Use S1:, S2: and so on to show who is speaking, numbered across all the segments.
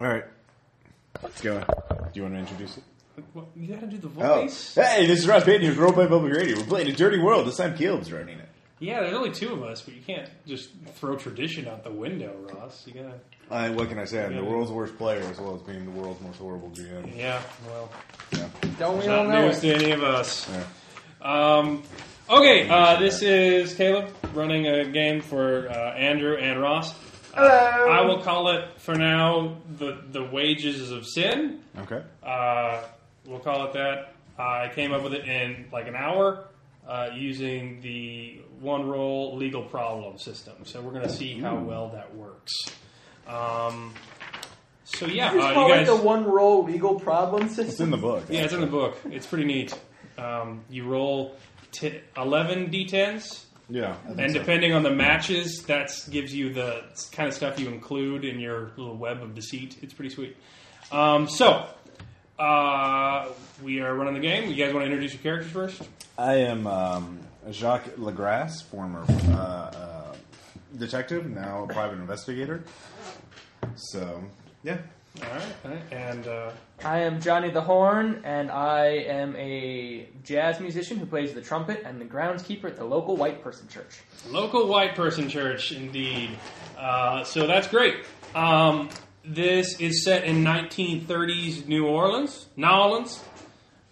S1: All right. Let's go. Do you want to introduce it?
S2: What, you gotta do the
S1: Oh.
S2: voice.
S1: Hey, this is Ross Payton with Roll by Public Radio. We're playing a dirty world. This time Caleb's running it.
S2: Yeah, there's only two of us, but you can't just throw tradition out the window, Ross. You gotta.
S1: Uh, what can I say? I'm the
S2: Yeah.
S1: world's worst player as well as being the world's most horrible GM.
S2: Yeah, well,
S3: Don't we all
S2: not
S3: know
S2: news
S3: it?
S2: to any of us.
S1: Yeah.
S2: Um, okay, uh, this is Caleb running a game for uh, Andrew and Ross. Hello. I will call it for now the the wages of sin.
S1: Okay.
S2: Uh, we'll call it that. I came up with it in like an hour uh, using the one roll legal problem system. So we're going to see how well that works. Um, so yeah,
S3: Just
S2: uh,
S3: call
S2: you guys.
S3: it the one roll legal problem
S1: It's in
S3: system.
S1: the book.
S2: yeah, it's in the book. It's pretty neat. Um, you roll t- eleven d10s,
S1: Yeah. I think
S2: and
S1: so.
S2: depending on the matches, that gives you the kind of stuff you include in your little web of deceit. It's pretty sweet. Um, so, uh, we are running the game. You guys want to introduce your characters first?
S1: I am um, Jacques Lagrasse, former uh, uh, detective, now a private investigator. So, yeah.
S2: All right. all right. And uh,
S3: I am Johnny the Horn, and I am a jazz musician who plays the trumpet and the groundskeeper at the local white person church.
S2: local white person church, indeed. Uh, so that's great. Um, this is set in 1930s New Orleans, New Orleans,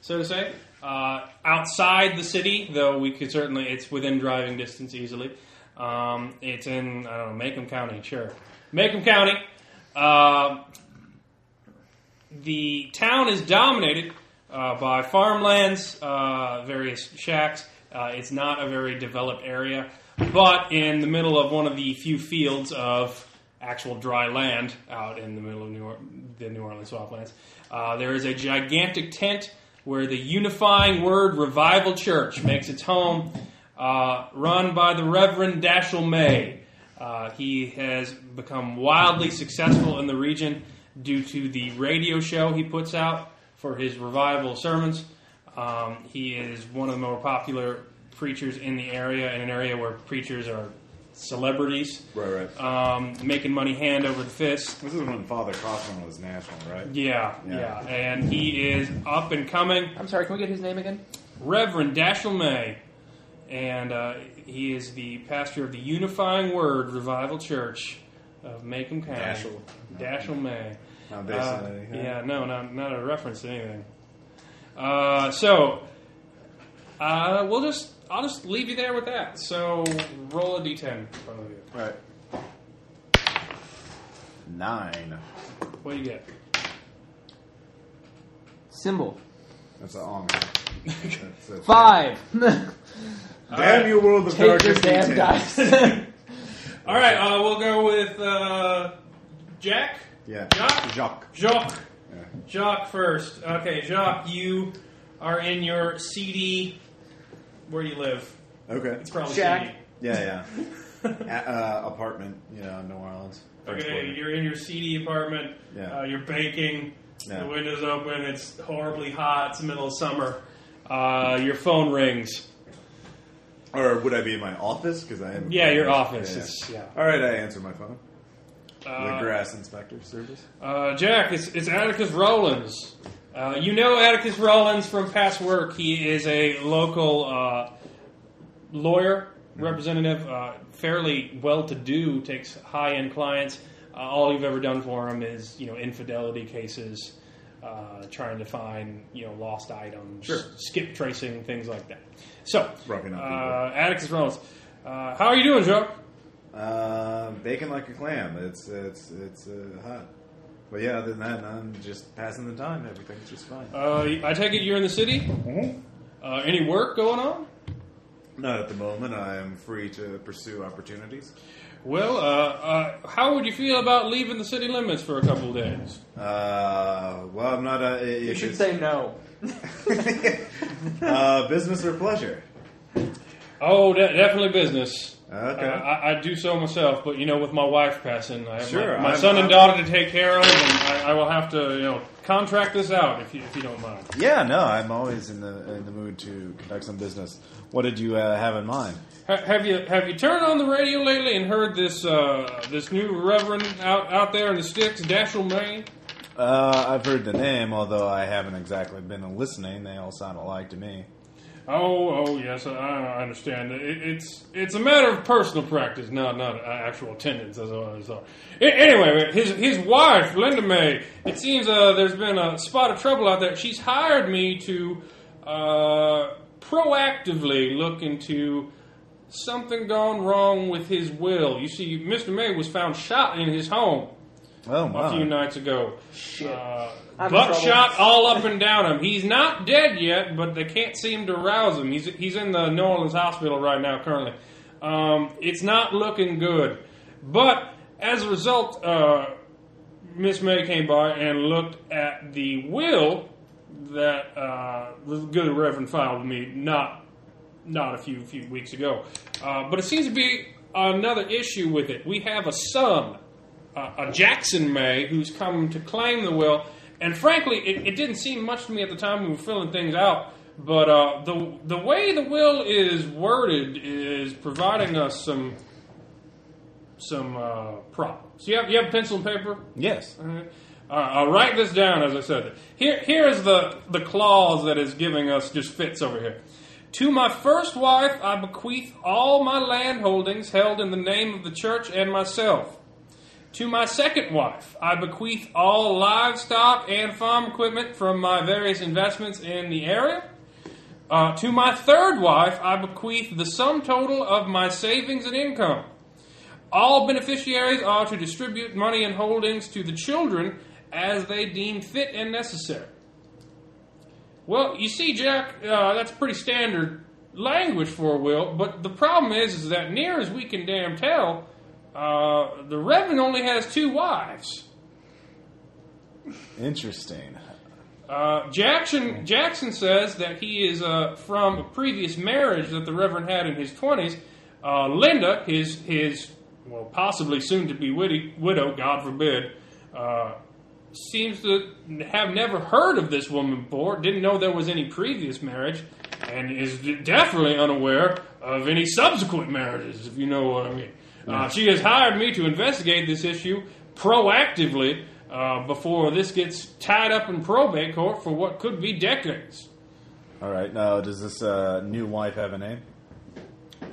S2: so to say. Uh, outside the city, though, we could certainly it's within driving distance easily. Um, it's in I don't know Macomb County, sure, Macomb County. Um the town is dominated uh, by farmlands, uh, various shacks. Uh, it's not a very developed area, but in the middle of one of the few fields of actual dry land out in the middle of New or- the New Orleans swamplands, uh, there is a gigantic tent where the unifying word Revival Church makes its home, uh, run by the Reverend Dashiell May. Uh, he has become wildly successful in the region due to the radio show he puts out for his revival sermons. Um, he is one of the more popular preachers in the area, in an area where preachers are celebrities,
S1: Right, right.
S2: um, making money hand over the fist.
S1: This is when Father Coughlin was national, right?
S2: Yeah,
S1: Yeah.
S2: yeah, and he is up and coming.
S3: I'm sorry, can we get his name again?
S2: Reverend Dashiell May, and uh, he is the pastor of the Unifying Word Revival Church of Macomb County.
S1: Dashiell.
S2: Dashiell May.
S1: Not based on
S2: Uh,
S1: anything.
S2: yeah, no, not not a reference to anything. Uh, so uh, we'll just I'll just leave you there with that. So roll a d10. both of you.
S1: All right. Nine.
S2: What do you get?
S3: Symbol.
S1: That's an honor. That's- that's-
S3: Five.
S1: Damn you, world of
S3: Take your
S1: darkness.
S3: damn
S1: detail.
S3: dice.
S2: All right, uh, we'll go with uh, Jack.
S1: Yeah.
S2: Jacques?
S1: Jacques.
S2: Jacques.
S1: Yeah.
S2: Jacques first. Okay, Jacques, you are in your CD. Where do you live?
S1: Okay.
S2: It's probably
S3: Jack.
S1: Yeah, yeah. A- uh, apartment, you know, in New Orleans.
S2: CD.
S1: French
S2: Okay,
S1: Quarter.
S2: you're in your CD apartment.
S1: Yeah.
S2: Uh, you're baking.
S1: Yeah.
S2: The windows open. It's horribly hot. It's the middle of summer. Uh, your phone rings.
S1: Or would I be in my office? Because I am.
S2: Yeah, your office. It's- yeah.
S1: All right, I answer my phone. the
S2: Uh,
S1: grass inspector service.
S2: uh, Jack, it's, it's Atticus Rollins. Uh, you know Atticus Rollins from past work. He is a local uh, lawyer representative, uh, fairly well-to-do, takes high-end clients. Uh, all you've ever done for him is, you know, infidelity cases, uh, trying to find, you know, lost items,
S1: Sure.
S2: skip tracing, things like that. So,
S1: Roughing up
S2: uh, Atticus Rollins, uh, how are you doing, Joe?
S1: Uh, bacon like a clam. It's it's it's uh, hot. But yeah, other than that, I'm just passing the time. Everything's just fine.
S2: Uh, I take it you're in the city.
S3: Mm-hmm.
S2: Uh, any work going on?
S1: Not at the moment. I am free to pursue opportunities.
S2: Well, uh, uh, how would you feel about leaving the city limits for a couple of days?
S1: Uh, well, I'm not. Uh,
S3: You should say no.
S1: uh, business or pleasure.
S2: Oh, de- definitely business.
S1: Okay.
S2: Uh, I, I do so myself, but you know, with my wife passing, I have
S1: Sure,
S2: my, my
S1: I'm-
S2: son
S1: I'm-
S2: and daughter to take care of, and I, I will have to, you know, contract this out if you, if you don't mind.
S1: Yeah, no, I'm always in the in the mood to conduct some business. What did you uh, have in mind?
S2: Ha- Have you have you turned on the radio lately and heard this uh, this new reverend out, out there in the sticks, Dashiell May?
S1: Uh, I've heard the name, although I haven't exactly been listening. They all sound alike to me.
S2: Oh, oh yes, I, I understand. It, it's it's a matter of personal practice, not not uh, actual attendance, as I as I- A- Anyway, his his wife, Linda May. It seems uh, there's been a spot of trouble out there. She's hired me to uh, proactively look into something gone wrong with his will. You see, Mr. May was found shot in his home
S1: Oh,
S2: a few
S1: my.
S2: nights ago.
S3: Shit.
S2: Uh,
S3: I'm in
S2: buckshot
S3: trouble.
S2: all up and down him. He's not dead yet, but they can't seem to rouse him. He's he's in the New Orleans hospital right now currently. Um, it's not looking good. But as a result, uh, Miss May came by and looked at the will that uh, the good Reverend filed with me not not a few few weeks ago. Uh, but it seems to be another issue with it. We have a son, uh, a Jackson May, who's come to claim the will. And frankly, it, it didn't seem much to me at the time we were filling things out. But uh, the the way the will is worded is providing us some some uh, problems. You have you have pencil and paper.
S1: Yes.
S2: Alright. Alright, Uh, I'll write this down as I said it. Here, here is the, the clause that is giving us just fits over here. To my first wife, I bequeath all my land holdings held in the name of the church and myself. To my second wife, I bequeath all livestock and farm equipment from my various investments in the area. Uh, to my third wife, I bequeath the sum total of my savings and income. All beneficiaries are to distribute money and holdings to the children as they deem fit and necessary. Well, you see, Jack, uh, that's pretty standard language for a will, but the problem is, is that near as we can damn tell, uh, the Reverend only has two wives.
S1: Interesting.
S2: Uh, Jackson Jackson says that he is uh, from a previous marriage that the Reverend had in his twenties. Uh, Linda, his his well, possibly soon to be witty, widow, God forbid, uh, seems to have never heard of this woman before. Didn't know there was any previous marriage, and is definitely unaware of any subsequent marriages. If you know what I mean. Uh, she has hired me to investigate this issue proactively uh, before this gets tied up in probate court for what could be decades.
S1: All right. Now, does this uh, new wife have a name?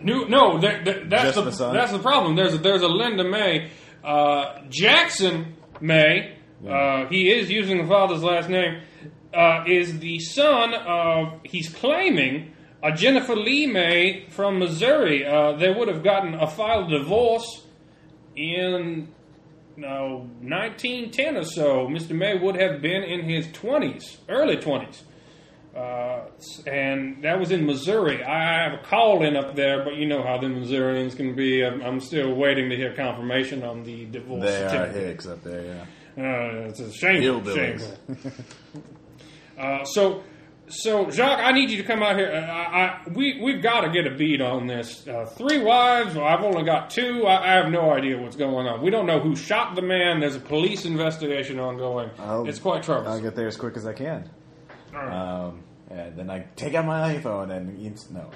S2: New, no, there, there- that's
S1: Just
S2: the,
S1: the son?
S2: that's the problem. There's a, there's a Linda May, uh, Jackson May. Uh, he is using the father's last name. Uh, is the son of he's claiming a Jennifer Lee May from Missouri. Uh, they would have gotten a filed divorce in no 1910 or so. Mr. May would have been in his 20s, early 20s. Uh, and that was in Missouri. I have a call in up there, but you know how the Missourians can be. I'm, I'm still waiting to hear confirmation on the divorce
S1: They are
S2: certificate.
S1: Hicks up there, yeah.
S2: Uh, it's a shame.
S1: Hillbillies.
S2: uh, so, so Jacques, I need you to come out here. Uh, I, I, we we've got to get a beat on this. Uh, three wives. Well, I've only got two. I, I have no idea what's going on. We don't know who shot the man. There's a police investigation ongoing.
S1: I'll-
S2: it's quite
S1: I'll
S2: troublesome.
S1: get there as quick as Oh. I can.
S2: All right.
S1: Um, and then I take out my iPhone and ins- no,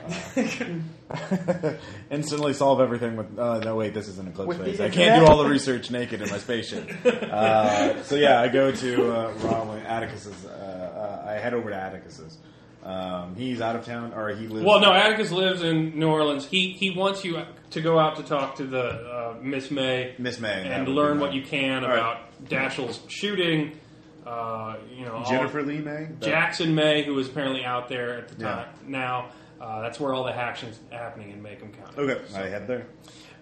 S1: uh, instantly solve everything with. Uh, no, wait, this isn't a clip
S3: With the
S1: face. I
S3: internet.
S1: can't do all the research naked in my spaceship. Uh, so yeah, I go to uh, Romley, Atticus's. Uh, uh, I head over to Atticus's. Um, he's out of town, or he lives.
S2: Well, no, Atticus lives in New Orleans. He he wants you to go out to talk to the uh, Miss May,
S1: Miss May, that
S2: and
S1: would be
S2: learn
S1: my-
S2: what you can
S1: All right.
S2: about Dashiell's shooting. Uh, you know, all-
S1: Jennifer Lee May. That-
S2: Jackson May, who was apparently out there at the
S1: Yeah.
S2: time. Now, uh, that's where all the action's happening in Macomb County.
S1: Okay, I head there.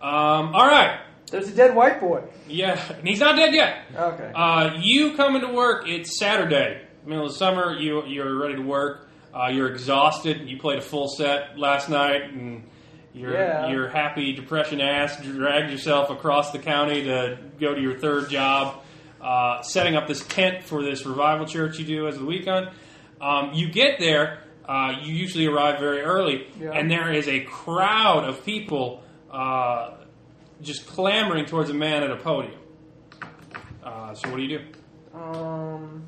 S2: Um, all right.
S3: There's a dead white boy.
S2: Yeah, and he's not dead yet.
S3: Okay.
S2: Uh, you coming to work? It's Saturday, middle of summer. You you're ready to work. Uh, you're exhausted. You played a full set last night, and your
S3: Yeah.
S2: your happy depression ass dragged yourself across the county to go to your third job, uh, setting up this tent for this revival church you do as the weekend. Um, you get there. uh, you usually arrive very early,
S4: Yeah.
S2: and there is a crowd of people uh, just clamoring towards a man at a podium. Uh, so what do you do?
S3: Um,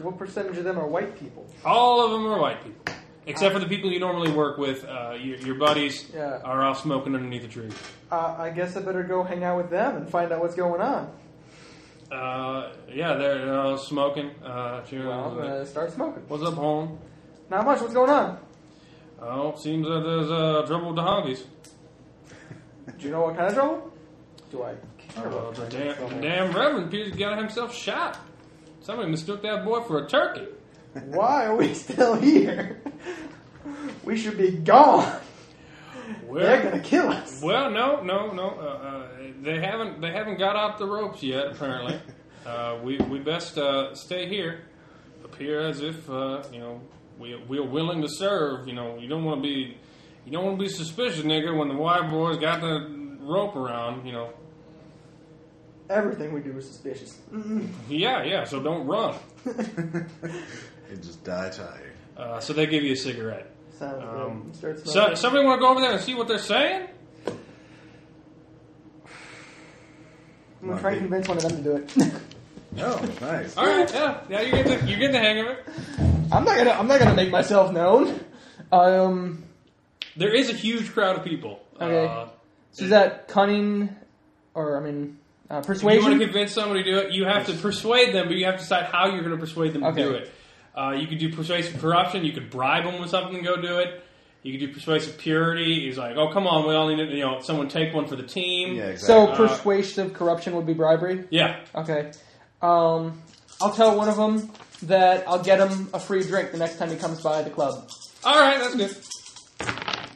S3: what percentage of them are white people?
S2: All of them are white people, except for the people you normally work with. Uh, your, your buddies
S3: Yeah.
S2: are off smoking underneath a tree.
S3: Uh, I guess I better go hang out with them and find out what's going on.
S2: Uh, yeah, they're, they're all smoking. Uh, chewing
S3: Well,
S2: a
S3: I'm
S2: little bit.
S3: gonna start smoking.
S2: What's up, home?
S3: Not much. What's going on?
S2: Oh, seems that there's uh, trouble with the hoggies.
S3: Do you know what kind of trouble? Do I care
S2: Uh,
S3: what
S2: the
S3: kind of
S2: damn,
S3: trouble?
S2: damn Reverend Peter got himself shot. Somebody mistook that boy for a turkey.
S3: Why are we still here? We should be gone. They're
S2: Well,
S3: gonna kill us.
S2: well, no, no, no. Uh, uh, they haven't they haven't got off the ropes yet. Apparently, uh, we we best uh, stay here, appear as if uh, you know we we're willing to serve. You know, you don't want to be you don't want to be suspicious, nigga, when the white boys got the rope around. You know,
S3: Everything we do is suspicious.
S2: yeah, yeah. So don't run.
S1: It just die tired.
S2: Uh, so they give you a cigarette.
S3: Sounds
S2: Um,
S3: good. Start
S2: So,
S3: smoking.
S2: somebody want to go over there and see what they're saying?
S3: I'm gonna try and convince one of them to do it.
S1: Oh, nice.
S2: All right, yeah, yeah, you get the you get the hang of it.
S3: I'm not gonna. I'm not gonna make myself known. Um,
S2: There is a huge crowd of people.
S3: Okay.
S2: Uh,
S3: so is that cunning, or I mean, uh,
S2: if you want
S3: persuasion?
S2: to convince somebody to do it, you have to persuade them, but you have to decide how you're going to persuade them
S3: Okay.
S2: to do it. Uh, you could do persuasive corruption. You could bribe them with something to go do it. You could do persuasive purity. He's like, oh come on, we all need to, you know someone take one for the team.
S1: Yeah,
S3: So
S1: exactly.
S2: per-
S3: persuasive corruption would be bribery.
S2: yeah.
S3: Okay. Um, I'll tell one of them that I'll get him a free drink the next time he comes by the club.
S2: All right, that's good.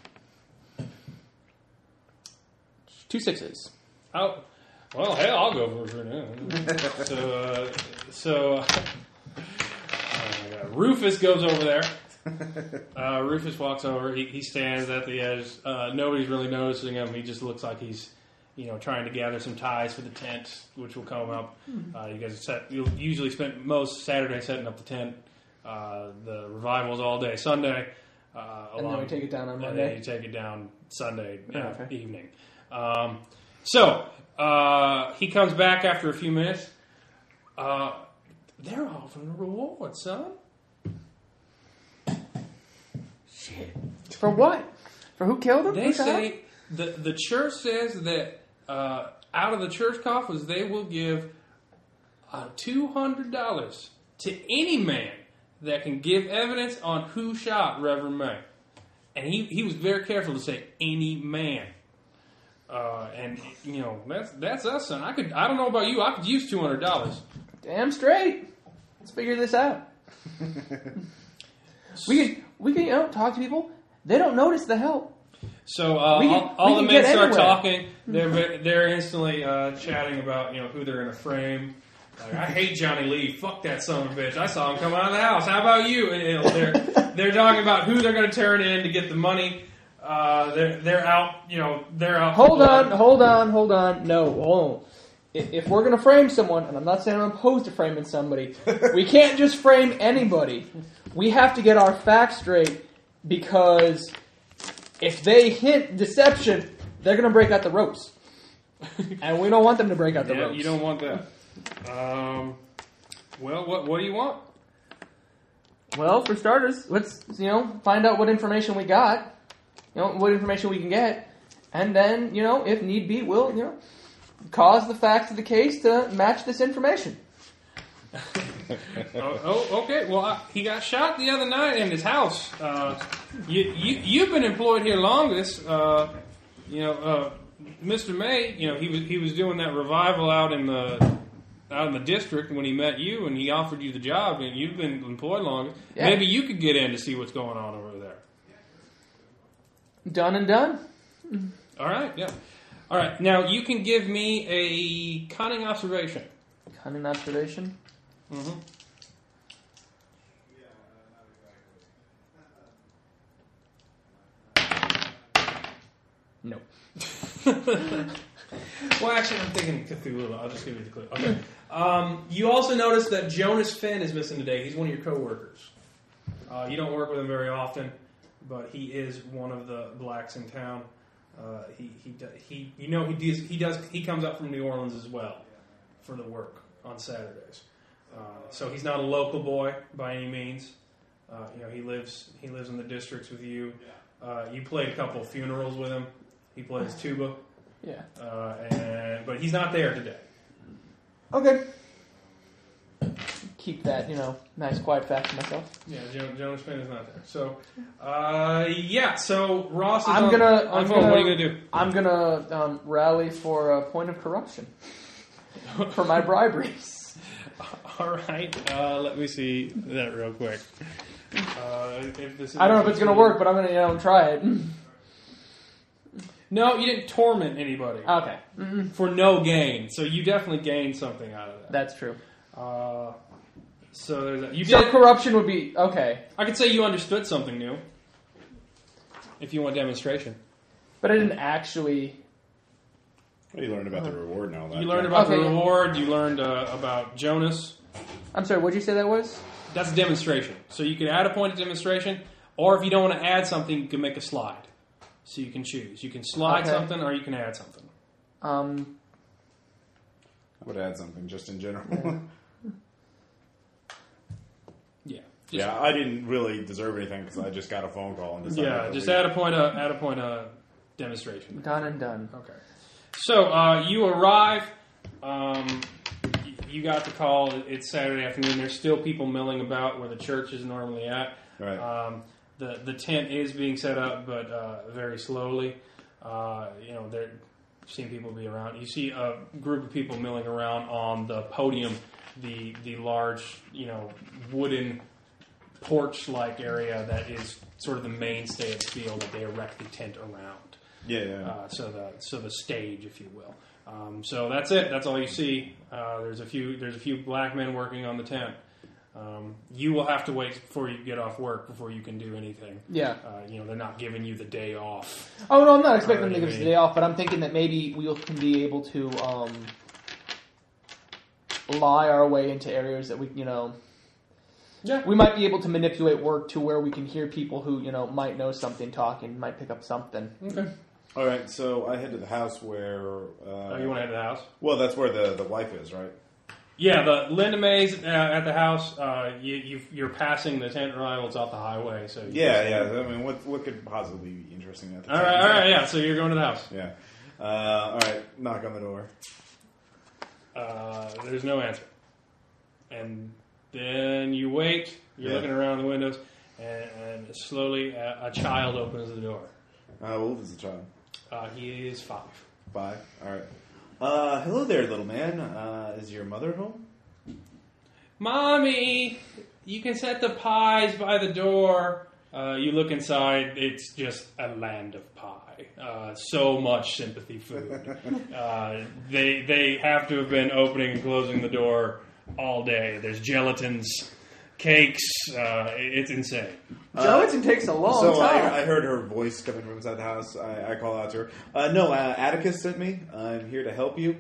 S3: Two sixes.
S2: Oh, well, hell, I'll go for it now. so, uh, so uh, oh my God. Rufus goes over there. Uh, Rufus walks over. He, he stands at the edge. Uh, nobody's really noticing him. He just looks like he's, you know, trying to gather some ties for the tent, which will come up.
S3: Hmm.
S2: Uh, you guys set. You usually spend most Saturday setting up the tent. Uh, the revivals all day Sunday. Uh,
S3: And then
S2: along-
S3: we take it down on
S2: and then
S3: Monday.
S2: you take it down Sunday uh,
S3: Okay.
S2: evening. Um, so uh, he comes back after a few minutes. Uh, they're offering a reward, son.
S3: For what? For who killed him?
S2: They
S3: Who shot him?
S2: say the the church says that uh, out of the church coffers they will give uh, two hundred dollars to any man that can give evidence on who shot Reverend May. And he, he was very careful to say any man. Uh, and you know that's that's us, son. I could I don't know about you. I could use two hundred dollars.
S3: Damn straight. Let's figure this out. we can we can you know, talk to people. They don't notice the help.
S2: So uh,
S3: We can-
S2: all, all
S3: we
S2: the
S3: can
S2: men
S3: get
S2: start
S3: anywhere.
S2: talking. They're ve- they're instantly uh, chatting about you know who they're in a frame. Like, I hate Johnny Lee. Fuck that son of a bitch. I saw him coming out of the house. How about you? And, you know, they're they're talking about who they're going to turn in to get the money. Uh, they're they're out. You know they're out.
S3: Hold on, hold on, hold on. No, hold on. If, if we're gonna frame someone, and I'm not saying I'm opposed to framing somebody, we can't just frame anybody. We have to get our facts straight because if they hint deception, they're gonna break out the ropes, and we don't want them to break out the
S2: Yeah,
S3: ropes.
S2: you don't want that. Um, well, what what do you want?
S3: Well, for starters, let's you know find out what information we got, you know what information we can get, and then you know if need be, we'll you know cause the facts of the case to match this information.
S2: oh, oh, okay. Well, I, he got shot the other night in his house. Uh, you, you, you've been employed here longest. Uh, you know, uh, Mr. May. You know, he was he was doing that revival out in the out in the district when he met you, and he offered you the job, and you've been employed longest.
S3: Yeah.
S2: Maybe you could get in to see what's going on over there.
S3: Done and done.
S2: All right. Yeah. All right. Now you can give me a cunning observation.
S3: Cunning observation.
S2: Mm-hmm.
S3: No.
S2: well, actually, I'm thinking Cthulhu. I'll just give you the clue. Okay. Um, you also notice that Jonas Finn is missing today. He's one of your coworkers. Uh, you don't work with him very often, but he is one of the blacks in town. Uh, he, he, do- he, you know, he does, he does, he comes up from New Orleans as well for the work on Saturdays. Uh, so he's not a local boy by any means. Uh, you know, he lives, he lives in the districts with you. Uh, you played a couple funerals with him. He plays tuba,
S3: Yeah.
S2: uh, and, but he's not there today.
S3: Okay. Keep that, you know, nice quiet fact to myself.
S2: Yeah, Jonas Jonas Finn is not there. So, uh, yeah. So Ross is.
S3: I'm
S2: on-
S3: gonna-
S2: on
S3: I'm
S2: phone. What are
S3: gonna-
S2: you gonna do?
S3: I'm gonna um, rally for a point of corruption for my briberies.
S2: All right. Uh, let me see that real quick. Uh, if this is
S3: I don't know if it's gonna work, but I'm gonna, you know, try it.
S2: No, you didn't torment anybody
S3: Okay,
S2: for no gain. So you definitely gained something out of that.
S3: that's true.
S2: Uh, so there's that. You
S3: So
S2: did.
S3: corruption would be okay,
S2: I could say you understood something new. If you want demonstration,
S3: but I didn't actually.
S1: Well, you learned about the reward and all that.
S2: you learned about the
S3: Okay.
S2: reward. You learned uh, about Jonas.
S3: I'm sorry. What'd you say that was?
S2: That's a demonstration. So you could add a point to demonstration, or if you don't want to add something, you can make a slide. So you can choose. You can slide
S3: Okay.
S2: something, or you can add something.
S3: Um,
S1: I would add something just in general.
S2: Yeah. Just,
S1: yeah, I didn't really deserve anything because I just got a phone call and decided
S2: Yeah.
S1: to
S2: Just
S1: leave.
S2: add a point. Uh, add a point. Uh, demonstration.
S3: done and done.
S2: Okay. So uh, you arrive. Um, y- you got the call. It's Saturday afternoon. There's still people milling about where the church is normally at.
S1: Right.
S2: Um, the the tent is being set up, but uh, very slowly. Uh, you know, there seen people be around. You see a group of people milling around on the podium, the the large you know wooden porch like area that is sort of the mainstay of the field that they erect the tent around
S1: yeah, yeah.
S2: uh, so the so the stage, if you will. Um, so that's it. That's all you see. Uh, there's a few there's a few black men working on the tent. Um, you will have to wait before you get off work before you can do anything.
S3: Yeah.
S2: Uh, you know they're not giving you the day off.
S3: Oh no, I'm not expecting them to give us a
S2: Alrighty.
S3: day off, but I'm thinking that maybe we can be able to um, lie our way into areas that we, you know,
S2: Yeah.
S3: we might be able to manipulate work to where we can hear people who, you know, might know something talking, might pick up something.
S2: Okay.
S1: All right, so I head to the house where. Uh,
S2: Oh, you want to head to the house?
S1: well, that's where the, the wife is, right?
S2: Yeah, the Linda May's uh, at the house. Uh, you, you you're passing the tent arrival. It's off the highway. So you
S1: Yeah, yeah. I mean, what what could possibly be interesting at the
S2: All
S1: time?
S2: right, all right, yeah. So you're going to the house.
S1: Yeah. Uh, all right, knock on the door.
S2: Uh, there's no answer. And then you wait. You're
S1: Yeah.
S2: looking around the windows, and, and slowly a, a child opens the door.
S1: How old is the child?
S2: Uh, he is five.
S1: Five. All right. Uh, hello there, little man. Uh, is your mother home?
S2: Mommy, you can set the pies by the door. Uh, you look inside. It's just a land of pie. Uh, so much sympathy food. uh, they they have to have been opening and closing the door all day. There's gelatins, cakes. Uh, it's insane.
S3: Gelatin takes a long
S1: Uh, so
S3: time.
S1: I, I heard her voice coming from inside the house. I, I call out to her. Uh, no, uh, Atticus sent me. I'm here to help you.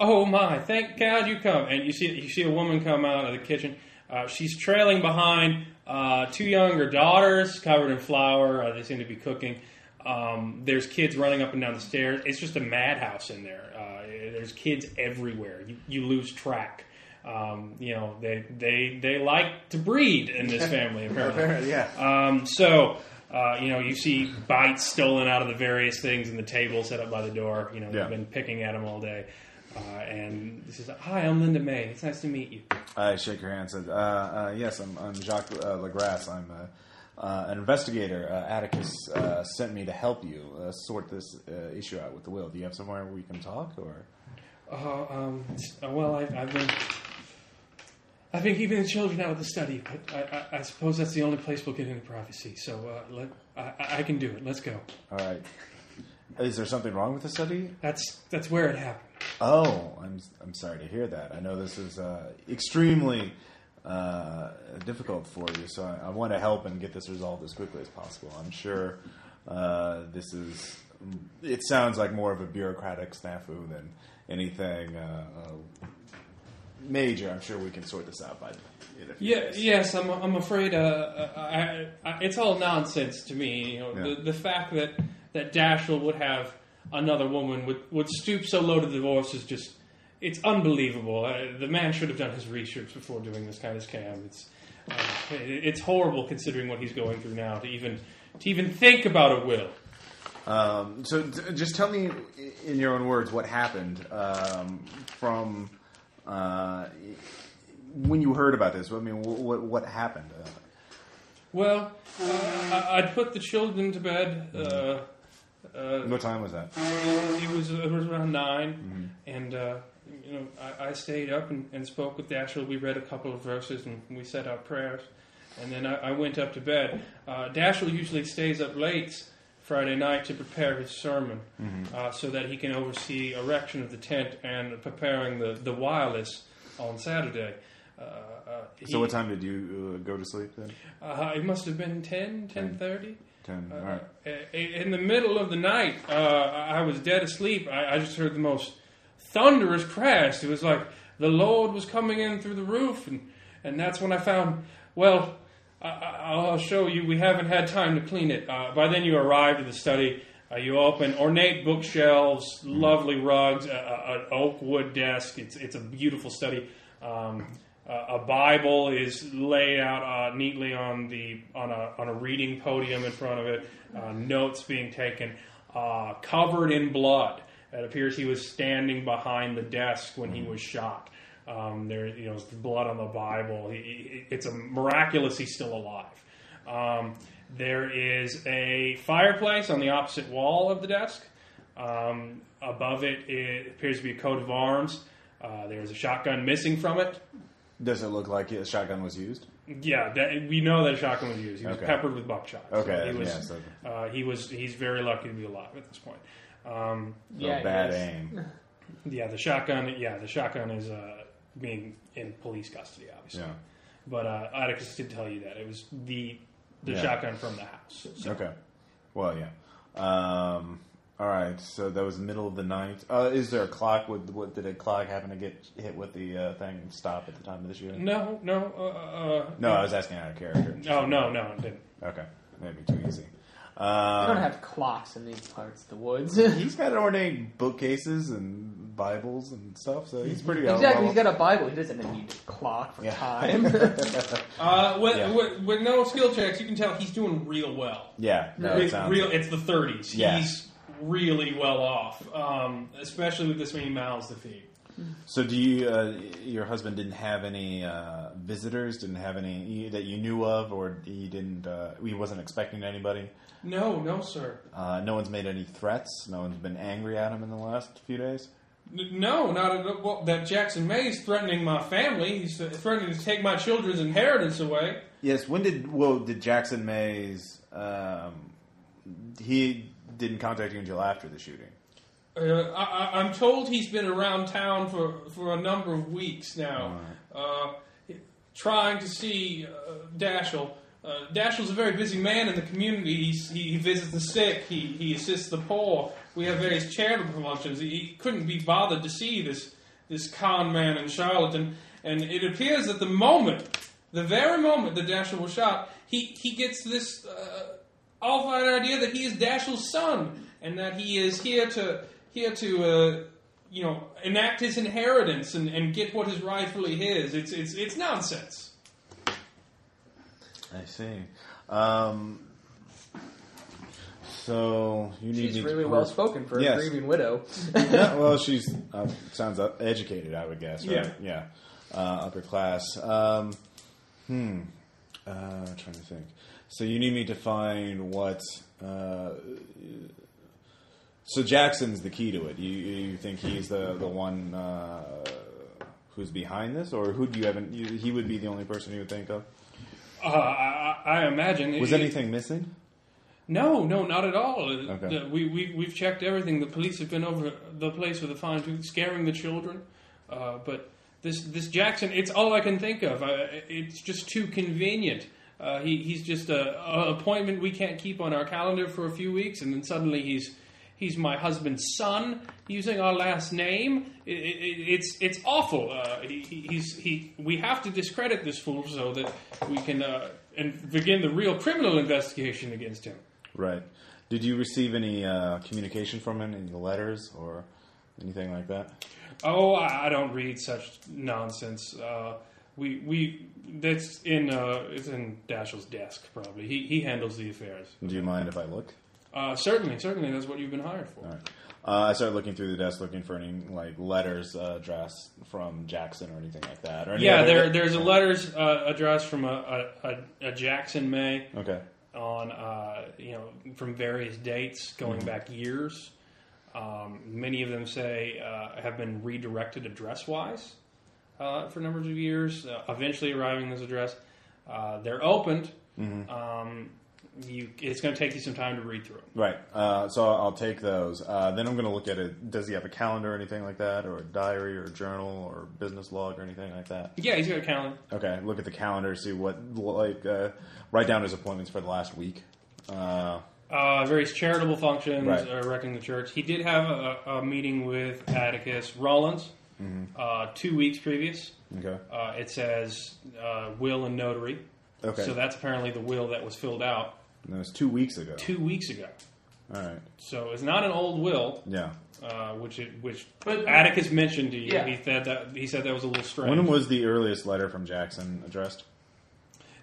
S2: Oh my! Thank God you come. And you see you see a woman come out of the kitchen. Uh, she's trailing behind uh, two younger daughters covered in flour. Uh, they seem to be cooking. Um, there's kids running up and down the stairs. It's just a madhouse in there. Uh, there's kids everywhere. You, you lose track. Um, you know they they they like to breed in this family apparently.
S1: yeah.
S2: Um, so, uh, you know, you see bites stolen out of the various things in the table set up by the door. You know,
S1: Yeah.
S2: they've been picking at them all day. Uh, and this is, hi, I'm Linda May. It's nice to meet you.
S1: I shake her hand. and Said, uh, uh, "Yes, I'm, I'm Jacques uh, Lagrasse. I'm uh, uh, an investigator. Uh, Atticus uh, sent me to help you uh, sort this uh, issue out with the will. Do you have somewhere we can talk, or
S2: Oh, um, s- uh, well, I, I've been, I've been keeping the children out of the study, but I, I, I suppose that's the only place we'll get into privacy. So, uh, let, I- I, I can do it. Let's go.
S1: all right? Is there something wrong with the study?
S2: That's that's where it happened.
S1: Oh, I'm I'm sorry to hear that. I know this is uh, extremely uh, difficult for you, so I, I want to help and get this resolved as quickly as possible. I'm sure uh, this is. mm, It sounds like more of a bureaucratic snafu than anything uh, uh, major, I'm sure we can sort this out by. in a few
S2: Yeah,
S1: days.
S2: yes, I'm, I'm afraid uh, I, I, I, it's all nonsense to me. You know,
S1: Yeah.
S2: the, the fact that, that Dashiell would have another woman, would, would stoop so low to divorce is just, it's unbelievable. Uh, the man should have done his research before doing this kind of scam. It's, uh, it, it's horrible considering what he's going through now to even, to even think about a will.
S1: Um, so d- just tell me i- in your own words what happened um, from uh, when you heard about this. I mean, wh- what what happened? Uh,
S2: Well, uh, I, I'd put the children to bed. Uh, uh,
S1: what time was that?
S2: It was, it was around 9 and uh, you know I, I stayed up and, and spoke with Dashiell. We read a couple of verses and we said our prayers, and then I, I went up to bed. Uh, Dashiell usually stays up late Friday night to prepare his sermon, uh, so that he can oversee erection of the tent and preparing the the wireless on Saturday. Uh, uh, he-
S1: So what time did you uh, go to sleep then?
S2: Uh, it must have been 10, 10.30.
S1: Ten.
S2: Uh,
S1: All right.
S2: i- In the middle of the night, uh, I I was dead asleep. I, I just heard the most thunderous crash. It was like the Lord was coming in through the roof, and, and that's when I found, well, I, I- I'll show you. We haven't had time to clean it. Uh, by then, you arrived at the study. Uh, you open ornate bookshelves,
S1: Mm-hmm.
S2: lovely rugs, a- a- an oak wood desk. It's it's a beautiful study. Um, uh, a Bible is laid out uh, neatly on the on a on a reading podium in front of it. Uh, notes being taken, uh, covered in blood. It appears he was standing behind the desk when he was shot. Um, there, you know, there's blood on the Bible. He- he- It's a miraculous he's still alive. Um, there is a fireplace on the opposite wall of the desk. Um, above it, it appears to be a coat of arms. Uh, there's a shotgun missing from it.
S1: Does it look like a shotgun was used?
S2: Yeah, that, we know that a shotgun was used. He was
S1: Okay.
S2: peppered with buckshot.
S1: Okay,
S2: he was,
S1: yeah, so-
S2: uh, he was. He's very lucky to be alive at this point. Um,
S1: So
S3: Yeah,
S1: Oh, bad eh?
S3: yes.
S1: aim.
S2: yeah, the shotgun. Yeah, the shotgun is uh, being in police custody, obviously.
S1: Yeah.
S2: But uh, Atticus did tell you that it was the the
S1: Yeah.
S2: shotgun from the house. So-
S1: Okay. Well, yeah. Um, all right. So that was the middle of the night. Uh, is there a clock? Would what did a clock happen to get hit with the uh, thing and stop at the time of the shooting?
S2: No, no, uh, uh,
S1: No, I was asking out of character.
S2: no, no, no, it didn't.
S1: Okay, that'd be too easy.
S3: I
S1: Um,
S3: don't have clocks in these parts of the woods.
S1: he's got ornate bookcases and Bibles and stuff, so he's pretty.
S3: exactly.
S1: well-
S3: He's got a Bible. He doesn't need a clock for
S1: Yeah.
S3: time.
S2: Uh, with,
S1: Yeah.
S2: with, with no skill checks, you can tell he's doing real well.
S1: yeah, no, it
S2: it's
S1: sounds-
S2: real. It's the 30s.
S1: Yeah.
S2: He's really well off, um, especially with this many mouths to feed.
S1: So, do you? Uh, your husband didn't have any uh, visitors? Didn't have any you- that you knew of, or he didn't? Uh, he wasn't expecting anybody.
S2: No, no, sir.
S1: Uh, no one's made any threats. No one's been angry at him in the last few days.
S2: N- No, not at all. Well, that Jackson May's threatening my family. He's uh, threatening to take my children's inheritance away.
S1: Yes. When did? Well, did Jackson Mays? Um, he didn't contact you until after the shooting.
S2: Uh, I, I- I'm told he's been around town for, for a number of weeks now, uh, trying to see uh, Dashiell. Uh, Dashiell's a very busy man in the community. He's, he, he visits the sick. He, he assists the poor. We have various charitable functions. He, he couldn't be bothered to see this this con man and charlatan. And it appears that the moment, the very moment that Dashiell was shot, he he gets this. Uh, all for an idea that he is Dashiell's son and that he is here to here to uh, you know enact his inheritance and, and get what is rightfully his. It's it's it's nonsense.
S1: I see. Um, so you need
S3: She's
S1: me to
S3: really
S1: prove-
S3: well spoken for
S1: Yes.
S3: a grieving widow.
S1: Yeah, well, she's uh, sounds uh, educated, I would guess. Right?
S2: Yeah.
S1: yeah, uh, upper class. Um, hmm. Uh, trying to think. So you need me to find what. Uh, so Jackson's the key to it. You, you think he's the the one uh, who's behind this, or who do you haven't? You, he would be the only person you would think of.
S2: Uh, I, I I imagine
S1: Was
S2: it-
S1: anything missing?
S2: No, no, not at all. Uh,
S1: Okay.
S2: the- we, we, we've checked everything. The police have been over the place with a fine tooth, scaring the children. Uh, but this this Jackson, it's all I can think of. Uh, it's just too convenient. Uh, he, he's just a, a appointment we can't keep on our calendar for a few weeks, and then suddenly he's He's my husband's son, using our last name. I- I- I- it's it's awful. Uh, he, he- he's he. We have to discredit this fool so that we can uh, and begin the real criminal investigation against him.
S1: Right. Did you receive any uh, communication from him, any letters or anything like that?
S2: Oh, I I don't read such nonsense. Uh, we we that's in uh, it's in Dashiell's desk probably. He he handles the affairs.
S1: Do you mind if I look?
S2: Uh, certainly, certainly, that's what you've been hired for.
S1: All right. Uh, I started looking through the desk, looking for any like letters uh, addressed from Jackson or anything like that. Or any
S2: Yeah,
S1: other-
S2: there there's a letters uh, address from a, a, a, a Jackson May
S1: Okay.
S2: on uh, you know from various dates going back years. Um, many of them say uh, have been redirected address wise uh, for numbers of years, uh, eventually arriving at this address. Uh, they're opened. Um, you, it's going to take you some time to read through them.
S1: Right. Uh, so I'll take those. Uh, then I'm going to look at it. Does he have a calendar or anything like that, or a diary or a journal or business log or anything like that?
S2: Yeah, he's got a calendar.
S1: Okay. Look at the calendar. See what like uh, write down his appointments for the last week. Uh,
S2: Uh, various charitable functions,
S1: Right.
S2: uh, erecting the church. He did have a, a meeting with Atticus Rollins uh, two weeks previous.
S1: okay.
S2: Uh, it says uh, will and notary.
S1: Okay.
S2: So that's apparently the will that was filled out
S1: And that was two weeks ago.
S2: two weeks ago.
S1: All right.
S2: So it's not an old will,
S1: Yeah.
S2: uh, which it, which
S5: But-
S2: Atticus mentioned to you.
S5: Yeah.
S2: He said that he said that was a little strange.
S1: When was the earliest letter from Jackson addressed?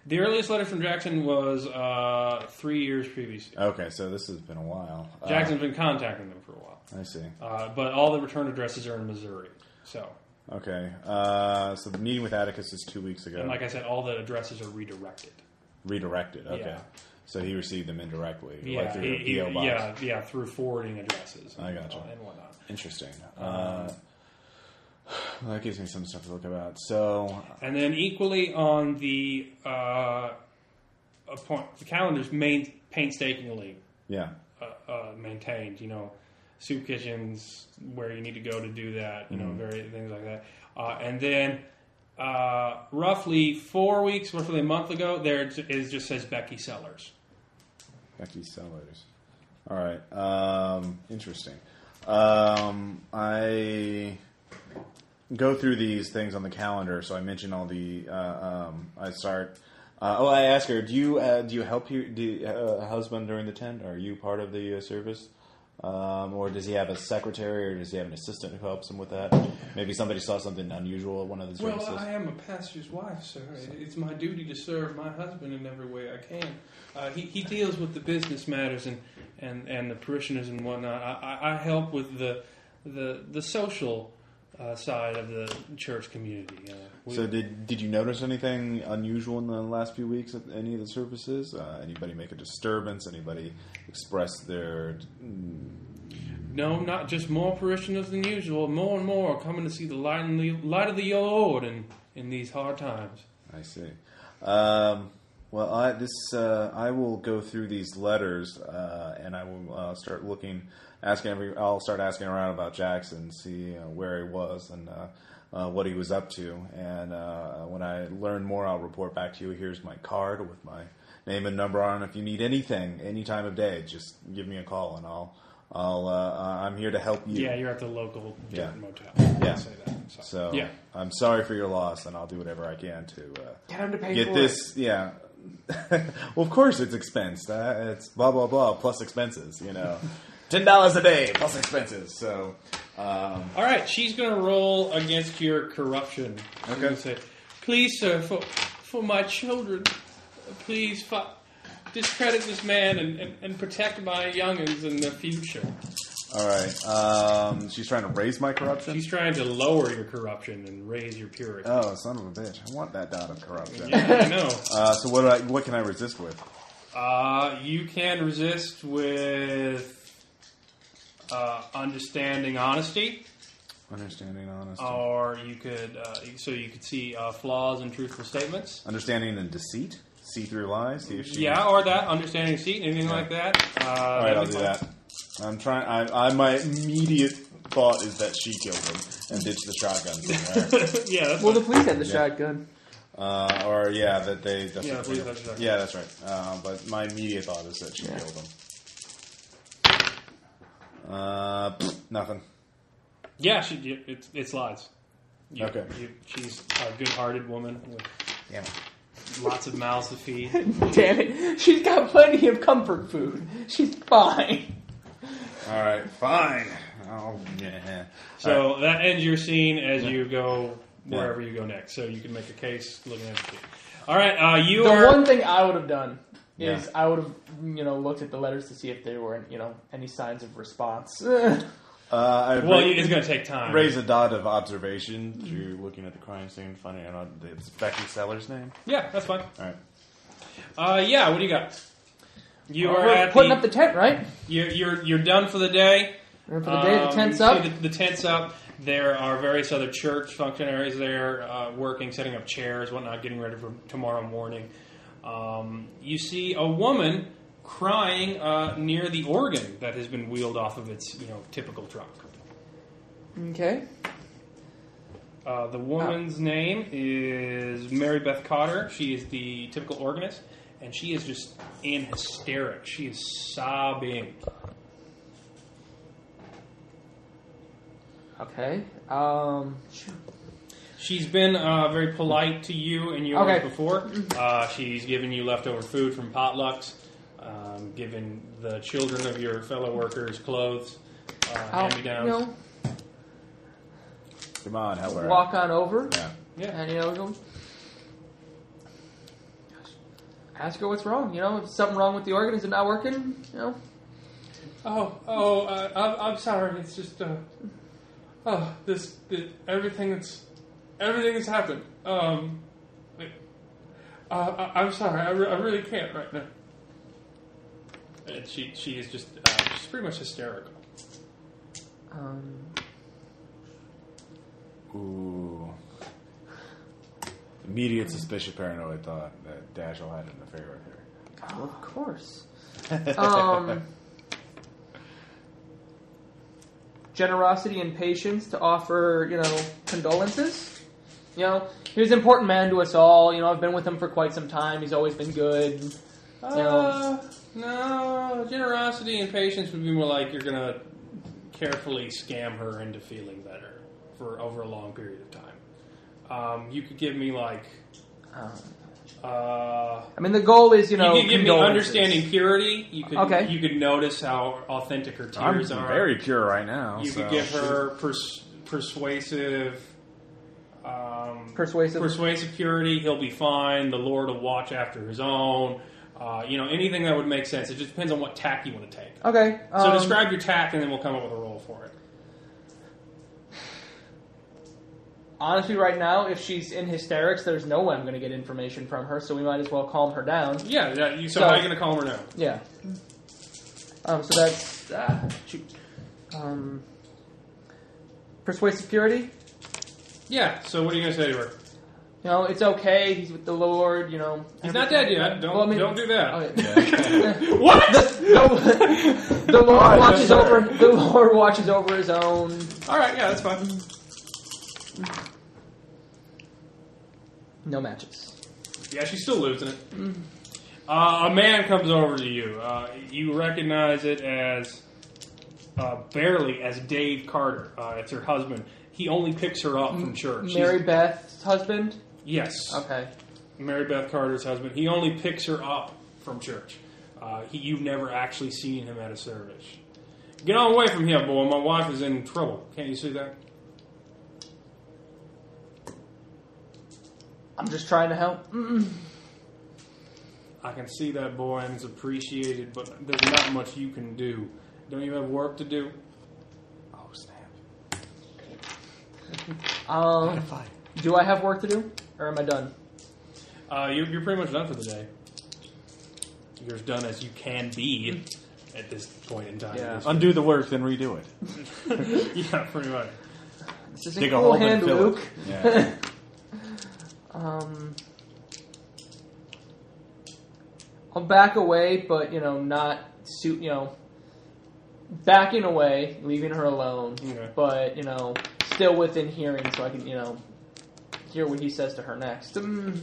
S2: the earliest letter from Jackson was uh, three years previous.
S1: Okay, so this has been a while. Uh,
S2: Jackson's been contacting them for a while,
S1: I see.
S2: uh, but all the return addresses are in Missouri. So,
S1: Okay. Uh, so the meeting with Atticus is two weeks ago.
S2: and like I said, all the addresses are redirected.
S1: Redirected. Okay.
S2: Yeah.
S1: So he received them indirectly,
S2: Yeah,
S1: like through
S2: he-
S1: the
S2: he-
S1: PO box.
S2: yeah, yeah, through forwarding addresses.
S1: I gotcha.
S2: and whatnot.
S1: Interesting. Uh, well, that gives me some stuff to look about. So,
S2: And then equally on the uh, appoint- the calendar's main painstakingly
S1: yeah.
S2: uh, uh, maintained. You know, soup kitchens where you need to go to do that. You know, various things like that. Uh, and then uh, roughly four weeks, roughly a month ago, there j- is just says Becky Sellers.
S1: Becky Sellers. All right. Um, interesting. Um, I go through these things on the calendar, so I mention all the. Uh, um, I start. Uh, oh, I ask her, do you uh, do you help your do you, uh, husband during the tent? Are you part of the uh, service? Um, or does he have a secretary, or does he have an assistant who helps him with that? Maybe somebody saw something unusual at one of the services.
S2: Well, I am a pastor's wife, sir. It- It's my duty to serve my husband in every way I can. Uh, he, he deals with the business matters and, and, and the parishioners and whatnot. I, I, I help with the the the social uh, side of the church community. Uh, we-
S1: So did did you notice anything unusual in the last few weeks at any of the services? Uh, anybody make a disturbance? Anybody express their? mm,
S2: no, not just more parishioners than usual. More and more are coming to see the light, and the, light of the Lord in, in these hard times.
S1: I see. Um, well, I this uh, I will go through these letters uh, and I will uh, start looking, asking every. I'll start asking around about Jackson, see uh, where he was and. Uh, uh, what he was up to, and uh, when I learn more, I'll report back to you. Here's my card with my name and number on. it. If you need anything, any time of day, just give me a call, and I'll, I'll, uh, I'm here to help you.
S2: Yeah, you're at the local
S1: Yeah.
S2: motel.
S1: Yeah.
S2: Say that. So,
S1: So
S2: yeah.
S1: I'm sorry for your loss, and I'll do whatever I can to uh,
S3: Get him to pay
S1: get
S3: for
S1: this. Yeah. well, of course it's expensed. Uh, it's blah blah blah plus expenses. You know, ten dollars a day plus expenses. So um,
S2: All right, she's going to roll against your corruption. She's
S1: Okay.
S2: gonna Say, please, sir, for for my children, please fi- discredit this man and, and, and protect my youngins in the future.
S1: all right. Um, she's trying to raise my corruption.
S2: She's trying to lower your corruption and raise your purity.
S1: Oh, son of a bitch! I want that dot of corruption.
S2: yeah, I know.
S1: Uh, so what? Do I, what can I resist with?
S2: Uh, you can resist with uh, understanding honesty,
S1: Understanding honesty.
S2: or you could uh, so you could see uh, flaws in truthful statements.
S1: Understanding and deceit. See through lies. See if she.
S2: Yeah, or that understanding seat, anything like that. Uh,
S1: All right, I'll do that. I'm trying. I, I my immediate thought is that she killed him and ditched the shotgun somewhere,
S2: yeah, that's
S3: Well,
S2: what
S3: the police had the shotgun.
S1: uh, or yeah, that they. That's
S2: Yeah,
S1: what-
S2: please, that's shotgun.
S1: yeah, that's right. Uh, but my immediate thought is that she killed him. Uh, pfft, nothing.
S2: Yeah, she it, it's it's lies. You-
S1: Okay.
S2: you- she's a good-hearted woman with
S1: Damn it.
S2: lots of mouths to feed.
S3: Damn it. She's got plenty of comfort food. She's fine.
S1: All right, fine. Oh, yeah.
S2: So that ends your scene as you go wherever you go next. So you can make a case looking at the scene. All right, uh, you
S3: The
S2: are.
S3: one thing I would have done
S1: Yeah.
S3: is I would have, you know, looked at the letters to see if there were, you know, any signs of response. That's
S1: Uh, I
S2: well,
S1: ra-
S2: it's going to take time.
S1: raise a dot of observation through looking at the crime scene, finding out it's Becky Sellers' name.
S2: Yeah, that's fine.
S1: All right.
S2: Uh, yeah, what do you got? You are
S3: We're
S2: at
S3: putting
S2: the,
S3: up the tent, right?
S2: you're, you're you're done for the day.
S3: We're gonna put the, day, the
S2: Um,
S3: tent's
S2: so
S3: up.
S2: The, the tent's up. There are various other church functionaries there uh, working, setting up chairs, whatnot, getting ready for tomorrow morning. Um, you see a woman crying uh, near the organ that has been wheeled off of its you know typical truck.
S3: Okay.
S2: Uh, the
S3: Ah.
S2: woman's name is Mary Beth Cotter. She is the typical organist, and she is just in hysterics. She is sobbing.
S3: Okay. Um,
S2: She's been uh, very polite to you and yours
S3: Okay.
S2: before. Uh, she's given you leftover food from potlucks, um, given the children of your fellow workers clothes, uh,
S3: I'll,
S2: hand me downs.
S3: you know,
S1: Come on, help her.
S3: walk on over
S1: Yeah.
S2: Yeah.
S3: and, you know, go, ask her what's wrong. You know, if something wrong with the organ, is it not working? You know,
S6: Oh, oh, uh, I'm, I'm sorry. It's just, uh, oh, this, the everything that's, everything that's happened. Um, it- uh, I, I'm sorry. I, re- I really can't right now.
S2: And she she is just uh, she's pretty much hysterical.
S3: um,
S1: Ooh. Immediate suspicion, paranoid thought that Dashiell had an affair with her.
S3: oh, of course. Um, generosity and patience to offer, you know, condolences. You know, he was an important man to us all. You know, I've been with him for quite some time. He's always been good.
S2: Uh, no, generosity and patience would be more like you're gonna carefully scam her into feeling better for over a long period of time. Um, you could give me like.
S3: Um,
S2: Uh,
S3: I mean, the goal is, you know,
S2: you could give me
S3: condolences.
S2: understanding purity. You could
S3: Okay.
S2: you could notice how authentic her
S1: I'm
S2: tears are.
S1: very pure right now.
S2: you
S1: so-
S2: could give her pers- persuasive. Um,
S3: Persuasive.
S2: persuasive purity. He'll be fine. The Lord will watch after his own. Uh, you know anything that would make sense. It just depends on what tack you want to take.
S3: okay.
S2: So
S3: um,
S2: describe your tack, and then we'll come up with a roll for it.
S3: Honestly, right now, if she's in hysterics, there's no way I'm going to get information from her, so we might as well calm her down.
S2: Yeah. That, you, so,
S3: So-
S2: how are you going to calm her down?
S3: Yeah. Um, so that's ah, shoot. Um, persuasive purity.
S2: Yeah. So what are you going to say to her?
S3: You know, it's okay. He's with the Lord. You know,
S2: He's not dead yet. Don't
S3: Well, I mean-
S2: don't do that.
S3: Okay.
S2: What?
S3: the, the Lord
S1: Alright,
S3: watches
S1: that's
S3: over.
S1: fair.
S3: The Lord watches over his own.
S2: All right. Yeah. That's fine.
S3: No matches.
S2: Yeah, she's still losing it. Uh, a man comes over to you. Uh, you recognize it as uh, barely as Dave Carter. Uh, it's her husband. He only picks her up from church. She's-
S3: Mary Beth's husband.
S2: yes,
S3: Okay.
S2: Mary Beth Carter's husband. He only picks her up from church. Uh, he, you've never actually seen him at a service. Get on away from here, boy. My wife is in trouble. Can't you see that?
S3: I'm just trying to help. Mm,
S2: I can see that, boy, and it's appreciated, but there's not much you can do. Don't you have work to do?
S1: Oh, snap.
S3: Um, do I have work to do, or am I done?
S2: Uh, you're, you're pretty much done for the day. You're as done as you can be at this point in time.
S3: Yeah.
S1: Undo the work, then redo it.
S2: yeah, pretty much.
S3: This isn't
S1: Dig a
S3: cool
S1: hole
S3: hand,
S1: and fill
S3: Luke.
S1: it. Yeah.
S3: Um, I'll back away, but you know, not suit. You know, backing away, leaving her alone,
S2: Okay.
S3: but you know, still within hearing, so I can you know hear what he says to her next. Mm,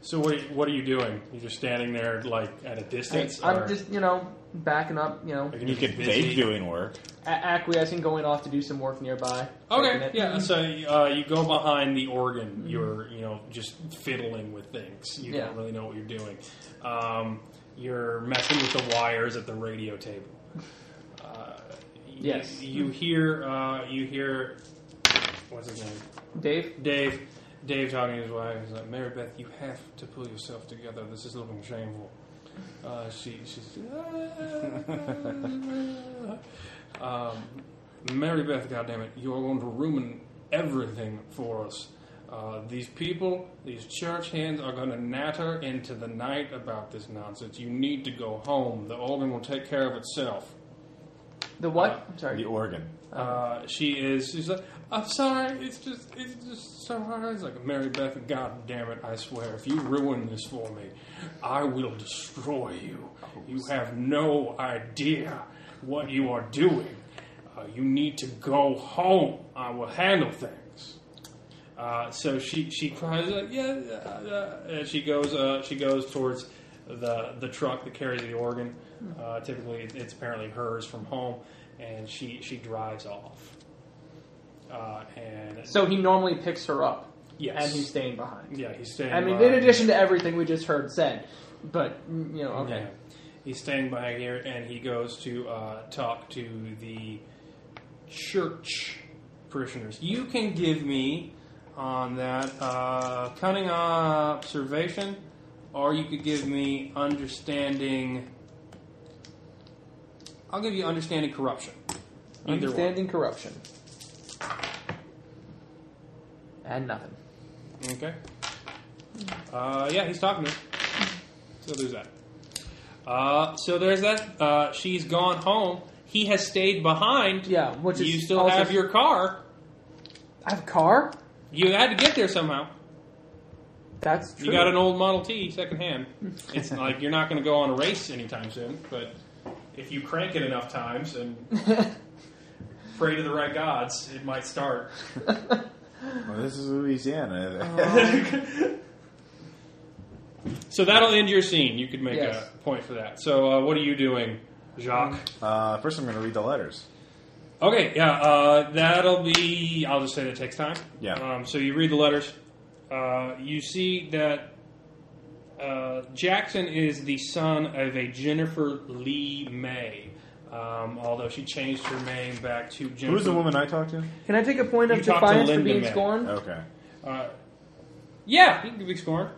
S2: So what? Are you, what are you doing? You're just standing there, like at a distance. or-
S3: I'm just, you know, backing up, you know,
S2: like,
S1: You
S2: you're
S1: could
S2: busy?
S1: fake doing work.
S3: a- acquiescing, going off to do some work nearby. Taking
S2: Okay,
S3: it.
S2: yeah. So uh, you go behind the organ. You're you know just fiddling with things. You
S3: Yeah.
S2: don't really know what you're doing. Um, you're messing with the wires at the radio table. Uh, you-
S3: Yes.
S2: You, hear uh, you hear what's his name?
S3: Dave,
S2: Dave. Dave talking to his wife. He's like, Mary Beth, you have to pull yourself together. This is looking shameful. Uh, she, she's. um, Mary Beth, goddammit, you're going to ruin everything for us. Uh, these people, these church hands, are going to natter into the night about this nonsense. You need to go home. The organ will take care of itself.
S3: the what? I'm sorry.
S1: The organ.
S2: Uh, she is. She's like, I'm sorry. It's just, it's just so hard. It's like Mary Beth. God damn it! I swear, if you ruin this for me, I will destroy you. You have no idea what you are doing. Uh, you need to go home. I will handle things. Uh, so she she cries like yeah, uh, uh," and she goes uh, she goes towards the the truck that carries the organ. Uh, typically, it- it's apparently hers from home, and she she drives off. Uh, and
S3: So he normally picks her up,
S2: Yes.
S3: and he's staying behind.
S2: yeah, he's staying.
S3: I mean,
S2: by-
S3: in addition to everything we just heard said, but mm, you know, okay,
S2: yeah. he's staying by here, and he goes to uh, talk to the church parishioners. You can give me on that uh, cunning observation, or you could give me understanding. I'll give you understanding corruption. Either
S3: understanding corruption, and nothing.
S2: one. Okay. Uh, yeah, he's talking to her. So there's that. Uh, so there's that. Uh, she's gone home. He has stayed behind.
S3: Yeah, which is
S2: you still
S3: also-
S2: have your car.
S3: I have a car.
S2: You had to get there somehow.
S3: That's true.
S2: You got an old Model T secondhand. It's like you're not going to go on a race anytime soon, but if you crank it enough times and pray to the right gods, it might start.
S1: Well, this is Louisiana.
S3: Uh-huh.
S2: So that'll end your scene. You could make
S3: Yes.
S2: a point for that. So uh, what are you doing, Jacques?
S1: uh, first, I'm going to read the letters.
S2: Okay, yeah, uh, that'll be. I'll just say that takes time.
S1: Yeah.
S2: Um, so you read the letters. Uh, you see that uh, Jackson is the son of a Jennifer Lee May, um, although she changed her name back to Jennifer.
S1: Who's the woman I talked to?
S3: Can I take a point of
S2: You talked to
S3: defiance for
S2: Linda
S3: being
S2: May.
S3: scorned?
S1: Okay.
S2: Uh, yeah, you can be scorned.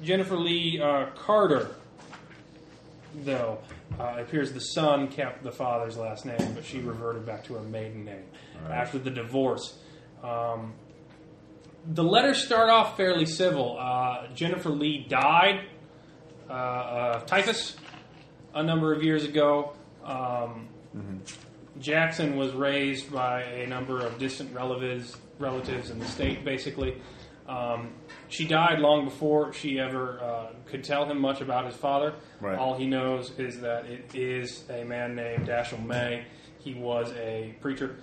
S2: Jennifer Lee uh, Carter, though, uh, it appears the son kept the father's last name, but she reverted back to her maiden name
S1: All right.
S2: after the divorce. Um, the letters start off fairly civil. Uh, Jennifer Lee died uh, of typhus a number of years ago. Um, Jackson was raised by a number of distant relatives, relatives in the state, basically. Um, she died long before she ever uh, could tell him much about his father.
S1: Right.
S2: All he knows is that it is a man named Dashiell May. He was a preacher,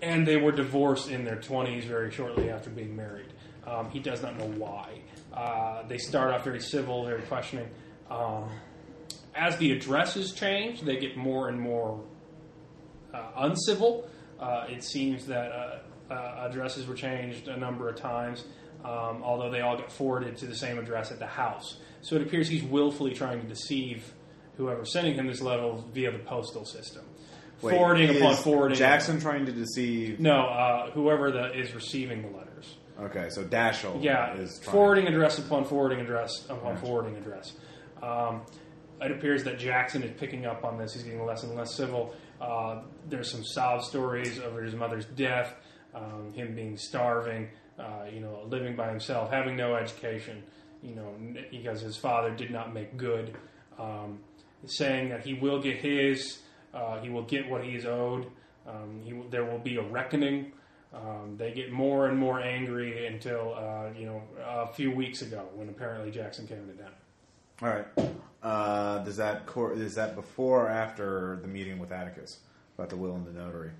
S2: and they were divorced in their 20s very shortly after being married. Um, he does not know why. Uh, they start off very civil, very questioning. Um, as the addresses change, they get more and more uh, uncivil. Uh, it seems that uh, uh, addresses were changed a number of times, um, although they all got forwarded to the same address at the house. So it appears he's willfully trying to deceive whoever's sending him this level via the postal system.
S1: Wait,
S2: forwarding upon
S1: is
S2: forwarding.
S1: Jackson trying to deceive.
S2: No, uh, whoever the, is receiving the letters.
S1: Okay, so Dashiell
S2: Yeah,
S1: is trying.
S2: forwarding address upon forwarding address upon
S1: Gotcha.
S2: forwarding address. Um, it appears that Jackson is picking up on this. He's getting less and less civil. Uh, there's some sob stories over his mother's death, um, him being starving, uh, you know, living by himself, having no education, you know, n- because his father did not make good. Um, saying that he will get his, uh, he will get what he is owed. Um, he will, there will be a reckoning. Um, they get more and more angry until uh, you know a few weeks ago when apparently Jackson came to town.
S1: All right. Uh, does that cor- is that before or after the meeting with Atticus about the will and the notary?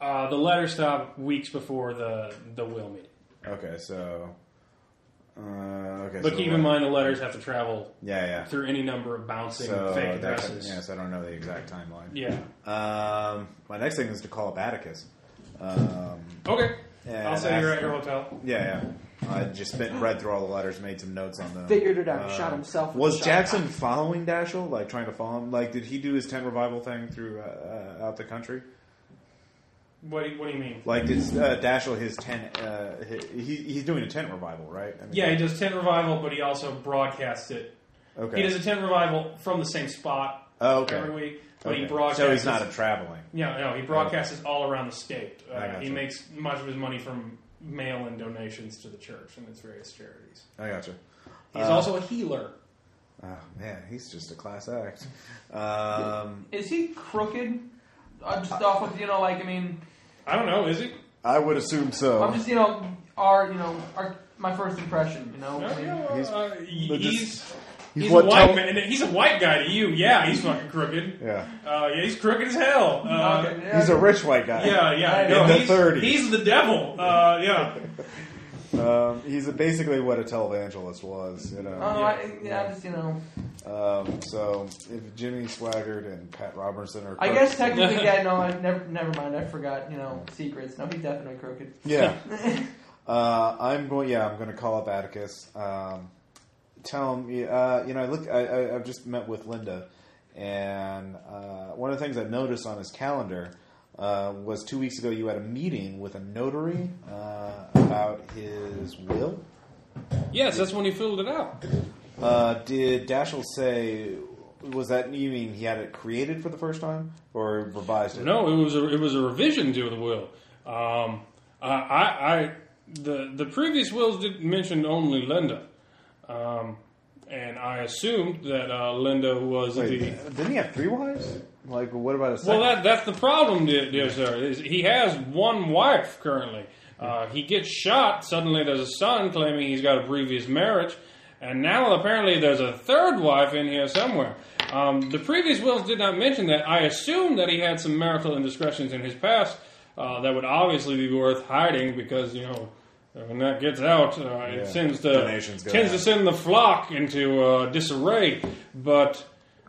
S2: Uh, the letter stopped weeks before the the will meeting.
S1: Okay, so Uh, okay.
S2: But
S1: so
S2: keep
S1: what-
S2: in mind the letters have to travel
S1: Yeah, yeah.
S2: through any number of bouncing
S1: So
S2: fake
S1: that-
S2: addresses.
S1: yes, I don't know the exact timeline.
S2: Yeah.
S1: Um, my next thing is to call up Atticus. Um,
S2: Okay.
S1: and
S2: I'll say
S1: ask-
S2: you're at your hotel.
S1: Yeah, yeah. I just spent, read through all the letters, made some notes on them.
S7: Figured it out.
S1: Uh,
S7: shot himself. with
S1: Was
S7: a shot.
S1: Jackson following Dashiell, like trying to follow him? Like, did he do his ten revival thing through uh, uh, out the country?
S2: What do you, what do you mean?
S1: Like, did uh, Dashiell his ten? Uh, he, he- he's doing a tent revival, right? I mean,
S2: Yeah, he does tent revival, but he also broadcasts it.
S1: Okay.
S2: He does a tent revival from the same spot
S1: oh, okay.
S2: every week, but
S1: okay.
S2: he broadcasts.
S1: So he's not a traveling.
S2: Yeah, no, he broadcasts it all around the state.
S1: I
S2: Uh,
S1: gotcha.
S2: he makes much of his money from mail and donations to the church and its various charities.
S1: I gotcha.
S2: He's
S1: Uh,
S2: also a healer.
S1: Oh man, he's just a class act. Um,
S3: Is he crooked? I'm just off with you know, like I mean,
S2: I don't know, is he?
S1: I would assume so.
S3: I'm just you know, our you know, our my first impression, you know. I mean,
S1: Oh, He's-
S2: He's, uh, he-
S1: but just-
S2: he's,
S1: He's
S2: he's
S1: what
S2: a white
S1: tell-
S2: man. He's a white guy to you. Yeah, he's fucking crooked.
S1: yeah,
S2: Uh, yeah, he's crooked as hell. Uh,
S3: okay, yeah,
S1: he's a rich white guy.
S2: Yeah, yeah.
S3: In
S2: no,
S1: the
S2: he's,
S1: 30s.
S2: He's the devil. Uh, yeah.
S1: Um, he's basically what a televangelist was, you know.
S3: Oh, I, yeah, I'm just you know.
S1: Um, so if Jimmy Swaggart and Pat Robertson are,
S3: I guess technically, yeah, no, I never, never mind. I forgot, you know, secrets. No, he's definitely crooked.
S1: yeah. uh, I'm going. Yeah, I'm going to call up Atticus. Um, tell him. Uh, you know, I look. I, I, I've just met with Linda, and uh, one of the things I noticed on his calendar uh, was two weeks ago you had a meeting with a notary uh, about his will.
S2: Yes, that's when he filled it out.
S1: Uh, did Dashiell say? Was that you mean he had it created for the first time or revised it?
S2: No, it was a, it was a revision to the will. Um, I, I, I the the previous wills did mention only Linda, um, and I assumed that uh, Linda was
S1: Wait,
S2: the.
S1: didn't he have three wives? Like, what about a second?
S2: Well, that that's the problem, dear, dear sir. Is he has one wife currently. Uh, he gets shot. Suddenly, there's a son claiming he's got a previous marriage, and now apparently there's a third wife in here somewhere. Um, the previous wills did not mention that. I assume that he had some marital indiscretions in his past uh, that would obviously be worth hiding because you know. When that gets out, uh,
S1: Yeah.
S2: it sends to
S1: Donations go
S2: tends to
S1: down.
S2: send the flock into uh, disarray. But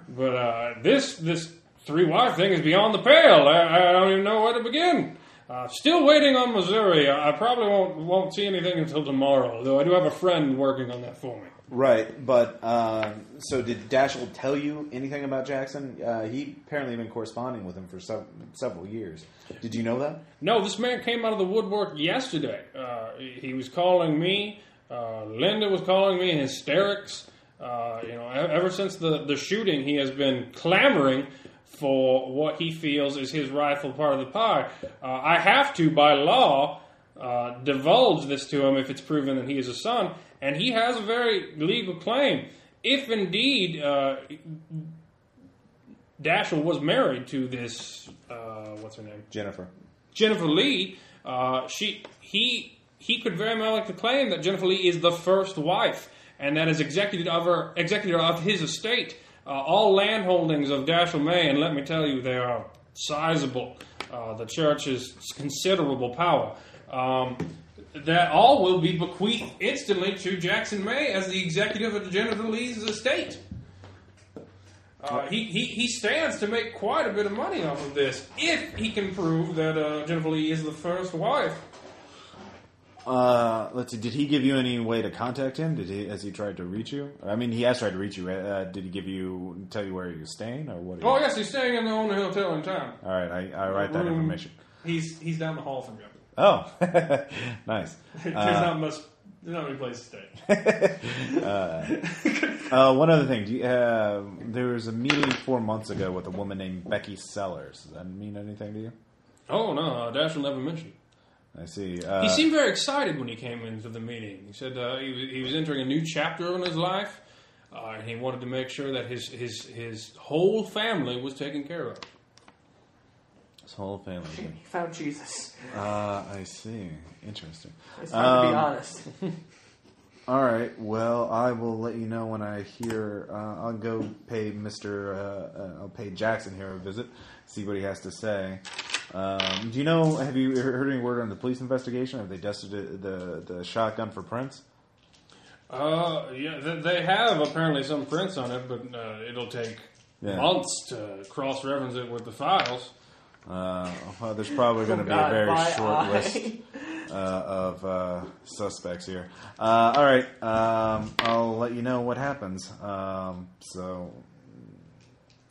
S2: but uh, this this three wife thing is beyond the pale. I, I don't even know where to begin. Uh, still waiting on Missouri. I, I probably won't won't see anything until tomorrow. Though I do have a friend working on that for me.
S1: right, but um, so did Dashiell tell you anything about Jackson? Uh, he apparently been corresponding with him for sev- several years. Did you know that?
S2: No, this man came out of the woodwork yesterday. Uh, he- he was calling me. Uh, Linda was calling me in hysterics. Uh, you know, e- ever since the, the shooting, he has been clamoring for what he feels is his rightful part of the pie. Uh, I have to, by law, uh, divulge this to him if it's proven that he is a son, and he has a very legal claim. If indeed uh, Dashiell was married to this, uh, what's her name?
S1: Jennifer.
S2: Jennifer Lee, uh, she he he could very well make the claim that Jennifer Lee is the first wife, and that is executor of her executor of his estate. Uh, all land holdings of Dashiell May, and let me tell you, they are sizable. Uh, the church is considerable power. Um, that all will be bequeathed instantly to Jackson May as the executive of Jennifer Lee's estate. Uh, he, he, he stands to make quite a bit of money off of this if he can prove that uh, Jennifer Lee is the first wife.
S1: Uh, let's see. Did he give you any way to contact him? Did he has he tried to reach you? I mean, he has tried to reach you. Uh, did he give you tell you where he was staying or what? he-
S2: Oh, yes, he's staying in the only hotel in town.
S1: All right, I, I write that
S2: Room-
S1: information.
S2: He's, he's down the hall from you.
S1: Oh, nice.
S2: There's
S1: Uh,
S2: not much. There's not many places to stay.
S1: Uh, one other thing, do you, uh, there was a meeting four months ago with a woman named Becky Sellers. Does that mean anything to you?
S2: Oh no, uh, Dashiell never mentioned.
S1: I see. Uh,
S2: He seemed very excited when he came into the meeting. He said uh, he, was- he was entering a new chapter in his life, uh, and he wanted to make sure that his, his, his whole family was taken care of.
S1: his whole family.
S3: He found Jesus.
S1: Uh, I see. Interesting.
S3: It's hard to be
S1: Um,
S3: honest.
S1: All right. Well, I will let you know when I hear. Uh, I'll go pay Mister. Uh, uh, I'll pay Jackson here a visit, see what he has to say. Um, do you know? Have you heard any word on the police investigation? Have they dusted it- the the shotgun for prints?
S2: Uh, yeah, th- they have apparently some prints on it, but uh, it'll take
S1: Yeah.
S2: months to cross-reference it with the files.
S1: Uh, well, there's probably going to be a
S8: Oh, God,
S1: very
S8: my
S1: short
S8: eye.
S1: list uh, of uh, suspects here. Uh, all right, um, I'll let you know what happens. Um, so,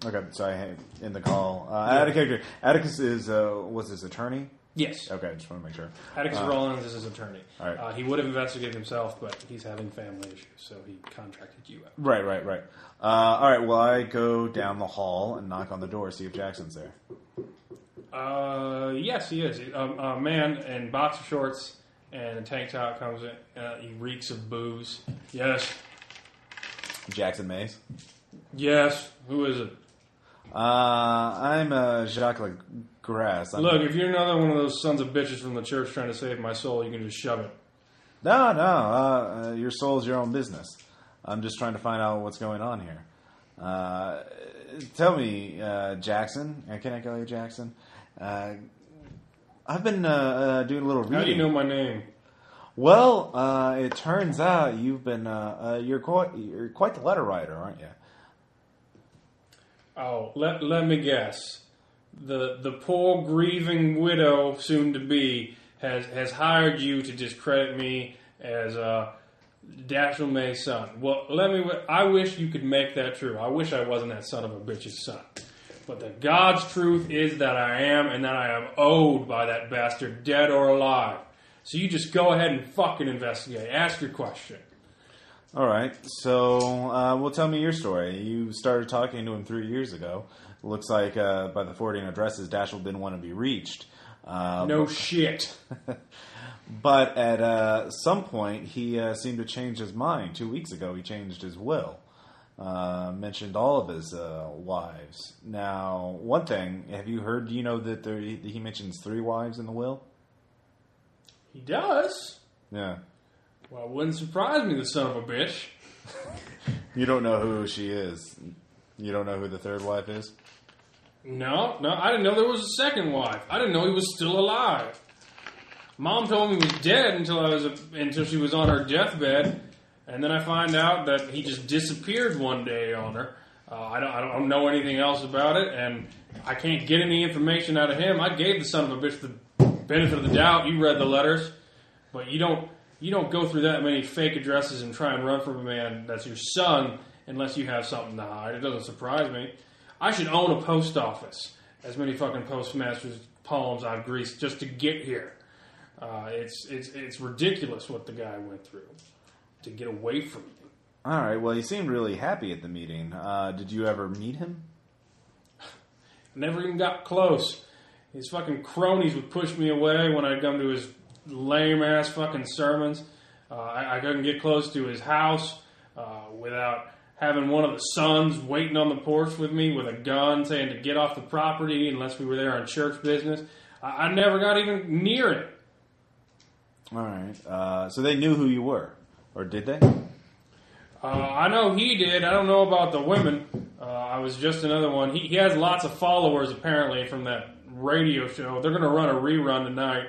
S1: okay, so I in the call. Uh, Atticus, Atticus is uh, was his attorney.
S2: Yes,
S1: Okay, I just want to make sure.
S2: Atticus
S1: Uh,
S2: Rollins is his attorney.
S1: all right.
S2: Uh, he would have investigated himself, but he's having family issues, so he contracted you out.
S1: Right, right, right. Uh, all right. Well, I go down the hall and knock on the door, see if Jackson's there.
S2: Uh, yes, he is. Um, a man in boxer shorts and a tank top comes in. Uh, he reeks of booze. Yes,
S1: Jackson Mays.
S2: yes. Who is it?
S1: Uh, I'm uh, Jacques Grasse. I'm
S2: Look, if you're another one of those sons of bitches from the church trying to save my soul, you can just shove it.
S1: No, no. Uh, uh, your soul's your own business. I'm just trying to find out what's going on here. Uh, tell me, uh, Jackson. uh, Can I call you Jackson? Uh, I've been uh, uh, doing a little reading.
S2: How do you know my name?
S1: Well, uh, it turns out you've been uh, uh, you're quite you're quite the letter writer, aren't you?
S2: Oh, let let me guess. The the poor grieving widow, soon to be, has has hired you to discredit me as uh, Dashiell May's son. Well, let me. I wish you could make that true. I wish I wasn't that son of a bitch's son. But the God's truth is that I am, and that I am owed by that bastard, dead or alive. So you just go ahead and fucking investigate. Ask your question.
S1: All right. So, uh, well, tell me your story. You started talking to him three years ago. Looks like uh, by the forwarding addresses, Dashiell didn't want to be reached. Uh,
S2: No shit.
S1: But at uh, some point, he uh, seemed to change his mind. Two weeks ago, he changed his will, uh, mentioned all of his uh, wives. Now, one thing: have you heard? Do you know that there, he mentions three wives in the will?
S2: He does.
S1: Yeah,
S2: Well, it wouldn't surprise me, the son of a bitch.
S1: you don't know who she is. You don't know who the third wife is.
S2: No, no, I didn't know there was a second wife. I didn't know he was still alive. Mom told me he was dead until I was until she was on her deathbed, and then I find out that he just disappeared one day on her. Uh, I, don't, I don't know anything else about it, and I can't get any information out of him. I gave the son of a bitch the benefit of the doubt. You read the letters, but you don't you don't go through that many fake addresses and try and run from a man that's your son unless you have something to hide. It doesn't surprise me. I should own a post office. As many fucking postmasters' palms I've greased just to get here. Uh, it's it's it's ridiculous what the guy went through to get away from me.
S1: All right. Well, he seemed really happy at the meeting. Uh, did you ever meet him?
S2: Never even got close. His fucking cronies would push me away when I'd come to his lame ass fucking sermons. Uh, I, I couldn't get close to his house uh, without having one of the sons waiting on the porch with me with a gun saying to get off the property unless we were there on church business. I, I never got even near it.
S1: All right. Uh, so they knew who you were, or did they?
S2: Uh, I know he did. I don't know about the women. Uh, I was just another one. He, he has lots of followers apparently from that radio show. They're going to run a rerun tonight.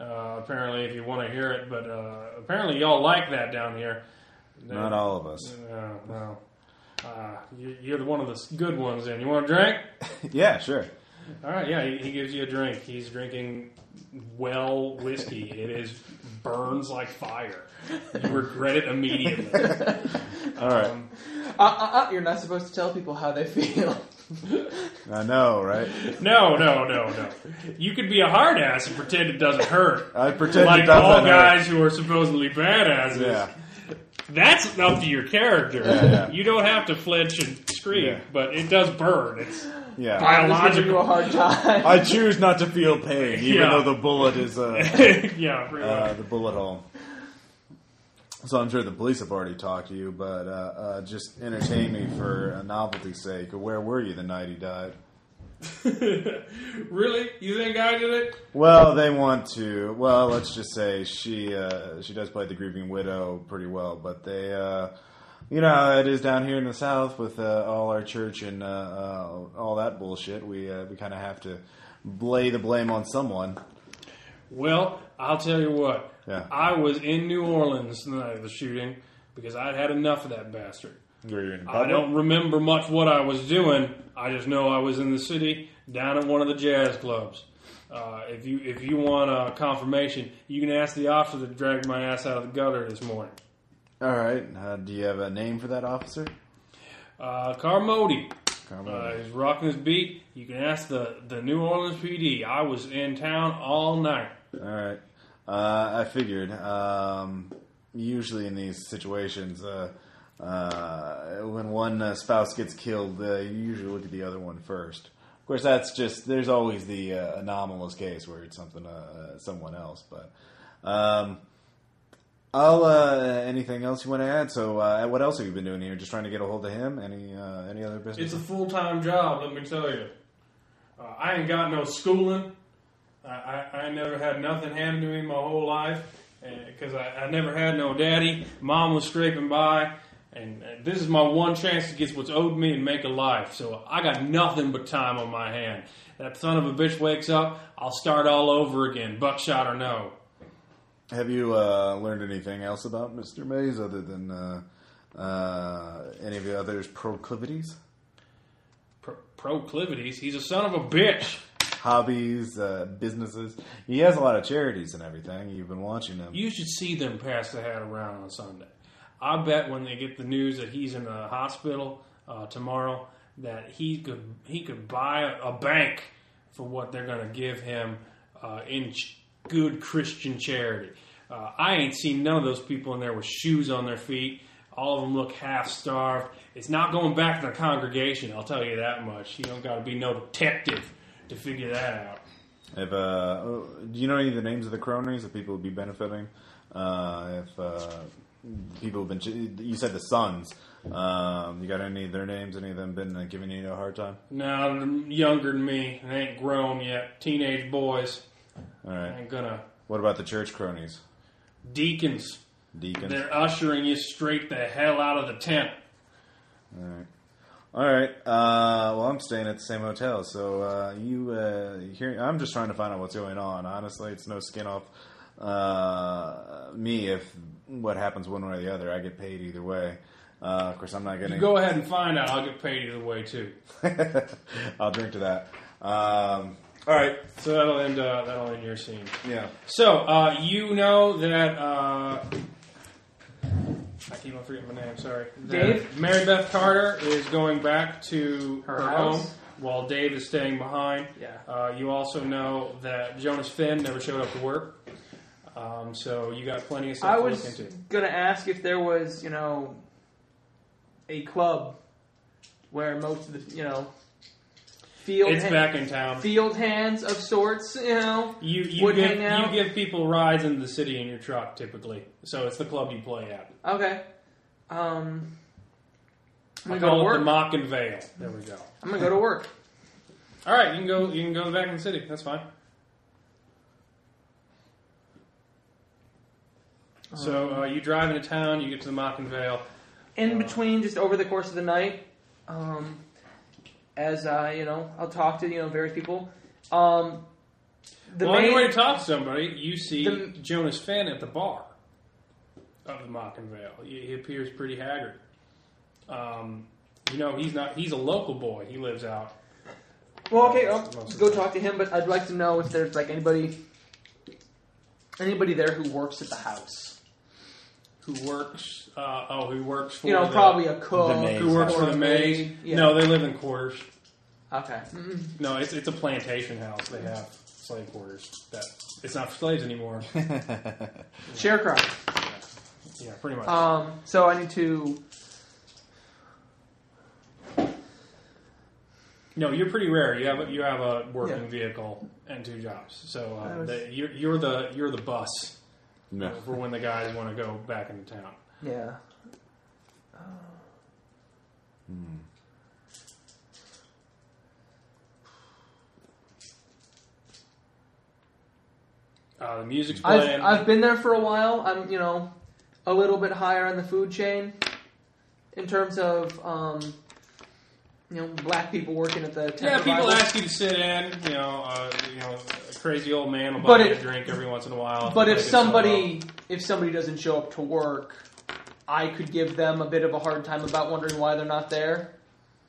S2: Uh, apparently, if you want to hear it, but uh, apparently y'all like that down here.
S1: Not all of us.
S2: No, no. Uh, you, you're the one of the s- good ones. Then you want a drink?
S1: yeah, sure.
S2: All right, yeah. He, he gives you a drink. He's drinking well whiskey. It is burns like fire. You regret it immediately.
S1: All right.
S3: Uh, uh, uh, you're not supposed to tell people how they feel.
S1: I know, right?
S2: No, no, no, no. You could be a hard ass and pretend it doesn't hurt.
S1: I pretend
S2: Like
S1: it
S2: all
S1: doesn't hurt.
S2: guys who are supposedly badasses.
S1: Yeah.
S2: That's up to your character.
S1: Yeah, yeah.
S2: You don't have to flinch and scream,
S1: Yeah.
S2: but it does burn. It's
S1: Yeah.
S3: I'm just giving you a
S2: biological.
S3: hard time.
S1: I choose not to feel pain, even
S2: Yeah.
S1: though the bullet is uh,
S2: yeah, pretty
S1: uh,
S2: much.
S1: the bullet hole. So I'm sure the police have already talked to you, but uh, uh, just entertain me for a novelty's sake. Where were you the night he died?
S2: really? You think I did it?
S1: Well, they want to. Well, let's just say she uh, she does play the grieving widow pretty well, but they, uh, you know, how it is down here in the South with uh, all our church and uh, uh, all that bullshit. We uh, we kind of have to lay the blame on someone.
S2: Well, I'll tell you what.
S1: Yeah.
S2: I was in New Orleans the night of the shooting. because I'd had enough of that bastard.
S1: Were you in
S2: I
S1: public?
S2: don't remember much what I was doing. I just know I was in the city, down at one of the jazz clubs. Uh, if you if you want a confirmation, you can ask the officer that dragged my ass out of the gutter this morning.
S1: All right. Uh, do you have a name for that officer?
S2: Uh, Carmody, uh,
S1: Carmody.
S2: he's rocking his beat. You can ask the the New Orleans PD. I was in town all night.
S1: All right. Uh, I figured. Um, usually in these situations, uh, uh, when one uh, spouse gets killed, uh, you usually look at the other one first. Of course, that's just there's always the uh, anomalous case where it's something uh, someone else. But um, I'll uh, anything else you want to add? So, uh, what else have you been doing here? Just trying to get a hold of him. Any uh, any other business?
S2: It's a full time job, let me tell you. Uh, I ain't got no schooling. I, I, I never had nothing handed to me my whole life because I, I never had no daddy. Mom was scraping by, and uh, this is my one chance to get what's owed me and make a life. So I got nothing but time on my hand. That son of a bitch wakes up, I'll start all over again, buckshot or no.
S1: Have you uh, learned anything else about Mr. Mays other than uh, uh, any of the others' proclivities,
S2: Pro- proclivities, he's a son of a bitch.
S1: hobbies, uh, businesses? He has a lot of charities and everything. You've been watching him.
S2: You should see them pass the hat around on Sunday. I bet when they get the news that he's in the hospital uh, tomorrow, that he could he could buy a bank for what they're going to give him uh, in ch- good Christian charity. Uh, I ain't seen none of those people in there with shoes on their feet. All of them look half starved. It's not going back to the congregation. I'll tell you that much. You don't got to be no detective to figure that out.
S1: If, uh, oh, do you know any of the names of the cronies that people would be benefiting? Uh, if uh, people have been, ch- you said the sons. Um, you got any of their names? Any of them been uh, giving you a hard time?
S2: No, they're younger than me. They ain't grown yet. Teenage boys.
S1: All
S2: I
S1: right.
S2: ain't gonna.
S1: What about the church cronies?
S2: Deacons,
S1: Deacons.
S2: they're ushering you straight the hell out of the tent.
S1: Alright. Alright, uh, well, I'm staying at the same hotel, so, uh, you, uh, here, I'm just trying to find out what's going on. Honestly, it's no skin off, uh, me if what happens one way or the other. I get paid either way. Uh, of course, I'm not getting.
S2: You go ahead and find out. I'll get paid either way too.
S1: I'll drink to that. Um, alright,
S2: So that'll end. Uh, that'll end your scene.
S1: yeah.
S2: So uh, you know that uh, I keep on forgetting my name. Sorry, That
S3: Dave?
S2: Mary Beth Carter is going back to her,
S3: Her
S2: home
S3: house?
S2: while Dave is staying behind.
S3: Yeah.
S2: Uh, you also know that Jonas Finn never showed up to work. Um, so you got plenty of stuff
S3: I
S2: to
S3: was
S2: look into.
S3: gonna ask if there was, you know, a club where most of the, you know, field
S2: It's
S3: ha-
S2: back in town.
S3: field hands of sorts, you know.
S2: You you
S3: would
S2: give,
S3: hang out.
S2: you give people rides into the city in your truck typically, so it's the club you play at.
S3: Okay. Um, I'm
S2: I
S3: gonna go
S2: call
S3: to
S2: it
S3: work.
S2: the Mock and Veil. There we go.
S3: I'm gonna go to work.
S2: All right, you can go. You can go back in the city. That's fine.
S3: Um,
S2: So uh, you drive into town. You get to the Mock and Veil.
S3: in between, just over the course of the night, um, as I, you know, I'll talk to you know various people. Um, the
S2: well,
S3: main,
S2: anyway, to talk to somebody, you see
S3: The-
S2: Jonas Finn at the bar of the Mock and Veil. He, he appears pretty haggard. Um, you know, he's not. He's a local boy. He lives out.
S3: well, okay, I'll
S2: Most of
S3: go
S2: the-
S3: talk to him, but I'd like to know if there's like anybody, anybody there who works at the house.
S2: who works. Uh, oh, who works for
S3: You know,
S2: the,
S3: probably a cook.
S1: the maid.
S2: who works for
S3: or
S2: the
S3: a
S2: maid.
S3: Yeah.
S2: No, they live in quarters.
S3: Okay. Mm,
S2: No, it's it's a plantation house. They have slave quarters. That it's not for slaves anymore.
S3: Sharecropping.
S2: yeah, pretty much.
S3: Um, so I need to.
S2: no, you're pretty rare. You have a, you have a working
S3: Yeah.
S2: vehicle and two jobs. So
S3: I
S2: uh,
S3: was-
S2: they, you're, you're the you're the bus
S1: No.
S2: for when the guys want to go back into town.
S3: Yeah.
S2: Uh, the music's playing.
S3: I've, I've been there for a while. I'm, you know, a little bit higher on the food chain in terms of, um, you know, black people working at the tent
S2: yeah, people
S3: revival.
S2: ask you to sit in. You know, uh, you know, a crazy old man will buy
S3: But
S2: you
S3: if-
S2: a drink every once in a while.
S3: But
S2: they play a
S3: if
S2: good solo.
S3: somebody if somebody doesn't show up to work, I could give them a bit of a hard time about wondering why they're not there.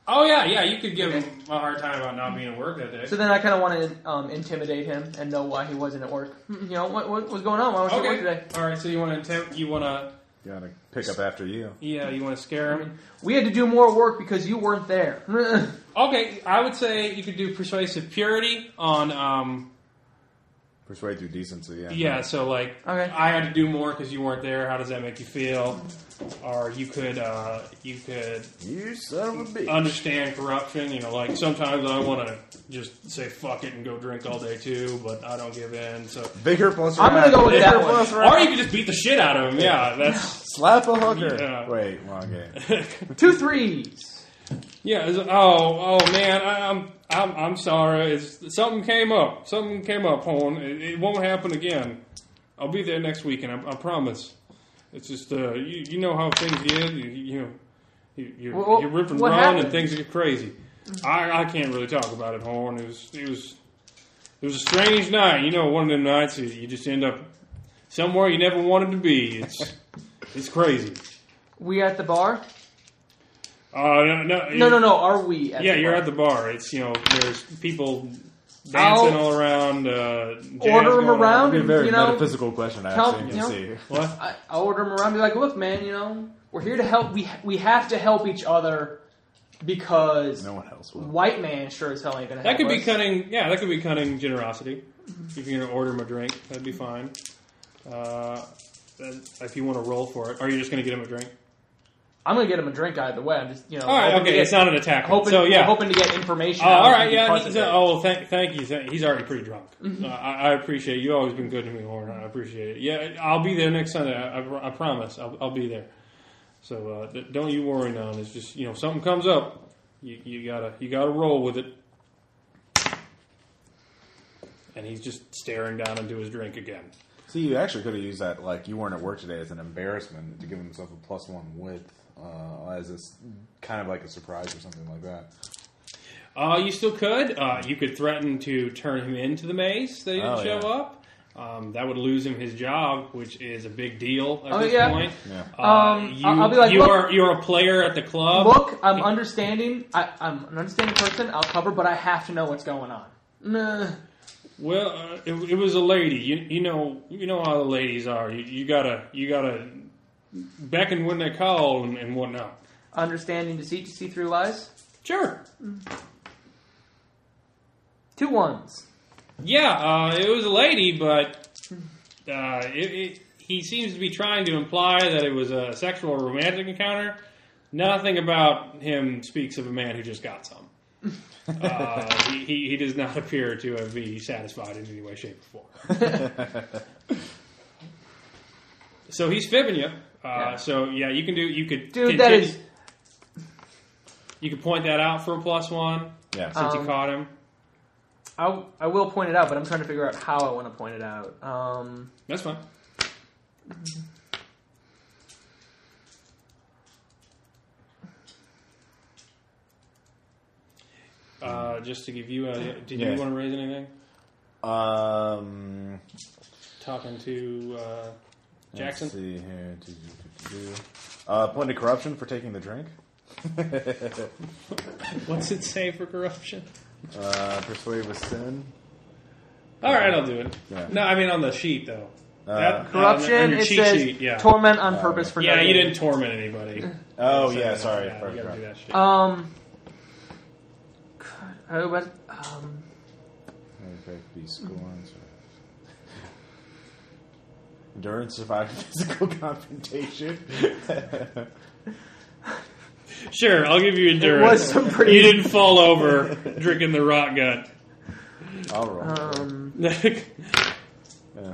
S2: Oh yeah, yeah. You could give him a hard time about not being at work that day.
S3: So then I kind of want to um, intimidate him and know why he wasn't at work. Hmm, You know what, what was going on? Why was not you at work
S2: okay.
S3: today?
S2: All right. So you want to you want to
S1: Gotta pick up after you.
S2: yeah you want to scare
S3: Mm-hmm.
S2: him.
S3: We had to do more work because you weren't there.
S2: Okay. I would say you could do persuasive purity on um
S1: Persuade through decency. Yeah.
S2: yeah. So like
S3: Okay.
S2: I had to do more because you weren't there. How does that make you feel? Or you could uh you could
S1: You son of a bitch.
S2: understand corruption. You know, like sometimes I want to just say fuck it and go drink all day too, but I don't give in. So
S1: Vigor plus.
S3: I'm gonna
S1: wrath.
S3: go with
S1: Vigor
S3: that one.
S1: plus wrath.
S2: or you could just beat the shit out of him. Yeah, that's
S1: Slap a hooker.
S2: Yeah.
S1: Wait, long game.
S3: Two threes.
S2: yeah. it's- Oh, oh man, I, I'm I'm I'm sorry. It's something came up. Something came up, Horn. It, it won't happen again. I'll be there next weekend. I, I promise. It's just uh, you you know how things get. You you know, you, you,
S3: Well,
S2: you rip and
S3: what
S2: run,
S3: happened?
S2: and things get crazy. I I can't really talk about it, Horn. It was it was it was a strange night. You know, one of them nights you, you just end up somewhere you never wanted to be. It's it's crazy.
S3: We at the bar?
S2: Uh, no, no,
S3: No, no, no. Are we? At
S2: Yeah,
S3: the
S2: you're
S3: bar?
S2: at the bar. It's you know, there's people dancing
S3: I'll
S2: all around. Uh, jazz
S3: order 'em
S2: going on.
S3: around.
S1: That'd be a very
S3: You know,
S1: metaphysical question. I
S3: help,
S1: actually
S3: you
S1: can
S3: know.
S1: see.
S2: What?
S3: I, I order him around. and Be like, look, man, you know, we're here to help. We we have to help each other because
S1: No one else will.
S3: white man sure as hell ain't gonna.
S2: That
S3: help
S2: could be
S3: us.
S2: cutting. Yeah, that could be cutting generosity. If you're gonna order him a drink, that'd be fine. Uh, then if you want to roll for it, are you just gonna get him a drink?
S3: I'm gonna get him a drink either way. I'm just you know.
S2: All right,
S3: hoping to
S2: okay,
S3: get-
S2: it's not an attack.
S3: Hoping,
S2: so yeah,
S3: hoping to get information.
S2: Uh,
S3: out
S2: all
S3: of
S2: right,
S3: him
S2: yeah.
S3: because
S2: He's,
S3: of it.
S2: oh, thank, thank you. Thank, he's already pretty drunk.
S3: Mm-hmm.
S2: Uh, I, I appreciate you. You've always been good to me, Horn. I appreciate it. Yeah, I'll be there next Sunday. I, I, I promise. I'll, I'll be there. So uh, th- don't you worry, none. It's just you know something comes up, you, you gotta you gotta roll with it. And he's just staring down into his drink again.
S1: See, you actually could have used that, like, you weren't at work today as an embarrassment to give himself a plus one width uh, as a, s- kind of like a surprise or something like that.
S2: Uh, you still could. Uh, you could threaten to turn him into the maze that he didn't
S1: Oh,
S2: show
S1: yeah.
S2: up. Um, that would lose him his job, which is a big deal at
S3: Oh,
S2: this
S3: yeah.
S2: point.
S1: Yeah.
S2: Uh,
S3: Um,
S2: you,
S3: I- I'll be like,
S2: you
S3: "Look-
S2: are you're a player at the club.
S3: Look, I'm understanding. I, I'm an understanding person. I'll cover, but I have to know what's going on. Nah.
S2: Well, uh, it, it was a lady. You you know you know how the ladies are. You, you gotta you gotta beckon when they call and, and whatnot.
S3: Understanding deceit to see through lies.
S2: Sure.
S3: Two ones.
S2: Yeah, uh, it was a lady, but uh, it, it, he seems to be trying to imply that it was a sexual or romantic encounter. Nothing about him speaks of a man who just got some. uh, he, he, he does not appear to have be satisfied in any way, shape, or form. so he's fibbing you. Uh,
S3: Yeah.
S2: So yeah, you can do. You could
S3: Dude, that
S2: continue-
S3: is
S2: You could point that out for a plus one
S1: Yeah.
S3: Uh,
S2: since you
S3: Um,
S2: caught him.
S3: I, I will point it out, but I'm trying to figure out how I want to point it out. Um,
S2: That's fine. Uh, just to give you a, did
S1: Yeah.
S2: you want to raise anything?
S3: Uh,
S1: um,
S2: Talking to uh,
S1: Let's
S2: Jackson.
S1: see here. Do, do, do, do, do. Uh, point of corruption for taking the drink.
S2: What's it say for corruption?
S1: Uh, persuade with sin.
S2: All right, I'll do it.
S1: Yeah.
S2: No, I mean on the sheet though.
S1: Uh,
S3: corruption.
S2: on your
S3: it
S2: cheat
S3: says
S2: sheet, yeah.
S3: torment on
S1: Uh,
S3: purpose for
S2: yeah,
S3: no
S2: you
S3: gain.
S2: didn't torment anybody.
S1: Oh, yeah, sorry.
S2: Yeah,
S1: Part
S2: you
S1: of
S2: gotta
S1: corruption.
S2: do that shit.
S3: Um, God, I was- um,
S1: Okay, be scorned. Endurance surviving physical confrontation.
S2: Sure, I'll give you endurance.
S3: was some pretty-
S2: You didn't fall over drinking the rot gut.
S1: I'll roll.
S3: um,
S1: yeah.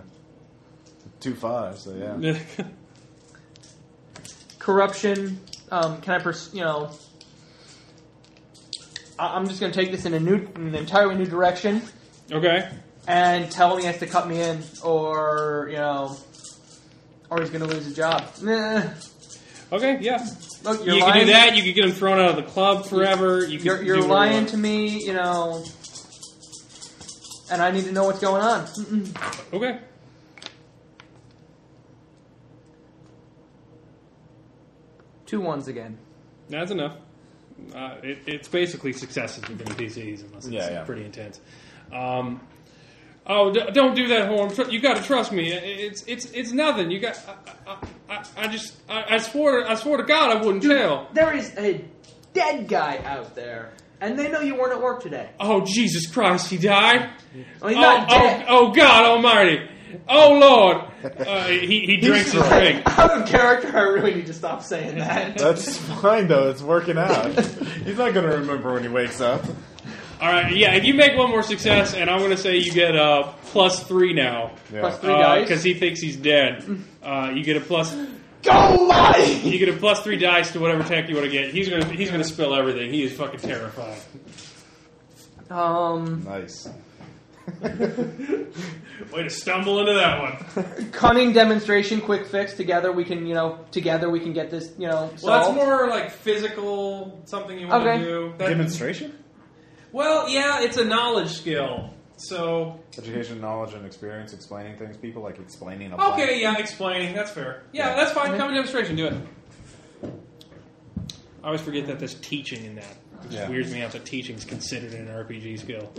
S1: Two five, so yeah.
S3: corruption. Um, can I, pers- you know, I- I'm just going to take this in a new, in an entirely new direction
S2: okay.
S3: and tell him he has to cut me in, or you know, or he's going to lose his job. Nah.
S2: Okay, yeah.
S3: Look,
S2: you
S3: you're
S2: can
S3: lying.
S2: do that. You can get him thrown out of the club forever. You can
S3: You're, you're
S2: do whatever you
S3: lying
S2: want.
S3: to me, you know, and I need to know what's going on. Mm-mm.
S2: Okay.
S3: Two ones again.
S2: That's enough. Uh, it, it's basically successes within PCs, unless it's
S1: Yeah, yeah.
S2: pretty intense. Um, oh, d- don't do that, Horn. Tr- You got to trust me. I- I- It's it's it's nothing. You got. I, I, I, I just I, I swore I swore to God I wouldn't tell.
S3: There is a dead guy out there, and they know you weren't at work today.
S2: Oh Jesus Christ, he died.
S3: Well, he's
S2: oh,
S3: not dead.
S2: Oh, oh, God Almighty. Oh Lord. Uh, he he drinks his
S1: drunk.
S2: drink.
S3: Out of character, I really need to stop saying that.
S1: That's fine though. It's working out. He's not going to remember when he wakes up.
S2: All right. Yeah. If you make one more success, and I'm going to say you get uh, plus three now.
S1: Yeah.
S3: Plus three dice.
S2: because Uh, he thinks he's dead. Uh, you get a plus.
S3: Go away!
S2: You get a plus three dice to whatever attack you want to get. He's gonna he's gonna spill everything. He is fucking terrified.
S3: Um,
S1: Nice.
S2: Way to stumble into that one.
S3: cunning demonstration, quick fix. Together we can, you know, together we can get this, you know, solved.
S9: Well, that's more like physical something you want
S3: Okay.
S9: to do. That-
S1: Demonstration,
S9: well, yeah, it's a knowledge skill. So
S1: education, knowledge, and experience explaining things. People like explaining. A plan.
S9: okay, yeah, explaining that's fair. Yeah,
S1: Yeah.
S9: that's fine. Come and demonstration, do it.
S2: I always forget that there's teaching in that. It just
S1: Yeah.
S2: weirds me out that teaching's considered an RPG skill.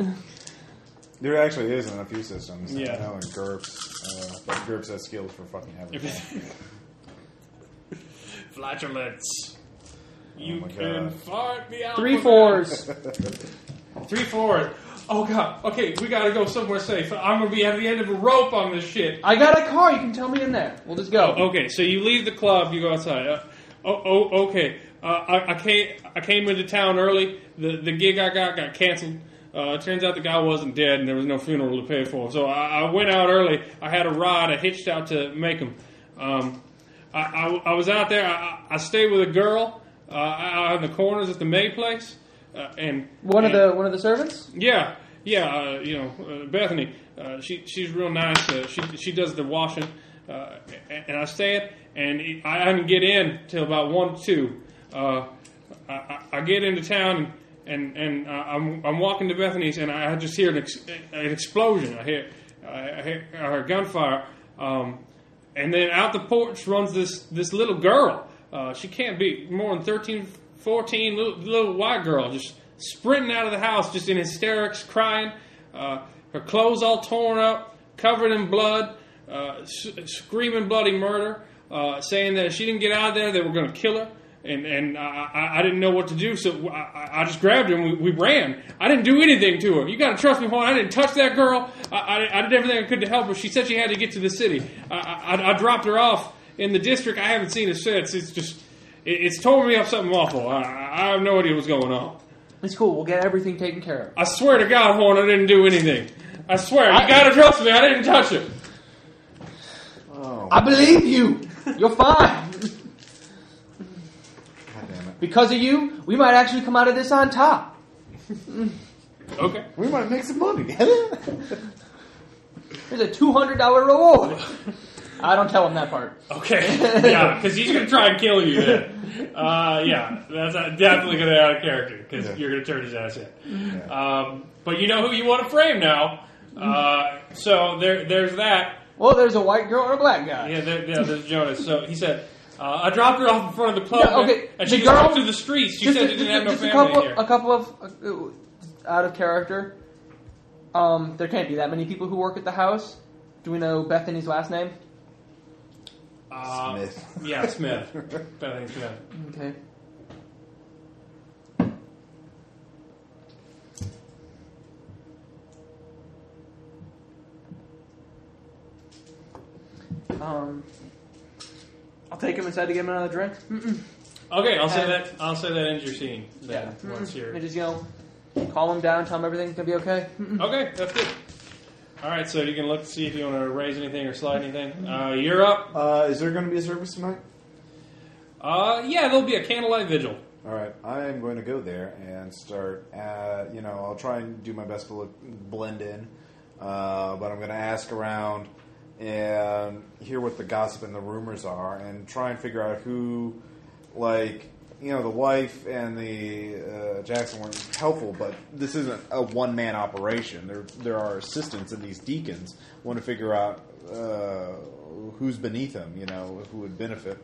S1: There actually is in a few systems.
S2: Yeah.
S1: I know in GURPS, uh, but GURPS has skills for fucking everything. Oh
S2: Flatulence. You
S1: my
S2: can
S1: God.
S2: fart the alphabet.
S3: Three fours.
S2: Three fours.
S9: Oh god. Okay, we gotta go somewhere safe. I'm gonna be at the end of a rope on this shit.
S3: I got a car. You can tell me in there. We'll just go.
S2: Oh, Okay, so you leave the club, you go outside. Uh, oh, oh, okay. Uh, I, I came, I came into town early. The the gig I got got canceled. Uh, it turns out the guy wasn't dead, and there was no funeral to pay for. So I, I went out early. I had a ride. I hitched out to Macon. Um, I, I, I was out there. I, I I stayed with a girl uh, out in the corners at the May place, uh, and
S3: One of
S2: and-
S3: the one of the servants.
S2: yeah, yeah. Uh, you know, uh, Bethany. Uh, she she's real nice. Uh, she she does the washing, uh, and, and I stay it. And it- I didn't get in till about one to two. Uh, I, I, I get into town and and uh, I'm I'm walking to Bethany's and I I just hear an, ex- an explosion. I hear I hear, I hear gunfire. Um, and then out the porch runs this this little girl. Uh, she can't be more than 13, 14, little, little white girl, just sprinting out of the house, just in hysterics, crying. Uh, her clothes all torn up, covered in blood, uh, s- screaming bloody murder, uh, saying that if she didn't get out of there, they were going to kill her. And, and I, I, I didn't know what to do, so I- I, I just grabbed her and we, we ran. I didn't do anything to her. You gotta trust me, Juan. I didn't touch that girl. I, I, I did everything I could to help her. She said she had to get to the city. I, I, I dropped her off in the district. I haven't seen her since. It's just, it, it's torn me up something awful. I, I I have no idea what's going on.
S3: It's cool. We'll get everything taken care of.
S2: I swear to God, Juan, I didn't do anything. I swear. you gotta trust me. I didn't touch her.
S1: Oh,
S3: I believe you. You're fine.
S1: God damn it.
S3: Because of you, we might actually come out of this on top.
S2: Okay.
S1: We might make some money.
S3: There's a two hundred dollar reward. I don't tell him that part.
S2: Okay. Yeah, because he's gonna try and kill you. Then. Uh, yeah, that's uh, definitely gonna out of character because
S1: Yeah.
S2: you're gonna turn his ass in. Um, but you know who you want to frame now. Uh, so there, there's that.
S3: Well, there's a white girl and a black guy.
S2: Yeah, there, yeah, there's Jonas. So he said, uh, "I dropped her off in front of the club,
S3: Yeah, okay,
S2: and
S3: the
S2: she just walked
S3: girl-
S2: through the streets. She
S3: just
S2: said
S3: a,
S2: she didn't have no
S3: just a
S2: family
S3: couple,
S2: here."
S3: a couple of uh, out of character. Um, there can't be that many people who work at the house. Do we know Bethany's last name?
S2: Uh,
S1: Smith.
S2: Yeah, Smith. Bethany Smith.
S3: Okay. Um, I'll take him inside to get him another drink.
S2: Okay, I'll say
S3: And-
S2: that. I'll say that ends your scene. Then
S3: Mm-mm.
S2: once you're
S3: And just you know, calm him down, tell him everything's gonna be okay. Mm-mm.
S2: Okay, that's good. All right, so you can look to see if you want to raise anything or slide anything. Uh, you're up.
S1: Uh, is there going to be a service tonight?
S2: Uh, yeah, there'll be a candlelight vigil.
S1: All right, I am going to go there and start. Uh, you know, I'll try and do my best to look, blend in, uh, but I'm going to ask around and hear what the gossip and the rumors are, and try and figure out who, like, you know, the wife and the uh, Jackson weren't helpful, but this isn't a one man operation. There, there are assistants, and these deacons want to figure out uh, who's beneath them, you know, who would benefit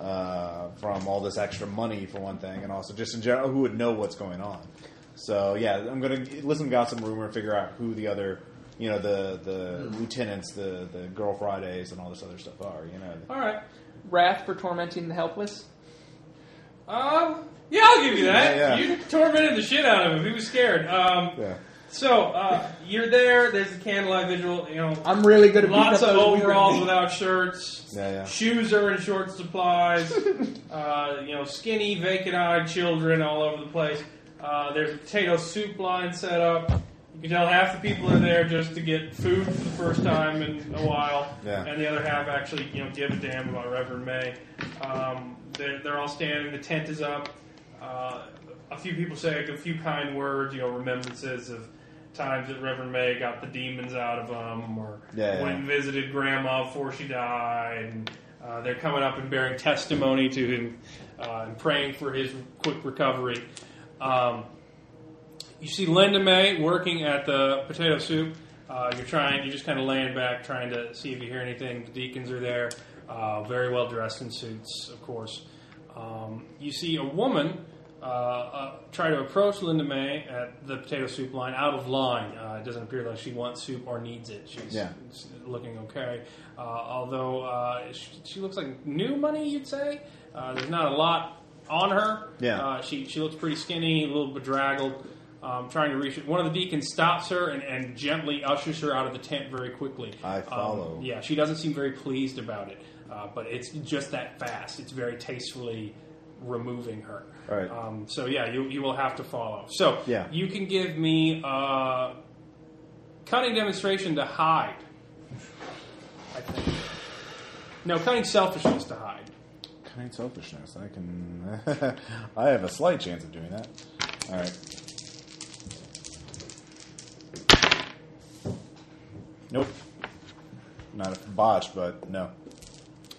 S1: uh, from all this extra money, for one thing, and also just in general, who would know what's going on. So, yeah, I'm going to listen to Gossip Rumor and figure out who the other. You know the the lieutenants, the the girl Fridays, and all this other stuff are. You know,
S2: All right.
S10: Wrath for tormenting the helpless.
S2: Um, yeah, I'll give you that.
S1: Yeah, yeah.
S2: You tormented the shit out of him. He was scared. Um,
S1: yeah.
S2: So uh, you're there. There's a candlelight visual. You know,
S10: I'm really good at beating
S2: lots
S10: up
S2: of
S10: those weaker
S2: overalls
S10: than me.
S2: without shirts.
S1: Yeah, yeah.
S2: Shoes are in short supplies. uh, you know, skinny, vacant-eyed children all over the place. Uh, there's a potato soup line set up. You can tell half the people are there just to get food for the first time in a while,
S1: Yeah.
S2: and the other half actually, you know, give a damn about Reverend May. Um, they're, they're all standing. The tent is up. Uh, a few people say like, a few kind words, you know, remembrances of times that Reverend May got the demons out of them, or
S1: Yeah, yeah.
S2: went and visited Grandma before she died. And, uh, they're coming up and bearing testimony to him uh, and praying for his quick recovery. Um, you see Linda May working at the potato soup. Uh, you're trying, you're just kind of laying back, trying to see if you hear anything. The deacons are there, uh, very well dressed in suits, of course. Um, you see a woman uh, uh, try to approach Linda May at the potato soup line, out of line. Uh, it doesn't appear like she wants soup or needs it. She's
S1: Yeah.
S2: s- looking okay, uh, although uh, she, she looks like new money, you'd say. Uh, there's not a lot on her.
S1: Yeah.
S2: Uh, she, she looks pretty skinny, a little bedraggled, um, trying to reach it. One of the deacons stops her and, and gently ushers her out of the tent very quickly.
S1: I
S2: Um,
S1: follow.
S2: yeah, she doesn't seem very pleased about it, uh, but it's just that fast. It's very tastefully removing her.
S1: All right.
S2: Um, so, yeah, you, you will have to follow. So,
S1: Yeah.
S2: you can give me uh, cunning demonstration to hide, I think. No, cunning selfishness to hide.
S1: Cunning selfishness. I can. I have a slight chance of doing that. All right. Nope. Not a botch, but no.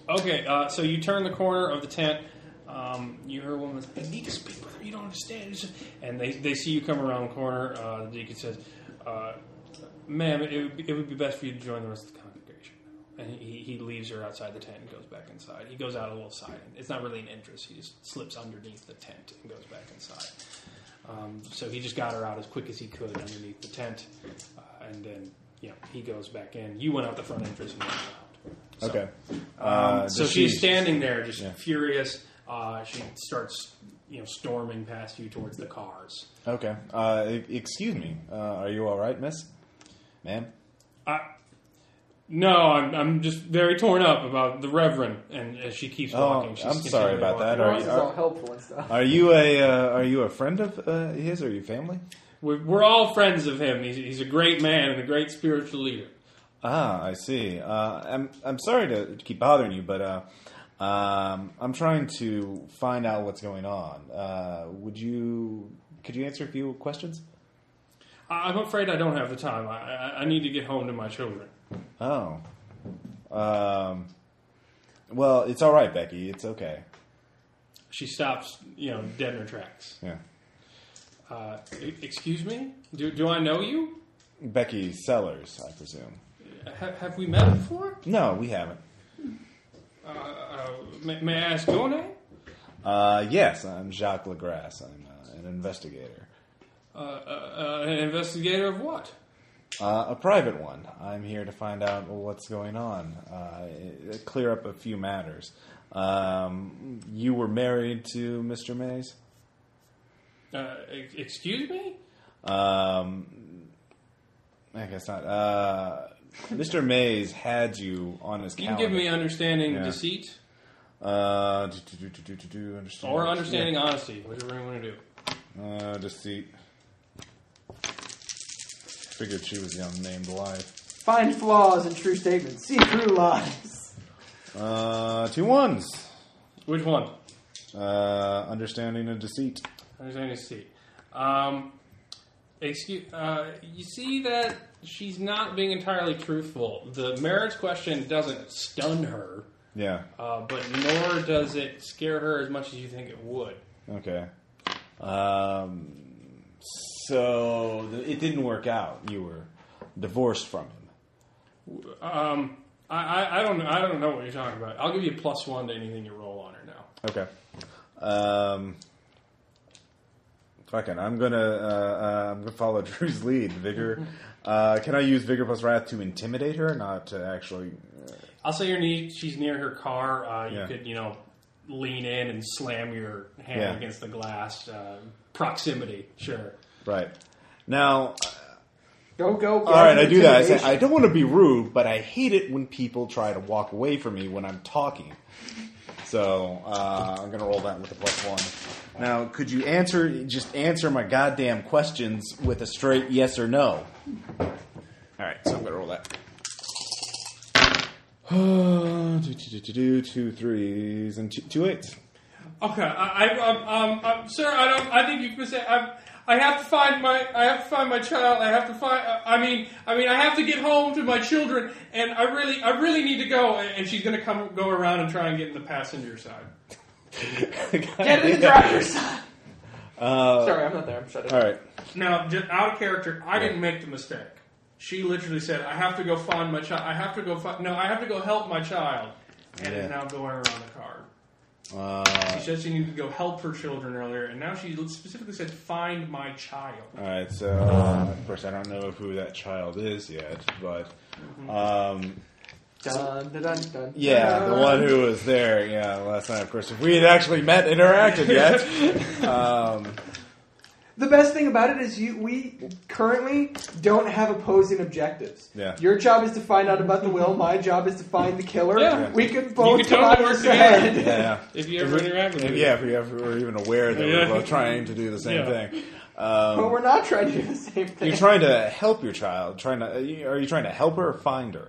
S2: Okay, uh, so you turn the corner of the tent. Um, you hear a woman, I need to speak with her, you don't understand. It's just-" And they, they see you come around the corner. Uh, the deacon says, uh, Ma'am, it would, be, it would be best for you to join the rest of the congregation. And he, he leaves her outside the tent and goes back inside. He goes out a little side. It's not really an entrance. He just slips underneath the tent and goes back inside. Um, so he just got her out as quick as he could underneath the tent. Uh, and then, you know, he goes back in. You went out the front entrance and went out. So-
S1: Okay.
S2: um,
S1: Uh,
S2: so
S1: does
S2: she's
S1: she-
S2: standing there, just
S1: Yeah.
S2: furious. Uh, she starts, you know, storming past you towards the cars.
S1: Okay. Uh, e- excuse me. Uh, are you all right, Miss? Ma'am.
S2: No, I'm, I'm just very torn up about the Reverend, and as she keeps
S1: Oh,
S2: walking, she's
S1: I'm
S2: continually
S1: sorry about that.
S2: walking.
S1: Are
S10: Ross is
S1: you-
S10: all uh, helpful and stuff.
S1: Are you a uh, Are you a friend of uh, his? Are you family?
S2: We're, we're all friends of him. He's, he's a great man and a great spiritual leader.
S1: Ah, I see. Uh, I'm I'm sorry to keep bothering you, but uh, um, I'm trying to find out what's going on. Uh, would you could you answer a few questions?
S2: I, I'm afraid I don't have the time. I, I, I need to get home to my children.
S1: Oh, um, well, it's all right, Becky. It's okay.
S2: She stops, you know, dead in her tracks.
S1: Yeah,
S2: Uh, "E- excuse me? Do, do I know you?
S1: Becky Sellers, I presume.
S2: Ha- have we met before?
S1: No, we haven't.
S2: Uh, uh, may, may I ask your name?
S1: Uh, yes, I'm Jacques Legrasse. I'm uh, an investigator,
S2: Uh, uh, uh, an investigator of what?
S1: uh, a private one. I'm here to find out what's going on, uh, clear up a few matters. Um, you were married to Mr. Mays.
S2: Uh, ex- excuse me?
S1: Um, I guess not. Uh, Mr. Mays had you on his
S2: You can
S1: calendar.
S2: give me understanding
S1: Yeah.
S2: deceit
S1: Uh, do, do, do, do, do, do, understand.
S2: or understanding honesty, whatever you want to do.
S1: Uh, deceit. Figured she was the unnamed life.
S10: Find flaws in true statements. See through lies.
S1: Uh, two ones.
S2: Which one?
S1: Uh, understanding and deceit.
S2: Understanding deceit. Um, excuse. Uh, you see that she's not being entirely truthful. The marriage question doesn't stun her,
S1: Yeah.
S2: uh, but nor does it scare her as much as you think it would.
S1: Okay. Um, so th- it didn't work out. You were divorced from him.
S2: Um, I, I, I don't I don't know what you're talking about. I'll give you a plus one to anything you roll on her now.
S1: Okay. Um, fucking, I'm gonna uh, uh, I'm gonna follow Drew's lead. Vigor. Uh, can I use vigor plus wrath to intimidate her, not to actually?
S2: I'll say you're near, she's near her car. Uh, you
S1: Yeah.
S2: could you know lean in and slam your hand
S1: Yeah.
S2: against the glass. Uh, proximity, sure.
S1: Right. Now,
S10: Go, go, go.
S1: all right, I do that. I say I don't want to be rude, but I hate it when people try to walk away from me when I'm talking. So uh, I'm gonna roll that with a plus one. Now, could you answer? Just answer my goddamn questions with a straight yes or no. All right, so I'm gonna roll that. two, two, two, two, two, two threes and two, two eights.
S2: Okay, I, I um, um, um, sir, I don't. I think you've missed. I, I have to find my. I have to find my child. I have to find. uh, I mean, I mean, I have to get home to my children, and I really, I really need to go. And she's gonna come, go around and try and get in the passenger side.
S10: Get in the driver's side. Sorry, I'm not there. I'm shut
S1: Uh, All
S10: up.
S1: right.
S2: Now, just out of character, I didn't make the mistake. She literally said, "I have to go find my child. I have to go find. No, I have to go help my child." And
S1: Yeah.
S2: is now going around the car.
S1: Uh,
S2: She said she needed to go help her children earlier, and now she specifically said, "Find my child."
S1: All right, so
S2: Um,
S1: uh, of course I don't know who that child is yet, but um,
S10: Dun, dun, dun, dun. Uh,
S1: yeah, the one who was there, yeah, last night. Of course, if we had actually met, interacted yet, um,
S10: The best thing about it is you. We currently don't have opposing objectives.
S1: Yeah.
S10: Your job is to find out about the will. My job is to find the killer.
S2: Yeah.
S10: We could both
S2: could
S10: come
S2: totally
S10: out
S2: work
S10: this
S2: together.
S10: ahead.
S1: yeah,
S11: If you ever interact with
S1: if,
S11: me.
S1: yeah, if we ever were even aware that we were
S2: Yeah.
S1: both trying to do the same
S2: Yeah.
S1: thing.
S10: But
S1: Um,
S10: we're not trying to do the same thing.
S1: you're trying to help your child. Trying to are you trying to help her or find her?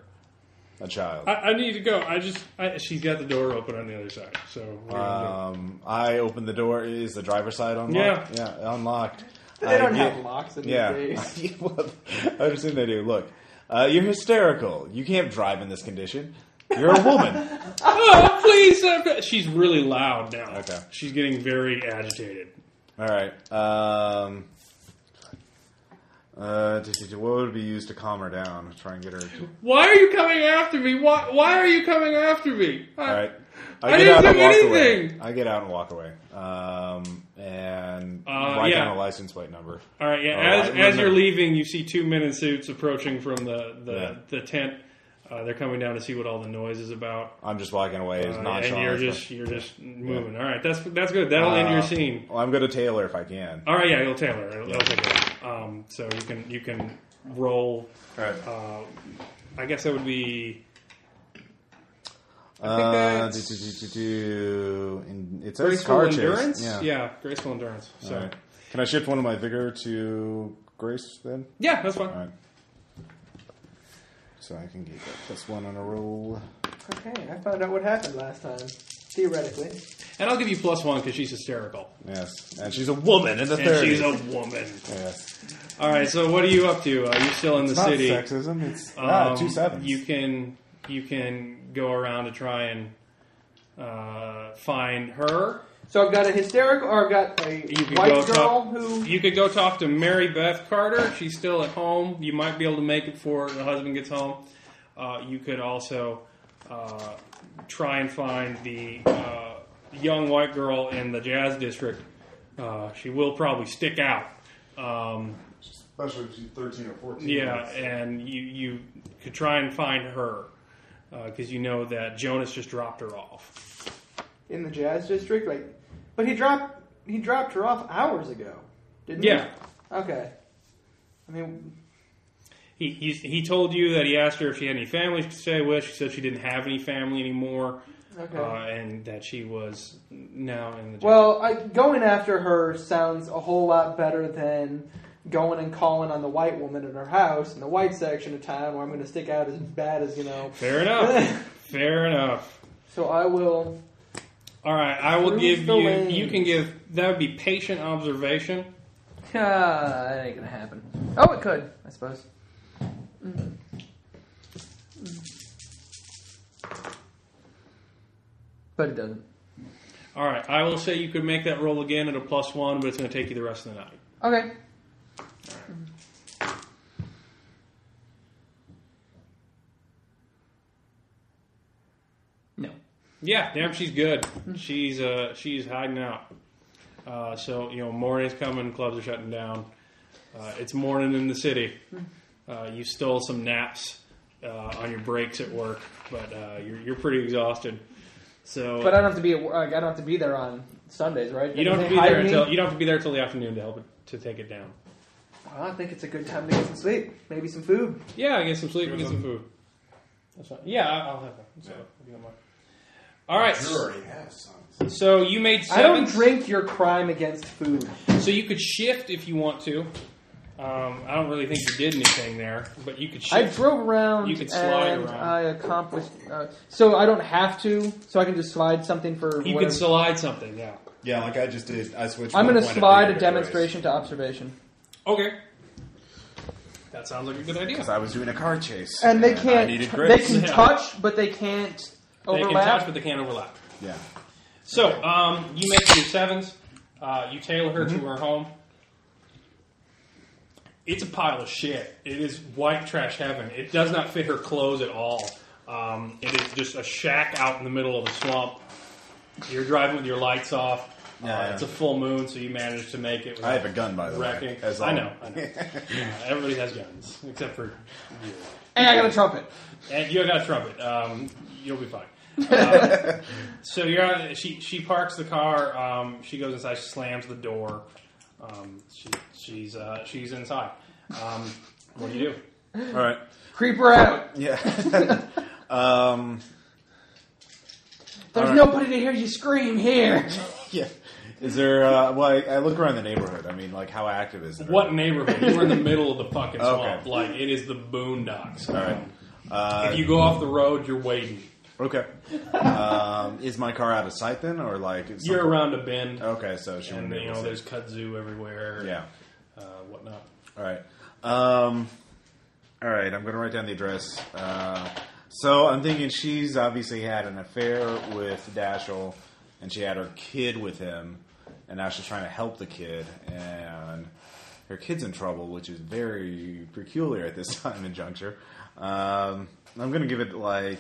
S1: A child.
S2: I, I need to go. I just I, she's got the door open on the other side, so we're gonna
S1: Um, I open the door. Is the driver's side unlocked? Yeah, unlocked.
S10: they don't
S1: I
S10: have
S1: get-
S10: locks in
S1: Yeah,
S10: these days.
S1: Well, I would assume they do. Look, uh, you're hysterical. You can't drive in this condition. You're a woman.
S2: do- oh, please! I've got- she's really loud now.
S1: Okay.
S2: she's getting very agitated.
S1: All right. Um, uh, t- t- t- what would be used to calm her down? Try and get her. To,
S2: Why are you coming after me? Why Why are you coming after me? I,
S1: all right.
S2: I
S1: get
S2: didn't
S1: out and
S2: do
S1: walk away.
S2: anything.
S1: I get out and walk away. Um, and
S2: Uh,
S1: write
S2: yeah.
S1: down a license plate number.
S2: All right, yeah.
S1: Oh, I
S2: as as
S1: remember.
S2: you're leaving, you see two men in suits approaching from the the,
S1: Yeah.
S2: the tent. Uh, they're coming down to see what all the noise is about,
S1: I'm just walking away as
S2: Uh,
S1: nonchalant.
S2: and you're
S1: as possible.
S2: just you're just moving. All right, that's that's good. That'll end your
S1: Uh,
S2: scene.
S1: Well, I'm going to tail her if I can.
S2: All right, yeah, you'll tailor. It'll, it'll take it. Um, so you can you can roll.
S1: All right.
S2: Uh, I guess that would be. I think
S1: Uh, do,
S2: that's
S1: do, do, do, do. And it says
S2: graceful
S1: car chase.
S2: endurance.
S1: Yeah.
S2: graceful endurance. So
S1: All right. Can I shift one of my vigor to grace then?
S2: yeah, that's fine.
S1: All right. So I can get that plus one on a roll.
S10: Okay, I found out what happened last time. Theoretically.
S2: And I'll give you plus one because she's hysterical
S1: Yes, and she's a woman in the
S2: and
S1: thirties.
S2: she's a woman.
S1: yes.
S2: All right, so what are you up to? Uh, you're still in the
S1: It's not
S2: city.
S1: sexism. It's ah,
S2: Um,
S1: two sevens.
S2: You can you can go around to try and uh, find her.
S10: So I've got a hysterical, or I've got a
S2: You could
S10: white
S2: go
S10: girl
S2: talk-
S10: who.
S2: You could go talk to Mary Beth Carter. She's still at home. You might be able to make it before the husband gets home. Uh, you could also uh, try and find the uh, young white girl in the jazz district. Uh, she will probably stick out. Um,
S12: Especially if she's 13 or 14.
S2: yeah, and you, you could try and find her because you know that Jonas just dropped her off.
S10: in the jazz district. Like, but he dropped he dropped her off hours ago, didn't he?
S2: Yeah.
S10: Okay. I mean,
S2: He, he, he told you that he asked her if she had any family to stay with. She said she didn't have any family anymore.
S10: okay.
S2: uh, and that she was now in the jail.
S10: well, I, going after her sounds a whole lot better than going and calling on the white woman at her house in the white section of town where I'm going to stick out as bad as you know.
S2: fair enough. fair enough.
S10: So I will.
S2: All right, I will
S10: Through
S2: give
S10: the
S2: you.
S10: lanes.
S2: You can give that would be patient observation.
S3: Ah, that ain't gonna happen. Oh, it could, I suppose. But it doesn't.
S2: All right, I will say you could make that roll again at a plus one, but it's going to take you the rest of the night.
S3: Okay. No.
S2: Yeah, damn, she's good.
S3: Mm-hmm.
S2: She's uh, she's hiding out. Uh, so you know, morning's coming. Clubs are shutting down. Uh, it's morning in the city.
S3: Mm-hmm.
S2: Uh, you stole some naps uh, on your breaks at work, but uh, you're you're pretty exhausted. So
S3: But uh, I don't have to be at work. I don't have to be there on Sundays, right?
S2: you don't have
S3: They
S2: to be there
S3: hide me?
S2: until you don't have to be there until the afternoon to help it, to take it down.
S3: Well, I think it's a good time to get some sleep. Maybe some food.
S2: Yeah, get some sleep and get some food. That's fine. Yeah, I- I'll have that. So, if you don't mind. All right.
S13: You already have sons.
S2: So you made
S3: I
S2: seven.
S3: don't drink your crime against food.
S2: So you could shift if you want to. Um, I don't really think you did anything there, but you could
S3: I
S2: shift.
S3: drove around
S2: You can slide
S3: and
S2: around.
S3: I accomplished. Uh, so I don't have to. So I can just slide something for.
S2: you could
S3: whatever.
S2: slide something, yeah.
S14: Yeah, like I just did. I switched.
S3: I'm
S14: going to
S3: slide a demonstration to observation.
S2: Okay. That sounds like a good idea.
S1: I was doing a car chase,
S3: And they
S1: I
S3: can't.
S1: needed
S3: they
S1: grips.
S3: can
S2: Yeah.
S3: touch, but they can't
S2: They can touch,
S3: overlap.
S2: but they can't overlap.
S1: yeah,
S2: So um, you make your sevens. Uh, you tailor her
S1: Mm-hmm.
S2: to her home. It's a pile of shit. It is white trash heaven. It does not fit her clothes at all. Um, it is just a shack out in the middle of a swamp. You're driving with your lights off. Uh,
S1: Yeah.
S2: It's a full moon, so you managed to make it.
S1: I have a
S2: without
S1: gun by the
S2: Wrecking.
S1: way. As
S2: I
S1: all-
S2: know. I know. Uh, everybody has guns except for you.
S3: And I got a trumpet.
S2: And you got a trumpet. Um, you'll be fine. Um, so you're on, she she parks the car. Um, she goes inside. She slams the door. Um, she, she's uh, she's inside. Um, what do you do?
S1: All right.
S3: Creeper out.
S1: Yeah. um,
S3: There's
S1: All right.
S3: nobody to hear you scream here.
S1: yeah. Is there? Uh, well, I, I look around the neighborhood. I mean, like, how active is it?
S2: What neighborhood? You're in the middle of the fucking
S1: Okay.
S2: swamp. Like it is the boondocks.
S1: All right. Uh,
S2: If you go off the road, you're waiting.
S1: okay. Um, is my car out of sight then, or like? it's
S2: You're
S1: something-
S2: around a bend,
S1: Okay, so she
S2: and
S1: wouldn't be
S2: you
S1: able
S2: know
S1: to
S2: there's
S1: see.
S2: kudzu everywhere.
S1: yeah.
S2: uh, whatnot.
S1: All right. Um, all right. I'm going to write down the address. Uh, so I'm thinking she's obviously had an affair with Dashiell, and she had her kid with him, and now she's trying to help the kid, and her kid's in trouble, which is very peculiar at this time and juncture. Um, I'm going to give it like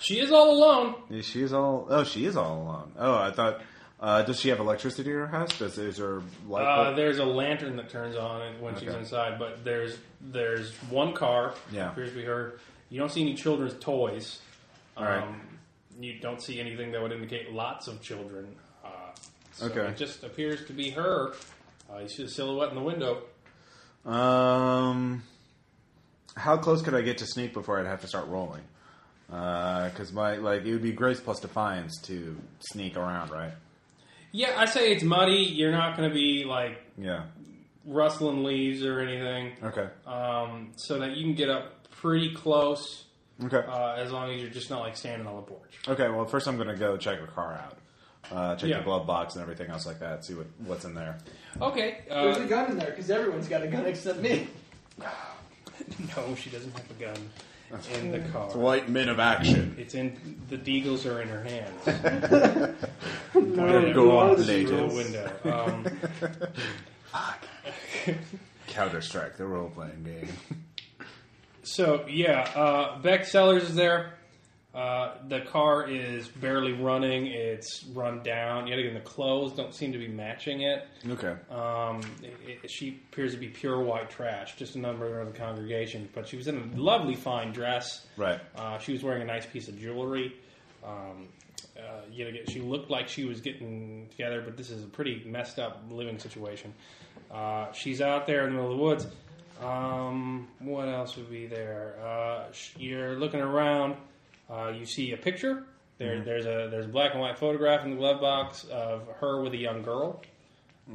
S2: She is all alone.
S1: she's all. Oh, she is all alone. Oh, I thought. Uh, does she have electricity in her house? Does is her light?
S2: Uh,
S1: bulb-
S2: there's a lantern that turns on it when she's
S1: Okay.
S2: inside, but there's there's one car.
S1: Yeah.
S2: appears to be her. You don't see any children's toys. Um,
S1: All right.
S2: You don't see anything that would indicate lots of children. Uh, so
S1: Okay.
S2: It just appears to be her. Uh, you see the silhouette in the window.
S1: Um, how close could I get to sneak before I'd have to start rolling? Because my like it would be grace plus defiance to sneak around, right?
S2: Yeah, I say it's muddy. You're not going to be like
S1: Yeah.
S2: rustling leaves or anything,
S1: Okay.
S2: um, so that you can get up pretty close.
S1: Okay.
S2: Uh, as long as you're just not like standing on the porch.
S1: Okay. Well, first I'm gonna go check her car out, uh, check
S2: Yeah.
S1: the glove box and everything else like that. See what what's in there.
S2: Okay.
S3: There's a
S2: Uh,
S3: gun in there because everyone's got a gun except me.
S2: no, she doesn't have a gun in the car.
S1: White men of action.
S2: It's in the deagles are in her hands.
S1: Whatever. Go on,
S2: Through
S1: ladies.
S2: the window. Um,
S1: Counter Strike, the role playing game.
S2: so yeah, uh, Beck Sellers is there. Uh, the car is barely running. It's run down. Yet again, the clothes don't seem to be matching it.
S1: okay.
S2: Um, it, it- she appears to be pure white trash, just a number of the congregation. But she was in a lovely fine dress.
S1: Right.
S2: Uh, she was wearing a nice piece of jewelry. Um, uh, you know, she looked like she was getting together, but this is a pretty messed up living situation. Uh, she's out there in the middle of the woods. Um, what else would be there? Uh, sh- you're looking around. Uh, you see a picture. There,
S1: Mm-hmm.
S2: There's a there's a black and white photograph in the glove box of her with a young girl.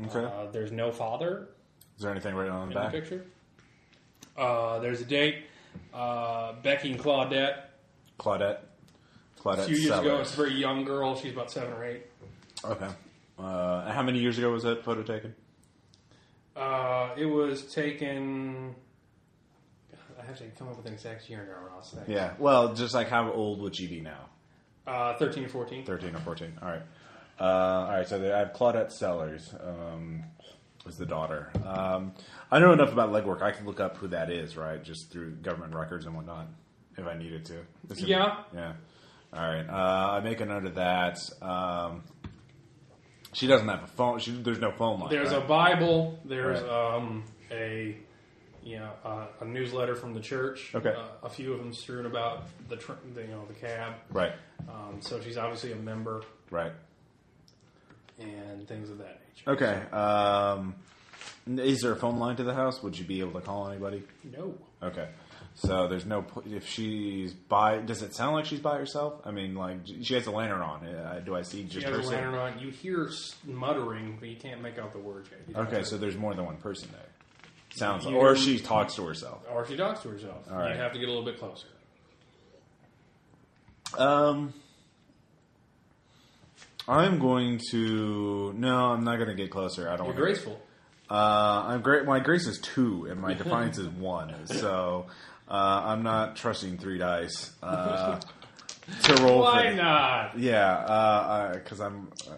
S1: Okay.
S2: Uh, there's no father
S1: Is there anything written on the
S2: in the
S1: back?
S2: picture. Uh, there's a date. Uh, Becky and Claudette
S1: Claudette. Claudette.
S2: a few years ago. It's a
S1: Sellers.
S2: very young girl. She's about seven or eight.
S1: Okay. Uh, how many years ago was that photo taken?
S2: Uh, it was taken. I have to come up with an exact year now, Ross. Thanks.
S1: Yeah. Well, just like how old would she be now?
S2: Uh, 13 or 14.
S1: Thirteen or fourteen. All right. Uh, all right, so there, I have Claudette Sellers um, was the daughter. Um, I know enough about legwork. I can look up who that is, right? Just through government records and whatnot, if I needed to. This is-
S15: Yeah.
S1: Yeah. All right. Uh, I make a note of that. Um, she doesn't have a phone. She, there's no phone line.
S2: There's
S1: right?
S2: a Bible. There's
S1: Right.
S2: um, a you know uh, a newsletter from the church.
S1: Okay.
S2: Uh, a few of them strewn about the tr- the, you know the cab.
S1: right,
S2: Um, so she's obviously a member
S1: right.
S2: and things of that nature.
S1: Okay. Um, is there a phone line to the house? Would you be able to call anybody?
S2: No.
S1: Okay. So there's no po- if she's by. Does it sound like she's by herself? I mean, like she has a lantern on. Uh, Do I see
S2: She
S1: just
S2: has
S1: her?
S2: a
S1: sitting-
S2: lantern on. You hear s- muttering, but you can't make out the words yet. You don't
S1: Okay,
S2: know.
S1: so there's more than one person there. Sounds like,
S2: You-
S1: or she talks to herself.
S2: or she talks to herself.
S1: All right.
S2: You'd have to get a little bit closer.
S1: Um, I'm going to. No, I'm not going to get closer. I don't.
S2: You're
S1: want
S2: graceful.
S1: Uh, I'm great. My grace is two, and my defiance is one. So uh, I'm not trusting three dice uh, to roll.
S2: Why
S1: for this.
S2: not?
S1: Yeah, because I'm uh,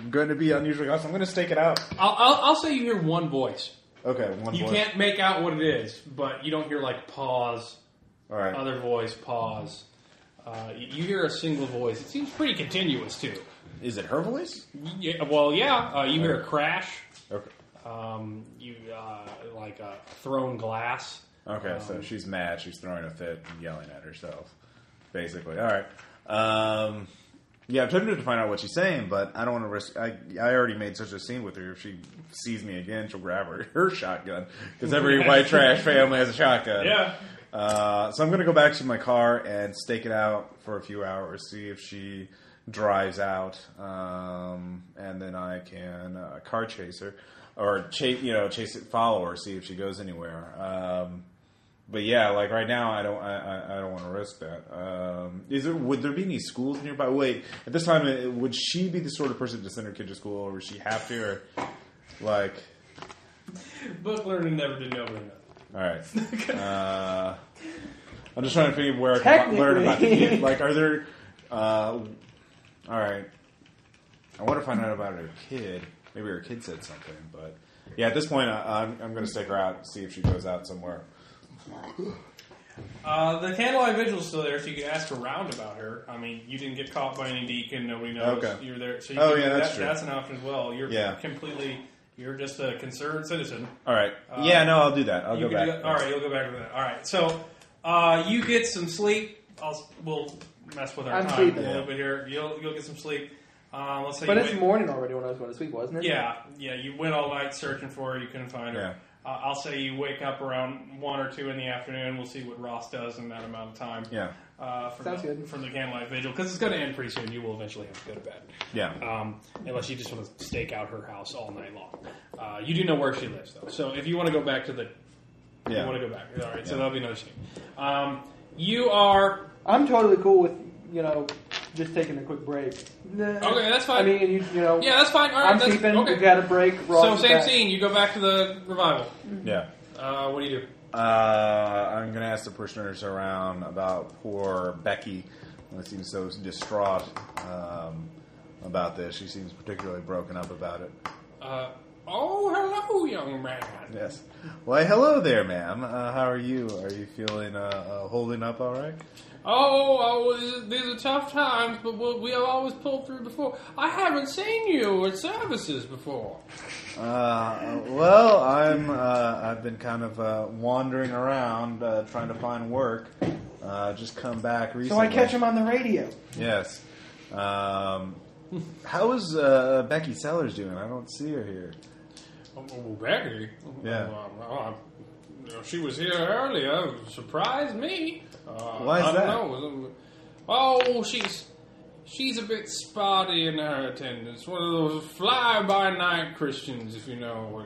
S1: I'm going to be unusually awesome. I'm going to stake it out.
S2: I'll, I'll, I'll say you hear one voice.
S1: Okay, one.
S2: You
S1: voice.
S2: can't make out what it is, but you don't hear like pause,
S1: All right.
S2: other voice, pause. Uh, y- you hear a single voice. It seems pretty continuous too.
S1: Is it her voice?
S2: Yeah, well, yeah. Uh, you hear a crash.
S1: Okay.
S2: Um, you uh, like uh, thrown glass.
S1: Okay,
S2: Um,
S1: so she's mad. She's throwing a fit and yelling at herself, basically. All right. Um, yeah, I'm tempted to find out what she's saying, but I don't want to risk. I, I already made such a scene with her. If she sees me again, she'll grab her, her shotgun because every white trash family has a shotgun.
S2: Yeah.
S1: Uh, so I'm going to go back to my car and stake it out for a few hours, see if she drives out, um, and then I can uh, car chase her or chase, you know, chase it, follow her, see if she goes anywhere. Um, but yeah, like right now, I don't, I, I, I don't want to risk that. Um, is there would there be any schools nearby? Wait, at this time, it, would she be the sort of person to send her kid to school, or would she have to, or like?
S2: Book learning never did nobody know.
S1: All right. uh, I'm just trying to figure where I can bu- learn about the kid. Like, are there? Uh, all right. I want to find out about her kid. Maybe her kid said something, but yeah. At this point, I, I'm, I'm going to stick her out, and see if she goes out somewhere.
S2: Uh, the candlelight vigil's still there, so you could ask around about her. I mean, you didn't get caught by any deacon; nobody knows
S1: Okay.
S2: you're there. So you
S1: Oh,
S2: can-
S1: yeah, that's
S2: that-
S1: true.
S2: That's an option as well. You're
S1: Yeah.
S2: completely. You're just a concerned citizen.
S1: All right. yeah. No, I'll do that. I'll
S2: Uh, You
S1: go
S2: can
S1: back.
S2: do- all right, you'll go back to that. All right, so uh, you get some sleep. I'll, we'll mess with our
S3: I'm
S2: time
S3: sleeping.
S2: a little
S1: Yeah.
S2: bit here. You'll you'll get some sleep. Uh, let's say
S3: But
S2: you
S3: it's
S2: wait-
S3: morning already when I was going to sleep, wasn't it?
S2: yeah, yeah. You went all night searching for her. You couldn't find her.
S1: Yeah.
S2: Uh, I'll say you wake up around one or two in the afternoon. We'll see what Ross does in that amount of time
S1: Yeah.
S2: uh, from,
S3: Sounds
S2: the,
S3: good.
S2: from the candlelight vigil because it's going to end pretty soon. You will eventually have to go to bed,
S1: Yeah.
S2: um, unless you just want to stake out her house all night long. Uh, you do know where she lives, though, so if you want to go back to the,
S1: Yeah.
S2: you want to go back. All right, so
S1: Yeah.
S2: that'll be another scene. Um, you are
S3: I'm totally cool with you know just taking a quick break. Okay,
S2: Okay, that's fine.
S3: I mean, you, you know,
S2: yeah, that's fine. All right,
S3: I'm
S2: that's,
S3: sleeping.
S2: okay.
S3: We got a break. Ross
S2: so
S3: is
S2: same
S3: back.
S2: scene. You go back to the revival.
S1: Yeah.
S2: Uh, what do you do?
S1: Uh, I'm going to ask the prisoners around about poor Becky. who seems so distraught um, about this. She seems particularly broken up about it.
S2: Uh, oh, hello, young man.
S1: Yes. Why, hello there, ma'am. Uh, how are you? Are you feeling uh, uh, holding up all right?
S2: Oh, oh these, are- these are tough times, but we, we have always pulled through before. I haven't seen you at services before.
S1: Uh, well, I'm. Uh, I've been kind of uh, wandering around uh, trying to find work. Uh, just come back
S3: So
S1: recently.
S3: I catch him on the radio.
S1: Yes. Um, how is uh, Becky Sellers doing? I don't see her here.
S2: Oh, well, Becky.
S1: Yeah.
S2: Well, well, I- you know, she was here earlier. Surprised me. Uh,
S1: Why is
S2: I
S1: that?
S2: don't know. Oh, she's she's a bit spotty in her attendance. One of those fly-by-night Christians, if you know.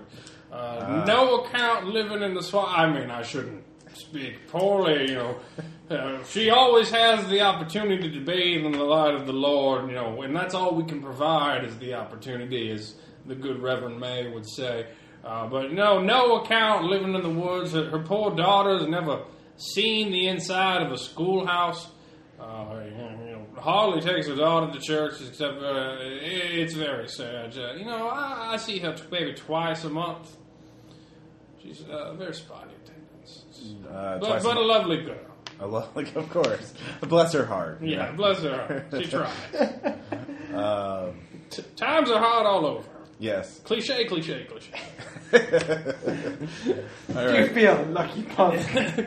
S2: Uh, no account living in the swamp. I mean, I shouldn't speak poorly. You know, uh, she always has the opportunity to bathe in the light of the Lord. You know, and that's all we can provide is the opportunity, as the good Reverend May would say. Uh, but no, no account living in the woods. Her her poor daughter's never seen the inside of a schoolhouse. Uh, you know, hardly takes her daughter to church, except uh, it's very sad. Uh, you know, I, I see her t- maybe twice a month. She's uh, very spotty attendance, It's-
S1: Uh,
S2: but,
S1: twice
S2: but
S1: a-
S2: a lovely girl.
S1: I love, like, of course. Bless her heart. you
S2: Yeah,
S1: know.
S2: bless her. She tried.
S1: Um,
S2: T- times are hard all over.
S1: yes.
S2: Cliche, cliche, cliche.
S1: All
S3: You
S1: right.
S3: feel lucky punk.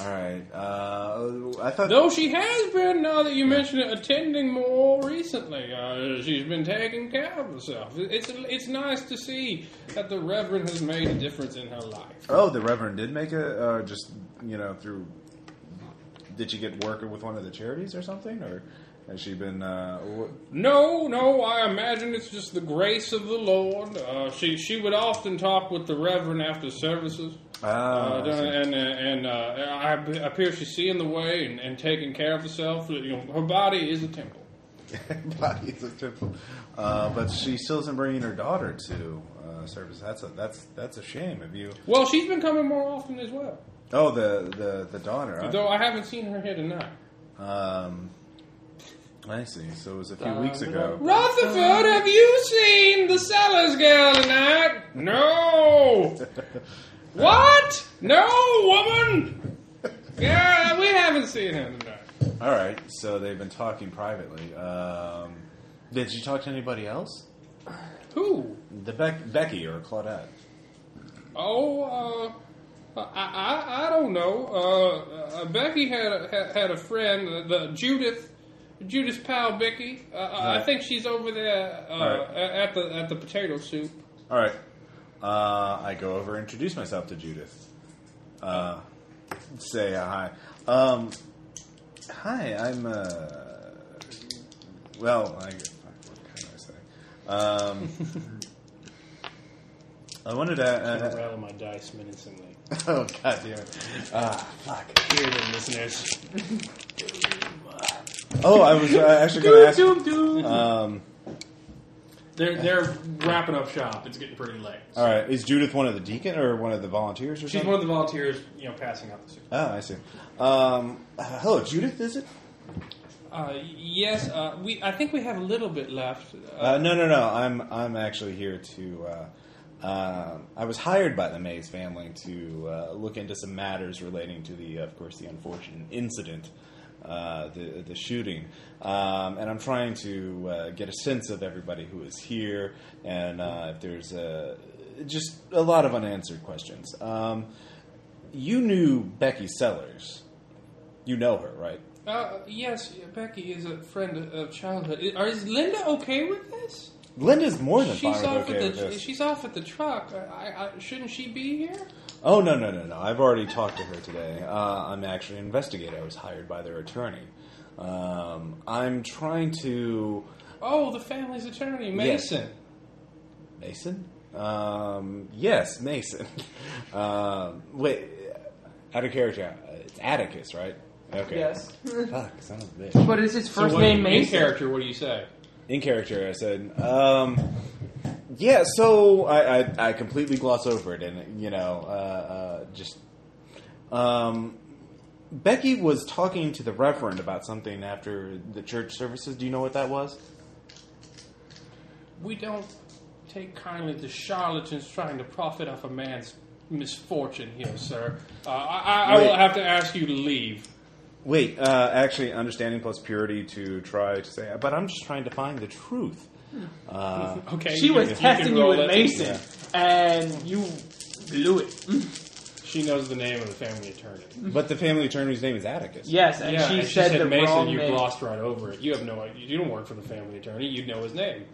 S1: All right. Uh, I thought.
S2: Though she has been, now that you mention it, attending more recently. Uh, she's been taking care of herself. It's it's nice to see that the Reverend has made a difference in her life.
S1: Oh, the Reverend did make a. Uh, just, you know, through. Did she get work with one of the charities or something? Or has she been. Uh, wh-
S2: No, no, I imagine it's just the grace of the Lord. Uh, she she would often talk with the Reverend after services.
S1: ah,
S2: Uh,
S1: I see.
S2: and and uh, I appear she's seeing the way and, and taking care of herself. You know, her body is a temple.
S1: body is a temple. Uh, but she still isn't bringing her daughter to uh, service. That's a that's that's a shame. Have you?
S2: Well, she's been coming more often as well.
S1: Oh, the the the daughter. I-
S2: Though I haven't seen her here tonight.
S1: Um, I see. So it was a few weeks ago.
S2: Rutherford, have you seen the Sellers girl tonight? No. what? No, woman. Yeah, we haven't seen him tonight.
S1: All right. So they've been talking privately. Um, did you talk to anybody else?
S2: Who?
S1: The Bec- Becky or Claudette?
S2: Oh, uh, I, I, I don't know. Uh, uh, Becky had a, had, had a friend, uh, the Judith, Judith's pal Becky. Uh, I- I
S1: Right.
S2: think she's over there uh,
S1: All right.
S2: a- at the at the potato soup.
S1: All right. Uh, I go over and introduce myself to Judith. Uh, say uh, hi. Um, hi, I'm. Uh, well, I, fuck, what can I say? Um, I wanted to. Uh,
S2: rattle my dice menacingly.
S1: oh god damn it! Ah, fuck.
S2: Hear them, listeners.
S1: Oh, I was uh, actually going to ask. Um,
S2: They're they're wrapping up shop. It's getting pretty late.
S1: all right, is Judith one of the deacon or one of the volunteers or
S2: She's
S1: something?
S2: one of the volunteers, you know, passing out the soup.
S1: Oh, I see. Um, uh, hello, Judith. Is it?
S2: Uh, yes, uh, we. I think we have a little bit left.
S1: Uh, no, no, no. I'm I'm actually here to. Uh, uh, I was hired by the Mays family to uh, look into some matters relating to the, of course, the unfortunate incident, uh, the the shooting, um, and I'm trying to uh, get a sense of everybody who is here and uh, if there's uh just a lot of unanswered questions. Um, you knew Becky Sellers. You know her, right?
S2: Uh, yes, Becky is a friend of childhood. Is, are- is Linda okay with this?
S1: Linda's more than
S2: She's
S1: fine with
S2: off
S1: okay
S2: at
S1: with
S2: the
S1: this.
S2: she's off at the truck. I, I, shouldn't she be here?
S1: Oh no no no no! I've already talked to her today. Uh, I'm actually an investigator. I was hired by their attorney. Um, I'm trying to
S2: Oh, the family's attorney, Mason.
S1: Mason. Um, yes, Mason. um, wait, out of character. uh, It's Atticus, right? Okay.
S3: Yes.
S1: Fuck, son of a bitch.
S3: But is his first
S2: what-
S3: name
S2: in
S3: Mason?
S2: character. What do you say?
S1: In character, I said. Um, yeah. So I, I I completely gloss over it, and you know, uh, uh, just Um, Becky was talking to the Reverend about something after the church services. Do you know what that was?
S2: We don't take kindly to charlatans trying to profit off a man's misfortune here, sir. Uh, I, I, I will
S1: Wait.
S2: have to ask you to leave.
S1: Wait, uh, actually, understanding plus purity to try to say, but I'm just trying to find the truth. Uh,
S2: Okay.
S3: She was
S2: can- can
S3: testing you
S2: roll
S3: with
S2: that.
S3: Mason, and you blew it.
S2: She knows the name of the family attorney.
S1: but the family attorney's name is Atticus.
S3: Yes, and
S2: yeah,
S3: Mm-hmm. she,
S2: and
S3: said
S2: she said
S3: the
S2: Mason.
S3: wrong
S2: you
S3: name.
S2: glossed right over it. You have no. idea. You don't work for the family attorney. You know his name.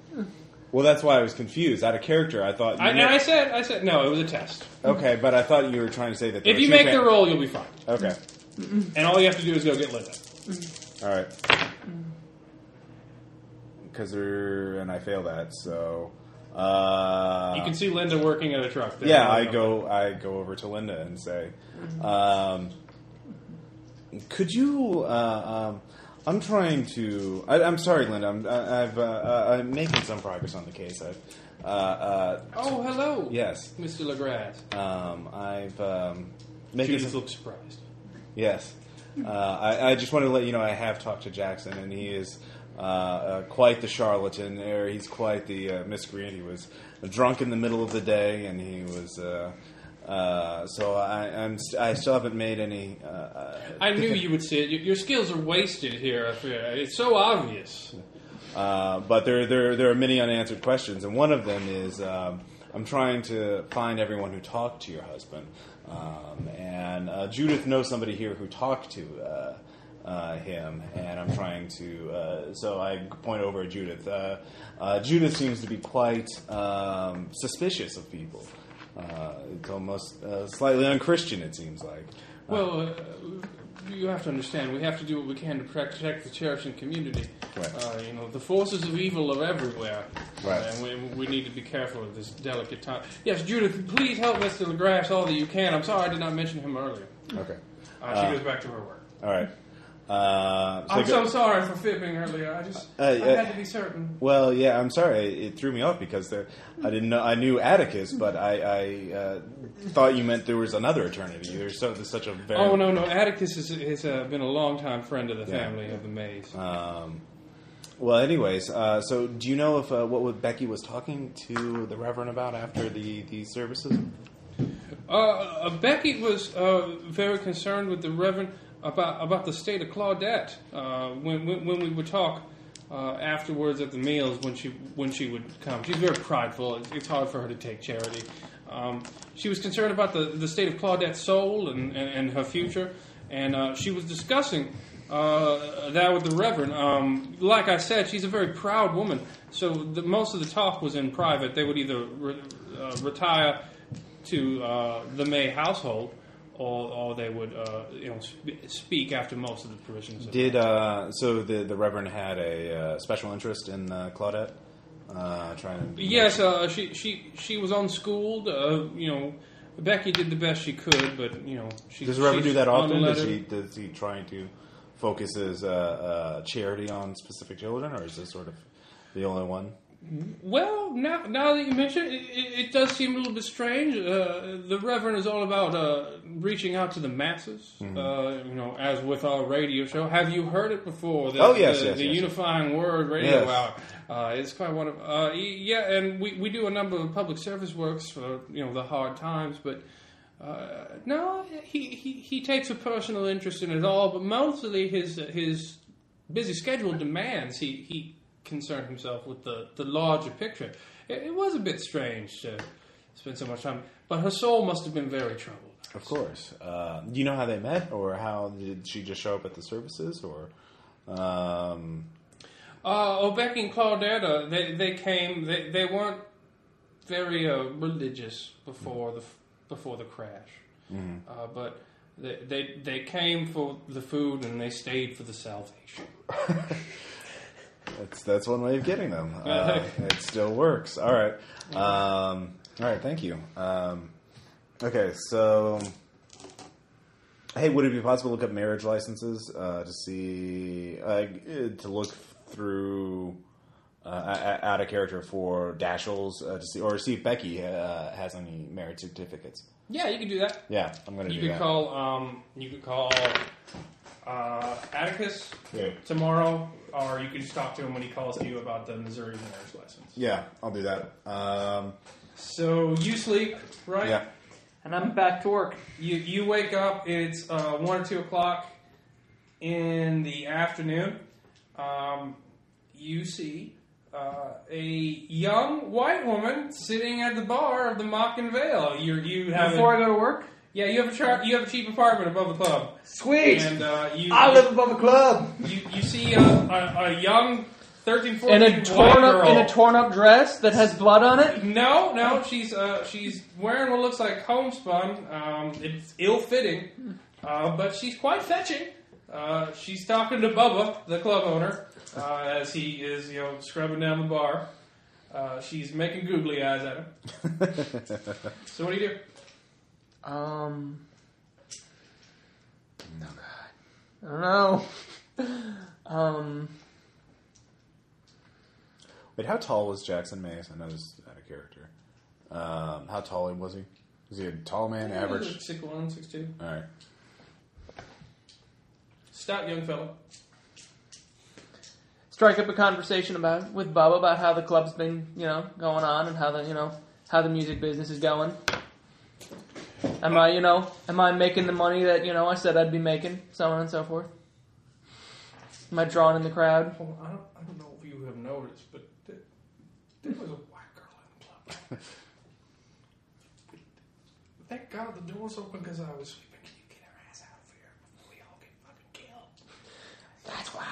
S1: Well, that's why I was confused. Out of character, I thought. You
S2: I, and
S1: were-
S2: I said, I said, no, it was a test.
S1: okay, but I thought you were trying to say that. there
S2: If
S1: were
S2: you
S1: two
S2: make the
S1: fam-
S2: roll, you'll be fine.
S1: okay,
S2: And all you have to do is go get Linda.
S1: all right. Because and I fail that, so uh,
S2: You can see Linda working at a truck. There.
S1: yeah, I go I go over to Linda and say, um, "Could you? Uh, um, I'm trying to. I, I'm sorry, Linda. I'm, I, I've uh, uh, I'm making some progress on the case. I've uh, uh,
S2: Oh, hello.
S1: yes,
S2: Mr. LeGrasse.
S1: um, I've um, making
S2: Judith
S1: some,
S2: looks surprised.
S1: yes. Uh, I, I just want to let you know I have talked to Jackson, and he is uh, uh, quite the charlatan. Or he's quite the uh, miscreant. He was drunk in the middle of the day, and he was. Uh, uh, so I, I'm st- I still haven't made any. Uh, uh,
S11: I knew you would see it. Your- Your skills are wasted here. I fear. It's so obvious.
S1: Uh, but there, there, there are many unanswered questions, and one of them is um, I'm trying to find everyone who talked to your husband. Um, and uh, Judith knows somebody here who talked to uh, uh, him, and I'm trying to. Uh, so I point over at Judith. Uh, uh, Judith seems to be quite um, suspicious of people. Uh, it's almost uh, slightly unchristian, it seems like.
S11: Well, uh, you have to understand, we have to do what we can to protect the church and community.
S1: Right.
S11: Uh, you know, the forces of evil are everywhere.
S1: Right.
S11: And we, we need to be careful at this delicate time. Yes, Judith, please help Mr. LaGrasse all that you can. I'm sorry I did not mention him earlier.
S1: Okay.
S11: Uh, she goes back to her work.
S1: All right. Uh,
S2: I'm
S1: go-
S2: so sorry for fibbing earlier. I just
S1: Uh,
S2: I
S1: yeah.
S2: had to be certain.
S1: Well, yeah, I'm sorry. It threw me off because there, I didn't know. I knew Atticus, but I, I uh, thought you meant there was another eternity. There's, so, there's such a very.
S11: Oh, no, no. Atticus has, has uh, been a longtime friend of the
S1: Yeah.
S11: family of the Mays.
S1: Um, well, anyways, uh, so do you know if uh, what was- Becky was talking to the Reverend about after the, the services?
S11: Uh, uh, Beckett was uh, very concerned with the Reverend about about the state of Claudette uh, when, when when we would talk uh, afterwards at the meals when she when she would come. She's very prideful. It's, it's hard for her to take charity. Um, she was concerned about the, the state of Claudette's soul and, and, and her future, and uh, she was discussing uh, that with the Reverend. Um, like I said, she's a very proud woman, so the, most of the talk was in private. They would either re- uh, retire to uh, the May household, or, or they would uh, you know sp- speak after most of the parishioners. have-
S1: Did uh, so the the Reverend had a uh, special interest in uh, Claudette, uh, trying to
S11: Yes, uh, she she she was unschooled. Uh, you know, Becky did the best she could, but you know, she
S1: Does the Reverend
S11: she's
S1: do that often? Does
S11: unlettered.
S1: he, does he trying to focus his uh, uh, charity on specific children, or is this sort of the only one?
S11: Well, now now that you mention it, it, it does seem a little bit strange. Uh, the Reverend is all about uh, reaching out to the masses.
S1: Mm-hmm.
S11: Uh, you know, as with our radio show, have you heard it before? The,
S1: Oh, yes,
S11: the,
S1: yes,
S11: the
S1: yes.
S11: unifying word radio
S1: Yes.
S11: hour. Uh, it's quite one of uh, y- yeah, and we, we do a number of public service works for you know the hard times, but. Uh, no, he, he, he takes a personal interest in it all, but mostly his his busy schedule demands he, he concerned himself with the, the larger picture. It, it was a bit strange to spend so much time, but her soul must have been very troubled.
S1: Of course. Uh, do you know how they met, or how did she just show up at the services, or um,
S11: Uh, oh, Becky and Claudette, uh, they, they came, they, they weren't very uh, religious before the, f- before the crash.
S1: Mm-hmm.
S11: Uh, but they, they, they came for the food and they stayed for the salvation.
S1: that's that's one way of getting them. Uh, it still works. All right. Um, all right. Thank you. Um, okay. So. Hey, would it be possible to look up marriage licenses uh, to see uh, to look through uh, a- a- out of character for Dashiell's uh, to see or see if Becky uh, has any marriage certificates?
S11: Yeah, you can do that.
S1: Yeah, I'm gonna do
S11: You could
S1: that.
S11: call. Um, you could call uh, Atticus
S1: Yeah.
S11: tomorrow, or you could just talk to him when he calls to you about the Missouri marriage license.
S1: yeah, I'll do that. Um,
S11: So you sleep, right?
S1: yeah,
S3: And I'm back to work.
S11: You you wake up. It's uh, one or two o'clock in the afternoon. Um, you see uh, a young white woman sitting at the bar of the Mock and Vale. You you have
S3: Before
S11: a,
S3: I go to work,
S11: yeah you have a tra- you have a cheap apartment above the club.
S3: sweet.
S11: And uh, you,
S3: I live above a club.
S11: You, you see a, a, a young 13, 14
S10: In a
S11: white
S10: torn up
S11: girl.
S10: in a torn up dress that has blood on it.
S11: no, no, she's uh, she's wearing what looks like homespun. Um, it's ill fitting, uh, but she's quite fetching. Uh, she's talking to Bubba, the club owner, uh, as he is you know scrubbing down the bar. Uh, she's making googly eyes at him. So what do you do?
S10: Um. Oh God. I don't know. Um.
S1: Wait, how tall was Jackson Mays? I know this is out of character. Um, how tall was he? Was he a tall man, average?
S11: Six one, six two.
S1: All right.
S11: stout young fellow.
S10: strike up a conversation about with Bubba about how the club's been, you know, going on and how the you know how the music business is going. Am I, you know, am I making the money that you know I said I'd be making, so on and so forth? Am I drawing in the crowd?
S2: Well, I don't, I don't know if you have noticed, but there, there was a white girl in the club. Thank God the door's open because I was sleeping. Can you get her ass out of here before we all get fucking killed?
S10: That's why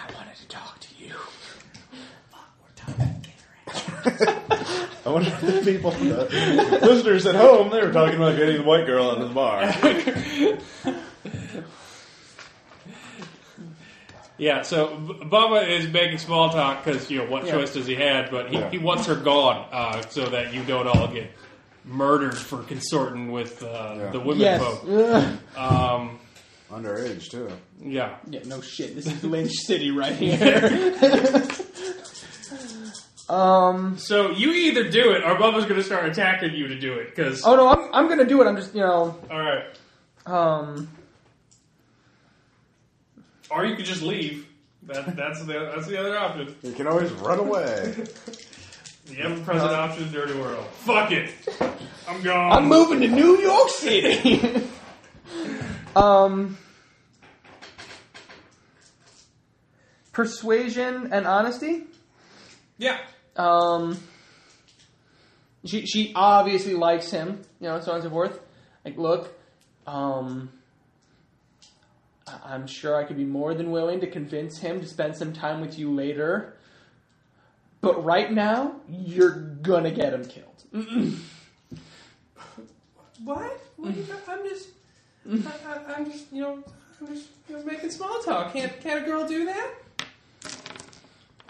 S10: I wanted to talk to
S2: Fuck, we're
S10: you.
S2: talking. Get her ass.
S1: I wonder if the people, the listeners at home, they were talking about getting the white girl out of the bar.
S11: Yeah, so B- Bubba is making small talk because you know what
S10: Yeah.
S11: choice does he had, but he,
S1: Yeah.
S11: he wants her gone uh, so that you don't all get murdered for consorting with uh,
S1: Yeah.
S11: the women
S10: Yes.
S11: folk.
S10: Ugh.
S11: Um,
S1: Underage too.
S11: yeah,
S10: Yeah. No shit. This is Lynch City right here. um.
S11: so you either do it or Bubba's going to start attacking you to do it because
S10: Oh no, I'm I'm gonna do it. I'm just you know.
S11: all right,
S10: Um.
S11: or you could just leave. That, that's the that's the other option.
S1: You can always run away.
S11: The ever present option is dirty world. Fuck it, I'm gone.
S10: I'm moving to New York City. um, persuasion and honesty.
S11: yeah,
S10: Um, she she obviously likes him, you know, so on and so forth. Like, look, um, I- I'm sure I could be more than willing to convince him to spend some time with you later. But right now, you're gonna get him killed.
S2: What? what do you, I'm just, I, I, I'm just, you know, I'm just you know, making small talk. Can't, can't a girl do that?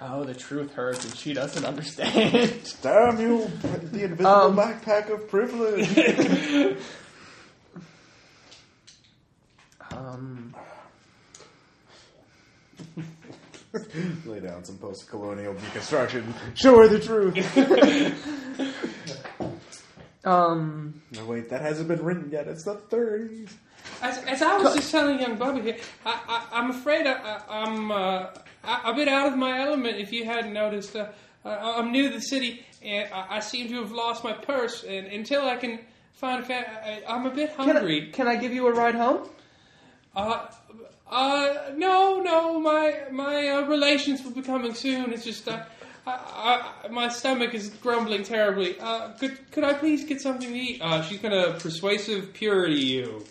S10: Oh, the truth hurts, and she doesn't understand.
S1: Damn you, the invisible
S10: Um,
S1: backpack of privilege.
S10: um,
S1: Lay down some post-colonial deconstruction. Show her the truth.
S10: um,
S1: No, wait, that hasn't been written yet. It's the 30s.
S2: As, as I was just telling young Bubba here, I, I, I'm afraid I, I, I'm uh, I, a bit out of my element. If you hadn't noticed, uh, I, I'm new to the city, and I, I seem to have lost my purse. And until I can find, fa- I, I'm a bit
S10: can I,
S2: hungry.
S10: can I give you a ride home?
S2: Uh, uh, no, no, my my uh, relations will be coming soon. It's just. Uh, I, I, my stomach is grumbling terribly. Uh, could could I please get something to eat?
S11: uh, she's gonna persuasive purity you.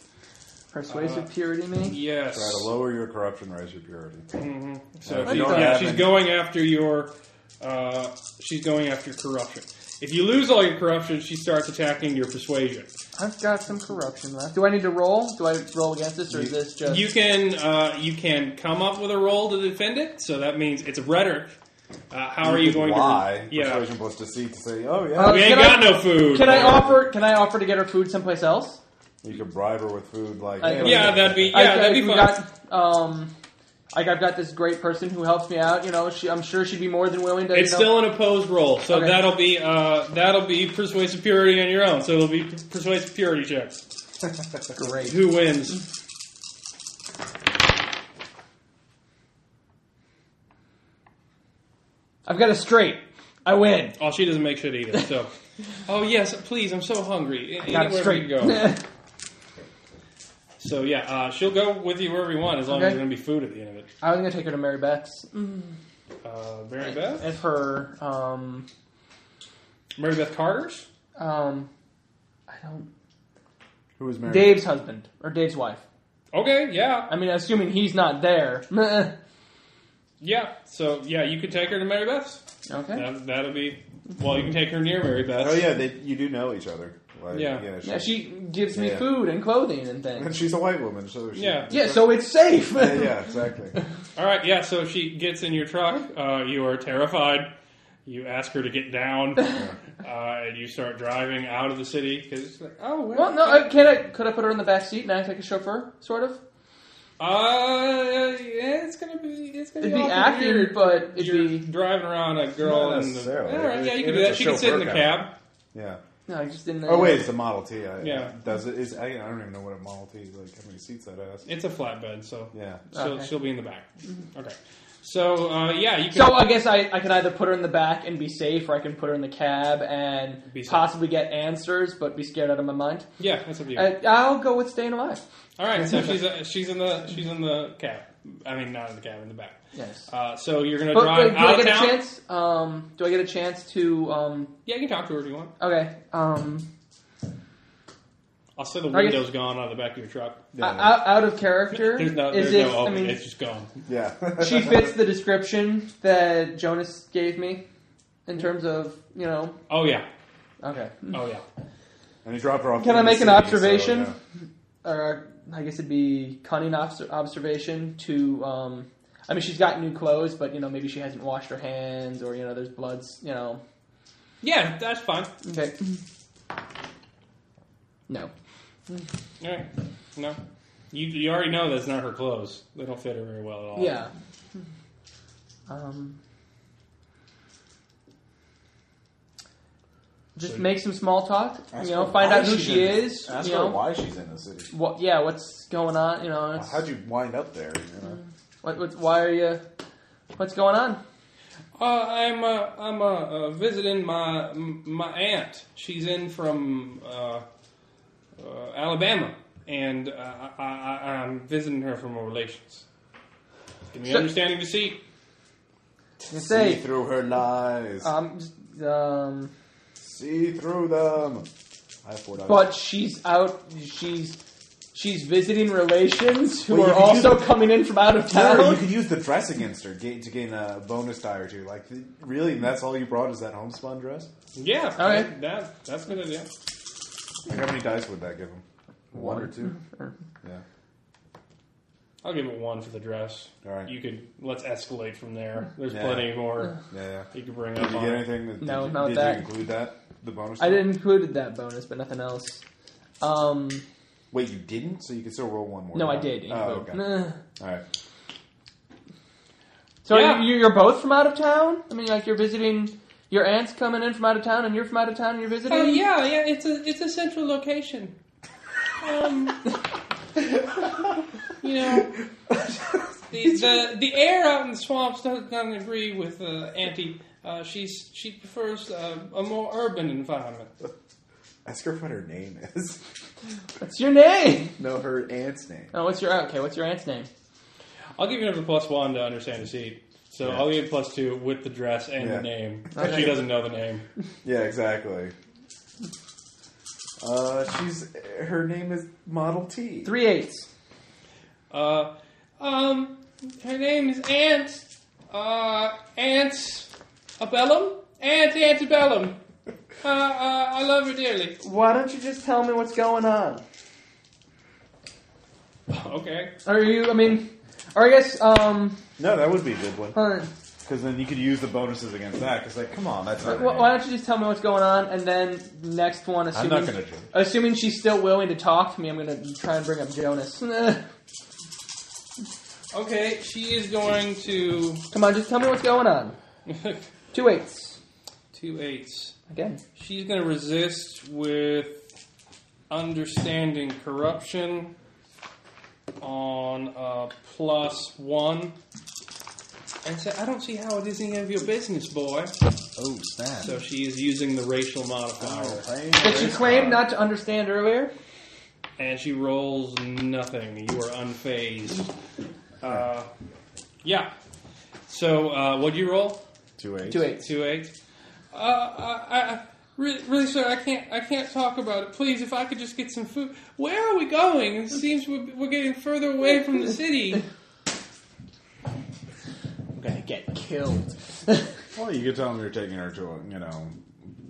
S10: Persuasive purity, me.
S11: Yes.
S1: Try to lower your corruption, raise your purity.
S11: Mm-hmm. So
S1: Uh,
S11: if
S1: you
S11: you-
S1: don't
S11: yeah,
S1: have
S11: she's
S1: any.
S11: going after your. Uh, she's going after corruption. If you lose all your corruption, she starts attacking your persuasion.
S10: I've got some corruption left. Do I need to roll? Do I roll against this, or is this just?
S11: You can uh, you can come up with a roll to defend it. So that means it's rhetoric. Uh, how are you going
S1: Why?
S11: to? Re- yeah,
S1: Persuasion plus deceit to say, oh yeah.
S10: Uh,
S11: we ain't
S10: Can I-
S11: got no food.
S10: can I offer? Can I offer to get her food someplace else?
S1: you could bribe her with food like,
S10: I-
S1: hey,
S11: Oh. Yeah, that'd be yeah,
S10: I,
S11: that'd
S10: I-
S11: be
S10: we
S11: fun.
S10: Got, um, like I've got this great person who helps me out. You know, she, I'm sure she'd be more than willing to.
S11: It's
S10: you know,
S11: still an opposed roll, so
S10: Okay.
S11: that'll be uh, that'll be persuasive purity on your own. So it'll be persuasive purity checks.
S10: great.
S11: Who wins?
S10: I've got a straight. I win.
S11: Oh, she doesn't make shit either. So, oh yes, please, I'm so hungry.
S10: Got
S11: Anywhere
S10: a
S11: we
S10: straight.
S11: can go. So yeah, uh, she'll go with you wherever you want, as long as
S10: Okay.
S11: there's gonna be food at the end of it.
S10: I was gonna take her to Mary Beth's
S11: Uh, Mary Beth,
S10: as her. Um,
S11: Mary Beth Carter's.
S10: um, I don't.
S1: who was married?
S10: Dave's husband or Dave's wife.
S11: Okay, yeah,
S10: I mean, assuming he's not there. Meh.
S11: yeah. So yeah, you can take her to Mary Beth's.
S10: okay.
S11: That, that'll be well. You can take her near Mary Beth's.
S1: Oh yeah, they, you do know each other. Like,
S11: Yeah.
S1: she-
S10: Yeah, she gives me
S1: Yeah.
S10: food and clothing and
S1: and
S10: things.
S1: she's a white woman, so she,
S11: Yeah.
S10: Yeah, so it's safe.
S1: yeah, yeah, exactly.
S11: All right, yeah. So she gets in your truck. Uh, you are terrified. You ask her to get down, uh, and you start driving out of the city because like, oh well.
S10: Well, no, I, can I? Could I put her in the back seat and act like a chauffeur, sort of?
S11: Uh, yeah, it's gonna be it's gonna
S10: It'd
S11: be,
S10: be
S11: awful
S10: acting,
S11: weird.
S10: but it'd
S11: You're
S10: be
S11: driving around a girl
S1: Not
S11: in the.
S1: necessarily.
S11: All right, yeah, you
S1: It-
S11: can do
S1: it's
S11: that.
S1: a
S11: She can sit in the
S1: chauffeur
S11: cab.
S1: Yeah.
S10: No, I just didn't.
S1: Oh wait, it's a Model T. I,
S11: Yeah.
S1: does it? Is I, I don't even know what a Model T is like. How many seats that has?
S11: It's a flatbed, so
S1: Yeah. Mm-hmm.
S11: she'll,
S10: Okay.
S11: she'll be in the back. Okay. So uh, yeah, you can.
S10: So I guess I, I can either put her in the back and be safe, or I can put her in the cab and
S11: Be safe.
S10: possibly get answers, but be scared out of my mind.
S11: yeah, that's up to you.
S10: Uh, I'll go with staying alive.
S11: All right, so she's uh, she's in the she's in the cab. I mean, not in the cab, in the back.
S10: Yes.
S11: Uh, so you're gonna
S10: But
S11: drive
S10: wait, do I
S11: out of
S10: get
S11: town.
S10: a chance? Um, do I get a chance to? Um,
S11: Yeah, you can talk to her if you want.
S10: okay. Um,
S11: I'll say the
S10: I guess-
S11: window's gone out of the back of your truck.
S1: Yeah.
S10: o- out, out of character
S11: There's no,
S10: is
S11: there's
S10: if
S11: no
S10: I
S11: open.
S10: mean
S11: it's just gone.
S1: Yeah.
S10: she fits the description that Jonas gave me in terms of you know.
S11: Oh yeah,
S10: Okay.
S11: oh yeah.
S1: and he dropped her off.
S10: Can I
S1: in the
S10: make an
S1: city,
S10: observation?
S1: so,
S10: or uh, I guess it'd be cunning obs- observation to. Um, I mean, she's got new clothes, but you know, maybe she hasn't washed her hands, or you know, there's bloods. You know,
S11: Yeah, that's fine.
S10: okay. No,
S11: All right, no, you you already know that's not her clothes. They don't fit her very well at all.
S10: yeah. Um, just
S11: So-
S10: make some small talk.
S1: Ask
S10: you know,
S1: her
S10: find
S1: why
S10: out who
S1: she's
S10: she
S1: in-
S10: is.
S1: yeah. Ask
S10: you
S1: her
S10: know,
S1: why she's in the city.
S10: what? Yeah, what's going on? You know, it's,
S1: How'd you wind up there? You
S10: Mm.
S1: know?
S10: what, what, why are you? What's going on?
S11: Uh, I'm uh, I'm uh, uh, visiting my m- my aunt. She's in from uh, uh, Alabama, and uh, I, I, I'm visiting her from her relations. Give me
S10: So-
S11: understanding to see.
S10: You
S1: See
S10: say,
S1: through her lies.
S10: um, just, um,
S1: See through them. I have four dogs.
S10: But she's out. She's she's visiting relations who
S1: Well, you
S10: are
S1: could use
S10: also
S1: it-
S10: coming in from out of town.
S1: Or you could use the dress against her ga- to gain a bonus die or two. Like, really, and that's all you brought is that homespun dress?
S11: Yeah,
S10: All right.
S11: that that's a good idea.
S1: Like, how many dice would that give him? One or two?
S10: Mm-hmm.
S1: Yeah.
S11: I'll give it one for the dress.
S1: All right.
S11: You could let's escalate from there. There's
S1: Yeah.
S11: plenty more
S1: Yeah, yeah.
S11: you could bring up.
S1: Did you
S11: On.
S1: get
S11: it.
S1: anything? That,
S10: No,
S1: did you,
S10: not
S1: did
S10: that.
S1: you include that? The bonus?
S10: I
S1: die?
S10: didn't include that bonus, but nothing else. Um,
S1: Wait, you didn't? So you could still roll one more.
S10: no, I
S1: die.
S10: did. Include.
S1: Oh, okay.
S10: Nah.
S1: All right.
S10: So
S11: Yeah.
S10: you, you're both from out of town. I mean, like you're visiting. Your aunt's coming in from out of town, and you're from out of town, and you're visiting.
S11: Oh yeah, yeah. It's a it's a central location. Um, you know, the, the the air out in the swamps doesn't, doesn't agree with uh, Auntie. Uh, she's she prefers uh, a more urban environment.
S1: Ask her what her name is.
S10: What's your name?
S1: no, her aunt's name.
S10: Oh, what's your okay? What's your aunt's name?
S11: I'll give you another plus one to understand the seat. So
S1: Yeah.
S11: I'll give you plus two with the dress and
S1: Yeah.
S11: the name.
S10: Okay.
S11: She doesn't know the name.
S1: Yeah, exactly. Uh, she's her name is Model T.
S10: Three eights.
S11: Uh, um, her name is Aunt, uh, Aunt Abellum? Aunt Antebellum. Uh, uh, I love her dearly.
S10: Why don't you just tell me what's going on?
S11: Okay.
S10: Are you? I mean, or I guess um.
S1: No, that would be a good one
S10: huh.
S1: because then you could use the bonuses against that. Because like, come on, that's not.
S10: Like,
S1: her
S10: wh-
S1: name.
S10: why don't you just tell me what's going on, and then next one,
S1: I'm
S10: assuming,
S1: not gonna judge.
S10: assuming she's still willing to talk to me, I'm going to try and bring up Jonas. Come
S11: Okay, she is going to.
S10: on, just tell me what's going on. Two eights.
S11: Two eights.
S10: Again.
S11: She's going to resist with understanding corruption on a plus one. And say, I don't see how it is any of your business, boy.
S1: Oh snap!
S11: So she is using the racial modifier.
S1: Oh, hey,
S10: That she
S1: there's-
S10: claimed not to understand earlier.
S11: And she rolls nothing. You are unfazed. Uh, yeah. So, uh, what'd you roll?
S1: two eight.
S10: Two eights.
S11: Two eight. Uh, I, I really, really, sir, I can't, I can't talk about it. Please, if I could just get some food. Where are we going? It seems we're, we're getting further away from the city.
S10: I'm going to get killed.
S1: Well, you could tell them you're taking her to a, you know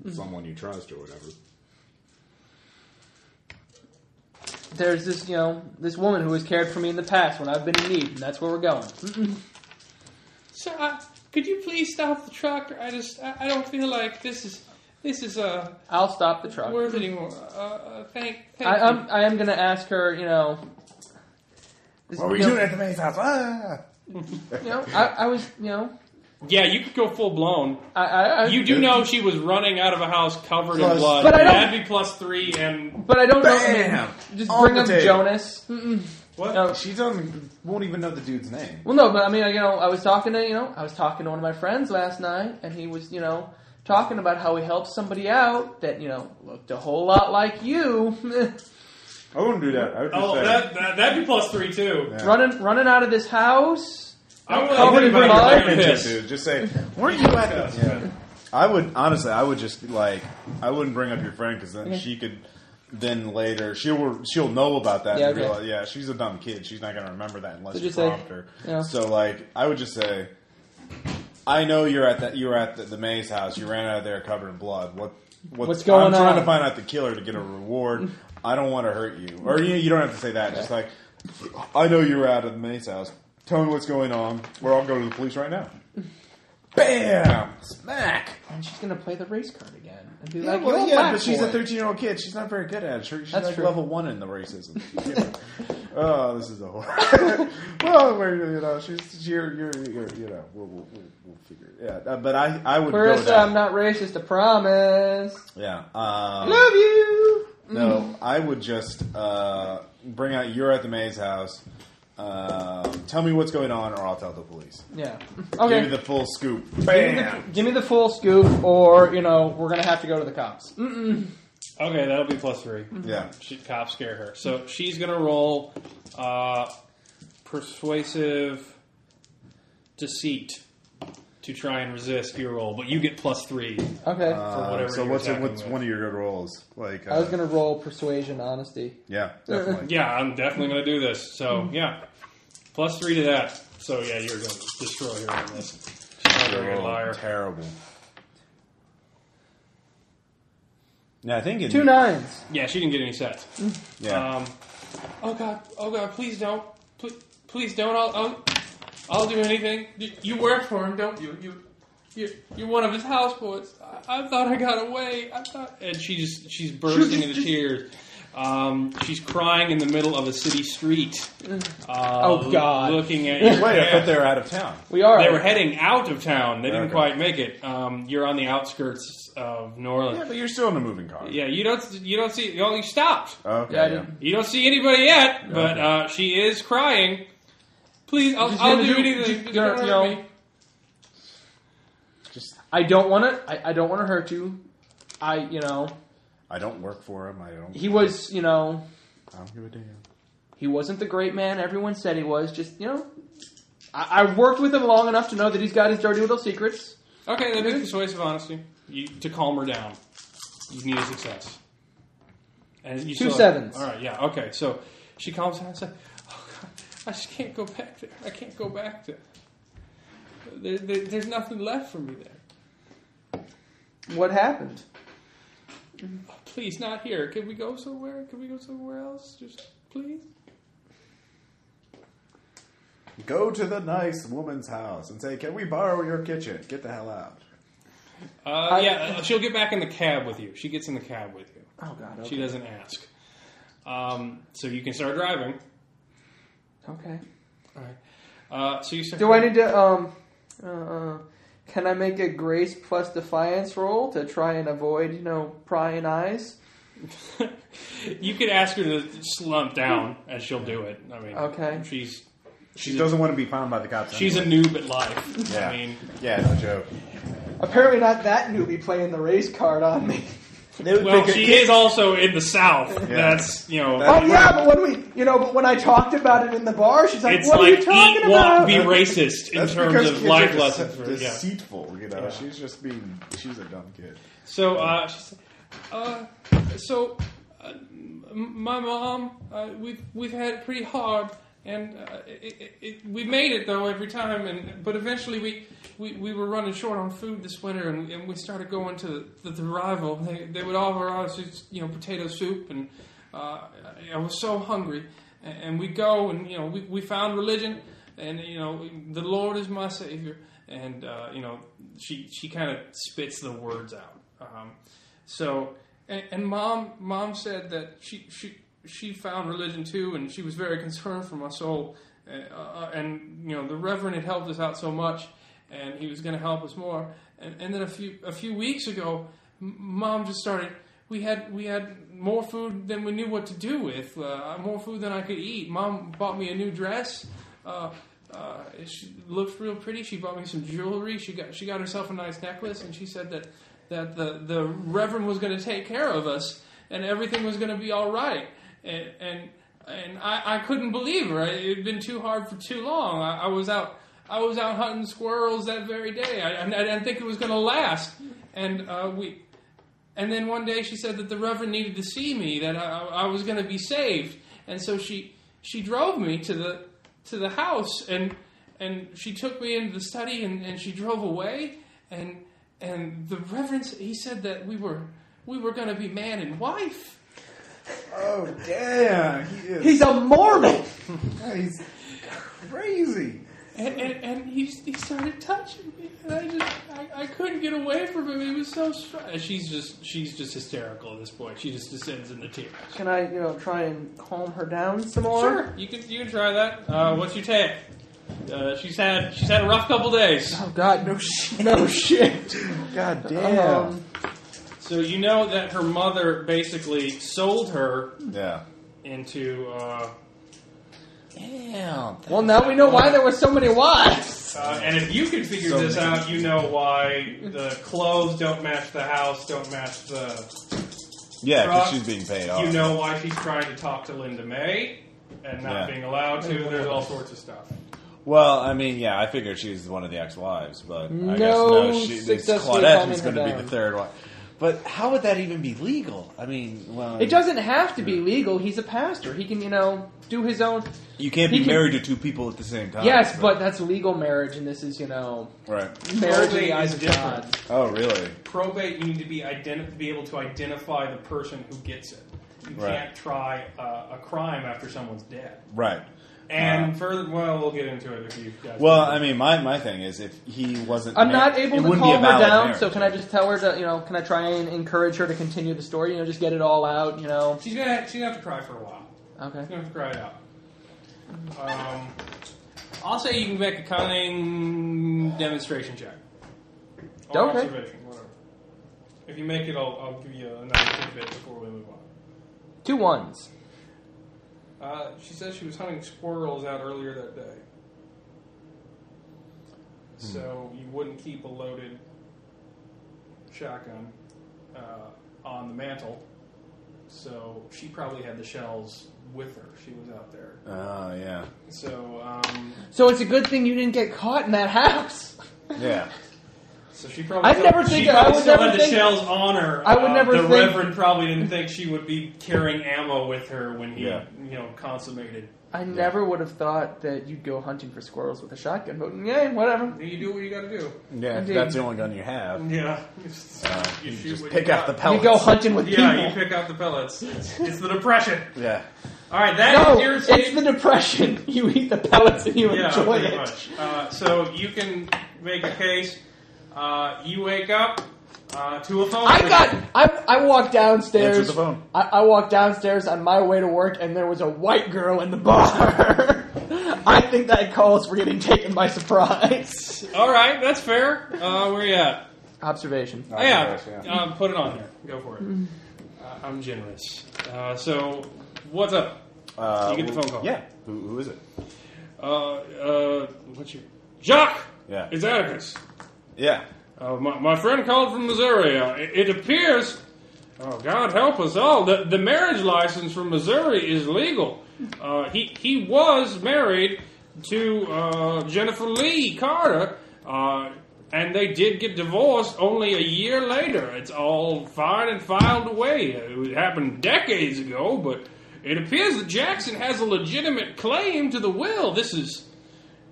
S10: Mm-hmm.
S1: someone you trust or whatever.
S10: There's this, you know, this woman who has cared for me in the past when I've been in need, and that's where we're going.
S11: Sir, I, could you please stop the truck? I just, I, I don't feel like this is, this is uh,
S10: I'll stop the truck.
S11: worth anymore. Uh, uh, thank, thank
S10: I, um,
S11: you.
S10: I'm, I am going to ask her, you know. this-
S1: What were you
S10: you know-
S1: doing at the maid's house? Ah!
S10: You know, I, I was, you know,
S11: Yeah, you could go full blown.
S10: I, I, I,
S11: You do know she was running out of a house covered in
S1: Plus-
S11: blood.
S10: But I don't-
S11: That'd be plus three, and
S10: but I don't know. I
S1: Bam!
S10: mean, just
S1: On
S10: bring
S1: the
S10: up
S1: table.
S10: Jonas. Mm-mm.
S11: What?
S10: No.
S1: She doesn't won't even know the dude's name.
S10: Well, no, but I mean, you know, I was talking to you know, I was talking to one of my friends last night, and he was you know talking about how he helped somebody out that you know looked a whole lot like you,
S1: I wouldn't do that. I would just
S11: oh,
S1: say,
S11: that, that that'd be plus three too.
S1: Yeah.
S10: running running out of this house.
S11: I would
S10: Covered in
S11: think about
S10: blood.
S11: it, I'm pissed.
S1: dude. Just say, weren't you at the-" Yeah. I would honestly, I would just like, I wouldn't bring up your friend because then she could, then later she will she'll know about that.
S10: Yeah,
S1: and
S10: okay.
S1: realize, yeah, she's a dumb kid. She's not gonna remember that unless
S10: So
S1: you
S10: just say,
S1: prompt her.
S10: yeah.
S1: So like, I would just say, I know you're at that. You were at the, the Mays house. You ran out of there covered in blood. What? What's,
S10: What's going
S1: I'm trying
S10: on?"
S1: to find out the killer to get a reward. I don't want to hurt you, or you, you don't have to say that. Just like, I know you were out of the mate's house. Tell me what's going on, or I'll go to the police right now. Bam! Smack!
S10: And she's gonna play the race card again and be
S1: Yeah,
S10: like,
S1: well,
S10: "You're
S1: yeah,
S10: black
S1: but she's
S10: Oh, boy."
S1: a 13 year old kid. She's not very good at it. She's
S10: That's
S1: like
S10: true.
S1: level one in the racism. oh, this is a horror. well, we're, you know, she's you're, you're, you're you know, we'll, we'll, we'll, we'll figure it. Yeah, uh, but I I would go with
S10: Carissa,
S1: that.
S10: I'm not racist. I promise.
S1: yeah. Um,
S10: Love you.
S1: no, I would just uh, bring out. You're at the maid's house. Um, tell me what's going on, or I'll tell the police.
S10: Yeah. Okay.
S1: Give me the full scoop.
S10: Give me
S1: Bam.
S10: the- give me the full scoop, or you know we're gonna have to go to the cops. Mm,
S11: Okay, that'll be plus three.
S1: Yeah.
S11: She, cops scare her, so she's gonna roll uh, persuasive deceit to try and resist your roll, but you get plus three.
S10: Okay.
S1: Uh,
S11: whatever
S1: so
S11: you're
S1: what's
S11: attacking
S1: what's
S11: with.
S1: one of your good rolls? Like uh,
S10: I was gonna roll persuasion, honesty.
S1: yeah, definitely.
S11: Yeah, I'm definitely gonna do this.
S10: Mm-hmm.
S11: So yeah, plus three to that. So yeah, you're gonna destroy her on this. She's a
S1: They're
S11: real
S1: all
S11: liar.
S1: Terrible. Yeah, I think in,
S10: Two nines.
S11: Yeah, she didn't get any sets.
S1: Yeah,
S11: Um, oh god, oh god, please don't, please, please don't. I'll, I'll, I'll do anything.
S2: You, you work for him, don't you? You, you you're one of his houseboys. I, I thought I got away. I thought.
S11: And she's she's bursting into tears. Um, she's crying in the middle of a city street. Uh,
S10: Oh, God.
S11: Looking at
S1: wait, I thought
S11: Yeah.
S1: they were out of town.
S10: We are.
S11: They were heading out of town. They didn't
S1: Okay.
S11: quite make it. Um, you're on the outskirts of New Orleans.
S1: Yeah, but you're still in a moving car.
S11: Yeah, you don't you don't see you, you stopped.
S1: Okay.
S10: Yeah, I
S1: yeah.
S10: didn't-
S11: You don't see anybody yet, but
S1: Okay.
S11: uh, she is crying. Please, I'll,
S10: Just
S11: I'll
S10: gonna
S11: do,
S10: do-
S11: anything.
S10: just
S11: Just
S10: gonna,
S11: don't
S10: you
S11: hurt
S10: know,
S11: me.
S1: Just
S10: I don't want to. I, I don't want to hurt you. I, you know,
S1: I don't work for him. I don't.
S10: he was, you know,
S1: I don't give a damn.
S10: he wasn't the great man everyone said he was. Just, you know, I, I worked with him long enough to know that he's got his dirty little secrets.
S11: Okay, that is persuasive honesty. You, to calm her down, you need a success. And you
S10: Two
S11: still-
S10: sevens.
S11: All right, yeah, okay. So she calms down and says, "Oh God, I just can't go back there. I can't go back there. there, there there's nothing left for me there.
S10: What happened?
S11: Please, not here. Can we go somewhere? Can we go somewhere else? Just please."
S1: Go to the nice woman's house and say, "Can we borrow your kitchen? Get the hell out."
S11: Uh, yeah, uh, she'll get back in the cab with you. She gets in the cab with you.
S10: Oh God.
S11: She
S10: Okay.
S11: doesn't ask. Um, so you can start driving.
S10: okay.
S11: All right. Uh, so you start
S10: Do I need to? Um. Uh, uh, can I make a grace plus defiance roll to try and avoid, you know, prying eyes?
S11: you could ask her to slump down, and she'll do it. I
S1: Uh,
S11: mean,
S10: Okay.
S11: she's
S1: She doesn't want to be found by the cops.
S11: she's a
S1: anyway.
S11: noob at life.
S1: Yeah.
S11: I mean,
S1: yeah, no joke.
S10: Apparently, not that newbie playing the race card on me.
S11: well, she is also in the South. That's you know,
S1: That's-
S10: Oh yeah, but when we, you know, but when I talked about it in the bar, she's like,
S11: it's
S10: "What
S11: like
S10: are you talking
S11: eat,
S10: about?"
S11: walk, be racist in
S1: That's
S11: terms
S1: because
S11: of
S1: kids are
S11: life
S1: dece-
S11: lessons. for- yeah.
S1: Deceitful, you know. She's just being. She's a dumb kid.
S11: So, uh, she said, uh, so uh, m- my mom, uh, we've we've had it pretty hard, and uh, it, it, it, we made it though every time. And but eventually we we, we were running short on food this winter, and, and we started going to the, the rival. They, they would offer us just, you know potato soup, and uh, I was so hungry, and, and we go and you know we we found religion, and you know the Lord is my savior, and uh, you know she she kind of spits the words out. Um, so, and, and mom, mom said that she she she found religion too, and she was very concerned for my soul. Uh, uh, and you know, the Reverend had helped us out so much, and he was going to help us more. And, and then a few a few weeks ago, m- mom just started. We had we had more food than we knew what to do with. Uh, more food than I could eat. Mom bought me a new dress. Uh, uh, she looked real pretty. She bought me some jewelry. She got she got herself a nice necklace, and she said that that the the reverend was going to take care of us, and everything was going to be all right. And and and I, I couldn't believe her. It had been too hard for too long. I, I was out I was out hunting squirrels that very day. I, I, I didn't think it was going to last. And uh, we and then one day she said that the Reverend needed to see me, that I, I was going to be saved, and so she she drove me to the to the house, and and she took me into the study, and, and she drove away, and and the Reverend he said that we were we were going to be man and wife.
S1: Oh damn, he is
S10: He's a Mormon.
S1: he's crazy.
S11: And, and, and he, he started touching me, and I just I, I couldn't get away from him. He was so strong. uh, She's just she's just hysterical at this point. She just descends into tears.
S10: Can I, you know, try and calm her down some more?
S11: Sure, you can you can try that. Uh, what's your take? Uh, she's had she's had a rough couple days.
S10: Oh God, no shit, no shit.
S1: God damn.
S10: Um,
S11: So you know that her mother basically sold her
S1: yeah.
S11: into. Uh,
S1: Damn.
S10: well, now we know why there were so many wives.
S11: uh, and if you can figure
S1: So
S11: this
S1: many.
S11: out, you know why the clothes don't match the house, don't match the.
S1: Yeah,
S11: Rock,
S1: because she's being paid off.
S11: You know why she's trying to talk to Linda May and not
S1: Yeah.
S11: being allowed to. There's all sorts of stuff.
S1: Well, I mean, yeah, I figured she's one of the ex-wives, but I guess
S10: No
S1: no, she, this
S10: successfully
S1: Claudette
S10: calming
S1: was
S10: her
S1: going to be
S10: down.
S1: the third one. But how would that even be legal? I mean, well,
S10: It doesn't have to be legal. He's a pastor. He can, you know, do his own.
S1: you can't
S10: he
S1: be
S10: can-
S1: married to two people at the same time.
S10: Yes, but that's legal marriage, and this is, you know,
S1: right.
S10: marriage in
S11: Probate
S10: the eyes
S11: is
S10: of
S11: different.
S10: God.
S1: Oh, really?
S11: Probate, you need to be identi- be able to identify the person who gets it. You
S1: Right.
S11: can't try uh, a crime after someone's dead.
S1: Right.
S11: And further, well, we'll get into it if you guys.
S1: Well, I mean, my, my thing is, if he wasn't,
S10: I'm
S1: mar-
S10: not
S1: it
S10: able to
S1: wouldn't be a
S10: calm her
S1: valid
S10: down,
S1: marriage.
S10: so can I just tell her to, you know, can I try and encourage her to continue the story? You know, just get it all out, you know.
S11: she's gonna she's gonna have to cry for a while.
S10: Okay.
S11: She's gonna have to cry it out. Um, I'll say you can make a cunning demonstration check. Or
S10: Okay.
S11: Observation, whatever. If you make it, I'll, I'll give you another tidbit before we move on.
S10: Two ones.
S11: Uh, she says she was hunting squirrels out earlier that day. So you wouldn't keep a loaded shotgun uh, on the mantle. So she probably had the shells with her. She was out there.
S1: Oh, yeah,
S11: So um,
S10: So it's a good thing you didn't get caught in that house.
S1: yeah.
S11: so she probably.
S10: I'd
S11: still-
S10: never think-
S11: she probably
S10: I would
S11: still
S10: never
S11: had
S10: think-
S11: the shells on her.
S10: I would
S11: Uh,
S10: never
S11: The
S10: think-
S11: Reverend probably didn't think she would be carrying ammo with her when he,
S1: Yeah.
S11: you know, consummated.
S10: I never would have thought that you'd go hunting for squirrels with a shotgun, but yeah, whatever.
S11: You do what you got to do.
S1: Yeah, if
S10: Indeed. Mm.
S1: that's the only gun you have.
S11: Yeah.
S1: Uh, you,
S11: shoot
S1: just
S11: what
S1: pick
S11: you
S1: out the
S11: got.
S1: pellets.
S10: You go hunting with people.
S11: Yeah, you pick out the pellets. It's, it's the depression.
S1: Yeah.
S11: All right, that
S10: no,
S11: is irritating.
S10: it's the depression. You eat the pellets and you
S11: yeah,
S10: enjoy
S11: pretty
S10: it.
S11: much. Uh, so you can make a case. Uh, you wake up uh, to a phone.
S10: I
S11: call.
S10: got. I, I walked
S1: Answer
S10: downstairs.
S1: the phone.
S10: I, I walked downstairs on my way to work, and there was a white girl in the bar. I think that calls for getting taken by surprise.
S11: All right, that's fair. Uh, where you at?
S10: Observation.
S1: Oh,
S11: yeah,
S1: gosh, yeah.
S11: Um, put it on there. Go for it. Uh, I'm generous. Uh, so what's up?
S1: Uh,
S11: You get the
S1: well,
S11: phone call.
S1: Yeah. Who, who is it?
S11: Uh, uh, what's your Jacques?
S1: Yeah.
S11: It's Atticus.
S1: Yeah.
S11: Uh, my, my friend called from Missouri. Uh, it, it appears, oh God help us all, the, the marriage license from Missouri is legal. Uh, he, he was married to uh, Jennifer Lee Carter, uh, and they did get divorced only a year later. It's all fine and filed away. It happened decades ago, but it appears that Jackson has a legitimate claim to the will. This is.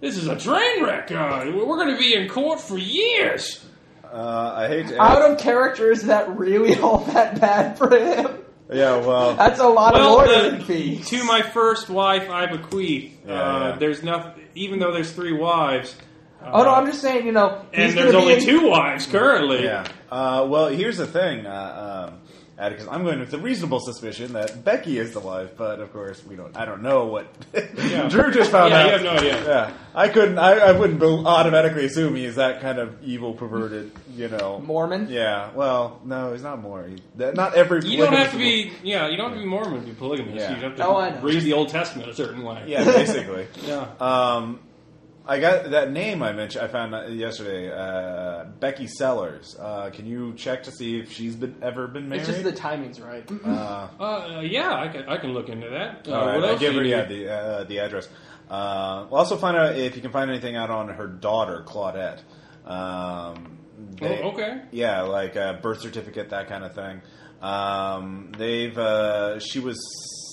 S11: This is a train wreck. Uh, we're going to be in court for years.
S1: Uh, I hate to.
S10: Out of character, is that really all that bad for him?
S1: yeah. Well.
S10: That's a lot
S11: Well,
S10: of
S11: uh,
S10: lawyering fees.
S11: to my first wife, I bequeath.
S1: Yeah,
S11: uh,
S1: yeah.
S11: There's nothing, even though there's three wives. Uh,
S10: oh no, I'm just saying. You know,
S11: and
S10: he's
S11: there's
S10: gonna be
S11: only
S10: in-
S11: two wives currently.
S1: Yeah. Uh, well, here's the thing. Uh, um, Atticus, I'm going with the reasonable suspicion that Becky is the wife, but of course we don't. I don't know what Drew just
S10: Oh,
S1: found
S11: Yeah,
S1: out.
S11: you have no idea.
S1: Yeah, I couldn't. I, I wouldn't be- automatically assume he's that kind of evil, perverted. You know,
S10: Mormon?
S1: Yeah. Well, no, he's not more. He, that, not every.
S11: You don't have to
S1: polygamist-
S11: be, yeah, you don't have to be Mormon to be polygamous.
S1: Yeah.
S11: You have to
S10: Oh, I know.
S11: read the Old Testament a certain way.
S1: Yeah, basically.
S11: Yeah.
S1: Um, I got that name I mentioned. I found out yesterday. Uh, Becky Sellers. Uh, can you check to see if she's been ever been married?
S10: It's just the timing's right.
S1: uh,
S11: Uh, yeah, I can, I can look into that. Uh,
S1: all right,
S11: what
S1: I
S11: else
S1: give
S11: do
S1: her
S11: you
S1: yeah,
S11: need?
S1: the uh, the address. Uh, we'll also find out if you can find anything out on her daughter Claudette. Um, they-
S11: Oh, okay.
S1: Yeah, like a birth certificate, that kind of thing. Um, they've uh, she was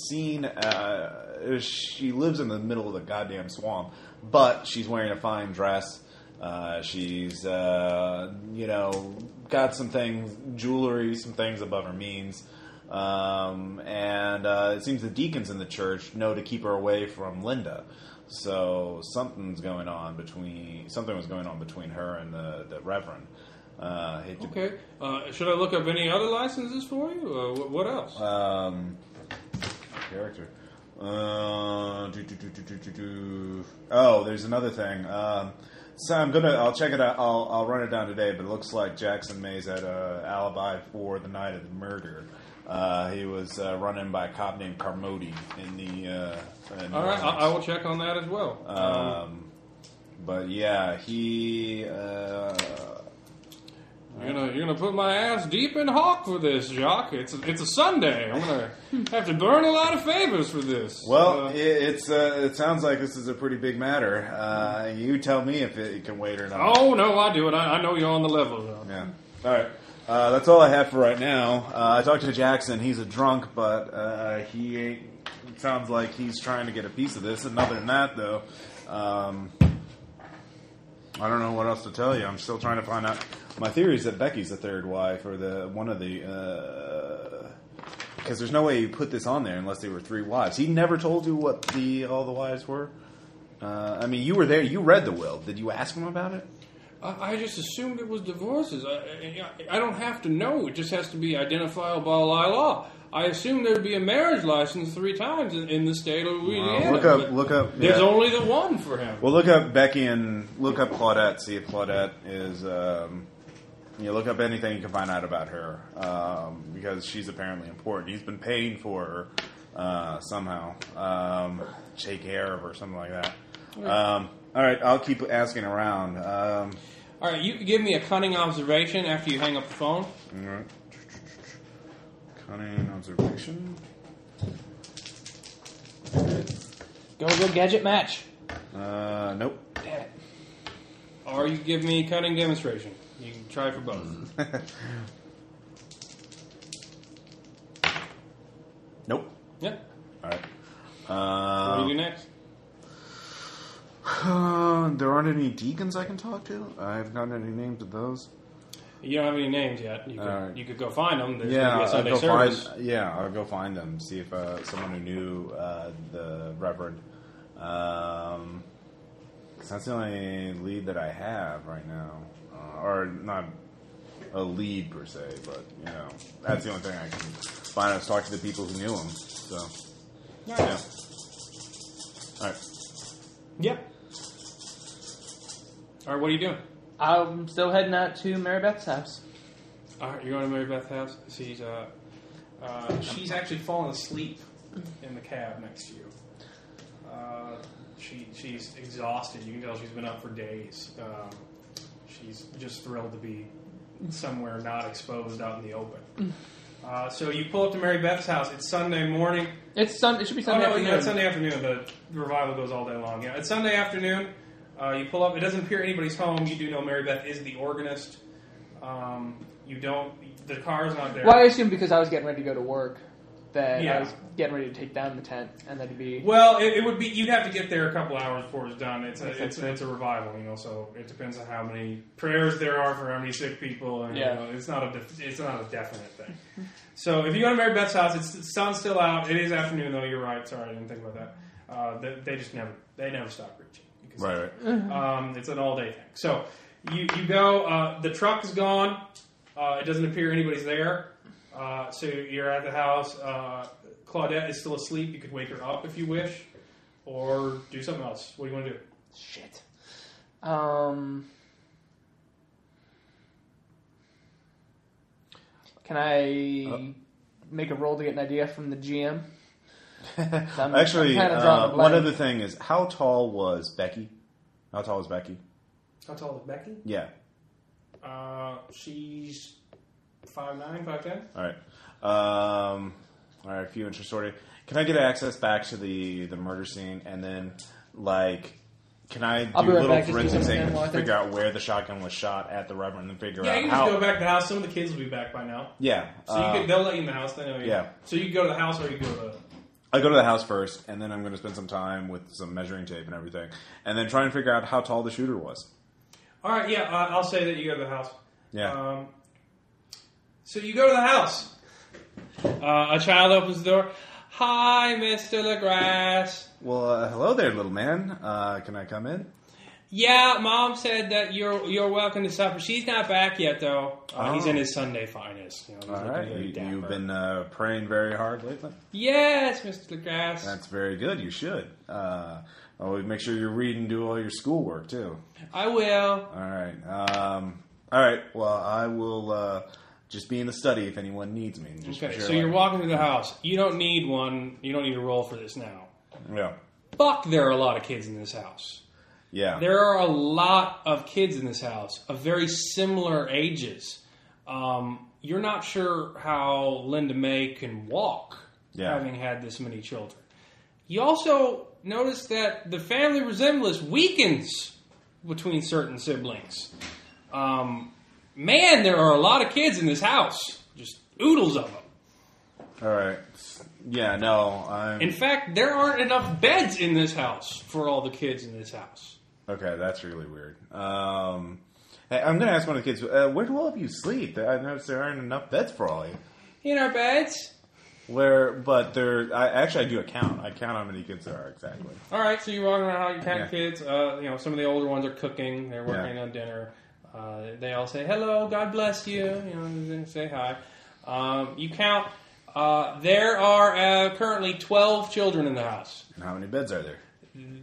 S1: seen. Uh, she lives in the middle of the goddamn swamp, but she's wearing a fine dress. Uh, she's uh, you know got some things, jewelry, some things above her means. Um, and uh, it seems the deacons in the church know to keep her away from Linda. So something's going on between something was going on between her and the, the Reverend. Uh, I hate to-
S11: Okay. Uh, should I look up any other licenses for you? Uh, wh- what else?
S1: um, character. Uh, do, do, do, do, do, do, do. Oh, there's another thing. Um, so I'm gonna. I'll check it out. I'll, I'll run it down today. But it looks like Jackson Mays had a alibi for the night of the murder. Uh, he was uh, run in by a cop named Carmody in the. Uh, in New
S11: All right, I, uh, I
S1: Orleans.
S11: will check on that as well.
S1: Um, but yeah, he. Uh,
S11: You're gonna you're gonna put my ass deep in hawk for this, Jacques. It's a, it's a Sunday. I'm gonna have to burn a lot of favors for this.
S1: well,
S11: Uh,
S1: it, it's uh, it sounds like this is a pretty big matter. Uh, you tell me if it, can wait or not.
S11: oh no, I do it. I, I know you're on the level. Jacques.
S1: Yeah. All right. Uh, that's all I have for right now. Uh, I talked to Jackson. He's a drunk, but uh, he ain't. It sounds like he's trying to get a piece of this. And other than that, though, um, I don't know what else to tell you. I'm still trying to find out. My theory is that Becky's the third wife, or the one of the. Because there's no way you put this on there unless they were three wives. He never told you what the all the wives were. Uh, I mean, you were there. You read the will. Did you ask him about it?
S11: I, I just assumed it was divorces. I, I, I don't have to know. It just has to be identifiable by law. I assume there'd be a marriage license three times in, in the state of Louisiana.
S1: look up-
S11: but
S1: look up,
S11: There's
S1: yeah.
S11: only the one for him.
S1: Well, look up Becky and look up Claudette. See if Claudette is. Um, you know, look up anything you can find out about her um, because she's apparently important. He's been paying for her uh, somehow. Um, take care of her, something like that. Um, all right, I'll keep asking around. Um,
S11: All right, you can give me a cunning observation after you hang up the phone.
S1: all right. Cunning observation.
S10: Go go gadget match.
S1: Uh, nope.
S11: Or you give me cunning demonstration. You can try for both.
S1: Mm. Nope.
S11: Yeah.
S1: All right.
S11: What
S1: Um,
S11: do you do next?
S1: uh, there aren't any deacons I can talk to. I haven't gotten any names of those.
S11: You don't have any names yet. You could,
S1: All right.
S11: you could go find them. There's
S1: Yeah,
S11: gonna be a
S1: I'll
S11: Sunday
S1: go
S11: service.
S1: find. Yeah, I'll go find them. See if uh, someone who knew uh, the Reverend. Um, 'cause that's the only lead that I have right now, uh, or not a lead per se, but you know, that's the only thing I can find. Is talk to the people who knew him. So yeah, all right.
S11: Yeah. All right, what are you doing?
S10: I'm still heading out to Mary Beth's house.
S11: All right, Uh, you're going to Mary Beth's house. She's uh, uh, she's actually fallen asleep in the cab next to you. Uh, she she's exhausted. You can tell she's been up for days. Um, she's just thrilled to be somewhere not exposed out in the open. Uh, so you pull up to Mary Beth's house. It's Sunday morning.
S10: It's Sun. It should be
S11: Oh
S10: Sunday
S11: no,
S10: afternoon.
S11: yeah, it's Sunday afternoon. The revival goes all day long. Yeah, it's Sunday afternoon. Uh, you pull up. It doesn't appear anybody's home. You do know Mary Beth is the organist. Um, you don't. The car's not there.
S10: Well, I assume because I was getting ready to go to work that
S11: Yeah.
S10: I was getting ready to take down the tent and that'd be.
S11: Well, it, it would be. You'd have to get there a couple hours before it's done. It's a,
S10: Makes
S11: it's,
S10: sense.
S11: a, it's a revival, you know. So it depends on how many prayers there are for how many sick people, and you
S10: Yeah.
S11: know, it's not a def- it's not a definite thing. so if you go to Mary Beth's house, it's the sun's still out. It is afternoon though. You're right. Sorry, I didn't think about that. Uh, they, they just never they never stop preaching. You can see
S1: Right, right.
S11: um, it's an all day thing. So you you go. Uh, the truck is gone. Uh, it doesn't appear anybody's there. Uh, so you're at the house. Uh, Claudette is still asleep. You could wake her up if you wish, or do something else. What do you want to do?
S10: Shit. Um. Can I
S11: Uh.
S10: make a roll to get an idea from the GM? I'm-
S1: Actually,
S10: I'm kinda
S1: uh,
S10: drawing a
S1: one
S10: blank.
S1: other thing is how tall was Becky? How tall was Becky?
S11: How tall is Becky?
S1: Yeah.
S11: Uh, she's five nine, five ten.
S1: All right. Um, all right. A few inches shorter. Can I get access back to the the murder scene and then like? Can I do
S10: I'll be right
S1: little
S10: back, just do
S1: forensic
S10: some
S1: thing
S10: manual, I
S1: to
S10: think.
S1: figure out where the shotgun was shot at the rubber and then figure
S11: Yeah,
S1: out
S11: you can just
S1: Uh, how?
S11: go back to the house. Some of the kids will be back by now.
S1: Yeah.
S11: So
S1: uh,
S11: you could, they'll let you in the house. They know you.
S1: yeah.
S11: So you can go to the house or you go to.
S1: I go to the house first, and then I'm going to spend some time with some measuring tape and everything, and then try and figure out how tall the shooter was.
S11: All right. Yeah, uh, I'll say that you go to the house.
S1: Yeah.
S11: Um, so you go to the house. Uh, a child opens the door. Hi, Mr. LaGrasse.
S1: well, uh, hello there, little man. Uh, can I come in?
S11: Yeah, mom said that you're you're welcome to supper. She's not back yet, though. Uh, He's
S1: Oh.
S11: in his Sunday finest. You know, he's
S1: All
S11: looking
S1: right.
S11: very
S1: You,
S11: dapper.
S1: you've been uh, praying very hard lately.
S11: Yes, Mr. LaGrasse.
S1: That's very good. You should. Uh, always make sure you read and do all your schoolwork too.
S11: I will.
S1: All right. Um, all right. Well, I will uh, just be in the study if anyone needs me. Just
S11: Okay,
S1: sure,
S11: so you're
S1: like-
S11: walking through the house. You don't need one. You don't need a roll for this now.
S1: Yeah.
S11: Fuck, there are a lot of kids in this house.
S1: Yeah.
S11: There are a lot of kids in this house of very similar ages. Um, you're not sure how Linda May can walk,
S1: Yeah.
S11: having had this many children. You also notice that the family resemblance weakens between certain siblings. Um, man, there are a lot of kids in this house. Just oodles of them.
S1: all right. Yeah. No. I'm.
S11: In fact, there aren't enough beds in this house for all the kids in this house.
S1: Okay, that's really weird. Um, hey, I'm going to ask one of the kids, uh, where do all of you sleep? I noticed there aren't enough beds for all of you.
S11: In our beds?
S1: Where, but there, I, actually, I do a count. I count how many kids there are exactly.
S11: All right, so you're walking around, you count
S1: Yeah.
S11: kids. Uh, you know, some of the older ones are cooking. They're working
S1: Yeah.
S11: on dinner. Uh, they all say hello, God bless you. You know, they say hi. Um, you count. Uh, there are uh, currently 12 children in the house.
S1: And how many beds are there?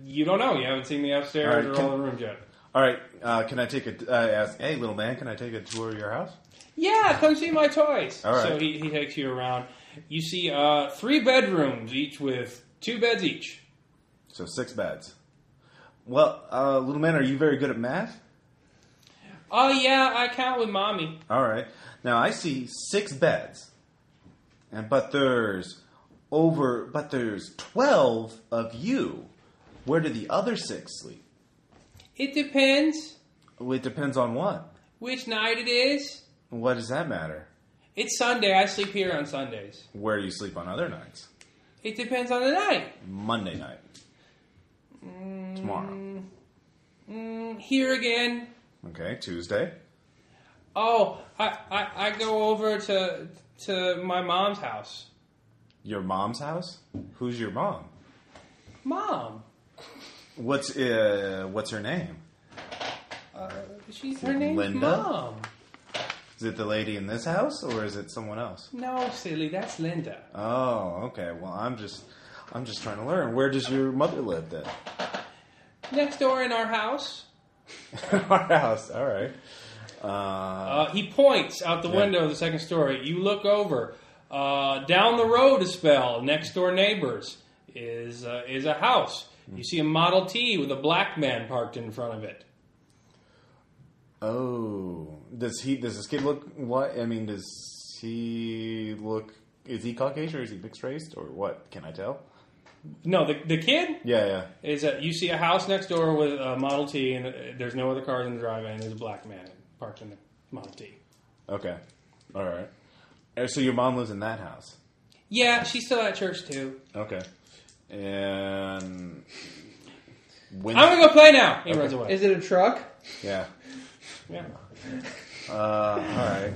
S11: You don't know. You haven't seen the
S1: All
S11: upstairs
S1: right,
S11: or
S1: can-
S11: all the rooms yet.
S1: All right, uh, can I take a, I ask, hey, little man, can I take a tour of your house?
S11: Yeah, come see my toys.
S1: All right.
S11: So he, he takes you around. You see uh, three bedrooms, each with two beds each.
S1: So six beds. Well, uh, little man, are you very good at math?
S11: Oh yeah, I count with mommy.
S1: All right. Now I see six beds, and but there's over, but there's twelve of you. Where do the other six sleep?
S11: It depends
S1: Well, it depends on what.
S11: which night it is.
S1: What does that matter?
S11: It's Sunday. I sleep here on Sundays.
S1: Where do you sleep on other nights?
S11: It depends on the night.
S1: Monday night. Tomorrow.
S11: Mm, here again.
S1: Okay, Tuesday.
S11: Oh, I, I, I go over to to my mom's house.
S1: Your mom's house? Who's your mom?
S11: Mom.
S1: What's uh, what's her name?
S11: She's her name's
S1: Linda?
S11: Mom.
S1: Is it the lady in this house or is it someone else?
S11: No, Oh, silly, that's Linda.
S1: Oh, okay. Well, I'm just I'm just trying to learn. Where does your mother live then?
S11: Next door in our house.
S1: Our house. All right. Uh,
S11: Uh, he points out the
S1: Yeah.
S11: window of the second story. You look over. Uh, down the road a spell, next door neighbors, is, uh, is a house. You see a Model T with a black man parked in front of it.
S1: oh, does he? Does this kid look? What? I mean, does he look? Is he Caucasian or is he mixed race or what? Can I tell?
S11: No, the, the kid
S1: Yeah, yeah.
S11: is that you see a house next door with a Model T, and uh, there's no other cars in the driveway, and there's a black man parked in the Model T.
S1: Okay. All right. Uh, So your mom lives in that house.
S11: Yeah, she's still at church too.
S1: Okay. And when?
S11: I'm gonna go play now. He runs away.
S10: Is it a truck?
S1: yeah.
S11: Yeah.
S1: Uh, all right.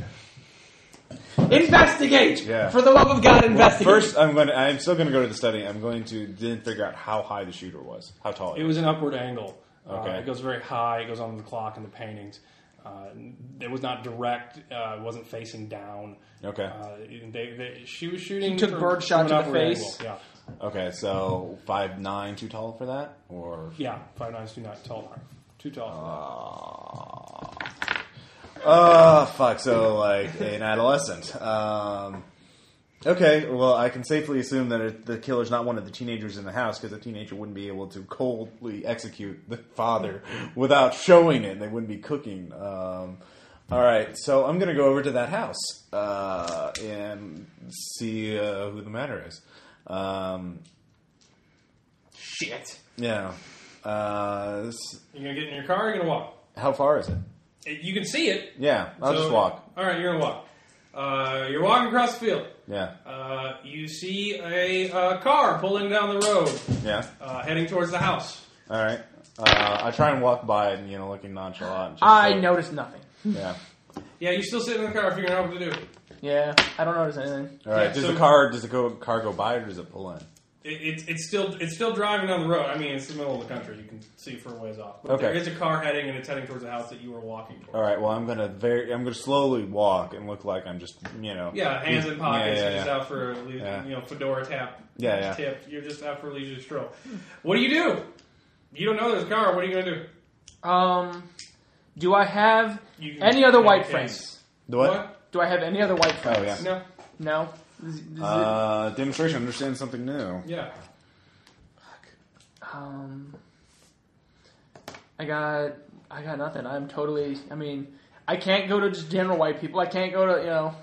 S10: Investigate!
S1: Yeah.
S10: For the love of God, investigate!
S1: First, I'm going. To, I'm still going to go to the study. I'm going to then figure out how high the shooter was, how tall
S11: It was an upward angle. Uh,
S1: Okay.
S11: it goes very high. It goes on the clock and the paintings. Uh, it was not direct. Uh, it wasn't facing down.
S1: Okay.
S11: Uh, they, they, she was shooting.
S10: She took
S11: from-
S10: bird shot
S11: from
S10: to
S11: an
S10: the
S11: upper
S10: face.
S11: angle, Yeah.
S1: Okay, so five nine, too tall for that, or
S11: Yeah, five nines, two not tall. Mark. Too
S1: Uh.
S11: tall.
S1: oh fuck, so like an adolescent. Um, okay, well I can safely assume that it, the killer's not one of the teenagers in the house because a teenager wouldn't be able to coldly execute the father without showing it. They wouldn't be cooking. Um, all right, so I'm gonna go over to that house uh, and see uh, who the matter is. Um,
S11: Shit.
S1: yeah. Uh, s-
S11: You're gonna get in your car. Or you're gonna walk.
S1: how far is it?
S11: You can see it.
S1: Yeah, I'll
S11: So-
S1: just walk.
S11: All right, you're gonna walk. Uh, you're walking across the field.
S1: Yeah,
S11: Uh, you see a uh, car pulling down the road,
S1: yeah.
S11: uh, heading towards the house.
S1: All right. Uh, I try and walk by it, and you know, looking nonchalant. and Just
S10: I
S1: like-
S10: noticed nothing.
S1: Yeah.
S11: Yeah, you still sit in the car figuring out what to do.
S10: Yeah, I don't notice anything.
S1: All right.
S11: Yeah,
S1: does
S11: so-
S1: the car does the go, car go by, or does it pull in?
S11: It, it, it's still it's still driving down the road. I mean, it's the middle of the country. You can see for a ways off. But
S1: Okay. Oh.
S11: There is a car heading, and it's heading towards the house that you were walking towards.
S1: All right. Well, I'm gonna very, I'm gonna slowly walk and look like I'm just, you know.
S11: Yeah, hands in pockets,
S1: Yeah, yeah,
S11: just
S1: yeah.
S11: out for a le-
S1: Yeah.
S11: you know fedora tap.
S1: Yeah, yeah.
S11: Tip. You're just out for a leisure stroll. What do you do? You don't know there's a car. What are you gonna do?
S10: Um, do I have
S11: You can-
S10: any other
S11: you
S10: white
S11: can-
S10: friends?
S1: The what?
S11: What?
S10: Do I have any other white friends?
S1: Oh yeah.
S11: No.
S10: No. Z- z-
S1: Uh, demonstration. Understand something new.
S11: Yeah.
S10: um, I got, I got nothing. I'm totally. I mean, I can't go to just general white people. I can't go to you know.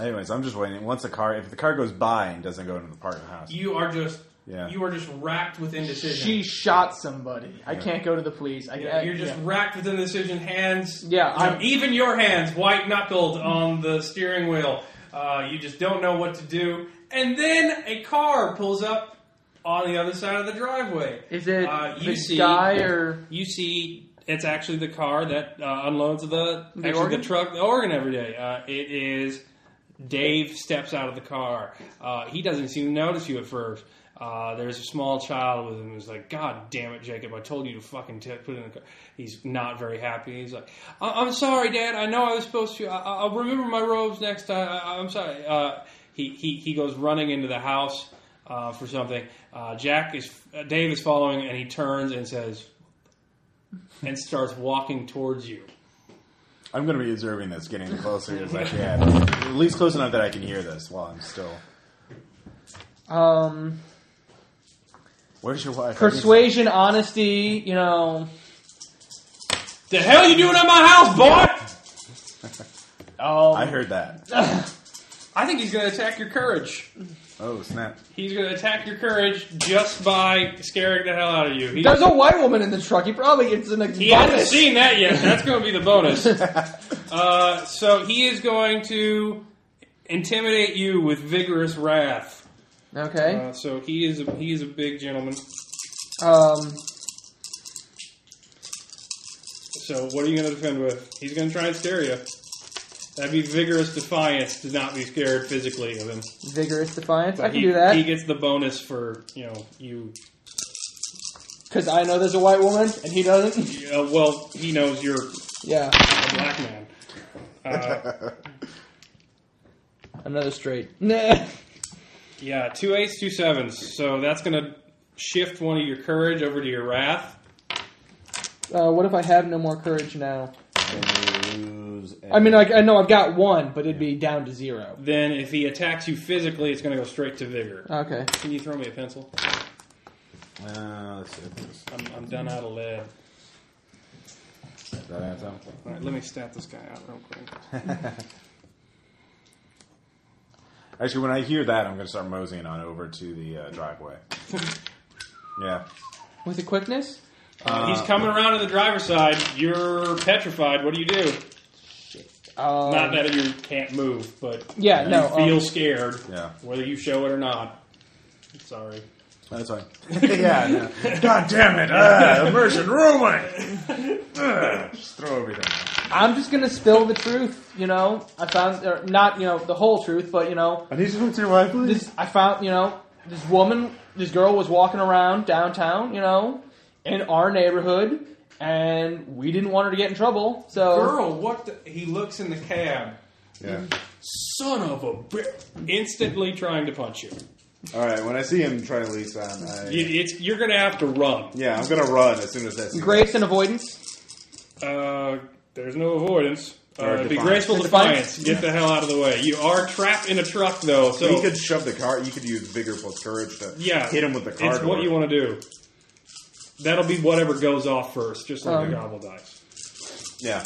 S1: Anyways, I'm just waiting. Once the car, if the car goes by and doesn't go into the parking house,
S11: You are just.
S1: Yeah.
S11: You are just racked with indecision.
S10: She shot somebody. I can't go to the police. I,
S11: Yeah,
S10: I-
S11: you're just
S10: yeah.
S11: racked with indecision. Hands.
S10: Yeah,
S11: you know,
S10: I'm-
S11: even your hands white knuckled on the steering wheel. Uh, you just don't know what to do. And then a car pulls up on the other side of the driveway.
S10: Is it
S11: Uh, you
S10: the
S11: see-
S10: guy or
S11: you see it's actually the car that uh, unloads the,
S10: The
S11: actually
S10: organ?
S11: the truck the organ every day. Uh, it is Dave steps out of the car. Uh, he doesn't seem to notice you at first. Uh, there's a small child with him who's like, "God damn it, Jacob! I told you to fucking t- put it in the car." He's not very happy. He's like, I- "I'm sorry, Dad. I know I was supposed to. I- I- I'll remember my robes next time. I- I'm sorry." Uh, he-, he he goes running into the house uh, for something. Uh, Jack is uh, Dave is following, and he turns and says, and starts walking towards you.
S1: I'm gonna be observing this, getting closer as I can, at least close enough that I can hear this while I'm still.
S10: um
S1: Where's your wife? I need-
S10: persuasion, honesty? You know.
S11: The hell you doing at my house, boy?
S10: Um,
S1: I heard that.
S11: I think he's going to attack your courage.
S1: Oh snap!
S11: He's going to attack your courage just by scaring the hell out of you. He,
S10: there's a white woman in the truck. He probably gets an
S11: he hasn't
S10: bonus.
S11: seen that yet. That's going to be the bonus. Uh, so he is going to intimidate you with vigorous wrath.
S10: Okay.
S11: Uh, so he is a, he is a big gentleman.
S10: Um.
S11: So what are you going to defend with? He's going to try and scare you. That'd be vigorous defiance to not be scared physically of him.
S10: Vigorous defiance. I
S11: But
S10: can
S11: he,
S10: do that.
S11: He gets the bonus for you know you.
S10: Because I know there's a white woman and he doesn't.
S11: Uh, well, he knows you're
S10: yeah,
S11: a black man. Uh,
S10: another straight. Uh, Nah.
S11: yeah, two eights, two sevens. So that's gonna shift one of your courage over to your wrath.
S10: Uh, what if I have no more courage now?
S1: Lose
S10: I mean, like, I know I've got one, but it'd be down to zero.
S11: Then if he attacks you physically, it's gonna go straight to vigor.
S10: Okay.
S11: Can you throw me a pencil?
S1: Uh, let's see if this-
S11: I'm, I'm done out of lead.
S1: Does that have something?
S11: All right, let me stat this guy out real quick.
S1: Actually, when I hear that, I'm going to start moseying on over to the uh, driveway. yeah.
S10: With the quickness?
S11: He's coming around to the driver's side. You're petrified. What do you do?
S10: Um,
S11: Not that you can't move, but
S10: Yeah,
S11: you
S10: no.
S11: feel
S10: um,
S11: scared.
S1: Yeah.
S11: Whether you show it or not. Sorry.
S1: That's fine. yeah. no. God damn it! Uh, immersion ruling. Ugh, just throw everything.
S10: I'm just gonna spill the truth, you know? I found, or not, you know, the whole truth, but, you know,
S1: I need to talk to your wife, please.
S10: this, I found, you know, this woman, this girl was walking around downtown, you know, in our neighborhood, and we didn't want her to get in trouble. So
S11: Girl, what the? He looks in the cab.
S1: Yeah.
S11: Son of a bitch. Instantly trying to punch you.
S1: All right. When I see him try to lease out, I,
S11: You- It's, you're going to have to run.
S1: yeah, I'm gonna run as soon as that's
S10: grace and avoidance.
S11: Uh, there's no avoidance.
S1: Or
S11: Uh, be
S1: defiance.
S11: graceful
S10: Defiance.
S11: defiance. Get the hell out of the way. You are trapped in a truck, though, so
S1: you could shove the car. You could use bigger plus courage to
S11: yeah,
S1: hit him with the car.
S11: It's what
S1: door.
S11: you want to do. That'll be whatever goes off first, just like
S10: Um,
S11: the gobble dice.
S1: Yeah.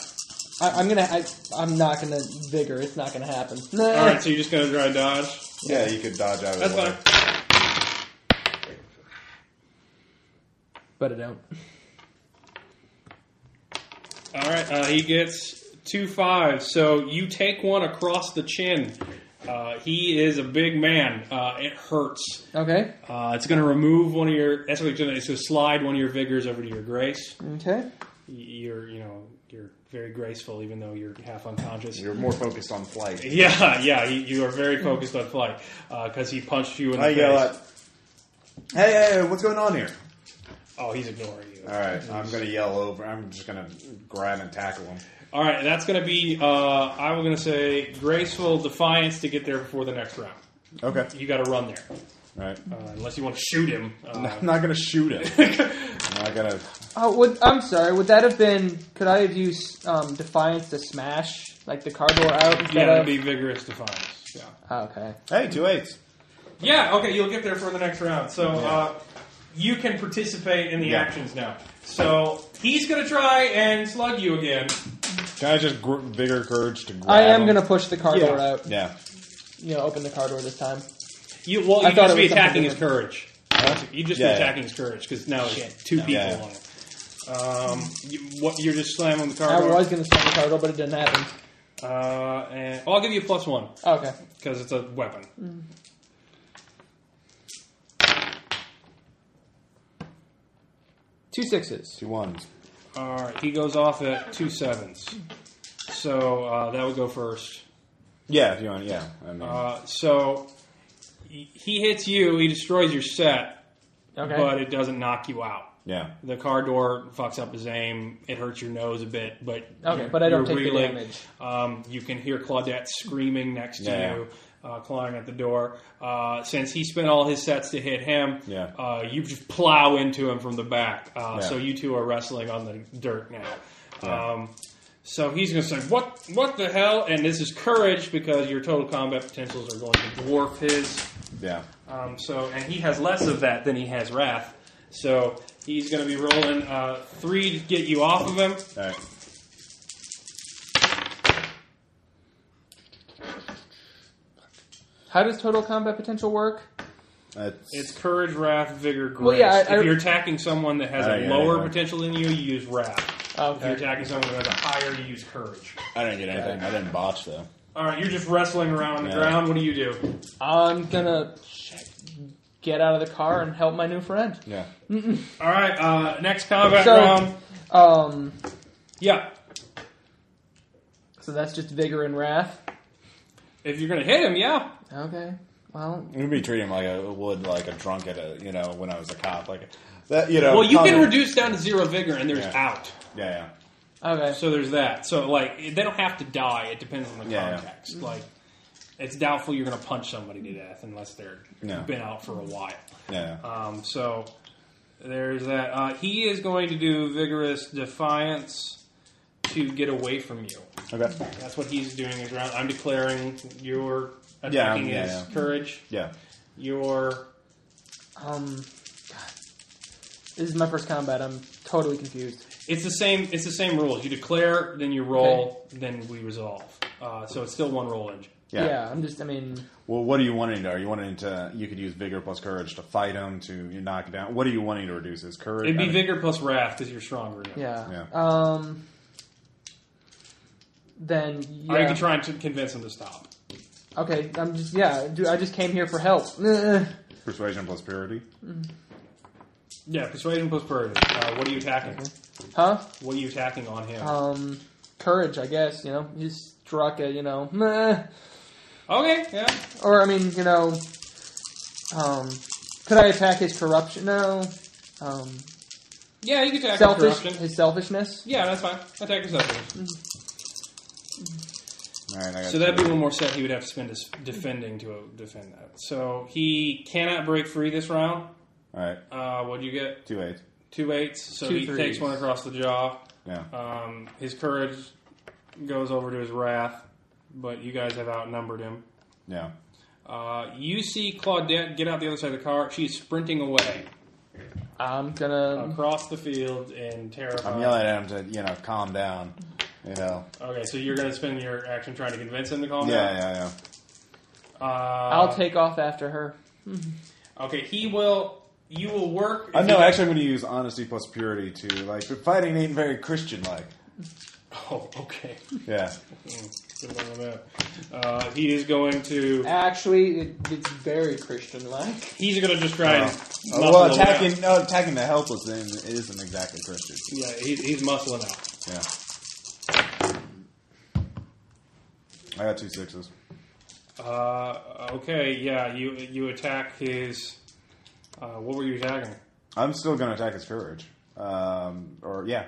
S10: I, I'm gonna. I, I'm not gonna vigor. It's not gonna happen.
S11: All right, so you're just going to try dodge.
S1: Yeah, you could dodge out of
S11: That's
S1: the way.
S11: fine.
S10: but I don't.
S11: All right, uh, he gets two fives. So you take one across the chin. Uh, he is a big man. Uh, it hurts.
S10: Okay.
S11: Uh, it's going to remove one of your. That's what it's going to. It's going to slide one of your vigors over to your grace.
S10: Okay.
S11: You're, you know, you're very graceful, even though you're half unconscious.
S1: You're more focused on flight.
S11: yeah, yeah. You, you are very focused on flight because he punched you in the
S1: I
S11: face.
S1: yell at, "Hey, hey, hey, what's going on here?"
S11: Oh, he's ignoring you.
S1: All right, I'm gonna yell over. I'm just gonna grab and tackle him.
S11: All right, that's going to be. Uh, I was going to say graceful defiance to get there before the next round.
S1: Okay.
S11: You got to run there.
S1: All right.
S11: Uh, unless you want to shoot him. Uh,
S1: I'm not gonna shoot him. I'm not gonna.
S10: Oh, would, I'm sorry. Would that have been? Could I have used um, defiance to smash like the car door out? Instead
S11: yeah, that'd
S10: of,
S11: be vigorous defiance. Yeah.
S10: Oh, okay.
S1: Hey, two eights.
S11: Yeah. Okay, you'll get there for the next round. So uh, you can participate in the
S1: Yeah.
S11: actions now. So he's going to try and slug you again.
S1: Can I just gr- bigger courage to grab?
S10: I am
S1: him?
S10: gonna push the car
S11: Yeah.
S10: door out.
S1: Yeah.
S10: You know, open the car door this time.
S11: You well,
S10: I
S11: you
S10: thought
S11: just
S10: it
S11: be
S10: was something
S11: attacking his courage. You just
S1: Yeah,
S11: be
S1: yeah.
S11: attacking his courage because now it's two people
S1: Yeah.
S11: on it. Um, you, what you're just slamming the car
S10: I
S11: door.
S10: was gonna slam the car door, but it didn't happen. Ah,
S11: Uh, and oh, I'll give you a plus one
S10: Okay.
S11: because it's a weapon.
S10: Two sixes.
S1: Two ones.
S11: All right, he goes off at two sevens, so uh, that would go first.
S1: Yeah, if you want. Yeah. I mean,
S11: Uh, so he he hits you, he destroys your set,
S10: Okay.
S11: but it doesn't knock you out.
S1: yeah.
S11: The car door fucks up his aim. It hurts your nose a bit, but
S10: Okay,
S11: you're-
S10: but I don't
S11: you're
S10: take the
S11: reeling.
S10: damage.
S11: Um, you can hear Claudette screaming next to
S1: Yeah.
S11: you, uh, clawing at the door. Uh, since he spent all his sets to hit him,
S1: Yeah.
S11: uh, you just plow into him from the back. Uh,
S1: Yeah.
S11: So you two are wrestling on the dirt now.
S1: Yeah.
S11: Um, so he's going to say, "What? What the hell?" And this is courage because your total combat potentials are going to dwarf his.
S1: Yeah.
S11: Um, so, and he has less of that than he has wrath. So he's going to be rolling uh, three to get you off of him.
S1: All right.
S10: How does total combat potential work?
S1: That's,
S11: It's courage, wrath, vigor, grace.
S10: Well, yeah, I- I-
S11: if you're attacking someone that has
S1: I
S11: a
S1: got it,
S11: lower
S1: Uh, yeah.
S11: potential than you, you use wrath. If you're
S10: Okay.
S11: attacking someone that has a higher, you use courage.
S1: I didn't get anything. I didn't botch though.
S11: All right, you're just wrestling around on the
S1: Yeah.
S11: ground. What do you do?
S10: I'm gonna get out of the car and help my new friend.
S1: Yeah.
S11: All right, uh, next combat
S10: So-
S11: round.
S10: Um.
S11: Yeah,
S10: So that's just vigor and wrath.
S11: if you're going to hit him, yeah.
S10: Okay. Well,
S1: We'd be treating him like I would like a drunk at a you know when I was a cop like that you know.
S11: Well, you
S1: comment-
S11: can reduce down to zero vigor, and there's
S1: Yeah.
S11: out.
S1: Yeah,
S10: okay.
S11: So there's that. So like they don't have to die. It depends on the
S1: Yeah, yeah.
S11: context. Like it's doubtful you're going to punch somebody to death unless they're
S1: No.
S11: been out for a while.
S1: yeah, yeah.
S11: Um, so there's that. Uh, he is going to do vigorous defiance to get away from you.
S1: Okay.
S11: That's what he's doing. Is round. I'm declaring your
S1: Yeah,
S11: attacking
S1: yeah,
S11: his
S1: yeah.
S11: courage.
S1: Yeah.
S11: Your
S10: Um. God. This is my first combat. I'm totally confused.
S11: it's the same. It's the same rules. You declare, then you roll, then we resolve. Uh, so it's still one roll engine.
S1: Yeah.
S10: I'm just. I mean,
S1: Well, what are you wanting to? Are you wanting to? You could use vigor plus courage to fight him to knock down. What are you wanting to reduce his courage?
S11: It'd
S1: I
S11: be
S1: mean,
S11: vigor plus wrath because you're stronger. Now.
S10: yeah.
S1: Yeah.
S10: Um. Then yeah.
S11: Or you can try and t- convince him to stop.
S10: Okay. I'm just. Yeah. Dude, I just came here for help. Ugh.
S1: Persuasion plus purity.
S11: Yeah, persuasion plus purity. Uh, what are you attacking?
S10: Huh?
S11: What are you attacking on him?
S10: Um. Courage, I guess. You know, you just struck a. You know. Meh.
S11: okay, yeah.
S10: Or I mean, you know, um, could I attack his corruption? No. Um,
S11: Yeah, you can attack with
S10: Selfish,
S11: corruption.
S10: his selfishness.
S11: Yeah, that's fine. Attack with selfishness.
S1: All right, I got
S11: So that'd be one more set he would have to spend his defending to uh, defend that. So he cannot break free this round.
S1: All right,
S11: Uh, what'd you get?
S1: two eight.
S11: Two eights. So
S3: Two
S11: he
S3: threes.
S11: takes one across the jaw.
S1: Yeah.
S11: Um, his courage goes over to his wrath, but you guys have outnumbered him.
S1: Yeah.
S11: Uh, you see Claudette get out the other side of the car. She's sprinting away
S10: I'm gonna.
S11: across the field and terrified.
S1: I'm yelling at him to you know calm down. You know.
S11: Okay, so you're going to spend your action trying to convince him to calm
S1: Oh, Yeah,
S11: down.
S1: yeah, yeah.
S11: Uh,
S10: I'll take off after her.
S11: Okay, he will. You will work.
S1: Uh, no, actually, I'm going to use honesty plus purity to like. But fighting ain't very Christian-like.
S11: Oh, okay.
S1: Yeah.
S11: Mm, good luck with that. Uh, he is going to.
S10: Actually, it, it's very Christian-like.
S11: He's going to just try and.
S1: Uh,
S11: muscle
S1: well,
S11: him out.
S1: attacking no, attacking the helpless then isn't exactly Christian.
S11: Yeah, he, he's muscling out.
S1: Yeah. I got two sixes.
S11: Uh, okay, yeah, you you attack his. Uh, what were you attacking?
S1: I'm still going to attack his courage. Um, or yeah,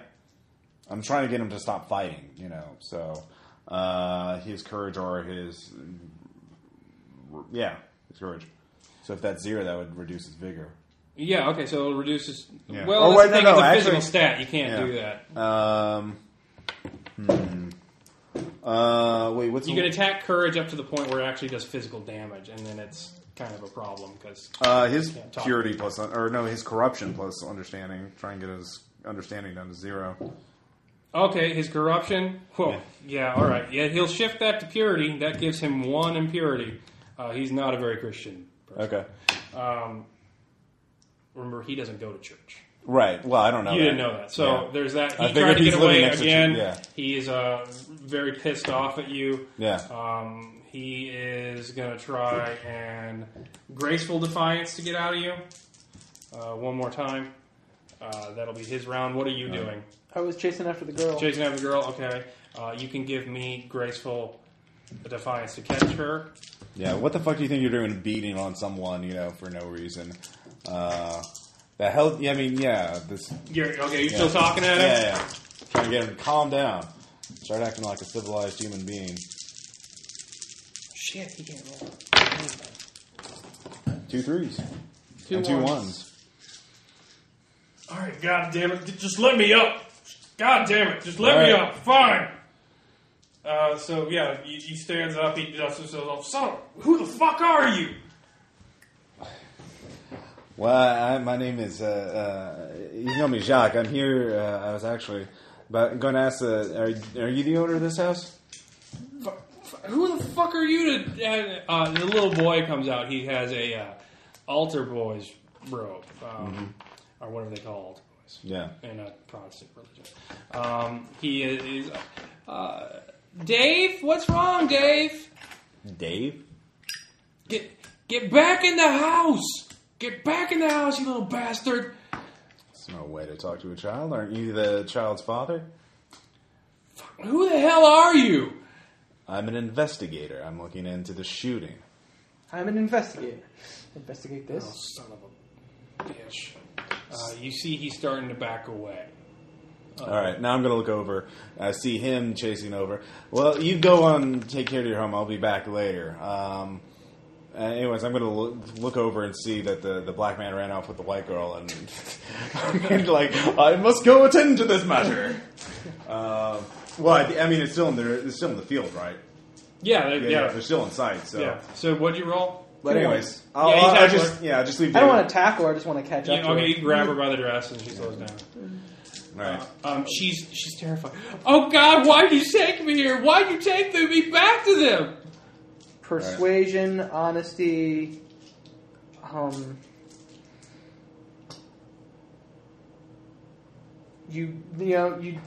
S1: I'm trying to get him to stop fighting. You know, so uh, his courage or his yeah, his courage. So if that's zero, that would reduce his vigor.
S11: Yeah, okay, so it'll reduce his.
S1: Yeah.
S11: Well,
S1: Oh,
S11: that's
S1: wait, no,
S11: the thing,
S1: no,
S11: it's a
S1: actually-
S11: physical stat. You can't
S1: Yeah.
S11: do that.
S1: Um. Hmm. Uh, wait, what's
S11: You
S1: the-
S11: can attack courage up to the point where it actually does physical damage, and then it's kind of a problem because
S1: Uh, his
S11: Can't talk.
S1: purity plus, un- or no, his corruption plus understanding. Try and get his understanding down to zero.
S11: Okay, his corruption. Whoa. Yeah. all right. Yeah, he'll shift that to purity. That gives him one impurity. Uh, he's not a very Christian. person.
S1: Okay.
S11: Um, remember, he doesn't go to church.
S1: Right. Well, I don't know.
S11: You
S1: that.
S11: didn't know that. So
S1: Yeah.
S11: there's that.
S1: I
S11: He
S1: figured
S11: tried to
S1: he's
S11: get
S1: living
S11: away
S1: next to
S11: again.
S1: church, yeah.
S11: He is uh, very pissed off at you.
S1: Yeah.
S11: Um, he is going to try and graceful defiance to get out of you. Uh, one more time. Uh, that'll be his round. What are you doing?
S10: I was chasing after the girl.
S11: Chasing after the girl, okay. Uh, you can give me graceful defiance to catch her.
S1: Yeah. What the fuck do you think you're doing, beating on someone, you know, for no reason? Uh, the hell. Yeah, I mean, yeah. This.
S11: You're, okay, you're
S1: yeah.
S11: still talking at
S1: Yeah,
S11: him?
S1: yeah. yeah. Trying to get him to calm down. Start acting like a civilized human being.
S11: Shit, he can't roll.
S1: Two threes
S10: Two
S1: and two
S10: ones.
S1: ones.
S11: Alright, god damn it. Just let me up. God damn it. Just let me
S1: All right.
S11: up. Fine. Uh, so, yeah, he, he stands up, he dusts himself off. Son, of- who the fuck are you?
S1: Well, I, my name is. Uh, uh, you know me, Jacques. I'm here. Uh, I was actually, but going to ask. Uh, are, are you the owner of this house?
S11: Fu- fu- Who the fuck are you to. and, Uh, the little boy comes out. He has a uh, altar boy's robe, um, or whatever they call altar boys.
S1: Yeah.
S11: in a Protestant religion. Um, he is. Uh, Dave, what's wrong, Dave?
S1: Dave.
S11: Get get back in the house! Get back in the house, you little bastard!
S1: It's no way to talk to a child. Aren't you the child's father?
S11: Who the hell are you?
S1: I'm an investigator. I'm looking into the shooting.
S10: I'm an investigator. Investigate
S11: Oh,
S10: this.
S11: son of a bitch. Uh, you see, he's starting to back away. Oh.
S1: All right, now I'm going to look over. I see him chasing over. Well, you go on, take care of your home. I'll be back later. Um, uh, anyways, I'm going to look, look over and see that the, the black man ran off with the white girl, and I'm gonna, like, I must go attend to this matter. Um well, I, I mean, it's still in the it's still in the field, right?
S11: Yeah, they-
S1: Yeah,
S11: yeah,
S1: they're still inside. So,
S11: yeah. So what'd you roll?
S1: but anyways, I'll,
S11: Yeah, he's
S1: I'll- I'll
S11: actually-
S1: just yeah, I'll just leave.
S10: I don't want to tackle her. I just want to catch
S11: You,
S10: up. to her.
S11: okay, you grab her by the dress and she slows down.
S1: to. All right.
S11: Um, she's she's terrified. Oh God, why'd you take me here? Why'd you take me back to them?
S10: Persuasion, honesty, um. You you know you.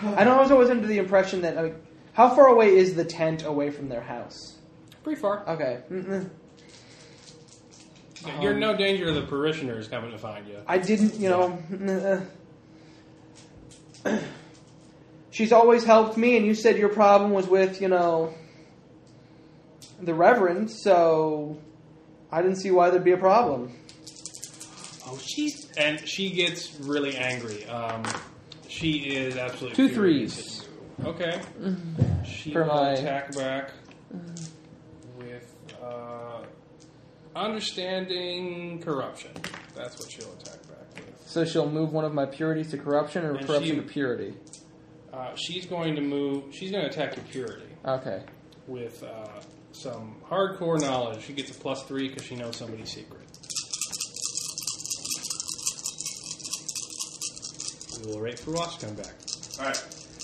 S10: I know I was always under the impression that like, how far away is the tent away from their house?
S11: Pretty far.
S10: Okay, mm-mm.
S11: You're in no danger of the parishioners coming to find you.
S10: I didn't you know. mm, uh. She's always helped me, and you said your problem was with you know the Reverend, so I didn't see why there'd be a problem.
S11: Oh, she's and she gets really angry. Um, she is absolutely
S10: Two
S11: furious
S10: threes.
S11: at you. Okay. She
S10: For
S11: will
S10: my-
S11: attack back with uh, understanding corruption. That's what she'll attack back with.
S10: So she'll move one of my purities to corruption or
S11: And
S10: corruption
S11: she-
S10: to purity.
S11: Uh, she's going to move. She's going to attack your purity
S10: Okay.
S11: with uh, some hardcore knowledge. She gets a plus three because she knows somebody's secret. We will wait for Ross to come back.
S12: All right.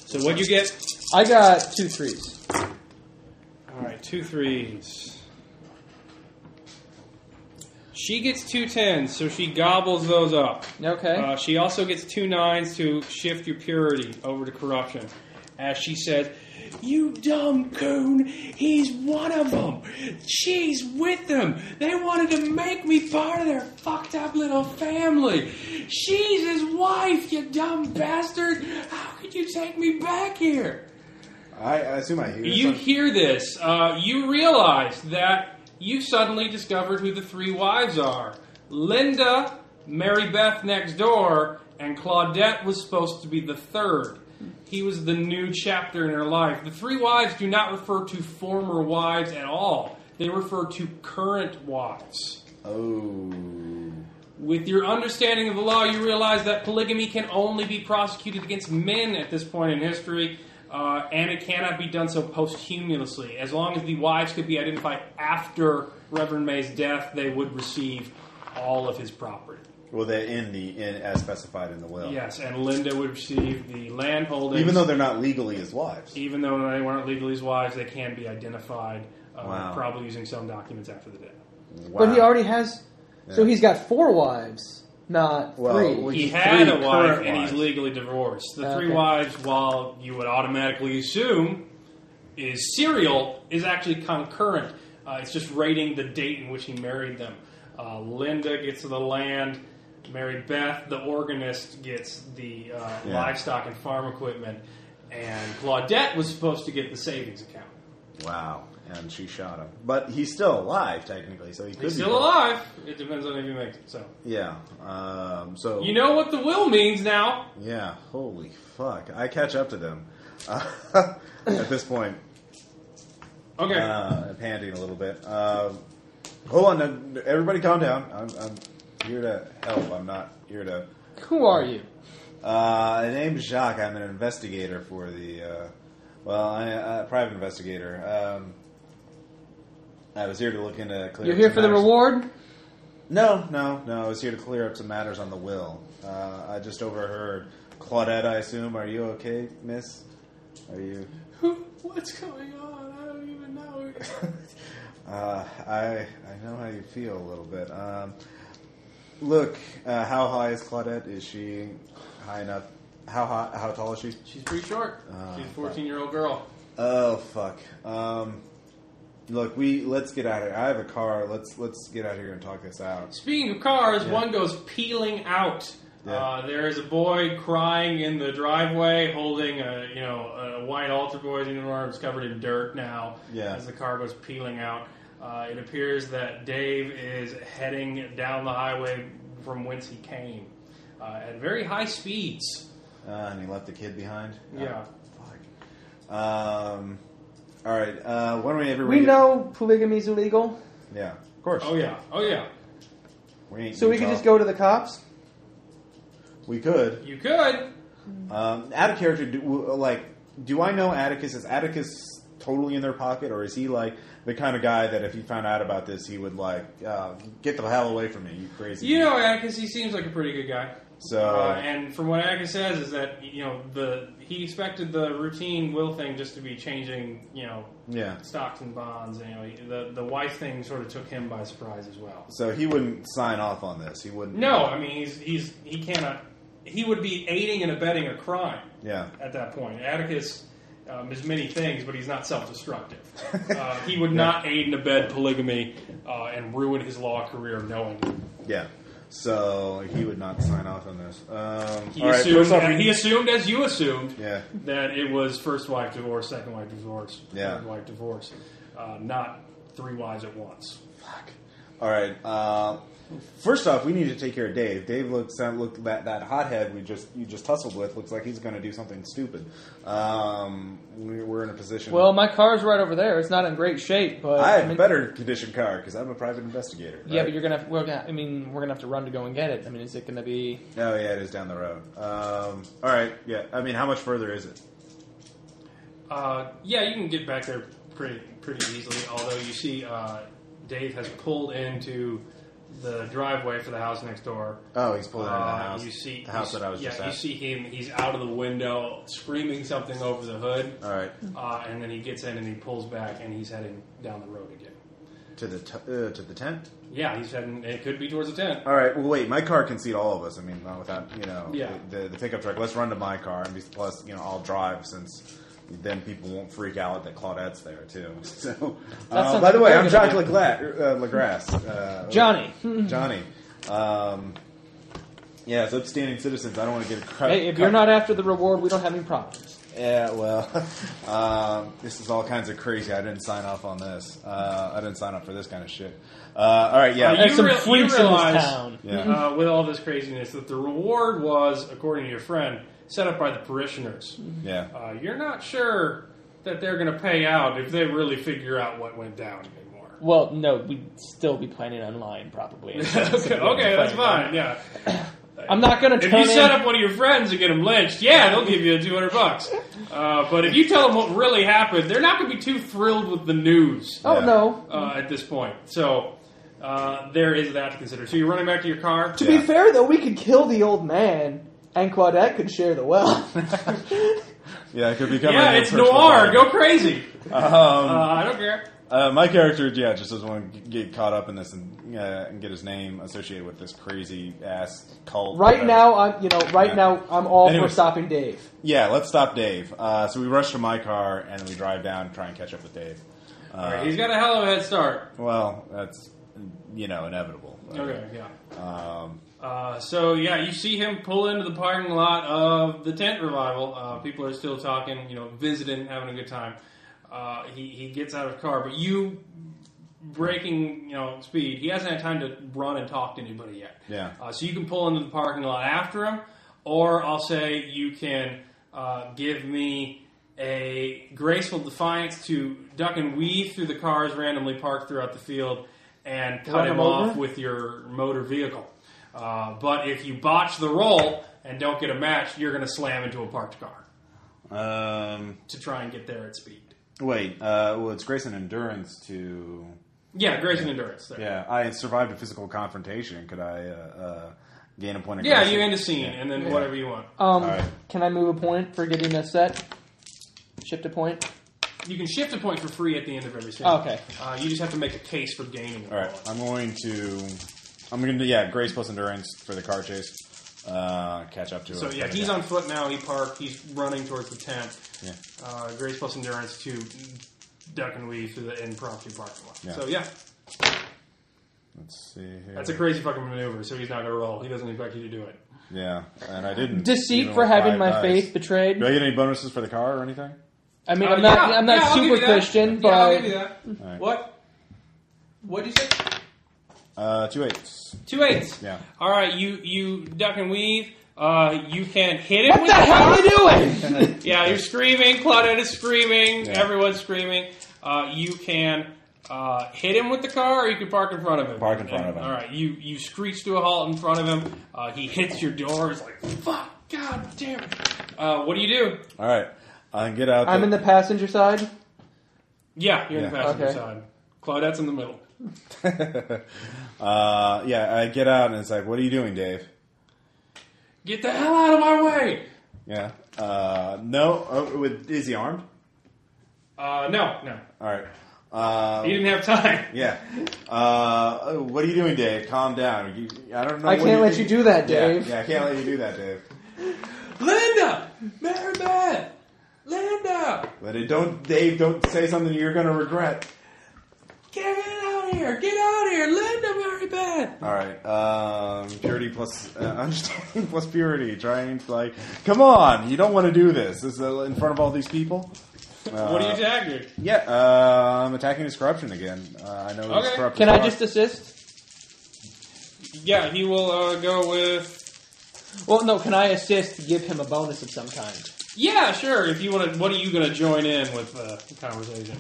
S11: So what'd you get?
S10: I got two threes.
S11: All right, two threes. She gets two tens, so she gobbles those up.
S10: Okay.
S11: Uh, she also gets two nines to shift your purity over to corruption. As she says, You dumb coon, he's one of them. She's with them. They wanted to make me part of their fucked up little family. She's his wife, you dumb bastard. How could you take me back here?
S1: I, I assume I hear
S11: You
S1: some-
S11: hear this, uh, you realize that you suddenly discovered who the three wives are. Linda, Mary Beth next door, and Claudette was supposed to be the third. He was the new chapter in her life. The three wives do not refer to former wives at all. They refer to current wives.
S1: Oh.
S11: With your understanding of the law, you realize that polygamy can only be prosecuted against men at this point in history, uh, and it cannot be done so posthumously. As long as the wives could be identified after Reverend May's death, they would receive all of his property.
S1: Well, they're in the in as specified in the will.
S11: Yes, and Linda would receive the land holdings.
S1: Even though they're not legally his wives.
S11: even though they weren't legally his wives, they can be identified, uh,
S1: Wow.
S11: probably using some documents after the death.
S1: Wow.
S10: But he already has. So
S1: Yeah.
S10: he's got four wives, not
S1: Well,
S10: three.
S1: we- Which
S11: he
S1: is
S11: had
S1: three
S11: a wife
S1: current
S11: and he's
S1: wives.
S11: legally divorced. The three
S10: Okay.
S11: wives, while you would automatically assume is serial, is actually concurrent. Uh, it's just rating the date in which he married them. Uh, Linda gets the land. Mary Beth, the organist, gets the uh,
S1: Yeah.
S11: livestock and farm equipment, and Claudette was supposed to get the savings account.
S1: Wow. And she shot him. But he's still alive, technically, so he could
S11: He's
S1: be
S11: still
S1: dead.
S11: alive. It depends on if he makes it. So
S1: Yeah. Um, so
S11: you know what the will means now.
S1: Yeah. Holy fuck! I catch up to them at this point.
S11: Okay.
S1: Uh, I'm panting a little bit. Um, hold on, now, everybody, calm down. I'm, I'm here to help. I'm not here to.
S10: Who are you?
S1: Uh, name's Jacques. I'm an investigator for the. Uh, well, I uh, private investigator. Um, I was here to look into. Clear
S10: You're
S1: up
S10: here
S1: some
S10: for the
S1: matters.
S10: reward?
S1: No, no, no. I was here to clear up some matters on the will. Uh, I just overheard Claudette. I assume. Are you okay, Miss? Are you?
S2: Who, what's going on? I don't even know.
S1: Uh, I I know how you feel a little bit. Um, look, uh, how high is Claudette? Is she high enough? How high, how tall is she?
S11: She's pretty short.
S1: Uh,
S11: She's a 14 year old girl.
S1: Oh fuck. Um, look, we let's get out of here. I have a car. Let's let's get out of here and talk this out.
S11: Speaking of cars,
S1: Yeah.
S11: one goes peeling out.
S1: Yeah.
S11: Uh, there is a boy crying in the driveway, holding a you know a white altar boy's uniform. It's covered in dirt now.
S1: Yeah.
S11: As the car goes peeling out, uh, it appears that Dave is heading down the highway from whence he came uh, at very high speeds.
S1: Uh, and he left the kid behind.
S11: Yeah.
S1: Oh, fuck. Um. All right. Uh, when we ever
S10: We know polygamy's illegal,
S1: Yeah. Of course.
S11: Oh yeah. Oh yeah.
S1: We ain't
S10: so we could
S1: Utah.
S10: just go to the cops.
S1: We could.
S11: You could.
S1: Um, out of character, do, w- like, do I know Atticus? Is Atticus totally in their pocket, or is he like the kind of guy that if he found out about this, he would like uh, get the hell away from me? You crazy?
S11: You know Atticus. He seems like a pretty good guy.
S1: So
S11: Uh, and from what Aga says is that you know the he expected the routine will thing just to be changing you know
S1: yeah.
S11: stocks and bonds and you know he- the the wife thing sort of took him by surprise as well.
S1: So he wouldn't sign off on this. He wouldn't.
S11: No, I mean he's he's he cannot he would be aiding and abetting a crime
S1: Yeah.
S11: at that point. Atticus um, is many things, but he's not self-destructive. uh, he would not aid and abet polygamy uh, and ruin his law career knowing. it.
S1: Yeah. So he would not sign off on this. Um,
S11: He
S1: all right.
S11: assumed,
S1: First off, we-
S11: he assumed as you assumed
S1: yeah.
S11: that it was first wife divorce, second wife divorce,
S1: Yeah.
S11: third wife divorce, uh, not three wives at once.
S1: Fuck. All right. Uh, first off, we need to take care of Dave. Dave looks uh, look that that hothead we just you just tussled with looks like he's going to do something stupid. Um, we- we're in a position.
S10: Well, my car's right over there. It's not in great shape, but
S1: I have
S10: I
S1: a
S10: mean,
S1: better conditioned car because I'm a private investigator.
S10: yeah,
S1: right?
S10: but you're gonna. Have, we're gonna. I mean, we're gonna have to run to go and get it. I mean, is it gonna be?
S1: Oh yeah, it is down the road. Um, all right, yeah. I mean, how much further is it?
S11: Uh, yeah, you can get back there pretty pretty easily. Although you see, uh, Dave has pulled into the driveway for the house next door.
S1: Oh, he's pulling out of the
S11: Uh,
S1: house.
S11: You see
S1: the house
S11: you s-
S1: that I was
S11: yeah,
S1: just
S11: you
S1: at.
S11: see him. He's out of the window, screaming something over the hood,
S1: all right,
S11: uh, and then he gets in and he pulls back and he's heading down the road again.
S1: to the t- uh, to the tent.
S11: Yeah, he's heading. It could be towards the tent.
S1: All right. Well, wait. My car can seat all of us. I mean, not without you know
S11: Yeah.
S1: the, the, the pickup truck. Let's run to my car, and be, plus you know I'll drive since then people won't freak out that Claudette's there too. So, uh,
S10: sounds
S1: by the
S10: like
S1: way,
S10: a
S1: I'm
S10: good
S1: Jock
S10: idea.
S1: LaGla- uh, LaGrasse. Uh,
S10: Johnny.
S1: Johnny. Um, yeah, it's upstanding citizens. I don't want to get a cra-
S10: Hey, if you're not after the reward, we don't have any problems.
S1: Yeah, well, um, this is all kinds of crazy. I didn't sign off on this. Uh, I didn't sign up for this kind of shit. Uh, all right, yeah.
S11: Uh,
S10: There's some
S11: real-
S10: freaks in this
S11: realize,
S10: town.
S1: Yeah.
S11: uh, with all this craziness, that the reward was, according to your friend, set up by the parishioners.
S10: Mm-hmm.
S1: yeah.
S11: Uh, you're not sure that they're going to pay out if they really figure out what went down anymore.
S10: Well, no, we'd still be planning online probably.
S11: okay, okay, that's fine. Yeah,
S10: I'm not gonna
S11: if
S10: turn
S11: you set
S10: in-
S11: up one of your friends and get them lynched, yeah, they'll give you two hundred bucks. Uh, but if you tell them what really happened, they're not going to be too thrilled with the news
S10: Oh
S1: Yeah.
S10: no.
S11: uh, at this point. So uh, there is that to consider. So you're running back to your car.
S10: To
S1: Yeah.
S10: be fair, though, we could kill the old man, and Claudette could share the wealth.
S1: Yeah, it could become
S11: Yeah,
S1: a
S11: it's
S1: personal
S11: noir.
S1: problem.
S11: Go crazy.
S1: Um,
S11: Uh, I don't care.
S1: Uh, my character, yeah, just doesn't want to get caught up in this and, uh, and get his name associated with this crazy ass cult. Uh,
S10: right
S1: whatever.
S10: now, I'm you know, right
S1: Yeah.
S10: now, I'm all
S1: Anyway.
S10: for stopping Dave.
S1: yeah, let's stop Dave. Uh, so we rush to my car and we drive down and try and catch up with Dave. Uh,
S11: All right, he's got a hell of a head start.
S1: well, that's you know inevitable.
S11: Okay, yeah.
S1: Um,
S11: Uh, so yeah, you see him pull into the parking lot of the tent revival. Uh, people are still talking, you know, visiting, having a good time. Uh, he he gets out of the car, but you breaking, you know, speed. He hasn't had time to run and talk to anybody yet.
S1: Yeah.
S11: Uh, so you can pull into the parking lot after him, or I'll say you can uh, give me a graceful defiance to duck and weave through the cars randomly parked throughout the field and cut
S10: Run
S11: him
S10: him
S11: off
S10: over?
S11: with your motor vehicle. Uh, but if you botch the roll and don't get a match, you're going to slam into a parked car
S1: um,
S11: to try and get there at speed.
S1: wait. Uh, well, it's grace and endurance to.
S11: Yeah, grace and endurance. There.
S1: Yeah, I survived a physical confrontation. Could I uh, uh, gain a point? of
S11: Yeah,
S1: grace?
S11: you end a scene, and then whatever you want.
S10: Um,
S1: Alright.
S10: can I move a point for getting this set? Shift a point.
S11: You can shift a point for free at the end of every scene.
S10: Oh, Okay.
S11: Uh, you just have to make a case for gaining.
S1: All right, I'm going to, I'm going to yeah, grace plus endurance for the car chase. Uh, catch up to
S11: So
S1: him.
S11: yeah, he's on foot now. He parked. He's running towards the tent.
S1: Yeah.
S11: Uh, Grace plus endurance to duck and weave through the impromptu parking lot.
S1: Yeah.
S11: So yeah,
S1: Let's see here.
S11: that's a crazy fucking maneuver. So he's not gonna roll. He doesn't expect you to do it.
S1: yeah, and I didn't
S10: Deceit
S1: even
S10: for
S1: with
S10: having
S1: five
S10: my
S1: dice.
S10: faith betrayed.
S1: Do I get any bonuses for the car or anything?
S10: I mean,
S11: Uh,
S10: I'm not,
S11: yeah,
S10: I'm not
S11: yeah, I'll give you
S10: super
S11: that.
S10: Christian,
S11: Yeah, I'll
S10: but
S11: give you that.
S1: All right.
S2: What? What'd you say?
S1: Uh, two eights.
S11: Two eights.
S1: Yeah.
S11: All right, you you duck and weave. Uh, you can hit it.
S10: what
S11: with
S10: the
S11: the
S10: hell
S11: car.
S10: are you doing?
S11: Yeah, you're screaming. Claudette is screaming.
S1: Yeah.
S11: Everyone's screaming. Uh, you can uh, hit him with the car, or you can park in front of him.
S1: Park in front of him.
S11: All right, you you screech to a halt in front of him. Uh, he hits your door. He's like, "Fuck, god damn it!" Uh, what do you do?
S1: All right, I can get out.
S10: I'm in the passenger side.
S11: Yeah, you're in the
S1: Yeah.
S11: passenger
S10: Okay.
S11: side. Claudette's in the middle.
S1: the. uh, yeah, I get out and it's like, what are you doing, Dave?
S11: Get the hell out of my way!
S1: Yeah. Uh, no. Oh, with, is he armed?
S11: Uh, no, no,
S1: All right. Uh,
S11: you didn't have time.
S1: Yeah. Uh, what are you doing, Dave? Calm down. You, I don't know.
S10: I
S1: what
S10: can't
S1: you
S10: let
S1: did-
S10: you do that,
S1: Yeah,
S10: Dave.
S1: Yeah, I can't let you do that, Dave.
S11: Linda, Mary Beth, Linda,
S1: But it don't, Dave. Don't say something you're gonna regret.
S11: get out here! Get out here, Linda, Mary Beth.
S1: All right. Um, purity plus uh, understanding plus purity. Trying to like, come on. You don't want to do this. This is uh, in front of all these people.
S11: what are
S1: Uh,
S11: you tagging?
S1: Yeah, uh, I'm attacking his corruption again. Uh, I know he's
S11: Okay.
S1: corrupt.
S10: Can
S1: as
S10: I
S1: fuck.
S10: just assist?
S11: Yeah, he will uh, go with.
S10: Well, no. Can I assist to give him a bonus of some kind?
S11: Yeah, sure. If you want to, what are you going to join in with uh, the conversation?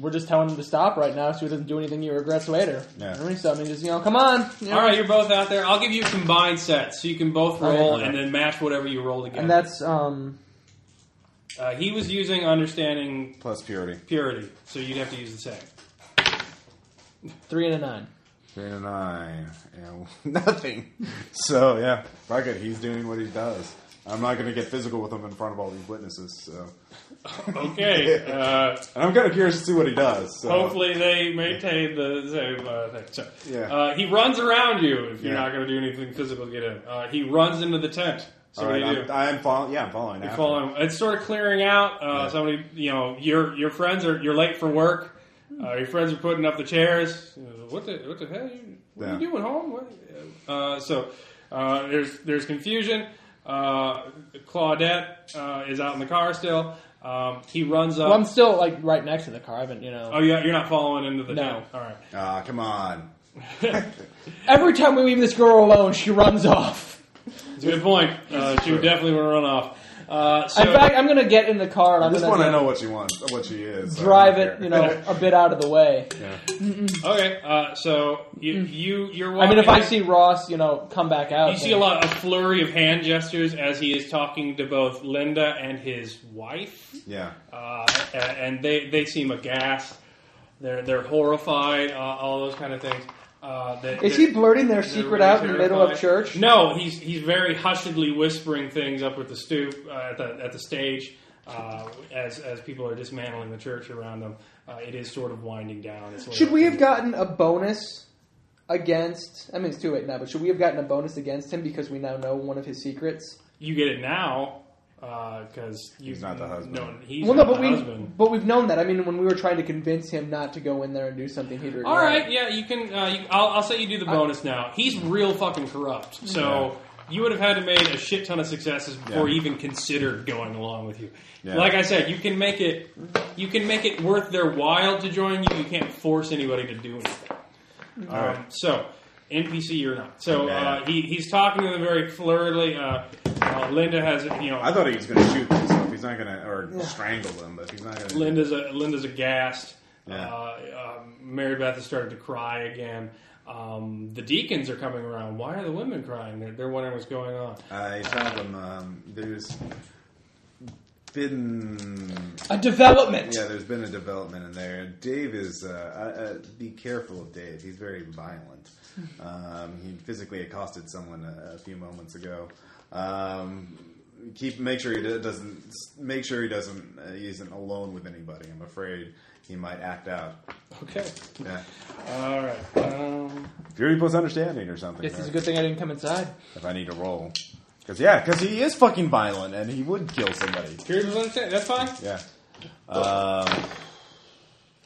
S10: We're just telling him to stop right now, so he doesn't do anything he regrets later.
S1: Yeah.
S10: Or something. Just you know, come on. you know.
S11: All right, you're both out there. I'll give you a combined set, so you can both
S10: Okay.
S11: roll and then match whatever you roll together.
S10: And that's um.
S11: uh, he was using understanding
S1: Plus purity.
S11: purity, so you'd have to use the same.
S10: Three and a nine.
S1: Three and a nine. And nothing. So, yeah. Fuck it. He's doing what he does. I'm not going to get physical with him in front of all these witnesses. So,
S11: Okay. Uh,
S1: And I'm kind of curious to see what he does. So.
S11: Hopefully they maintain the same uh, thing. So,
S1: Yeah.
S11: uh, he runs around you if you're
S1: Yeah.
S11: not going to do anything physical to get in. Uh, he runs into the tent. So
S1: All
S11: what
S1: right,
S11: do you do?
S1: I'm, I'm following. Yeah, I'm following.
S11: You're
S1: after.
S11: following. It's sort of clearing out. Uh, Somebody, you know, your your friends are you're late for work. Uh, your friends are putting up the chairs. You know, What the what the hell? You, what are
S1: Yeah.
S11: you doing home? What, uh, so uh, there's there's confusion. Uh, Claudette uh, is out in the car still. Um, he runs up.
S10: Well, I'm still like right next to the car. I haven't, you know.
S11: oh yeah, you're not following into the
S10: No.
S11: tent. All right.
S1: Ah, come on.
S10: Every time we leave this girl alone, she runs off.
S11: It's a good point. Uh, she would definitely want to run off. Uh, so,
S10: In fact, I'm gonna get in the car and
S1: I
S10: I'm
S1: just
S10: gonna
S1: want to
S10: you
S1: know what she wants, what she is. so
S10: drive
S1: I don't
S10: it,
S1: care.
S10: you know, a bit out of the way.
S11: okay. Uh, so you, you you're.
S10: Hmm. I
S11: Walking
S10: mean, if I see Ross, you know, come back out,
S11: You see a
S10: then-
S11: lot, a flurry of hand gestures as he is talking to both Linda and his wife,
S1: yeah.
S11: uh, a- and they, they seem aghast. They're they're horrified. Uh, all those kind of things. Uh, that,
S10: Is he
S11: that-
S10: blurting their
S11: they're
S10: secret
S11: really
S10: out in the middle of
S11: terrified.
S10: church?
S11: No, he's he's very hushedly whispering things up at the stoop uh, at the at the stage uh, as as people are dismantling the church around them. Uh, it is sort of winding down. It's sort
S10: Should
S11: of-
S10: we have gotten a bonus against? I mean, it's too late now, but should we have gotten a bonus against him because we now know one of his secrets?
S11: You get it now because you
S1: He's not the husband.
S11: No, he's
S10: well, no,
S11: not
S10: but
S11: the
S10: we
S11: husband.
S10: but we've known that. I mean, when we were trying to convince him not to go in there and do something, he'd regret.
S11: All right, yeah, you can. Uh, you, I'll, I'll say you do the
S10: I-
S11: bonus now. He's real fucking corrupt, so you would have had to made a shit ton of successes before
S1: Yeah.
S11: he even considered going along with you.
S1: Yeah.
S11: Like I said, you can make it. You can make it worth their while to join you. You can't force anybody to do anything.
S1: All right.
S11: Um, so NPC or not. So uh,
S1: Yeah.
S11: he, he's talking to them very flurriedly. Uh, uh, Linda has, you know,
S1: I thought he was going to shoot them, so if he's not going to, or strangle them, but if he's not going to.
S11: Linda's a, Linda's aghast.
S1: Yeah.
S11: Uh, um, Mary Beth has started to cry again. Um, the deacons are coming around. Why are the women crying? They're, they're wondering what's going on.
S1: I saw them, um, there's been
S10: a development.
S1: Yeah, there's been a development in there. Dave is. Uh, uh, uh, be careful of Dave. He's very violent.
S10: Hmm.
S1: Um, he physically accosted someone a, a few moments ago. Um, keep make sure he do- doesn't make sure he doesn't uh, he isn't alone with anybody. I'm afraid he might act out.
S11: Okay.
S1: Yeah.
S11: All right. Um,
S1: Fury plus understanding or something.
S10: This is
S1: right?
S10: a good thing I didn't come inside.
S1: If I need to roll, because yeah, because he is fucking violent and he would kill somebody.
S11: Curious was understand. That's fine.
S1: Yeah. Um,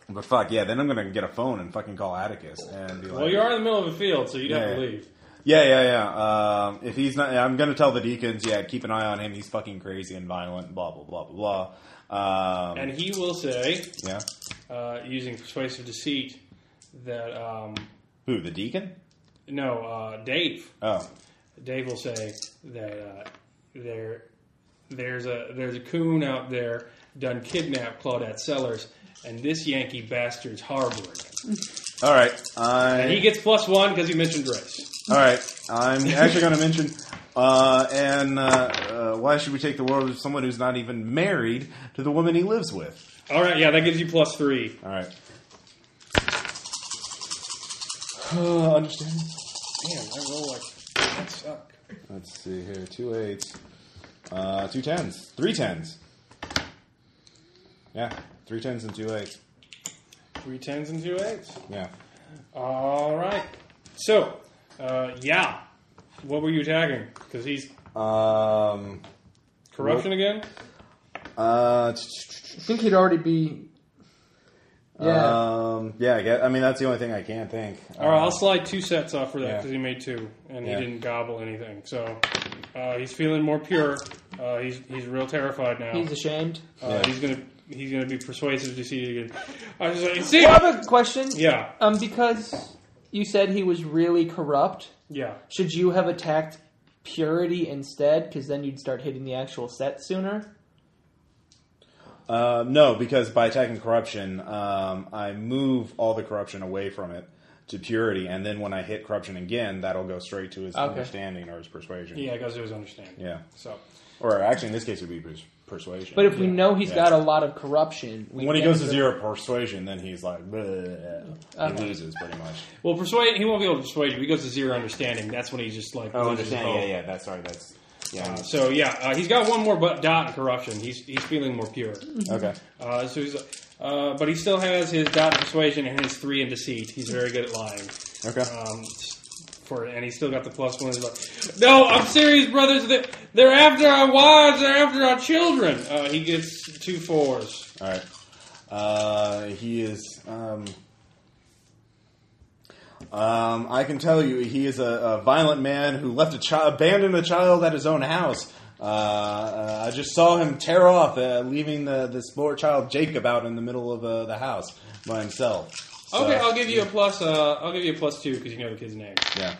S1: but fuck yeah, then I'm gonna get a phone and fucking call Atticus and be like,
S11: Well, you are in the middle of a field, so you'd
S1: Yeah,
S11: have to
S1: yeah.
S11: leave.
S1: yeah, yeah, yeah. Um, if he's not, I'm gonna tell the deacons, yeah, keep an eye on him. He's fucking crazy and violent. Blah blah blah blah blah. Um,
S11: And he will say,
S1: yeah,
S11: uh, using persuasive deceit, that um,
S1: who the deacon?
S11: no, uh, Dave.
S1: Oh,
S11: Dave will say that uh, there there's a there's a coon out there done kidnapped Claudette Sellers, and this Yankee bastard's harboring him.
S1: all right.
S11: And he
S1: I
S11: gets plus one because he mentioned race.
S1: all right. I'm actually gonna mention. Uh, and uh, uh, why should we take the world of someone who's not even married to the woman he lives with?
S11: All right, yeah, that gives you plus three.
S1: All right. Uh, understand.
S11: Damn, I roll like that suck.
S1: Let's see here. Two eights. Uh, two tens. Three tens. Yeah. Three tens and two eights.
S11: Three tens and two eights.
S1: Yeah.
S11: All right. So, uh, yeah, what were you attacking? Because he's
S1: Um,
S11: corruption again.
S1: Uh-huh. uh, t- t- t-
S10: I think he'd already be. uh, Yeah.
S1: um, yeah, I, guess, I mean, that's the only thing I can think.
S11: All right,
S1: Uh,
S11: I'll slide two sets off for that
S1: Yeah.
S11: because he made two and
S1: Yeah.
S11: he didn't gobble anything. So uh, he's feeling more pure. Uh, he's he's real terrified now.
S10: He's ashamed.
S11: uh,
S1: Yeah.
S11: He's gonna he's gonna be persuasive to see it again. I was like, see,
S10: I have a question.
S11: yeah,
S10: Um, because you said he was really corrupt.
S11: Yeah.
S10: Should you have attacked purity instead? Because then you'd start hitting the actual set sooner.
S1: Uh, no, because by attacking corruption, um, I move all the corruption away from it to purity, and then when I hit corruption again, that'll go straight to his understanding or his persuasion.
S11: Yeah, it goes to his understanding.
S1: Yeah.
S11: So
S1: Or actually, in this case, it would be pers- persuasion.
S10: But if we
S11: Yeah.
S10: know he's
S1: Yeah.
S10: got a lot of corruption, we
S1: when he
S10: can-
S1: goes to zero persuasion, then he's like, bleh. he loses pretty much.
S11: Well, persuade. He won't be able to persuade you. He goes to zero understanding. That's when he's just like.
S16: Oh,
S11: loses
S16: understand?
S11: hope.
S16: Yeah, yeah. That's sorry. That's yeah. I'm-
S11: So yeah, uh, he's got one more bu- dot in corruption. He's he's feeling more pure.
S1: Okay.
S11: Uh, so he's, uh, but he still has his dot in persuasion and his three in deceit. He's very good at lying.
S1: Okay.
S11: Um, for and he's still got the plus one. He's like, no, I'm serious, brothers. They're, they're after our wives. They're after our children. Uh, he gets two fours.
S1: All right. Uh, he is. Um, um, I can tell you, he is a, a violent man who left a child, abandoned a child at his own house. Uh, uh, I just saw him tear off, uh, leaving the this poor child Jacob out in the middle of uh, the house by himself. So-
S11: Okay, I'll give you a plus. Uh, I'll give you a plus two because you know the kid's name.
S1: yeah.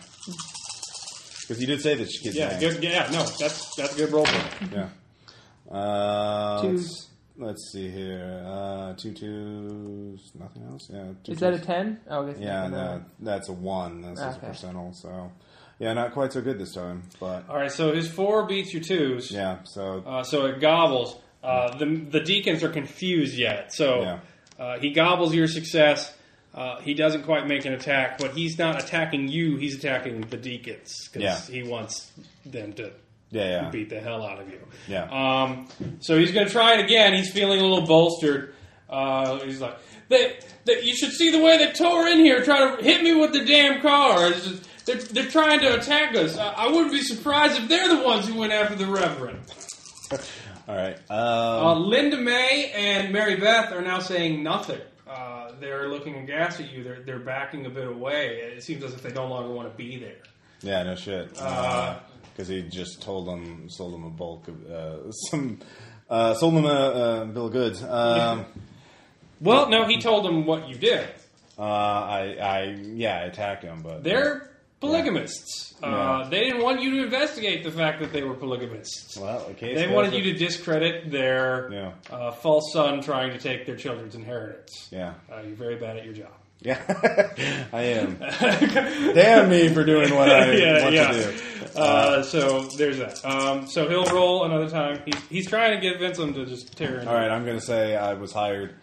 S1: Because you did say that she kid's
S11: Hmm.
S1: name.
S11: Yeah, good, yeah, no, that's that's a good roll. For him.
S1: Yeah. Uh,
S10: Two.
S1: Let's, let's see here. Uh, two twos. Nothing else. Yeah. Two
S10: Is that a
S1: twos.
S10: ten? Oh, I guess
S1: Yeah,
S10: never
S1: no,
S10: mind.
S1: that's a one. This is a
S10: Okay.
S1: percentile, so yeah, not quite so good this time. But
S11: All right, so his four beats your twos.
S1: yeah, so
S11: Uh, so it gobbles. Uh, the the deacons are confused yet, so
S1: Yeah.
S11: uh, he gobbles your success. Uh, he doesn't quite make an attack, but he's not attacking you. He's attacking the deacons because
S1: Yeah.
S11: he wants them to
S1: yeah, yeah,
S11: beat the hell out of you.
S1: Yeah.
S11: Um, so he's going to try it again. He's feeling a little bolstered. Uh, he's like, they, they, you should see the way they tore in here, trying to hit me with the damn car. It's just- they're, they're trying to attack us. I, I wouldn't be surprised if they're the ones who went after the Reverend.
S1: all right. Um,
S11: Uh, Linda May and Mary Beth are now saying nothing. Uh, they're looking aghast at you. They're, they're backing a bit away. It seems as if they no longer want to be there.
S1: yeah, no shit. Because
S11: uh,
S1: he just told them, sold them a bulk of uh, some, uh, sold them a, a bill of goods. Um,
S11: Well, no, he told them what you did.
S1: uh, I, I, yeah, I attacked him, but
S11: They're polygamists. Uh,
S1: Yeah.
S11: they didn't want you to investigate the fact that they were polygamists.
S1: well, the case
S11: They
S1: goes
S11: wanted
S1: with-
S11: you to discredit their
S1: Yeah.
S11: uh, false son trying to take their children's inheritance.
S1: yeah,
S11: Uh, you're very bad at your job.
S1: yeah, I am. Damn me for doing what I want to do.
S11: Uh, so there's that. Um, so he'll roll another time. He's, he's trying to get Vincent to just tear in.
S1: All right, I'm going to say I was hired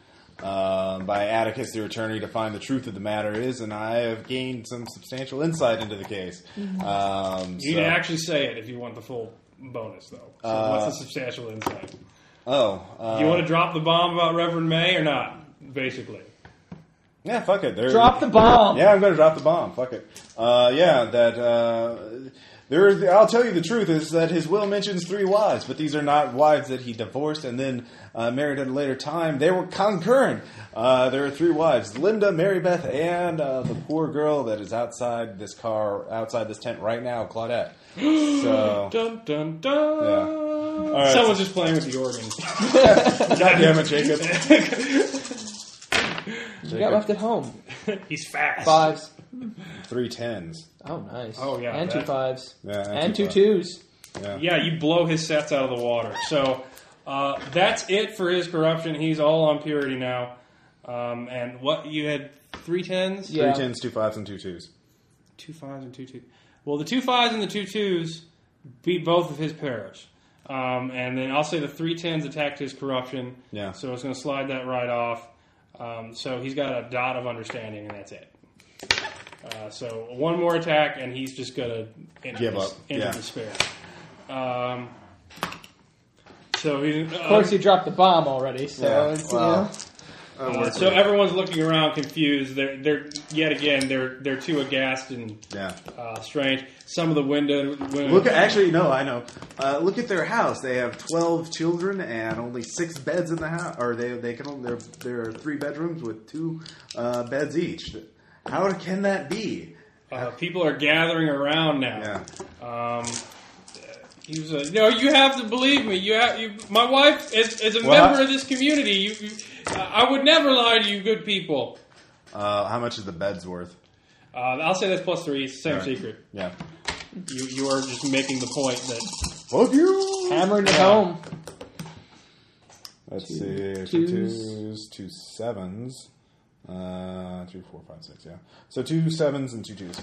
S1: um, by Atticus, the attorney, to find the truth of the matter is, and I have gained some substantial insight into the case. Um,
S11: Mm-hmm. You
S1: so-
S11: need to actually say it if you want the full bonus, though. So what's the substantial insight? Do
S1: oh, uh,
S11: you want to drop the bomb about Reverend May or not? Basically,
S1: yeah, fuck it. There,
S10: Drop the bomb.
S1: Yeah, I'm going to drop the bomb. Fuck it. Uh, yeah, that. Uh, there is, I'll tell you the truth is that his will mentions three wives, but these are not wives that he divorced and then uh, married at a later time. They were concurrent. Uh, there are three wives: Linda, Mary Beth, and uh, the poor girl that is outside this car, outside this tent right now, Claudette. So,
S11: dun dun dun.
S1: Yeah. right.
S11: Someone's just playing with the organ.
S1: goddamn it, Jacob.
S10: You got left at home.
S11: He's fast.
S10: Fives.
S1: Three tens.
S10: Oh, nice.
S11: Oh, yeah,
S10: And
S11: that-
S10: two fives.
S1: Yeah, and
S10: and
S1: two
S10: two twos.
S11: Yeah, you blow his sets out of the water. So uh, that's it for his corruption. He's all on purity now. Um, and what you had three tens,
S1: Three
S10: Yeah.
S1: tens, two fives, and two twos.
S11: two fives, and two twos. Well, the two fives and the two twos beat both of his pairs. Um, and then I'll say the three tens attacked his corruption.
S1: Yeah.
S11: So it's going to slide that right off. Um, so he's got a dot of understanding, and that's it. Uh, so one more attack, and he's just going to enter,
S1: Give
S11: des-
S1: up.
S11: enter
S1: Yeah.
S11: despair. Um, so he,
S10: Of course, you dropped the bomb already. So
S1: Yeah,
S10: it's,
S1: well.
S10: you know.
S11: uh, so everyone's looking around confused. They're, they're yet again they're they're too aghast and
S1: Yeah.
S11: uh, strange. Some of the window women
S1: Look, actually, no, I know. Uh, look at their house. They have twelve children and only six beds in the house. Or they they can only there there are three bedrooms with two uh, beds each. How can that be?
S11: uh, people are gathering around now.
S1: Yeah,
S11: Um, he was a, no, you have to believe me. You, have, you my wife is, is a
S1: Well, I-
S11: member of this community. You, you, I would never lie to you, good people.
S1: uh, how much is the beds worth?
S11: Uh, I'll say that's plus three. It's the same
S1: All right.
S11: secret.
S1: Yeah.
S11: You, you are just making the point that
S1: Fuck you.
S10: Hammering it home.
S1: Let's
S10: Two
S1: see. for
S10: twos.
S1: twos, two sevens. Uh, two, four, five, six. Yeah. So two sevens and two twos.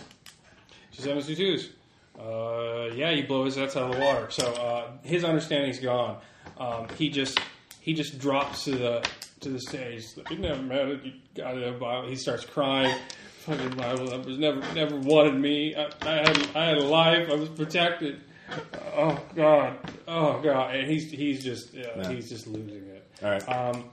S11: two sevens, two twos. Uh, yeah, you blow his nuts out of the water. So uh, his understanding's gone. Um, he just he just drops to the to the stage. He's like, It never mattered. You got it. Bible." He starts crying. Fucking Bible thumpers never never wanted me. I, I had I had a life. I was protected. Oh God. Oh God. And he's he's just uh, he's just losing it.
S1: All right.
S11: Um,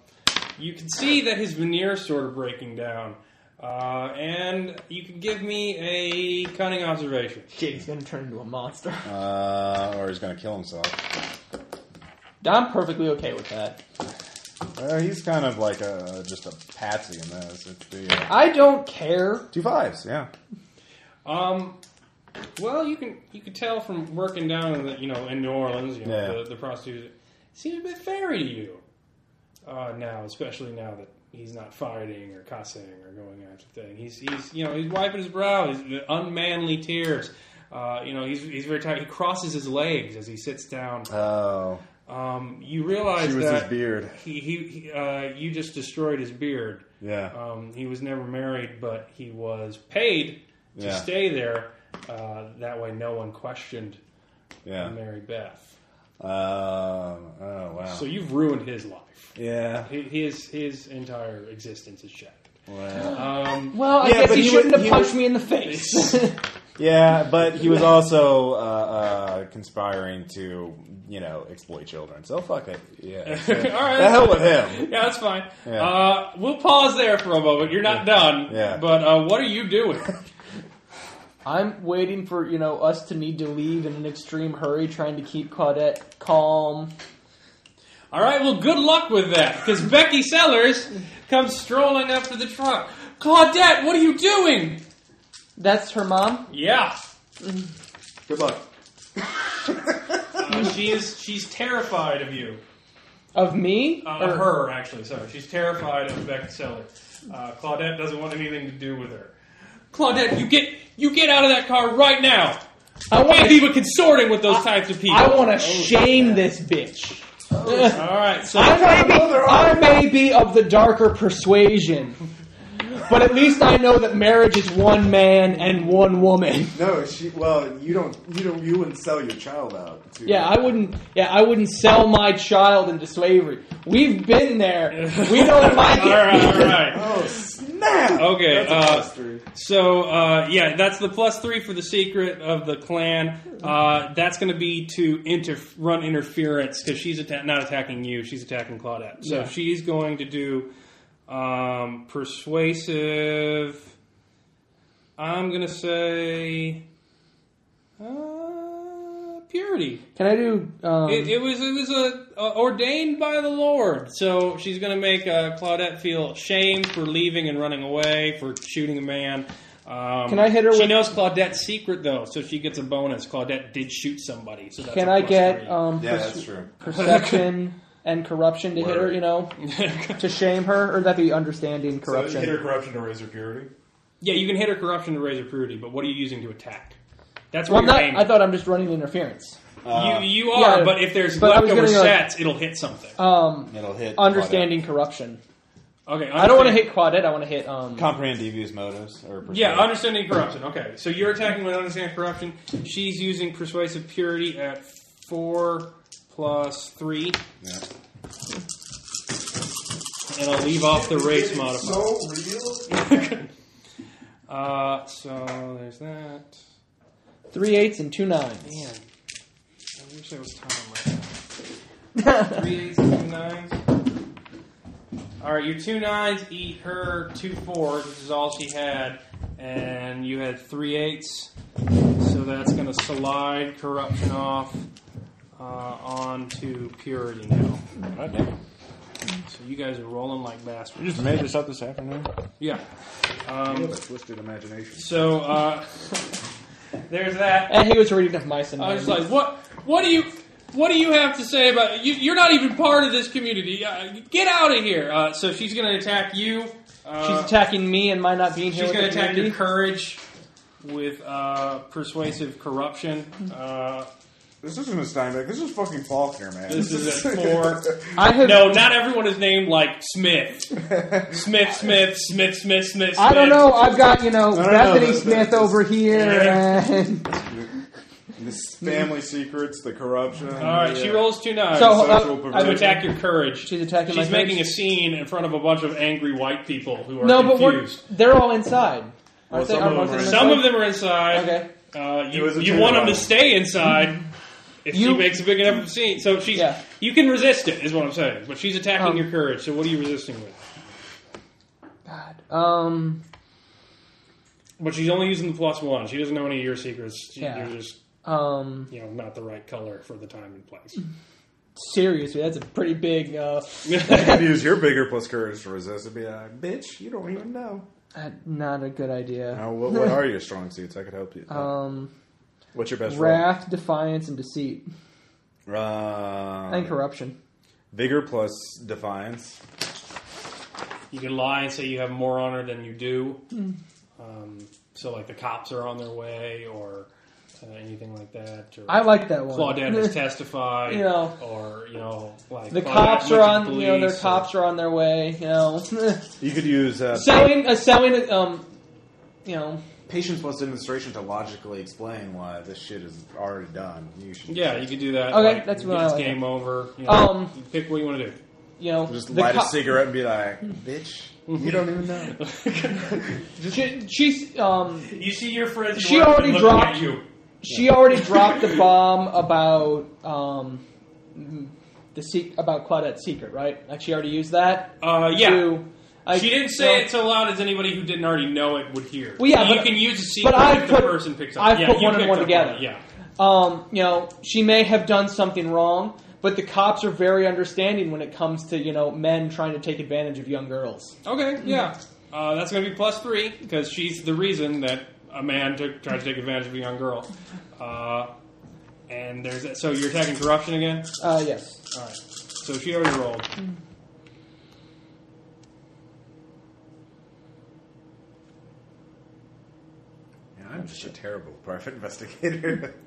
S11: you can see that his veneer's sort of breaking down. Uh, and you can give me a cunning observation.
S10: Shit, he's gonna turn into a monster.
S1: Uh, or he's gonna kill himself.
S10: I'm perfectly okay with that.
S1: Uh, he's kind of like a just a patsy in this. It's the uh,
S10: I don't care.
S1: two fives. Yeah.
S11: Um, well, you can you can tell from working down in the, you know in New Orleans, you know,
S1: Yeah.
S11: the, the prostitutes seems a bit fairy to you uh, now, especially now that he's not fighting or cussing or going after things. He's he's you know he's wiping his brow, his the unmanly tears. Uh, you know he's he's very tired. He crosses his legs as he sits down.
S1: Oh,
S11: Um, you realize
S1: she was
S11: that
S1: his beard.
S11: he he, he uh, you just destroyed his beard.
S1: Yeah.
S12: Oh.
S11: Um, he was never married, but he was paid to
S1: Yeah.
S11: stay there. Uh, that way, no one questioned
S1: yeah.
S11: Mary Beth.
S1: Um, oh wow.
S11: So you've ruined his life.
S1: yeah.
S11: Hi- His his entire existence is shattered.
S1: Well,
S11: Um,
S10: Well, I
S1: Yeah,
S10: guess
S1: but
S10: he,
S1: he
S10: shouldn't
S1: was-
S10: have
S1: he
S10: punched
S1: was-
S10: me in the face.
S1: yeah, but he was also uh, uh, conspiring to, you know, exploit children. So fuck it. Yeah.
S11: all
S1: So,
S11: right.
S1: the hell with him.
S11: Yeah, that's fine.
S1: Yeah.
S11: Uh, we'll pause there for a moment. You're not done.
S1: Yeah.
S11: But uh, what are you doing?
S10: I'm waiting for you know us to need to leave in an extreme hurry, trying to keep Claudette calm.
S11: All right, well, good luck with that, because Becky Sellers comes strolling up to the truck. Claudette, what are you doing?
S10: That's her mom.
S11: Yeah,
S12: Good luck.
S11: uh, she is. She's terrified of you.
S10: Of me
S11: Uh, of her, actually. Sorry, she's terrified of Becky Sellers. Uh, Claudette doesn't want anything to do with her. Claudette, you get you get out of that car right now.
S10: I
S11: I
S10: want
S11: can't be with consorting with those types of people.
S10: I want to shame this bitch.
S11: All right, so
S10: I may, be, I may be of the darker persuasion, but at least I know that marriage is one man and one woman.
S12: No, she. Well, you don't. You don't. You wouldn't sell your child out. To,
S10: Yeah, I wouldn't. Yeah, I wouldn't sell my child into slavery. We've been there. We don't like
S11: all
S10: it.
S11: right, all right.
S12: Oh snap!
S11: Okay,
S12: That's a
S11: uh,
S12: cluster.
S11: So uh, yeah, that's the plus three for the secret of the clan. Uh, that's going to be to inter- run interference because she's atta- not attacking you; she's attacking Claudette. So
S10: Yeah.
S11: she's going to do um, persuasive. I'm going to say uh, purity.
S10: Can I do? Um,
S11: It, it was it was a, uh ordained by the Lord. So she's going to make uh, Claudette feel shame for leaving and running away for shooting a man. Um,
S10: Can I hit her
S11: She
S10: with-
S11: knows Claudette's secret though, so she gets a bonus. Claudette did shoot somebody, so that's
S10: can
S11: a
S10: I
S11: plus
S10: get
S11: three.
S10: um,
S1: Yeah,
S10: pers-
S1: that's true.
S10: perception and corruption to hit her?
S12: Word.
S10: You know, to shame her, or that be understanding
S17: So you
S10: corruption.
S17: hit her corruption to raise her purity.
S11: yeah, you can hit her corruption to raise her purity, but what are you using to attack? That's
S10: well,
S11: what you're
S10: I'm not,
S11: aiming.
S10: I thought I'm just running interference.
S1: Uh,
S11: you you are,
S10: yeah,
S11: but if there's
S10: but I was
S11: leftover
S10: gonna go-
S11: sets, it'll hit something.
S10: Um,
S1: It'll hit.
S10: understanding corruption.
S11: okay,
S10: I don't want to hit Claudette. I want to hit. Um,
S1: Comprehend devious motives or persuade.
S11: Yeah, understanding corruption. Okay, so you're attacking with understanding corruption. She's using persuasive purity at four plus three,
S1: Yeah.
S11: and I'll leave off the race
S12: It's
S11: modifier.
S12: So real.
S11: Uh, so there's that.
S10: Three eights and two nines.
S11: Man, I wish there was time right now. Three eights, two nines. All right, your two nines eat her two fours, which is all she had, and you had three eights, so that's going to slide corruption off uh, onto purity now. So you guys are rolling like bastards.
S1: just made this up this afternoon.
S11: Yeah.
S12: You
S11: Um,
S12: have a twisted imagination.
S11: so uh, there's that.
S10: And he was reading of mice and
S11: I
S10: men.
S11: was like, what? What do you? What do you have to say about you? You're not even part of this community. Uh, get out of here! Uh, so she's going to attack you. Uh,
S10: She's attacking me and my not being here.
S11: she's
S10: with
S11: going to
S10: the
S11: attack your
S10: community.
S11: courage. with uh, persuasive corruption. Uh,
S12: This isn't a Steinbeck. This is fucking Faulkner, man.
S11: this is at four.
S10: I have
S11: No, not everyone is named like Smith. Smith, Smith, Smith, Smith, Smith.
S10: I don't
S11: Smith.
S10: know. I've got you know
S12: no,
S10: Bethany
S12: no, no,
S10: Smith
S12: no.
S10: over here,
S11: Yeah.
S10: and
S12: This family secrets, the corruption.
S11: All right, she rolls two nines
S10: so
S12: Social
S10: uh,
S12: perversion.
S11: to
S10: I would-
S11: attack your courage.
S10: She's attacking my
S11: She's making a
S10: courage?
S11: scene in front of a bunch of angry white people who are
S10: no, but we're,
S11: confused.
S10: they're all inside. Aren't they?
S12: some
S10: Aren't
S12: of
S10: most
S12: them
S10: of
S12: are
S11: Some of them are inside.
S10: Okay.
S11: Uh,
S12: It was
S11: you
S12: a
S11: you want them to
S12: turnaround.
S11: stay inside if she
S10: You-
S11: makes a big enough of a scene. So she's
S10: Yeah.
S11: you can resist it, is what I'm saying. But she's attacking
S10: Um.
S11: your courage. So what are you resisting with?
S10: God. Um.
S11: But she's only using the plus one. She doesn't know any of your secrets. She,
S10: Yeah.
S11: You're just
S10: Um.
S11: you know not the right color for the time and place.
S10: Seriously, that's a pretty big. Uh,
S12: If you use your bigger plus courage to resist, it'd be like, bitch, you don't even know.
S10: uh, not a good idea.
S12: Now, what, what are your strong suits? I could help you.
S10: Um.
S12: What's your best
S10: Wrath, defiance, and deceit,
S12: roll? Um,
S10: and corruption.
S12: Vigor plus defiance.
S11: You can lie and say you have more honor than you do. Um, so, like, the cops are on their way or uh, anything like that. Or
S10: I like that one.
S11: Claudette has testified.
S10: You know.
S11: Or, you know, like.
S10: the
S11: Claudette
S10: cops
S11: went
S10: are
S11: to
S10: on.
S11: the
S10: you know,
S11: police,
S10: their
S12: uh,
S11: or-
S10: cops are on their way. You know,
S12: You could use uh,
S10: selling, uh, selling. Um. You know.
S12: patience plus demonstration to logically explain why this shit is already done. You should
S11: Yeah, you could do that.
S10: Okay,
S11: like,
S10: that's
S11: you
S10: what
S11: get
S10: I
S11: this
S10: like.
S11: game over. You know,
S10: Um,
S11: you pick what you want to do.
S10: You know.
S12: just
S10: the
S12: light a
S10: cop-
S12: cigarette and be like, bitch, you don't even know.
S10: She, she's um.
S11: You see your friends.
S10: She
S11: you are
S10: already
S11: looking
S10: dropped-
S11: at you.
S10: She already dropped the bomb about um, the se- about Claudette's secret, right? Like she already used that.
S11: Uh, yeah.
S10: to- I-
S11: she didn't say
S10: no.
S11: it so loud as anybody who didn't already know it would hear.
S10: Well, yeah,
S11: you
S10: but-
S11: can use a secret
S10: but I've
S11: if
S10: put-
S11: the person picks up.
S10: I've
S11: yeah,
S10: put
S11: you
S10: one and
S11: picked
S10: one
S11: up
S10: together.
S11: it, Yeah.
S10: Um, you know, she may have done something wrong, but the cops are very understanding when it comes to you know men trying to take advantage of young girls.
S11: Okay, yeah. Uh, that's going to be plus three because she's the reason that a man took, tried to take advantage of a young girl. Uh, and there's that. so you're attacking corruption again.
S10: Uh, yes.
S11: All right. So she already rolled.
S12: Yeah, I'm just a terrible private investigator.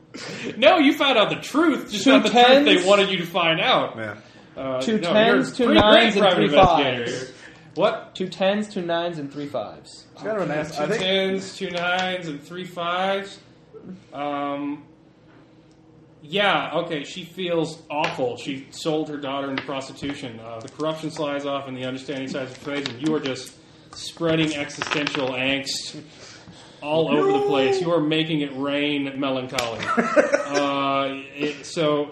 S11: No, you found out the truth, just
S10: Two
S11: not the
S10: tens?
S11: truth they wanted you to find out.
S12: Man,
S11: Uh,
S10: Two
S11: no, you're
S10: tens, two
S11: pretty great
S10: nines, and
S11: private
S10: three
S11: investigator.
S10: fives.
S11: What?
S10: Two tens, two nines, and three fives.
S12: it's kind of an ass.
S11: Two
S12: I think
S11: tens, two nines, and three fives. Um, yeah, okay, she feels awful. She sold her daughter into prostitution. Uh, the corruption slides off and the understanding sides of trades, and you are just spreading existential angst all over the place. You are making it rain melancholy. uh, it, so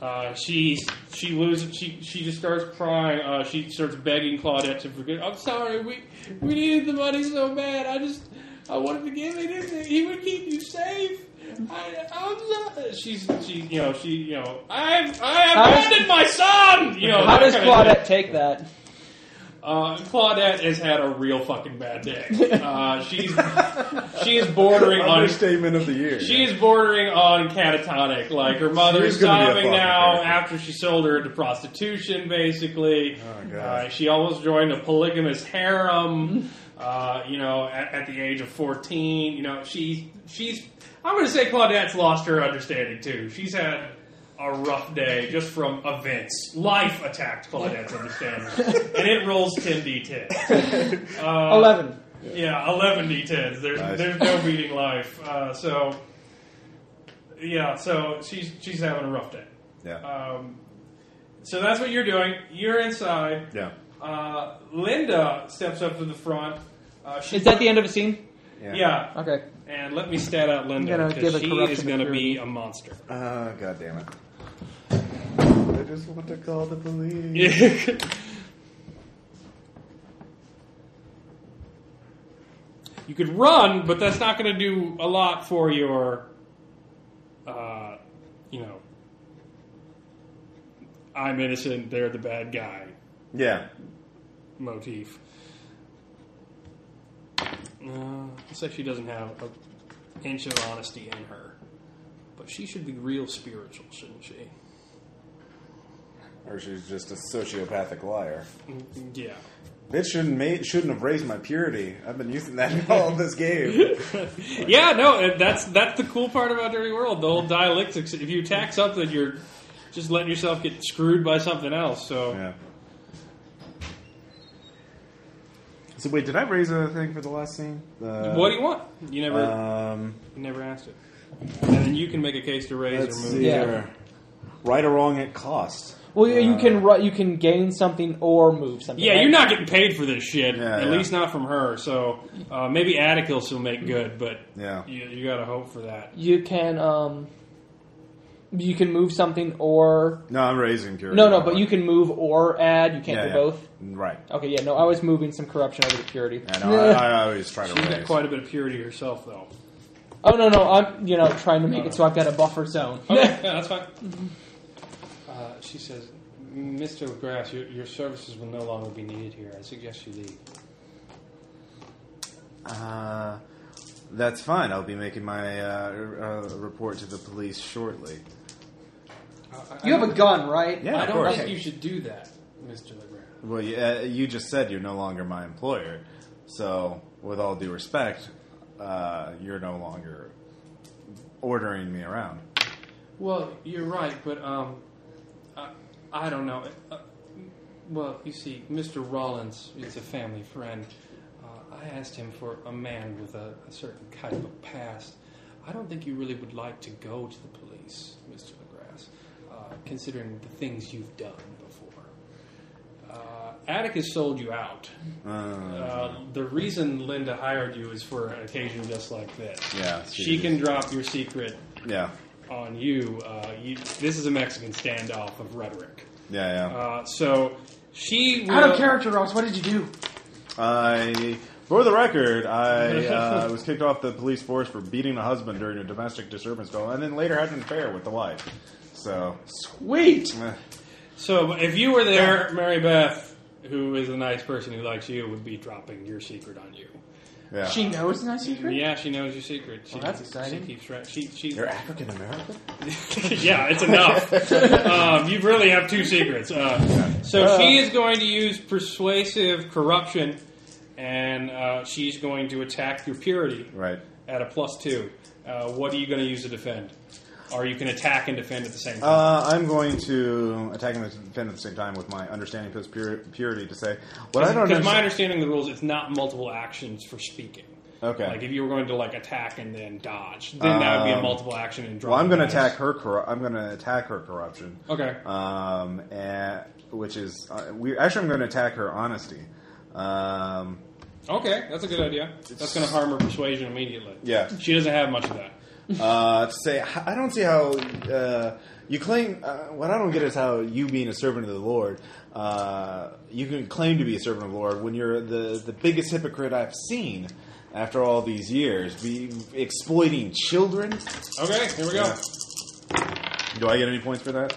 S11: uh, she she loses. She she just starts crying. Uh, she starts begging Claudette to forget. I'm sorry. We we needed the money so bad. I just I wanted to give it. Isn't it? He would keep you safe. I, I'm so, she's she you know she you know I've I
S10: How does-
S11: abandoned my son. You know
S10: How
S11: that
S10: does
S11: kind of shit.
S10: Claudette take that?
S11: Uh, Claudette has had a real fucking bad day. Uh, she's she is bordering on
S12: understatement of the year.
S11: she is bordering on catatonic. Like her mother
S12: She's
S11: is
S12: gonna be a
S11: sobbing
S12: fucking
S11: now
S12: character.
S11: after she sold her into prostitution. Basically,
S12: Oh, God.
S11: Uh, she almost joined a polygamous harem. Uh, you know, at, at the age of fourteen, you know she she's. I'm going to say Claudette's lost her understanding too. She's had a rough day just from events. Life attacked Claudette's understanding, and it rolls ten d10. Uh,
S10: Eleven.
S11: yeah, eleven d tens. There's
S12: Nice.
S11: there's no beating life. Uh, so yeah, so she's she's having a rough day.
S12: yeah,
S11: Um, so that's what you're doing. You're inside.
S12: yeah,
S11: Uh, Linda steps up to the front. Uh, she,
S10: Is that the end of a scene?
S12: yeah.
S11: yeah?
S10: Okay.
S11: And let me stat out Linda
S10: I'm gonna
S11: because
S10: give a
S11: she
S10: corruption
S11: is going to
S10: appearance.
S11: be a monster.
S12: Oh, God damn it. I just want to call the police.
S11: you could run, but that's not going to do a lot for your, uh, you know, I'm innocent, they're the bad guy
S12: Yeah.
S11: motif. Uh, it's like she doesn't have an inch of honesty in her. But she should be real spiritual, shouldn't she?
S12: Or she's just a sociopathic liar.
S11: Yeah.
S1: It shouldn't made, shouldn't have raised my purity. I've been using that all this game.
S11: Yeah, no, and that's that's the cool part about Dirty World, the whole dialectics. If you attack something, you're just letting yourself get screwed by something else. So
S1: Yeah.
S18: So wait, did I raise a thing for the last scene? Uh,
S11: what do you want? You never
S1: Um,
S11: you never asked it. And then you can make a case to raise
S1: let's
S11: or move.
S1: see
S10: Yeah.
S1: here. Right or wrong at cost.
S10: Well, you- you can ru- you can gain something or move something.
S11: uh, Yeah,
S10: right?
S11: you're not getting paid for this shit.
S1: Yeah,
S11: at
S1: yeah.
S11: least not from her. So uh, maybe Atticus will make good, but
S1: Yeah.
S11: you, you got to hope for that.
S10: You can um. You can move something or
S1: No, I'm raising purity.
S10: no, no, but you can move or add. You can't
S1: Yeah,
S10: do
S1: yeah.
S10: both.
S1: Right.
S10: Okay, yeah, no, I was moving some corruption over to purity.
S1: I know. I, I always try to
S11: She's got
S1: raise.
S11: quite a bit of purity herself, though.
S10: oh no, no, I'm you know trying to make it so I've got a buffer zone.
S11: Okay, yeah, that's fine. Uh, she says, "Mr. McGrath, your, your services will no longer be needed here. I suggest you leave."
S1: Uh, that's fine. I'll be making my uh, r- uh, report to the police shortly.
S3: You have a gun, right?
S1: Yeah,
S11: I
S1: of
S11: don't
S1: course.
S11: think you should do that, Mr. McGrath.
S1: Well, you, uh, you just said you're no longer my employer, so with all due respect, uh, you're no longer ordering me around.
S11: Well, you're right, but um, I, I don't know. Uh, well, you see, Mr. Rollins is a family friend. Uh, I asked him for a man with a, a certain kind of past. I don't think you really would like to go to the police, Mr. McGrath, uh, considering the things you've done before. Uh, Atticus sold you out.
S1: Uh,
S11: Uh, the reason Linda hired you is for an occasion just like this.
S1: yeah,
S11: She can drop your secret
S1: Yeah,
S11: on you, uh, you. This is a Mexican standoff of rhetoric.
S1: yeah, yeah.
S11: Uh, so she will,
S3: Out of character, Ross. What did you do?
S1: I, for the record, I uh, was kicked off the police force for beating a husband during a domestic disturbance call, and then later had an affair with the wife. So,
S10: Sweet.
S1: eh,
S11: So if you were there, Mary Beth, who is a nice person who likes you, would be dropping your secret on you.
S1: yeah.
S3: She knows my secret.
S11: Yeah, she knows your secret. She,
S3: that's
S11: She
S3: exciting.
S11: keeps track. She, she,
S1: You're African American.
S11: yeah, it's enough. um, you really have two secrets. Uh, so she is going to use persuasive corruption, and uh, she's going to attack your purity.
S1: Right.
S11: at a plus two. Uh, what are you going to use to defend? Or you can attack and defend at the same time.
S1: Uh, I'm going to attack and defend at the same time with my understanding plus pur- purity to say what I don't
S11: Because
S1: understand.
S11: my understanding of the rules, it's not multiple actions for speaking.
S1: Okay.
S11: Like if you were going to like attack and then dodge, then that would be a
S1: Um,
S11: multiple action and draw.
S1: well, I'm going to
S11: dice.
S1: attack her. Corru- I'm going to attack her corruption.
S11: Okay.
S1: Um, and, which is uh, we actually I'm going to attack her honesty. Um,
S11: Okay, that's a good idea. That's going to harm her persuasion immediately.
S1: Yeah.
S11: She doesn't have much of that.
S1: uh, to say "H- I don't see how uh, you claim. Uh, what I don't get is how you being a servant of the Lord, uh, you can claim to be a servant of the Lord when you're the the biggest hypocrite I've seen after all these years, be exploiting children.
S11: Okay, here we go.
S1: Yeah. Do I get any points for that?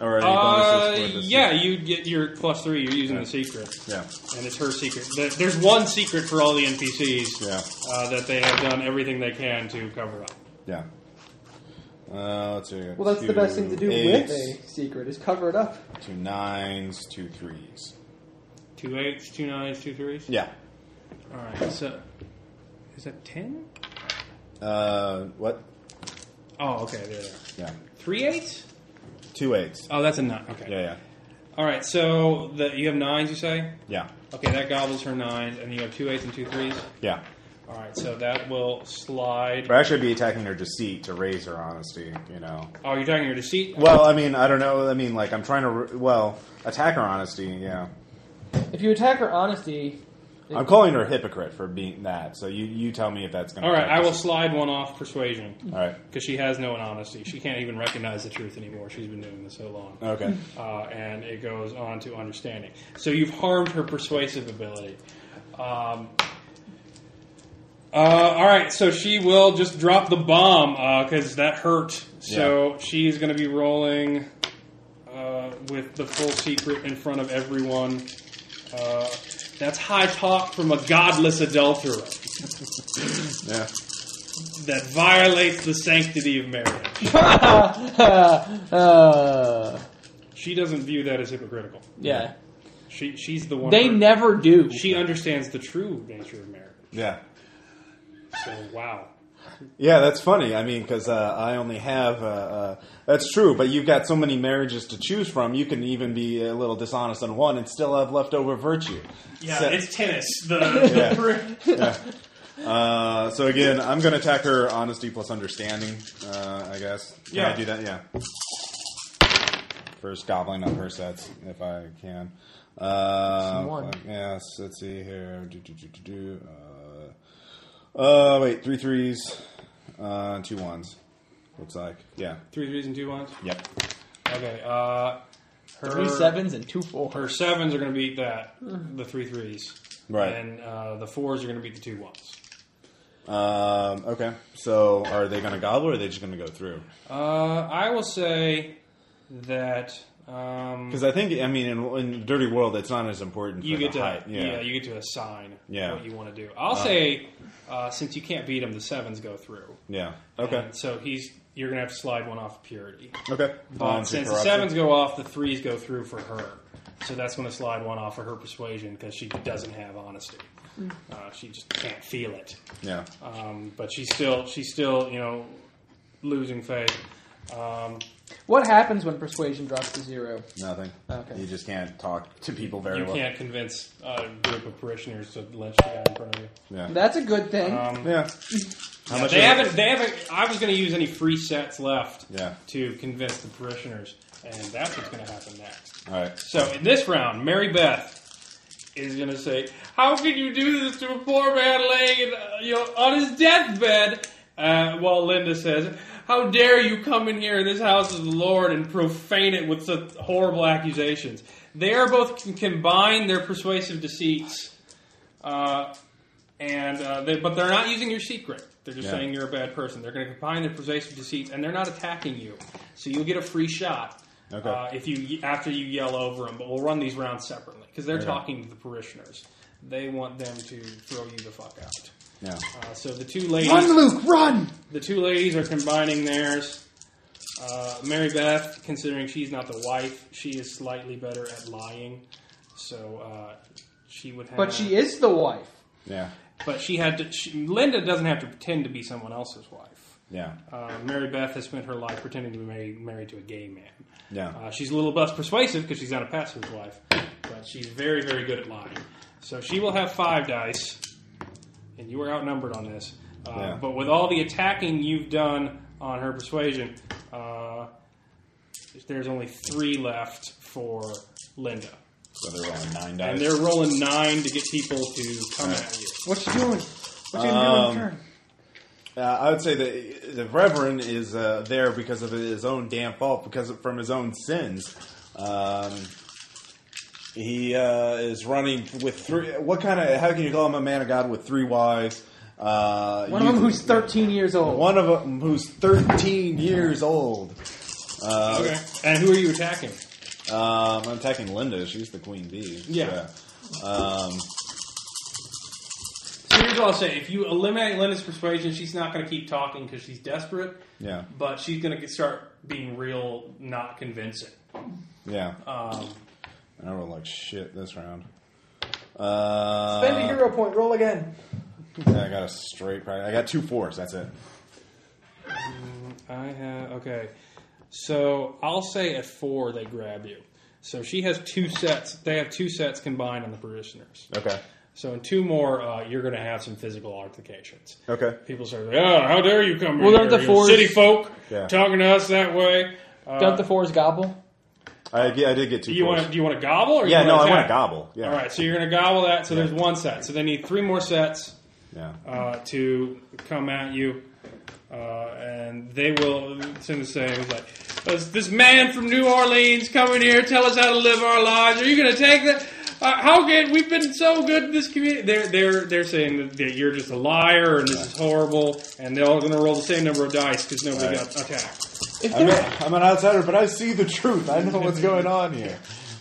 S1: Or any
S11: Uh,
S1: bonuses for this?
S11: yeah, you get your plus three. You're using the secret,
S1: Yeah.
S11: and it's her secret. There- There's one secret for all the NPCs
S1: Yeah.
S11: uh, that they have done everything they can to cover up.
S1: Yeah. Uh, let's see.
S10: Well, that's the
S1: Two
S10: best thing to do with
S1: eights,
S10: a secret is cover it up.
S1: Two nines, two threes.
S11: Two eights, two nines, two threes.
S1: Yeah.
S11: All right. So is that ten?
S1: Uh, what?
S11: Oh, okay. There they are.
S1: Yeah.
S11: Three eights.
S1: Two eights.
S11: Oh, that's a nine. Okay.
S1: Yeah, yeah.
S11: All right. So the, you have nines, you say?
S1: Yeah.
S11: Okay, that gobbles her nines, and you have two eights and two threes.
S1: Yeah.
S11: All right. So that will slide.
S1: But I should be attacking her deceit to raise her honesty, you know.
S11: Oh, you're talking your deceit.
S1: Well, I mean, I don't know. I mean, like, I'm trying to, re- well, attack her honesty, yeah.
S10: If you attack her honesty,
S1: I'm calling her a hypocrite for being that, so you, you tell me if that's going to
S11: All right. I will slide one off persuasion
S1: All right.
S11: because she has no honesty. She can't even recognize the truth anymore. She's been doing this so long.
S1: Okay.
S11: uh, and it goes on to understanding. So you've harmed her persuasive ability. Um, uh, all right, so she will just drop the bomb because that hurt. So she's going to be rolling uh, with the full secret in front of everyone. Uh, that's high talk from a godless adulterer
S1: Yeah.
S11: that violates the sanctity of marriage.
S10: uh,
S11: She doesn't view that as hypocritical.
S10: yeah.
S11: She she's the one.
S10: They
S11: who-
S10: never do.
S11: She understands the true nature of marriage.
S1: Yeah.
S11: So wow.
S1: Yeah, that's funny. I mean, because uh, I only have. Uh, uh, that's true, but you've got so many marriages to choose from. You can even be a little dishonest on one and still have leftover virtue.
S11: Yeah,
S1: So-
S11: it's tennis. The,
S1: Uh, so again, I'm going to attack her honesty plus understanding. Uh, I guess. Can
S11: Yeah.
S1: I do that? Yeah. First goblin on her sets, if I can. Uh,
S10: One.
S1: Yes. Let's see here. Do do do do do. Uh, uh, wait, three threes, uh, two ones. Looks like. Yeah.
S11: three threes and two ones.
S1: Yep.
S11: Okay. Uh, her
S10: Three sevens and two fours.
S11: Her sevens are going to beat that. The three threes.
S1: Right.
S11: And uh, the fours are going to beat the two ones.
S1: Um, okay. So are they going to gobble or are they just going to go through?
S11: Uh, I will say that um,
S1: Because I think, I mean, in, in Dirty World, it's not as important.
S11: you
S1: for
S11: get
S1: the
S11: to
S1: height.
S11: yeah. you get to assign
S1: Yeah.
S11: what you want to do. I'll say uh, since you can't beat him, the sevens go through.
S1: yeah. Okay.
S11: And so he's you're going to have to slide one off purity.
S1: Okay.
S11: But since the sevens go off, the threes go through for her. So that's going to slide one off of her persuasion because she doesn't have honesty. Uh, she just can't feel it.
S1: Yeah.
S11: Um, but she's still she's still you know losing faith. Um,
S10: What happens when persuasion drops to zero?
S1: Nothing.
S10: Okay.
S1: You just can't talk to people very
S11: you
S1: well.
S11: can't convince a group of parishioners to lynch the guy in front of you.
S1: Yeah.
S10: That's a good thing.
S11: Um,
S1: Yeah. How much?
S11: They
S1: is it?
S11: haven't. They haven't. I was going to use any free sets left
S1: Yeah.
S11: to convince the parishioners, and that's what's going to happen next.
S1: All right.
S11: So in this round, Mary Beth is going to say, "How can you do this to a poor man laying uh, you know, on his deathbed?" Uh, while Linda says, "How dare you come in here in this house of the Lord and profane it with such horrible accusations?" They are both can combine their persuasive deceits. Uh, and uh, they, but they're not using your secret. They're just
S1: Yeah.
S11: saying you're a bad person. They're going to combine their persuasive deceits, and they're not attacking you, so you'll get a free shot
S1: Okay.
S11: uh, if you after you yell over them. But we'll run these rounds separately because they're talking to the parishioners. They want them to throw you the fuck out.
S1: Yeah.
S11: Uh, so the two ladies,
S10: run, Luke, run!
S11: the two ladies are combining theirs. Uh, Mary Beth, considering she's not the wife, she is slightly better at lying, so uh, she would have.
S10: But she is the wife.
S1: Yeah.
S11: But she had to. She, Linda doesn't have to pretend to be someone else's wife.
S1: Yeah.
S11: Uh, Mary Beth has spent her life pretending to be married, married to a gay man.
S1: Yeah.
S11: Uh, she's a little less persuasive because she's not a pastor's wife, but she's very, very good at lying. So she will have five dice, and you are outnumbered on this. Uh,
S1: Yeah.
S11: But with all the attacking you've done on her persuasion, uh, there's only three left for Linda.
S1: So they're rolling nine
S11: And
S1: dice.
S11: they're rolling nine to get people to come at you.
S10: What you doing? What you
S1: Um,
S10: doing? Turn.
S1: Uh, I would say that the Reverend is uh, there because of his own damn fault, because of, from his own sins. Um, he uh, is running with three. What kind of? How can you call him a man of God with three wives? Uh,
S10: One of
S1: you-
S10: them who's 13 years old.
S1: One of them who's thirteen years old. Uh,
S11: Okay. And who are you attacking?
S1: Um, I'm attacking Linda. She's the queen bee.
S11: Yeah.
S1: So, um,
S11: So here's what I'll say: if you eliminate Linda's persuasion, she's not going to keep talking because she's desperate,
S1: yeah.
S11: but she's going to start being real, not convincing.
S1: Yeah.
S11: Um,
S1: I roll like shit this round. Uh,
S10: Spend a hero point, roll again.
S1: yeah, I got a straight. probably. I got two fours. That's it.
S11: I have okay. So I'll say at four they grab you. So she has two sets. They have two sets combined on the parishioners.
S1: Okay.
S11: So in two more, uh, you're going to have some physical altercations.
S1: Okay.
S11: People start, "Oh, how dare you come
S10: Well,
S11: in
S10: don't
S11: here,
S10: the
S11: you
S10: fours-
S11: city folk,
S1: Yeah.
S11: talking to us that way." Uh,
S10: Don't the fours gobble?
S1: I, yeah, I did get two
S11: do you
S1: fours.
S11: want to do you want to gobble? Or
S1: yeah,
S11: you
S1: no, I want
S11: attack?
S1: to gobble. Yeah.
S11: All right, so you're going to gobble that. So there's one set. So they need three more sets
S1: Yeah.
S11: uh, to come at you, uh, and they will soon say it's like this, this man from New Orleans coming here, tell us how to live our lives. Are you going to take that? Uh, how good we've been so good to this community. They're they're they're saying that, that you're just a liar and this is horrible, and they're all going to roll the same number of dice because nobody
S1: Right.
S11: got attacked.
S10: If
S1: I'm,
S10: they're-
S1: a, I'm an outsider, but I see the truth. I know what's going on here.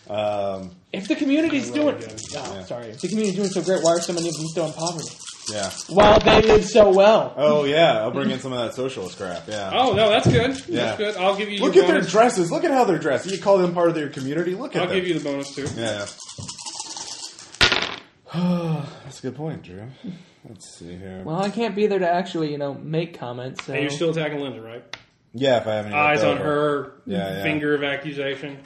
S1: Um,
S10: If the community's doing,
S11: again.
S10: oh,
S1: Yeah.
S10: sorry, if the community's doing so great, why are so many of them still in poverty?
S1: yeah.
S10: While they live so well,
S1: Oh yeah, I'll bring in some of that socialist crap. Yeah.
S11: Oh no, that's good.
S1: Yeah.
S11: That's good. I'll give you
S1: Look
S11: your
S1: at their
S11: bonus.
S1: dresses. Look at how they're dressed. You call them part of their community. Look at
S11: I'll
S1: them.
S11: give you the bonus too.
S1: Yeah. That's a good point, Drew. Let's see here.
S3: Well, I can't be there to actually, you know, make comments. So.
S11: And you're still attacking Linda, right?
S1: yeah, if I have any
S11: Eyes
S1: left
S11: on
S1: over.
S11: her
S1: Yeah, yeah.
S11: finger of accusation.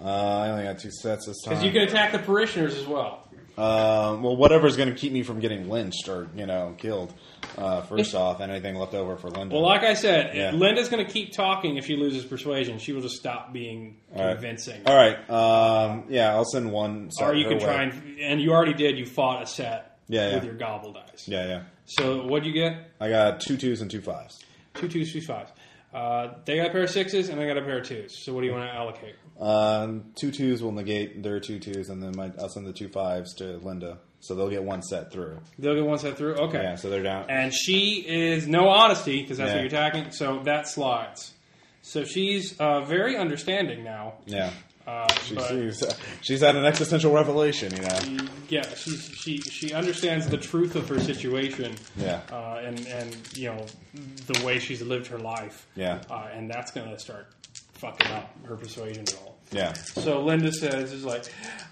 S1: Uh, I only got two sets this time.
S11: Because you can attack the parishioners as well.
S1: Uh, well, whatever's going to keep me from getting lynched or you know killed. Uh, first off, and anything left over for Linda.
S11: Well, like I said, if
S1: Yeah.
S11: Linda's going to keep talking if she loses persuasion. She will just stop being
S1: right.
S11: convincing.
S1: All right. Um, yeah, I'll send one. set
S11: Or you
S1: her
S11: can
S1: way.
S11: try and and you already did. You fought a set
S1: Yeah, yeah.
S11: with your gobble dice.
S1: Yeah, yeah.
S11: So what'd you get?
S1: I got two twos and two fives.
S11: Two twos, two fives. Uh, they got a pair of sixes, and I got a pair of twos. So what do you want to allocate?
S1: Um, two twos will negate their two twos, and then my, I'll send the two fives to Linda, so they'll get one set through.
S11: They'll get one set through. Okay.
S1: Yeah, so they're down.
S11: And she is no honesty because that's what
S1: Yeah.
S11: you're attacking. So that slides. So she's uh, very understanding now.
S1: Yeah,
S11: Uh,
S1: she's,
S11: but-
S1: she's, she's had an existential revelation, you know.
S11: yeah, she she she understands the truth of her situation.
S1: Yeah.
S11: uh, and and you know the way she's lived her life.
S1: Yeah.
S11: uh, and that's gonna start fucking up her persuasion roll.
S1: Yeah.
S11: So Linda says, "Is like,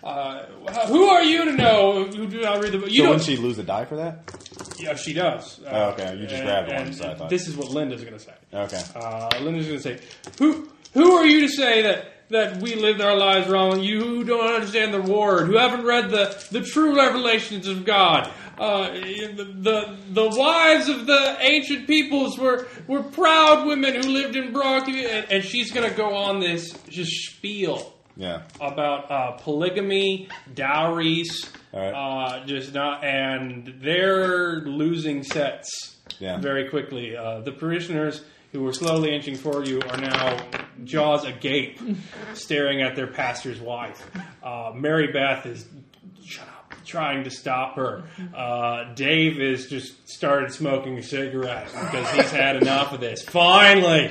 S11: uh, who are you to know who do not read the book? You
S1: so
S11: don't.
S1: wouldn't she lose a die for that?
S11: yeah, she does. Uh,
S1: Oh, okay, you just
S11: and-
S1: grabbed one,
S11: and
S1: so I thought-
S11: This is what Linda's gonna say.
S1: Okay.
S11: Uh, Linda's going to say, "Who who are you to say that that we lived our lives wrong? You who don't understand the Word, who haven't read the the true revelations of God." Uh, the, the the wives of the ancient peoples were were proud women who lived in broad commu- and, and she's going to go on this just spiel
S1: Yeah.
S11: about uh, polygamy, dowries,
S1: All
S11: uh, just not, and they're losing sets
S1: Yeah.
S11: very quickly. Uh, the parishioners who were slowly inching forward you are now jaws agape, staring at their pastor's wife. Uh, Mary Beth is shut up, trying to stop her. Uh, Dave is just started smoking a cigarette because he's had enough of this. Finally,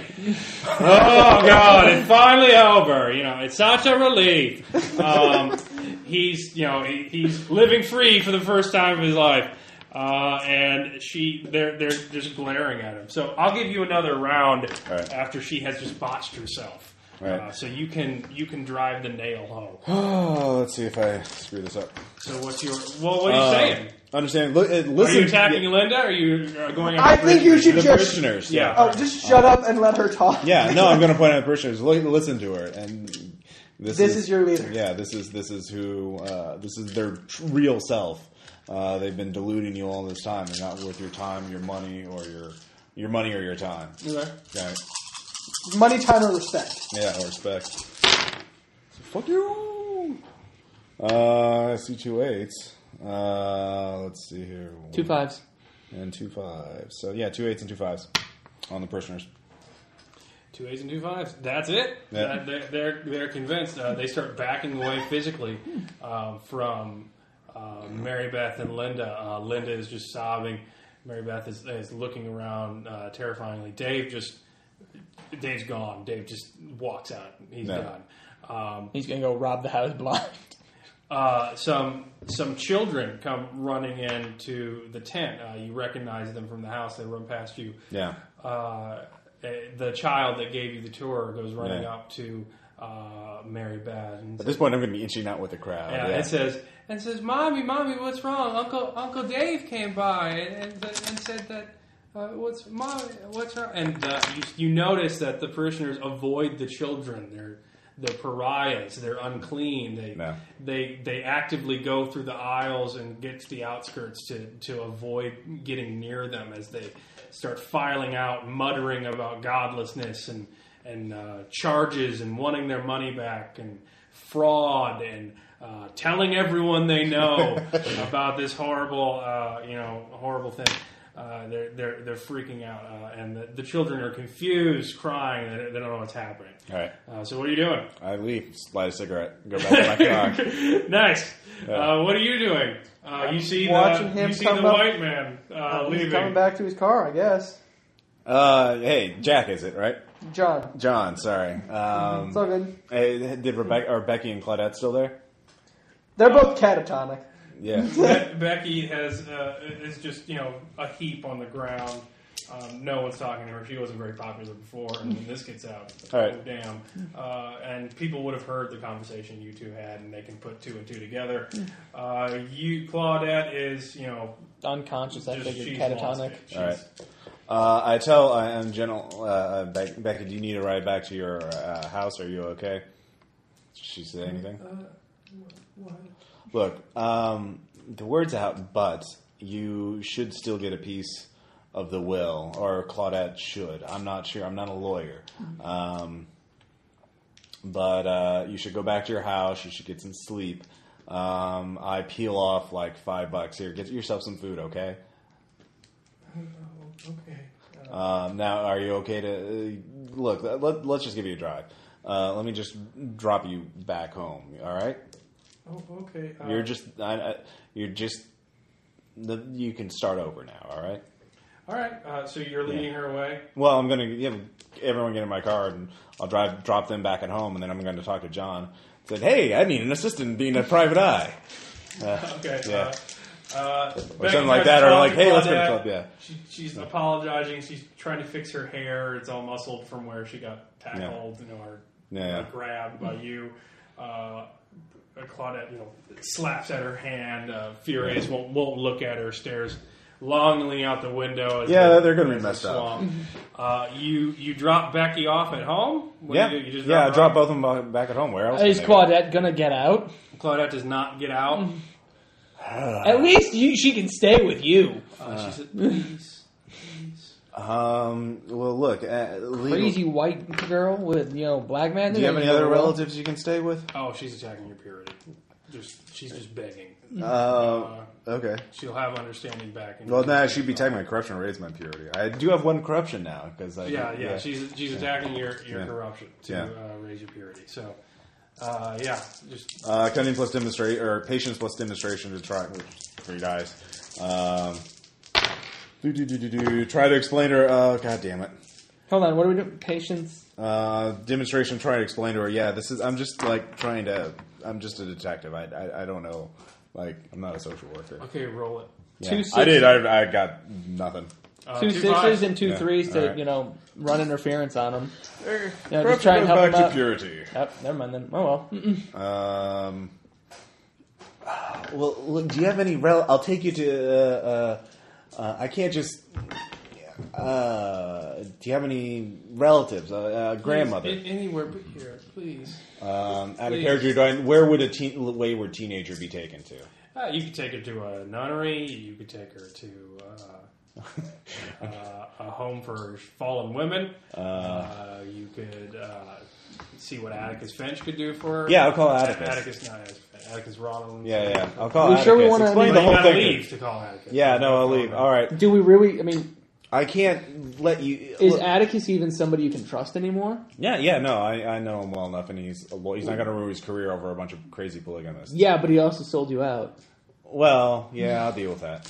S11: oh god, it's finally over. You know, it's such a relief. Um, he's you know he, he's living free for the first time of his life, uh, and she they're they're just glaring at him. So I'll give you another round
S1: All right.
S11: after she has just botched herself.
S1: All right.
S11: Uh, so you can you can drive the nail home.
S1: Oh, let's see if I screw this up. Uh,
S11: So what's your well? What are you saying?
S1: Understand? Look, uh,
S11: Are
S1: listen.
S11: you attacking Linda? Or are you uh, going?
S3: I
S11: after
S3: think you should
S1: the
S3: just-
S1: parishioners?
S11: Yeah.
S3: Oh, just shut up and let her talk.
S1: Yeah, no, I'm going to point out the parishioners. Li- Listen to her, and this,
S3: This is your leader.
S1: Yeah, this is this is who uh, this is their tr- real self. Uh, they've been deluding you all this time. They're not worth your time, your money, or your your money or your time.
S11: Okay.
S1: Okay.
S3: Money, time, or respect.
S1: Yeah, or respect. So fuck you. Uh, I see two eights. Uh, let's see here.
S3: Two fives.
S1: and two fives. So yeah, two eights and two fives on the parishioners.
S11: Two A's and two fives. That's it.
S1: Yeah.
S11: That- they're, they're, they're convinced. Uh, they start backing away physically um, from uh, Mary Beth and Linda. Uh, Linda is just sobbing. Mary Beth is, is looking around uh, terrifyingly. Dave just. Dave's gone. Dave just walks out. He's
S1: Yeah.
S11: gone. Um,
S3: He's gonna go rob the house blind.
S11: uh, some some children come running into the tent. Uh, you recognize them from the house. They run past you
S1: Yeah.
S11: uh, the child that gave you the tour goes running
S1: Yeah.
S11: up to uh, Mary Beth and,
S1: At this point, I'm going to be inching out with the crowd.
S11: yeah,
S1: yeah.
S11: and says, "And says, mommy, mommy, what's wrong? Uncle Uncle Dave came by and and, and said that." Uh, what's mom? What's wrong? And uh, you, you notice that the parishioners avoid the children. They're they're pariahs. They're unclean. They
S1: No.
S11: they they actively go through the aisles and get to the outskirts to to avoid getting near them as they start filing out, muttering about godlessness and and uh, charges and wanting their money back and fraud and uh, telling everyone they know about this horrible uh, you know horrible thing. Uh, they're, they're, they're freaking out, uh, and the, the children are confused, crying. They, they don't know what's happening.
S1: All right.
S11: Uh, so, what are you doing?
S1: I leave, light a cigarette, go back to my car.
S11: nice. Uh, what are you doing? Uh, you see
S3: watching
S11: the,
S3: him
S11: you see
S3: come
S11: the
S3: up.
S11: white man uh,
S3: He's
S11: leaving.
S3: coming back to his car, I guess.
S1: Uh, hey, Jack, is it right?
S3: John,
S1: John, sorry. Um,
S3: it's all good.
S1: hey, did Rebecca or Becky and Claudette still there?
S3: They're both catatonic.
S1: Yeah.
S11: Be- Becky has uh, is just you know a heap on the ground. Um, no one's talking to her. She wasn't very popular before, and when this gets out,
S1: All right.
S11: oh, damn. Uh, and people would have heard the conversation you two had, and they can put two and two together. Uh, you, Claudette, is you know
S10: Unconscious, I
S11: just
S10: figured.
S11: she's lost
S10: Catatonic.
S11: it. She's,
S1: All right. Uh, I tell I am General uh, Be- Becky. Do you need a ride back to your uh, house? Are you okay? Did she say anything? Look, um, the word's out, but you should still get a piece of the will, or Claudette should. I'm not sure. I'm not a lawyer. Um, but uh, you should go back to your house. You should get some sleep. Um, I peel off like five bucks here. Get yourself some food, okay?
S2: Okay.
S1: Um, now, are you okay to uh, look? Let, let's just give you a drive. Uh, let me just drop you back home. All right?
S2: Oh, okay. Uh,
S1: You're just I, I, you're just the, you can start over now. All right.
S11: All right. Uh, so you're leading her away.
S1: Well, I'm gonna you have everyone get in my car and I'll drive drop them back at home, and then I'm going to talk to John. Said, hey, I need an assistant being a private eye
S11: Okay.
S1: Yeah.
S11: Uh, uh,
S1: or something like that, or like, hey, let's go to the club. Yeah.
S11: She, she's apologizing. She's trying to fix her hair. It's all muscled from where she got tackled, you know, or
S1: Yeah.
S11: or grabbed by you. Uh, Claudette, you know, slaps at her hand. Uh, furious, won't won't look at her. Stares longingly out the window. as
S1: Yeah,
S11: they-
S1: they're gonna be
S11: as they
S1: messed up.
S11: swamp. Uh, you you drop Becky off at home. What
S1: yeah,
S11: do you do? You just
S1: yeah. I
S11: her
S1: drop
S11: off?
S1: both of them back at home. Where else?
S10: Is
S1: can they go?
S10: Claudette gonna get out?
S11: Claudette does not get out.
S1: Uh,
S10: At least you, she can stay with you.
S11: Uh, she said, "Please, please."
S1: Um. Well, look. Uh, legal-
S10: Crazy white girl with you know black man.
S1: Do you have any other relatives you can stay with?
S11: Oh, she's attacking your purity. Just she's just begging.
S1: Uh, okay.
S11: She'll have understanding back. And
S1: Well, now I should be tagging my corruption and raise my purity. I do have one corruption now because I
S11: Yeah, yeah, She's she's attacking your, your
S1: Yeah.
S11: corruption to
S1: Yeah.
S11: uh, raise your purity. So, uh, yeah, just
S1: uh, cunning plus demonstration or patience plus demonstration to try with three dice. Um, do do do do do. Try to explain to her. Oh god damn it.
S10: Hold on, what are we doing? Patience.
S1: Uh, demonstration. Try to explain to her. Yeah, this is. I'm just like trying to. I'm just a detective. I I, I don't know. Like I'm not a social worker.
S11: okay, roll it.
S1: Yeah.
S10: Two
S1: I did. I, I got nothing.
S11: Uh,
S10: Two sixes
S11: fives.
S10: and two
S1: Yeah,
S10: threes to
S1: alright.
S10: you know run interference on them. Yeah, just
S1: Corruption
S10: try
S1: goes
S10: and help
S1: back
S10: him
S1: to
S10: out.
S1: purity.
S10: Yep, never mind then. Oh well. Mm-mm.
S1: Um, well, look, do you have any rel? I'll take you to. Uh, uh, uh, I can't just. Uh, do you have any relatives? Uh, uh, grandmother.
S2: Please, a- anywhere but here, please.
S1: Um, out of
S2: please.
S1: character, do I- where would a teen, wayward teenager be taken to?
S11: Uh, you could take her to a nunnery. You could take her to uh, uh, a home for fallen women. Uh, you could uh, see what Atticus Finch could do for her.
S1: Yeah, I'll call Atticus.
S11: Atticus, not Atticus, Atticus Rollins.
S1: Yeah, yeah. I'll call.
S10: We
S1: Atticus.
S10: sure we wanna-
S1: explain the
S10: But
S11: But you
S1: whole
S11: gotta
S1: thing.
S11: leave to call Atticus.
S1: Yeah, no, I'll leave. All right,
S10: Do we really? I mean,
S1: I can't let you.
S10: is
S1: look-
S10: Atticus even somebody you can trust anymore?
S1: yeah, yeah, no, I, I know him well enough, and he's a law- he's not going to ruin his career over a bunch of crazy polygamists.
S10: Yeah, but he also sold you out.
S1: Well, yeah, I'll deal with that.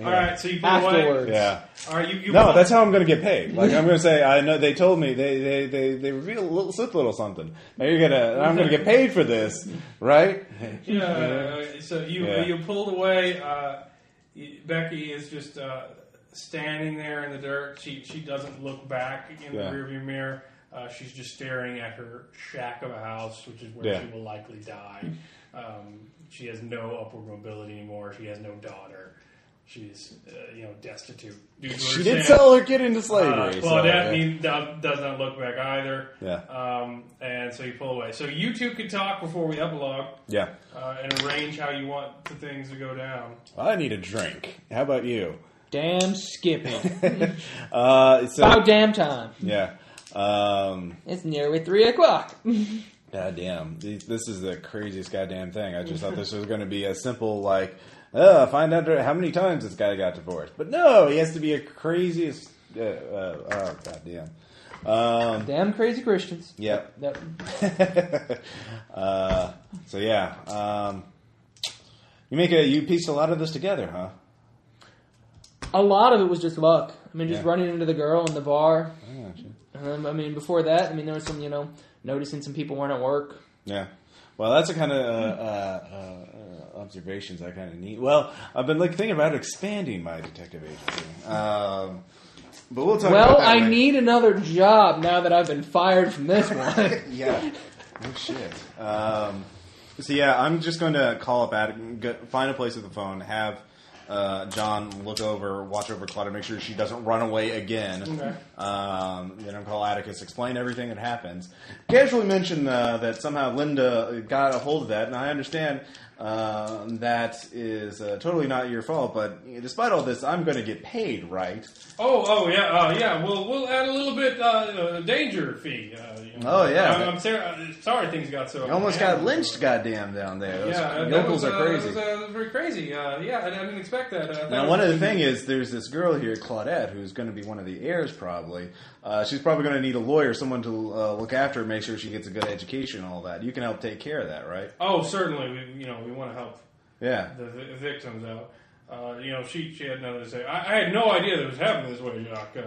S11: All right, so you put away.
S10: Afterwards,
S1: Yeah.
S11: Are you, you
S1: No, that's how I'm going to get paid. Like I'm going to say, I know they told me they they they, they reveal a little slip, little something. Now you're gonna, I'm going to get paid for this, right?
S11: Yeah, so you
S1: Yeah.
S11: you pulled away. Uh, y- Becky is just uh, standing there in the dirt. She she doesn't look back in
S1: Yeah.
S11: the rearview mirror. Uh, she's just staring at her shack of a house, which is where
S1: Yeah.
S11: she will likely die. Um, she has no upward mobility anymore. She has no daughter. She's uh, you know destitute. Due to her
S1: She did
S11: sin.
S1: sell her kid into
S11: Uh,
S1: slavery. so,
S11: Claudette
S1: yeah.
S11: mean- do- does not look back either.
S1: Yeah.
S11: Um, and so you pull away. So you two could talk before we epilogue
S1: yeah.
S11: uh, and arrange how you want the things to go down.
S1: I need a drink. How about you?
S10: damn skipping.
S1: Uh, so
S10: About damn time.
S1: yeah. Um,
S10: It's nearly three o'clock.
S1: goddamn, th- this is the craziest goddamn thing. I just thought this was going to be a simple like, uh, find out how many times this guy got divorced. But no, he has to be a craziest. Uh, uh, oh goddamn. Um,
S10: Damn crazy Christians.
S1: Yeah.
S10: That-
S1: uh, so yeah, um, you make a you piece a lot of this together, huh?
S10: a lot of it was just luck. I mean, just
S1: Yeah.
S10: running into the girl in the bar.
S1: Yeah, shit.
S10: Um, I mean, before that, I mean, there was some, you know, noticing some people weren't at work.
S1: Yeah. Well, that's a kind of uh, uh, uh, observations I kind of need. Well, I've been like thinking about expanding my detective agency, um, but we'll talk.
S10: Well,
S1: about that
S10: I
S1: later.
S10: need another job now that I've been fired from this one.
S1: Yeah. Oh shit. Um, so yeah, I'm just going to call up Attic, go, find a place with the phone, have uh, John look over, watch over Claudia, make sure she doesn't run away again.
S2: Okay.
S1: Um, then I'll call Atticus, explain everything that happens. Casually mention uh, that somehow Linda got a hold of that, and I understand uh, that is uh, totally not your fault. But despite all this, I'm going to get paid, right?
S11: Oh, oh yeah, uh, yeah. We'll we'll add a little bit uh, uh, danger fee. Uh, you know.
S1: Oh, yeah.
S11: I'm, I'm ser- uh, sorry things got so.
S1: I almost
S11: yeah.
S1: got lynched, goddamn, down there. Those
S11: Yeah, that
S1: yokels
S11: was,
S1: are
S11: uh,
S1: crazy.
S11: That was, uh, very crazy. Uh, yeah, I, I didn't expect that. Uh,
S1: Now, one other thing is, there's this girl here, Claudette, who's going to be one of the heirs, probably. Uh, she's probably going to need a lawyer, someone to uh, look after her, make sure she gets a good education, and all that. You can help take care of that, right?
S11: Oh, certainly. We you know we want to help
S1: Yeah.
S11: the vi- victims out. Uh, you know, she she had nothing to say. I, I had no idea that it was happening this way, Jacques. Uh,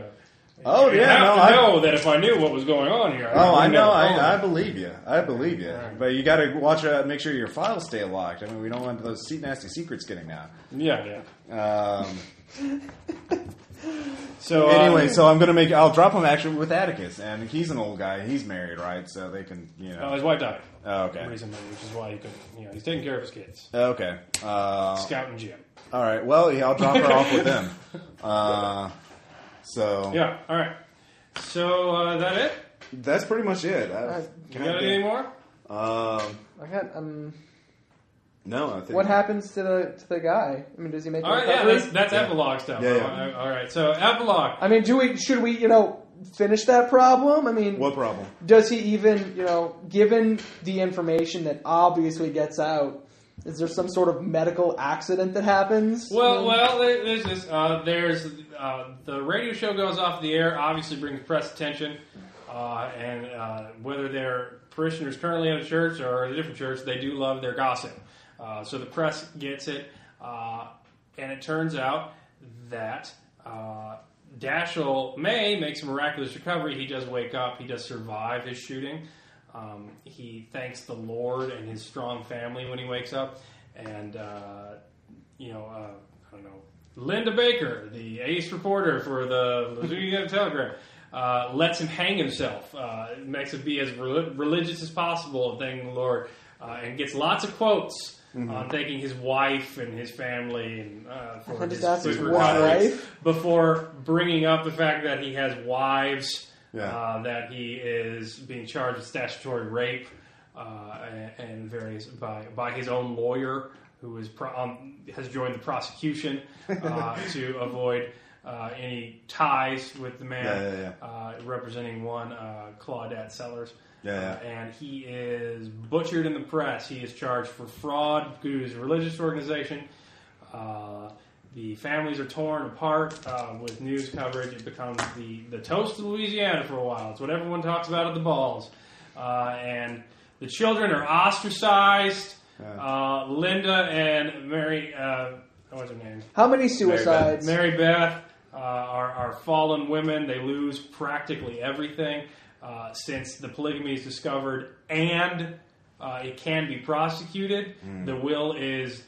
S1: Oh,
S11: you
S1: yeah,
S11: have
S1: no,
S11: to
S1: I-
S11: know that if I knew what was going on here.
S1: Oh, I
S11: wouldn't
S1: know.
S11: have
S1: I, I
S11: called.
S1: believe you. I believe you. But you got to watch out, make sure your files stay locked. I mean, we don't want those se- nasty secrets getting out.
S11: yeah, yeah.
S1: Um,
S11: So uh,
S1: anyway, so I'm going to make, I'll drop him actually with Atticus, and he's an old guy. He's married, right? So they can, you
S11: uh,
S1: know.
S11: his wife died
S1: Oh, okay.
S11: recently, which is why he could. You know, he's taking care of his kids.
S1: Okay. Uh,
S11: Scout and Jim.
S1: All right. Well, yeah, I'll drop her off with them. Uh, so
S11: Yeah. All right. So uh, that it?
S1: that's pretty much it. I,
S11: You got any more?
S1: um,
S10: I got, um,
S1: no, I think
S10: what happens to the to the guy? I mean, does he make a
S11: All right. Oh, Yeah,
S10: recovery?
S11: that's, that's epilogue stuff.
S1: Yeah, yeah.
S11: All right, All right. So epilogue.
S10: I mean, do we should we you know finish that problem? I mean,
S1: What problem?
S10: does he even you know given the information that obviously gets out? Is there some sort of medical accident that happens? I
S11: Well,
S10: mean,
S11: well, there- there's this. Uh, there's uh, the radio show goes off the air. Obviously, brings press attention, uh, and uh, whether they're parishioners currently at a church or at a different church, they do love their gossip. Uh, so the press gets it, uh, and it turns out that uh, Dashiell May makes a miraculous recovery. He does wake up. He does survive his shooting. Um, he thanks the Lord and his strong family when he wakes up, and. Uh, you know, uh, I don't know, Linda Baker, the ace reporter for the Louisiana Telegraph, uh, lets him hang himself, uh, makes it be as rel- religious as possible, and thanking the Lord, uh, and gets lots of quotes.
S10: Mm-hmm.
S11: On thanking his wife and his family and uh, for
S10: I
S11: his
S10: just asked his
S11: super
S10: wife.
S11: conduct before bringing up the fact that he has wives,
S1: Yeah.
S11: uh, that he is being charged with statutory rape uh, and, and various by by his own lawyer, who is pro- um, has joined the prosecution uh, to avoid uh, any ties with the man
S1: Yeah, yeah,
S11: Uh, representing one uh, Claudette Sellers.
S1: Yeah, yeah.
S11: Uh, and he is butchered in the press. He is charged for fraud due to his religious organization. Uh, the families are torn apart uh, with news coverage. It becomes the, the toast of Louisiana for a while. It's what everyone talks about at the balls. Uh, and the children are ostracized. Uh, Linda and Mary, uh, what's her name?
S10: how many suicides?
S11: Mary Beth uh, are, are fallen women. They lose practically everything uh, since the polygamy is discovered and uh, it can be prosecuted.
S10: Hmm.
S11: The will is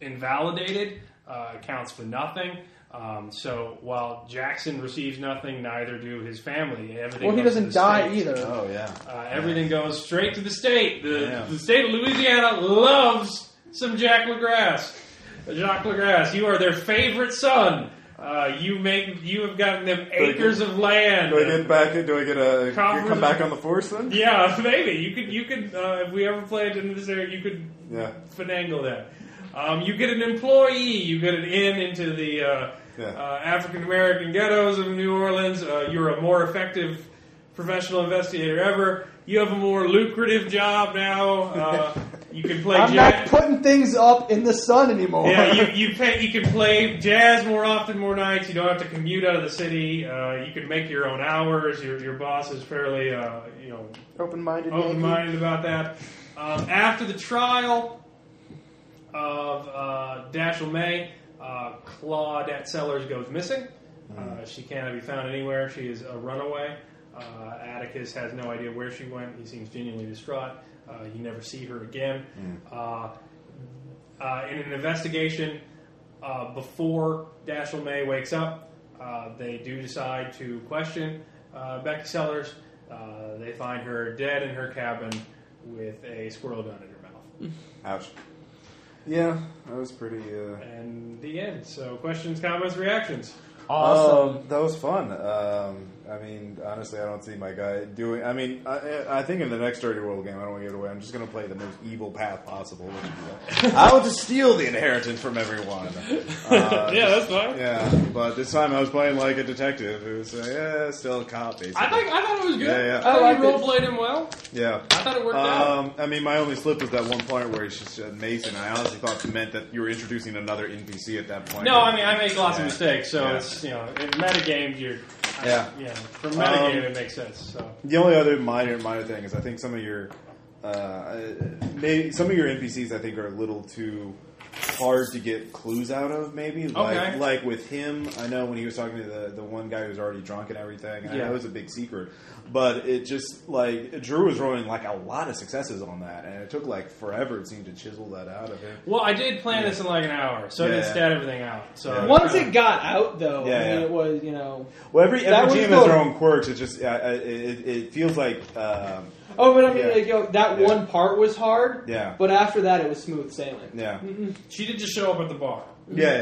S11: invalidated, uh, counts for nothing. Um, so while Jackson receives nothing, neither do his family. Everything
S10: Well, he
S11: goes to
S10: doesn't
S11: the
S10: die
S11: state.
S10: either.
S1: Oh yeah.
S11: Uh, everything goes straight to the state. The,
S1: Yeah.
S11: the state of Louisiana loves some Jack LaGrasse. Jacques LaGrasse, you are their favorite son. Uh, you make you have gotten them acres of land.
S16: Do I get back? Do I get a
S11: Conference-
S16: come back on the force then?
S11: Yeah, maybe you could you could uh, if we ever played in this area, you could
S16: Yeah.
S11: finagle that. Um, you get an employee, you get an in into the uh,
S16: Yeah.
S11: uh, African American ghettos of New Orleans. Uh, you're a more effective professional investigator ever. You have a more lucrative job now. Uh, you can play
S10: I'm not
S11: jazz.
S10: putting things up in the sun anymore.
S11: yeah, you you, pay, you can play jazz more often, more nights. You don't have to commute out of the city. Uh, you can make your own hours. Your your boss is fairly uh, you know
S10: Open-minded.
S11: open
S10: Yankee.
S11: minded about that. Um, after the trial of uh, Dashiell May, uh, Claudette Sellers goes missing. Uh, she cannot be found anywhere. She is a runaway. Uh, Atticus has no idea where she went. He seems genuinely distraught. Uh, you never see her again. Uh, uh, in an investigation, uh, before Dashiell May wakes up, uh, they do decide to question uh, Becky Sellers. Uh, they find her dead in her cabin with a squirrel gun in her mouth.
S1: Ouch. Yeah, that was pretty. Uh,
S11: And the end. So, questions, comments, reactions.
S1: awesome. that was fun. Um, I mean, honestly, I don't see my guy doing. I mean, I, I think in the next Dirty World game, I don't want to give it away. I'm just going to play the most evil path possible. Which is, uh, I want to steal the inheritance from everyone. Uh,
S11: yeah, that's fine.
S1: yeah, but this time I was playing like a detective who's uh, yeah, still a cop, basically.
S11: I think I thought it was good.
S1: Yeah, yeah.
S11: I thought
S10: I liked
S11: you
S10: it.
S11: roleplayed him well.
S1: yeah.
S11: I thought it worked out.
S1: Um, I mean, my only slip was that one point where she said Mason. I honestly thought it meant that you were introducing another NPC at that point.
S11: No, I mean I make lots
S1: yeah.
S11: of mistakes, so
S1: Yeah.
S11: it's you know in metagames you're I,
S1: Yeah.
S11: you know, for metagame
S1: Um,
S11: it makes sense. So
S1: The only other minor minor thing is I think some of your uh, maybe some of your NPCs I think are a little too hard to get clues out of. Maybe like
S11: Okay.
S1: like with him, I know when he was talking to the the one guy who's already drunk and everything. And I
S11: Yeah.
S1: know it's a big secret, but it just like Drew was rolling like a lot of successes on that, and it took like forever. It seemed to chisel that out of him.
S11: well, I did plan this in like an hour, so I
S1: Yeah.
S11: did stat everything out. So
S1: Yeah.
S10: Once it got out, though,
S1: Yeah,
S10: I mean,
S1: yeah.
S10: it was you know.
S1: Well, every
S10: That
S1: every
S10: was
S1: team has
S10: good.
S1: their own quirks. It just uh, uh, it, it feels like um,
S10: Oh, but I mean,
S1: Yeah.
S10: like, yo, that
S1: Yeah.
S10: one part was hard.
S1: Yeah.
S10: But after that, it was smooth sailing.
S1: yeah.
S11: she did just show up at the bar.
S1: Yeah, yeah,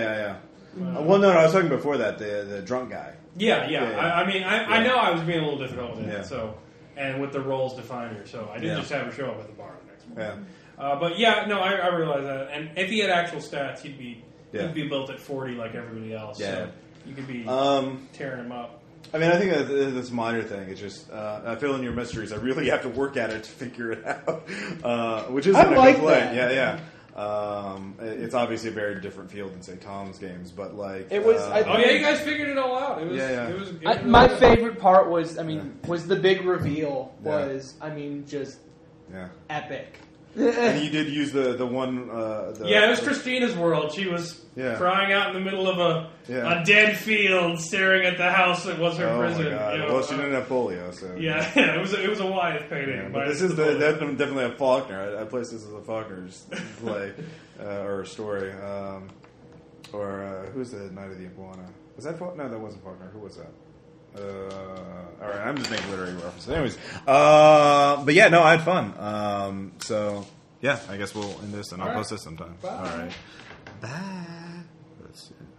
S1: yeah. Uh, well, no, no, I was talking before that the the drunk guy.
S11: Yeah, yeah.
S1: Yeah, yeah.
S11: I, I mean I, I know I was being a little difficult with it,
S1: Yeah.
S11: so and with the roles definer, so I did
S1: Yeah.
S11: just have her show up at the bar the next morning.
S1: Yeah,
S11: Uh, but yeah, no, I, I realize that. And if he had actual stats, he'd be
S1: Yeah.
S11: he'd be built at forty like everybody else.
S1: Yeah.
S11: So you could be
S1: um,
S11: tearing him up.
S1: I mean, I think that th- this minor thing. It's just uh, I fill in your mysteries. I really have to work at it to figure it out, uh, which isn't
S10: I
S1: a
S10: like
S1: complaint.
S10: that.
S1: Yeah, yeah. Um, it- it's obviously a very different field than say Tom's games, but like
S10: It was-
S1: uh,
S10: I
S11: Oh yeah, you guys figured it all out. It was
S1: Yeah, yeah.
S11: it was. It
S10: I,
S11: was
S10: my
S11: really-
S10: favorite part was, I mean, was the big reveal.
S1: Yeah.
S10: Was I mean, just
S1: yeah.
S10: epic.
S1: And you did use the the one. Uh, the,
S11: Yeah, it was Christina's world. She was
S1: Yeah.
S11: crying out in the middle of a
S1: Yeah.
S11: a dead field, staring at the house that was her
S1: Oh
S11: prison.
S1: my god!
S11: you know,
S1: well, she
S11: uh,
S1: didn't have polio, so
S11: yeah, yeah, it was a, it was a Wyeth painting.
S1: Yeah,
S11: by
S1: but this is the,
S11: Napoleon.
S1: that, I'm definitely a Faulkner. I, I place this as a Faulkner play uh, or a story. Um, or uh, who's the Knight of the Iguana? Was that Faulkner? No, that wasn't Faulkner. Who was that? Uh, all right, I'm just making literary references. Anyways, uh, but yeah, no, I had fun. Um, so yeah, I guess we'll end this and I'll
S11: All right.
S1: post this sometime. All right, bye. Let's see.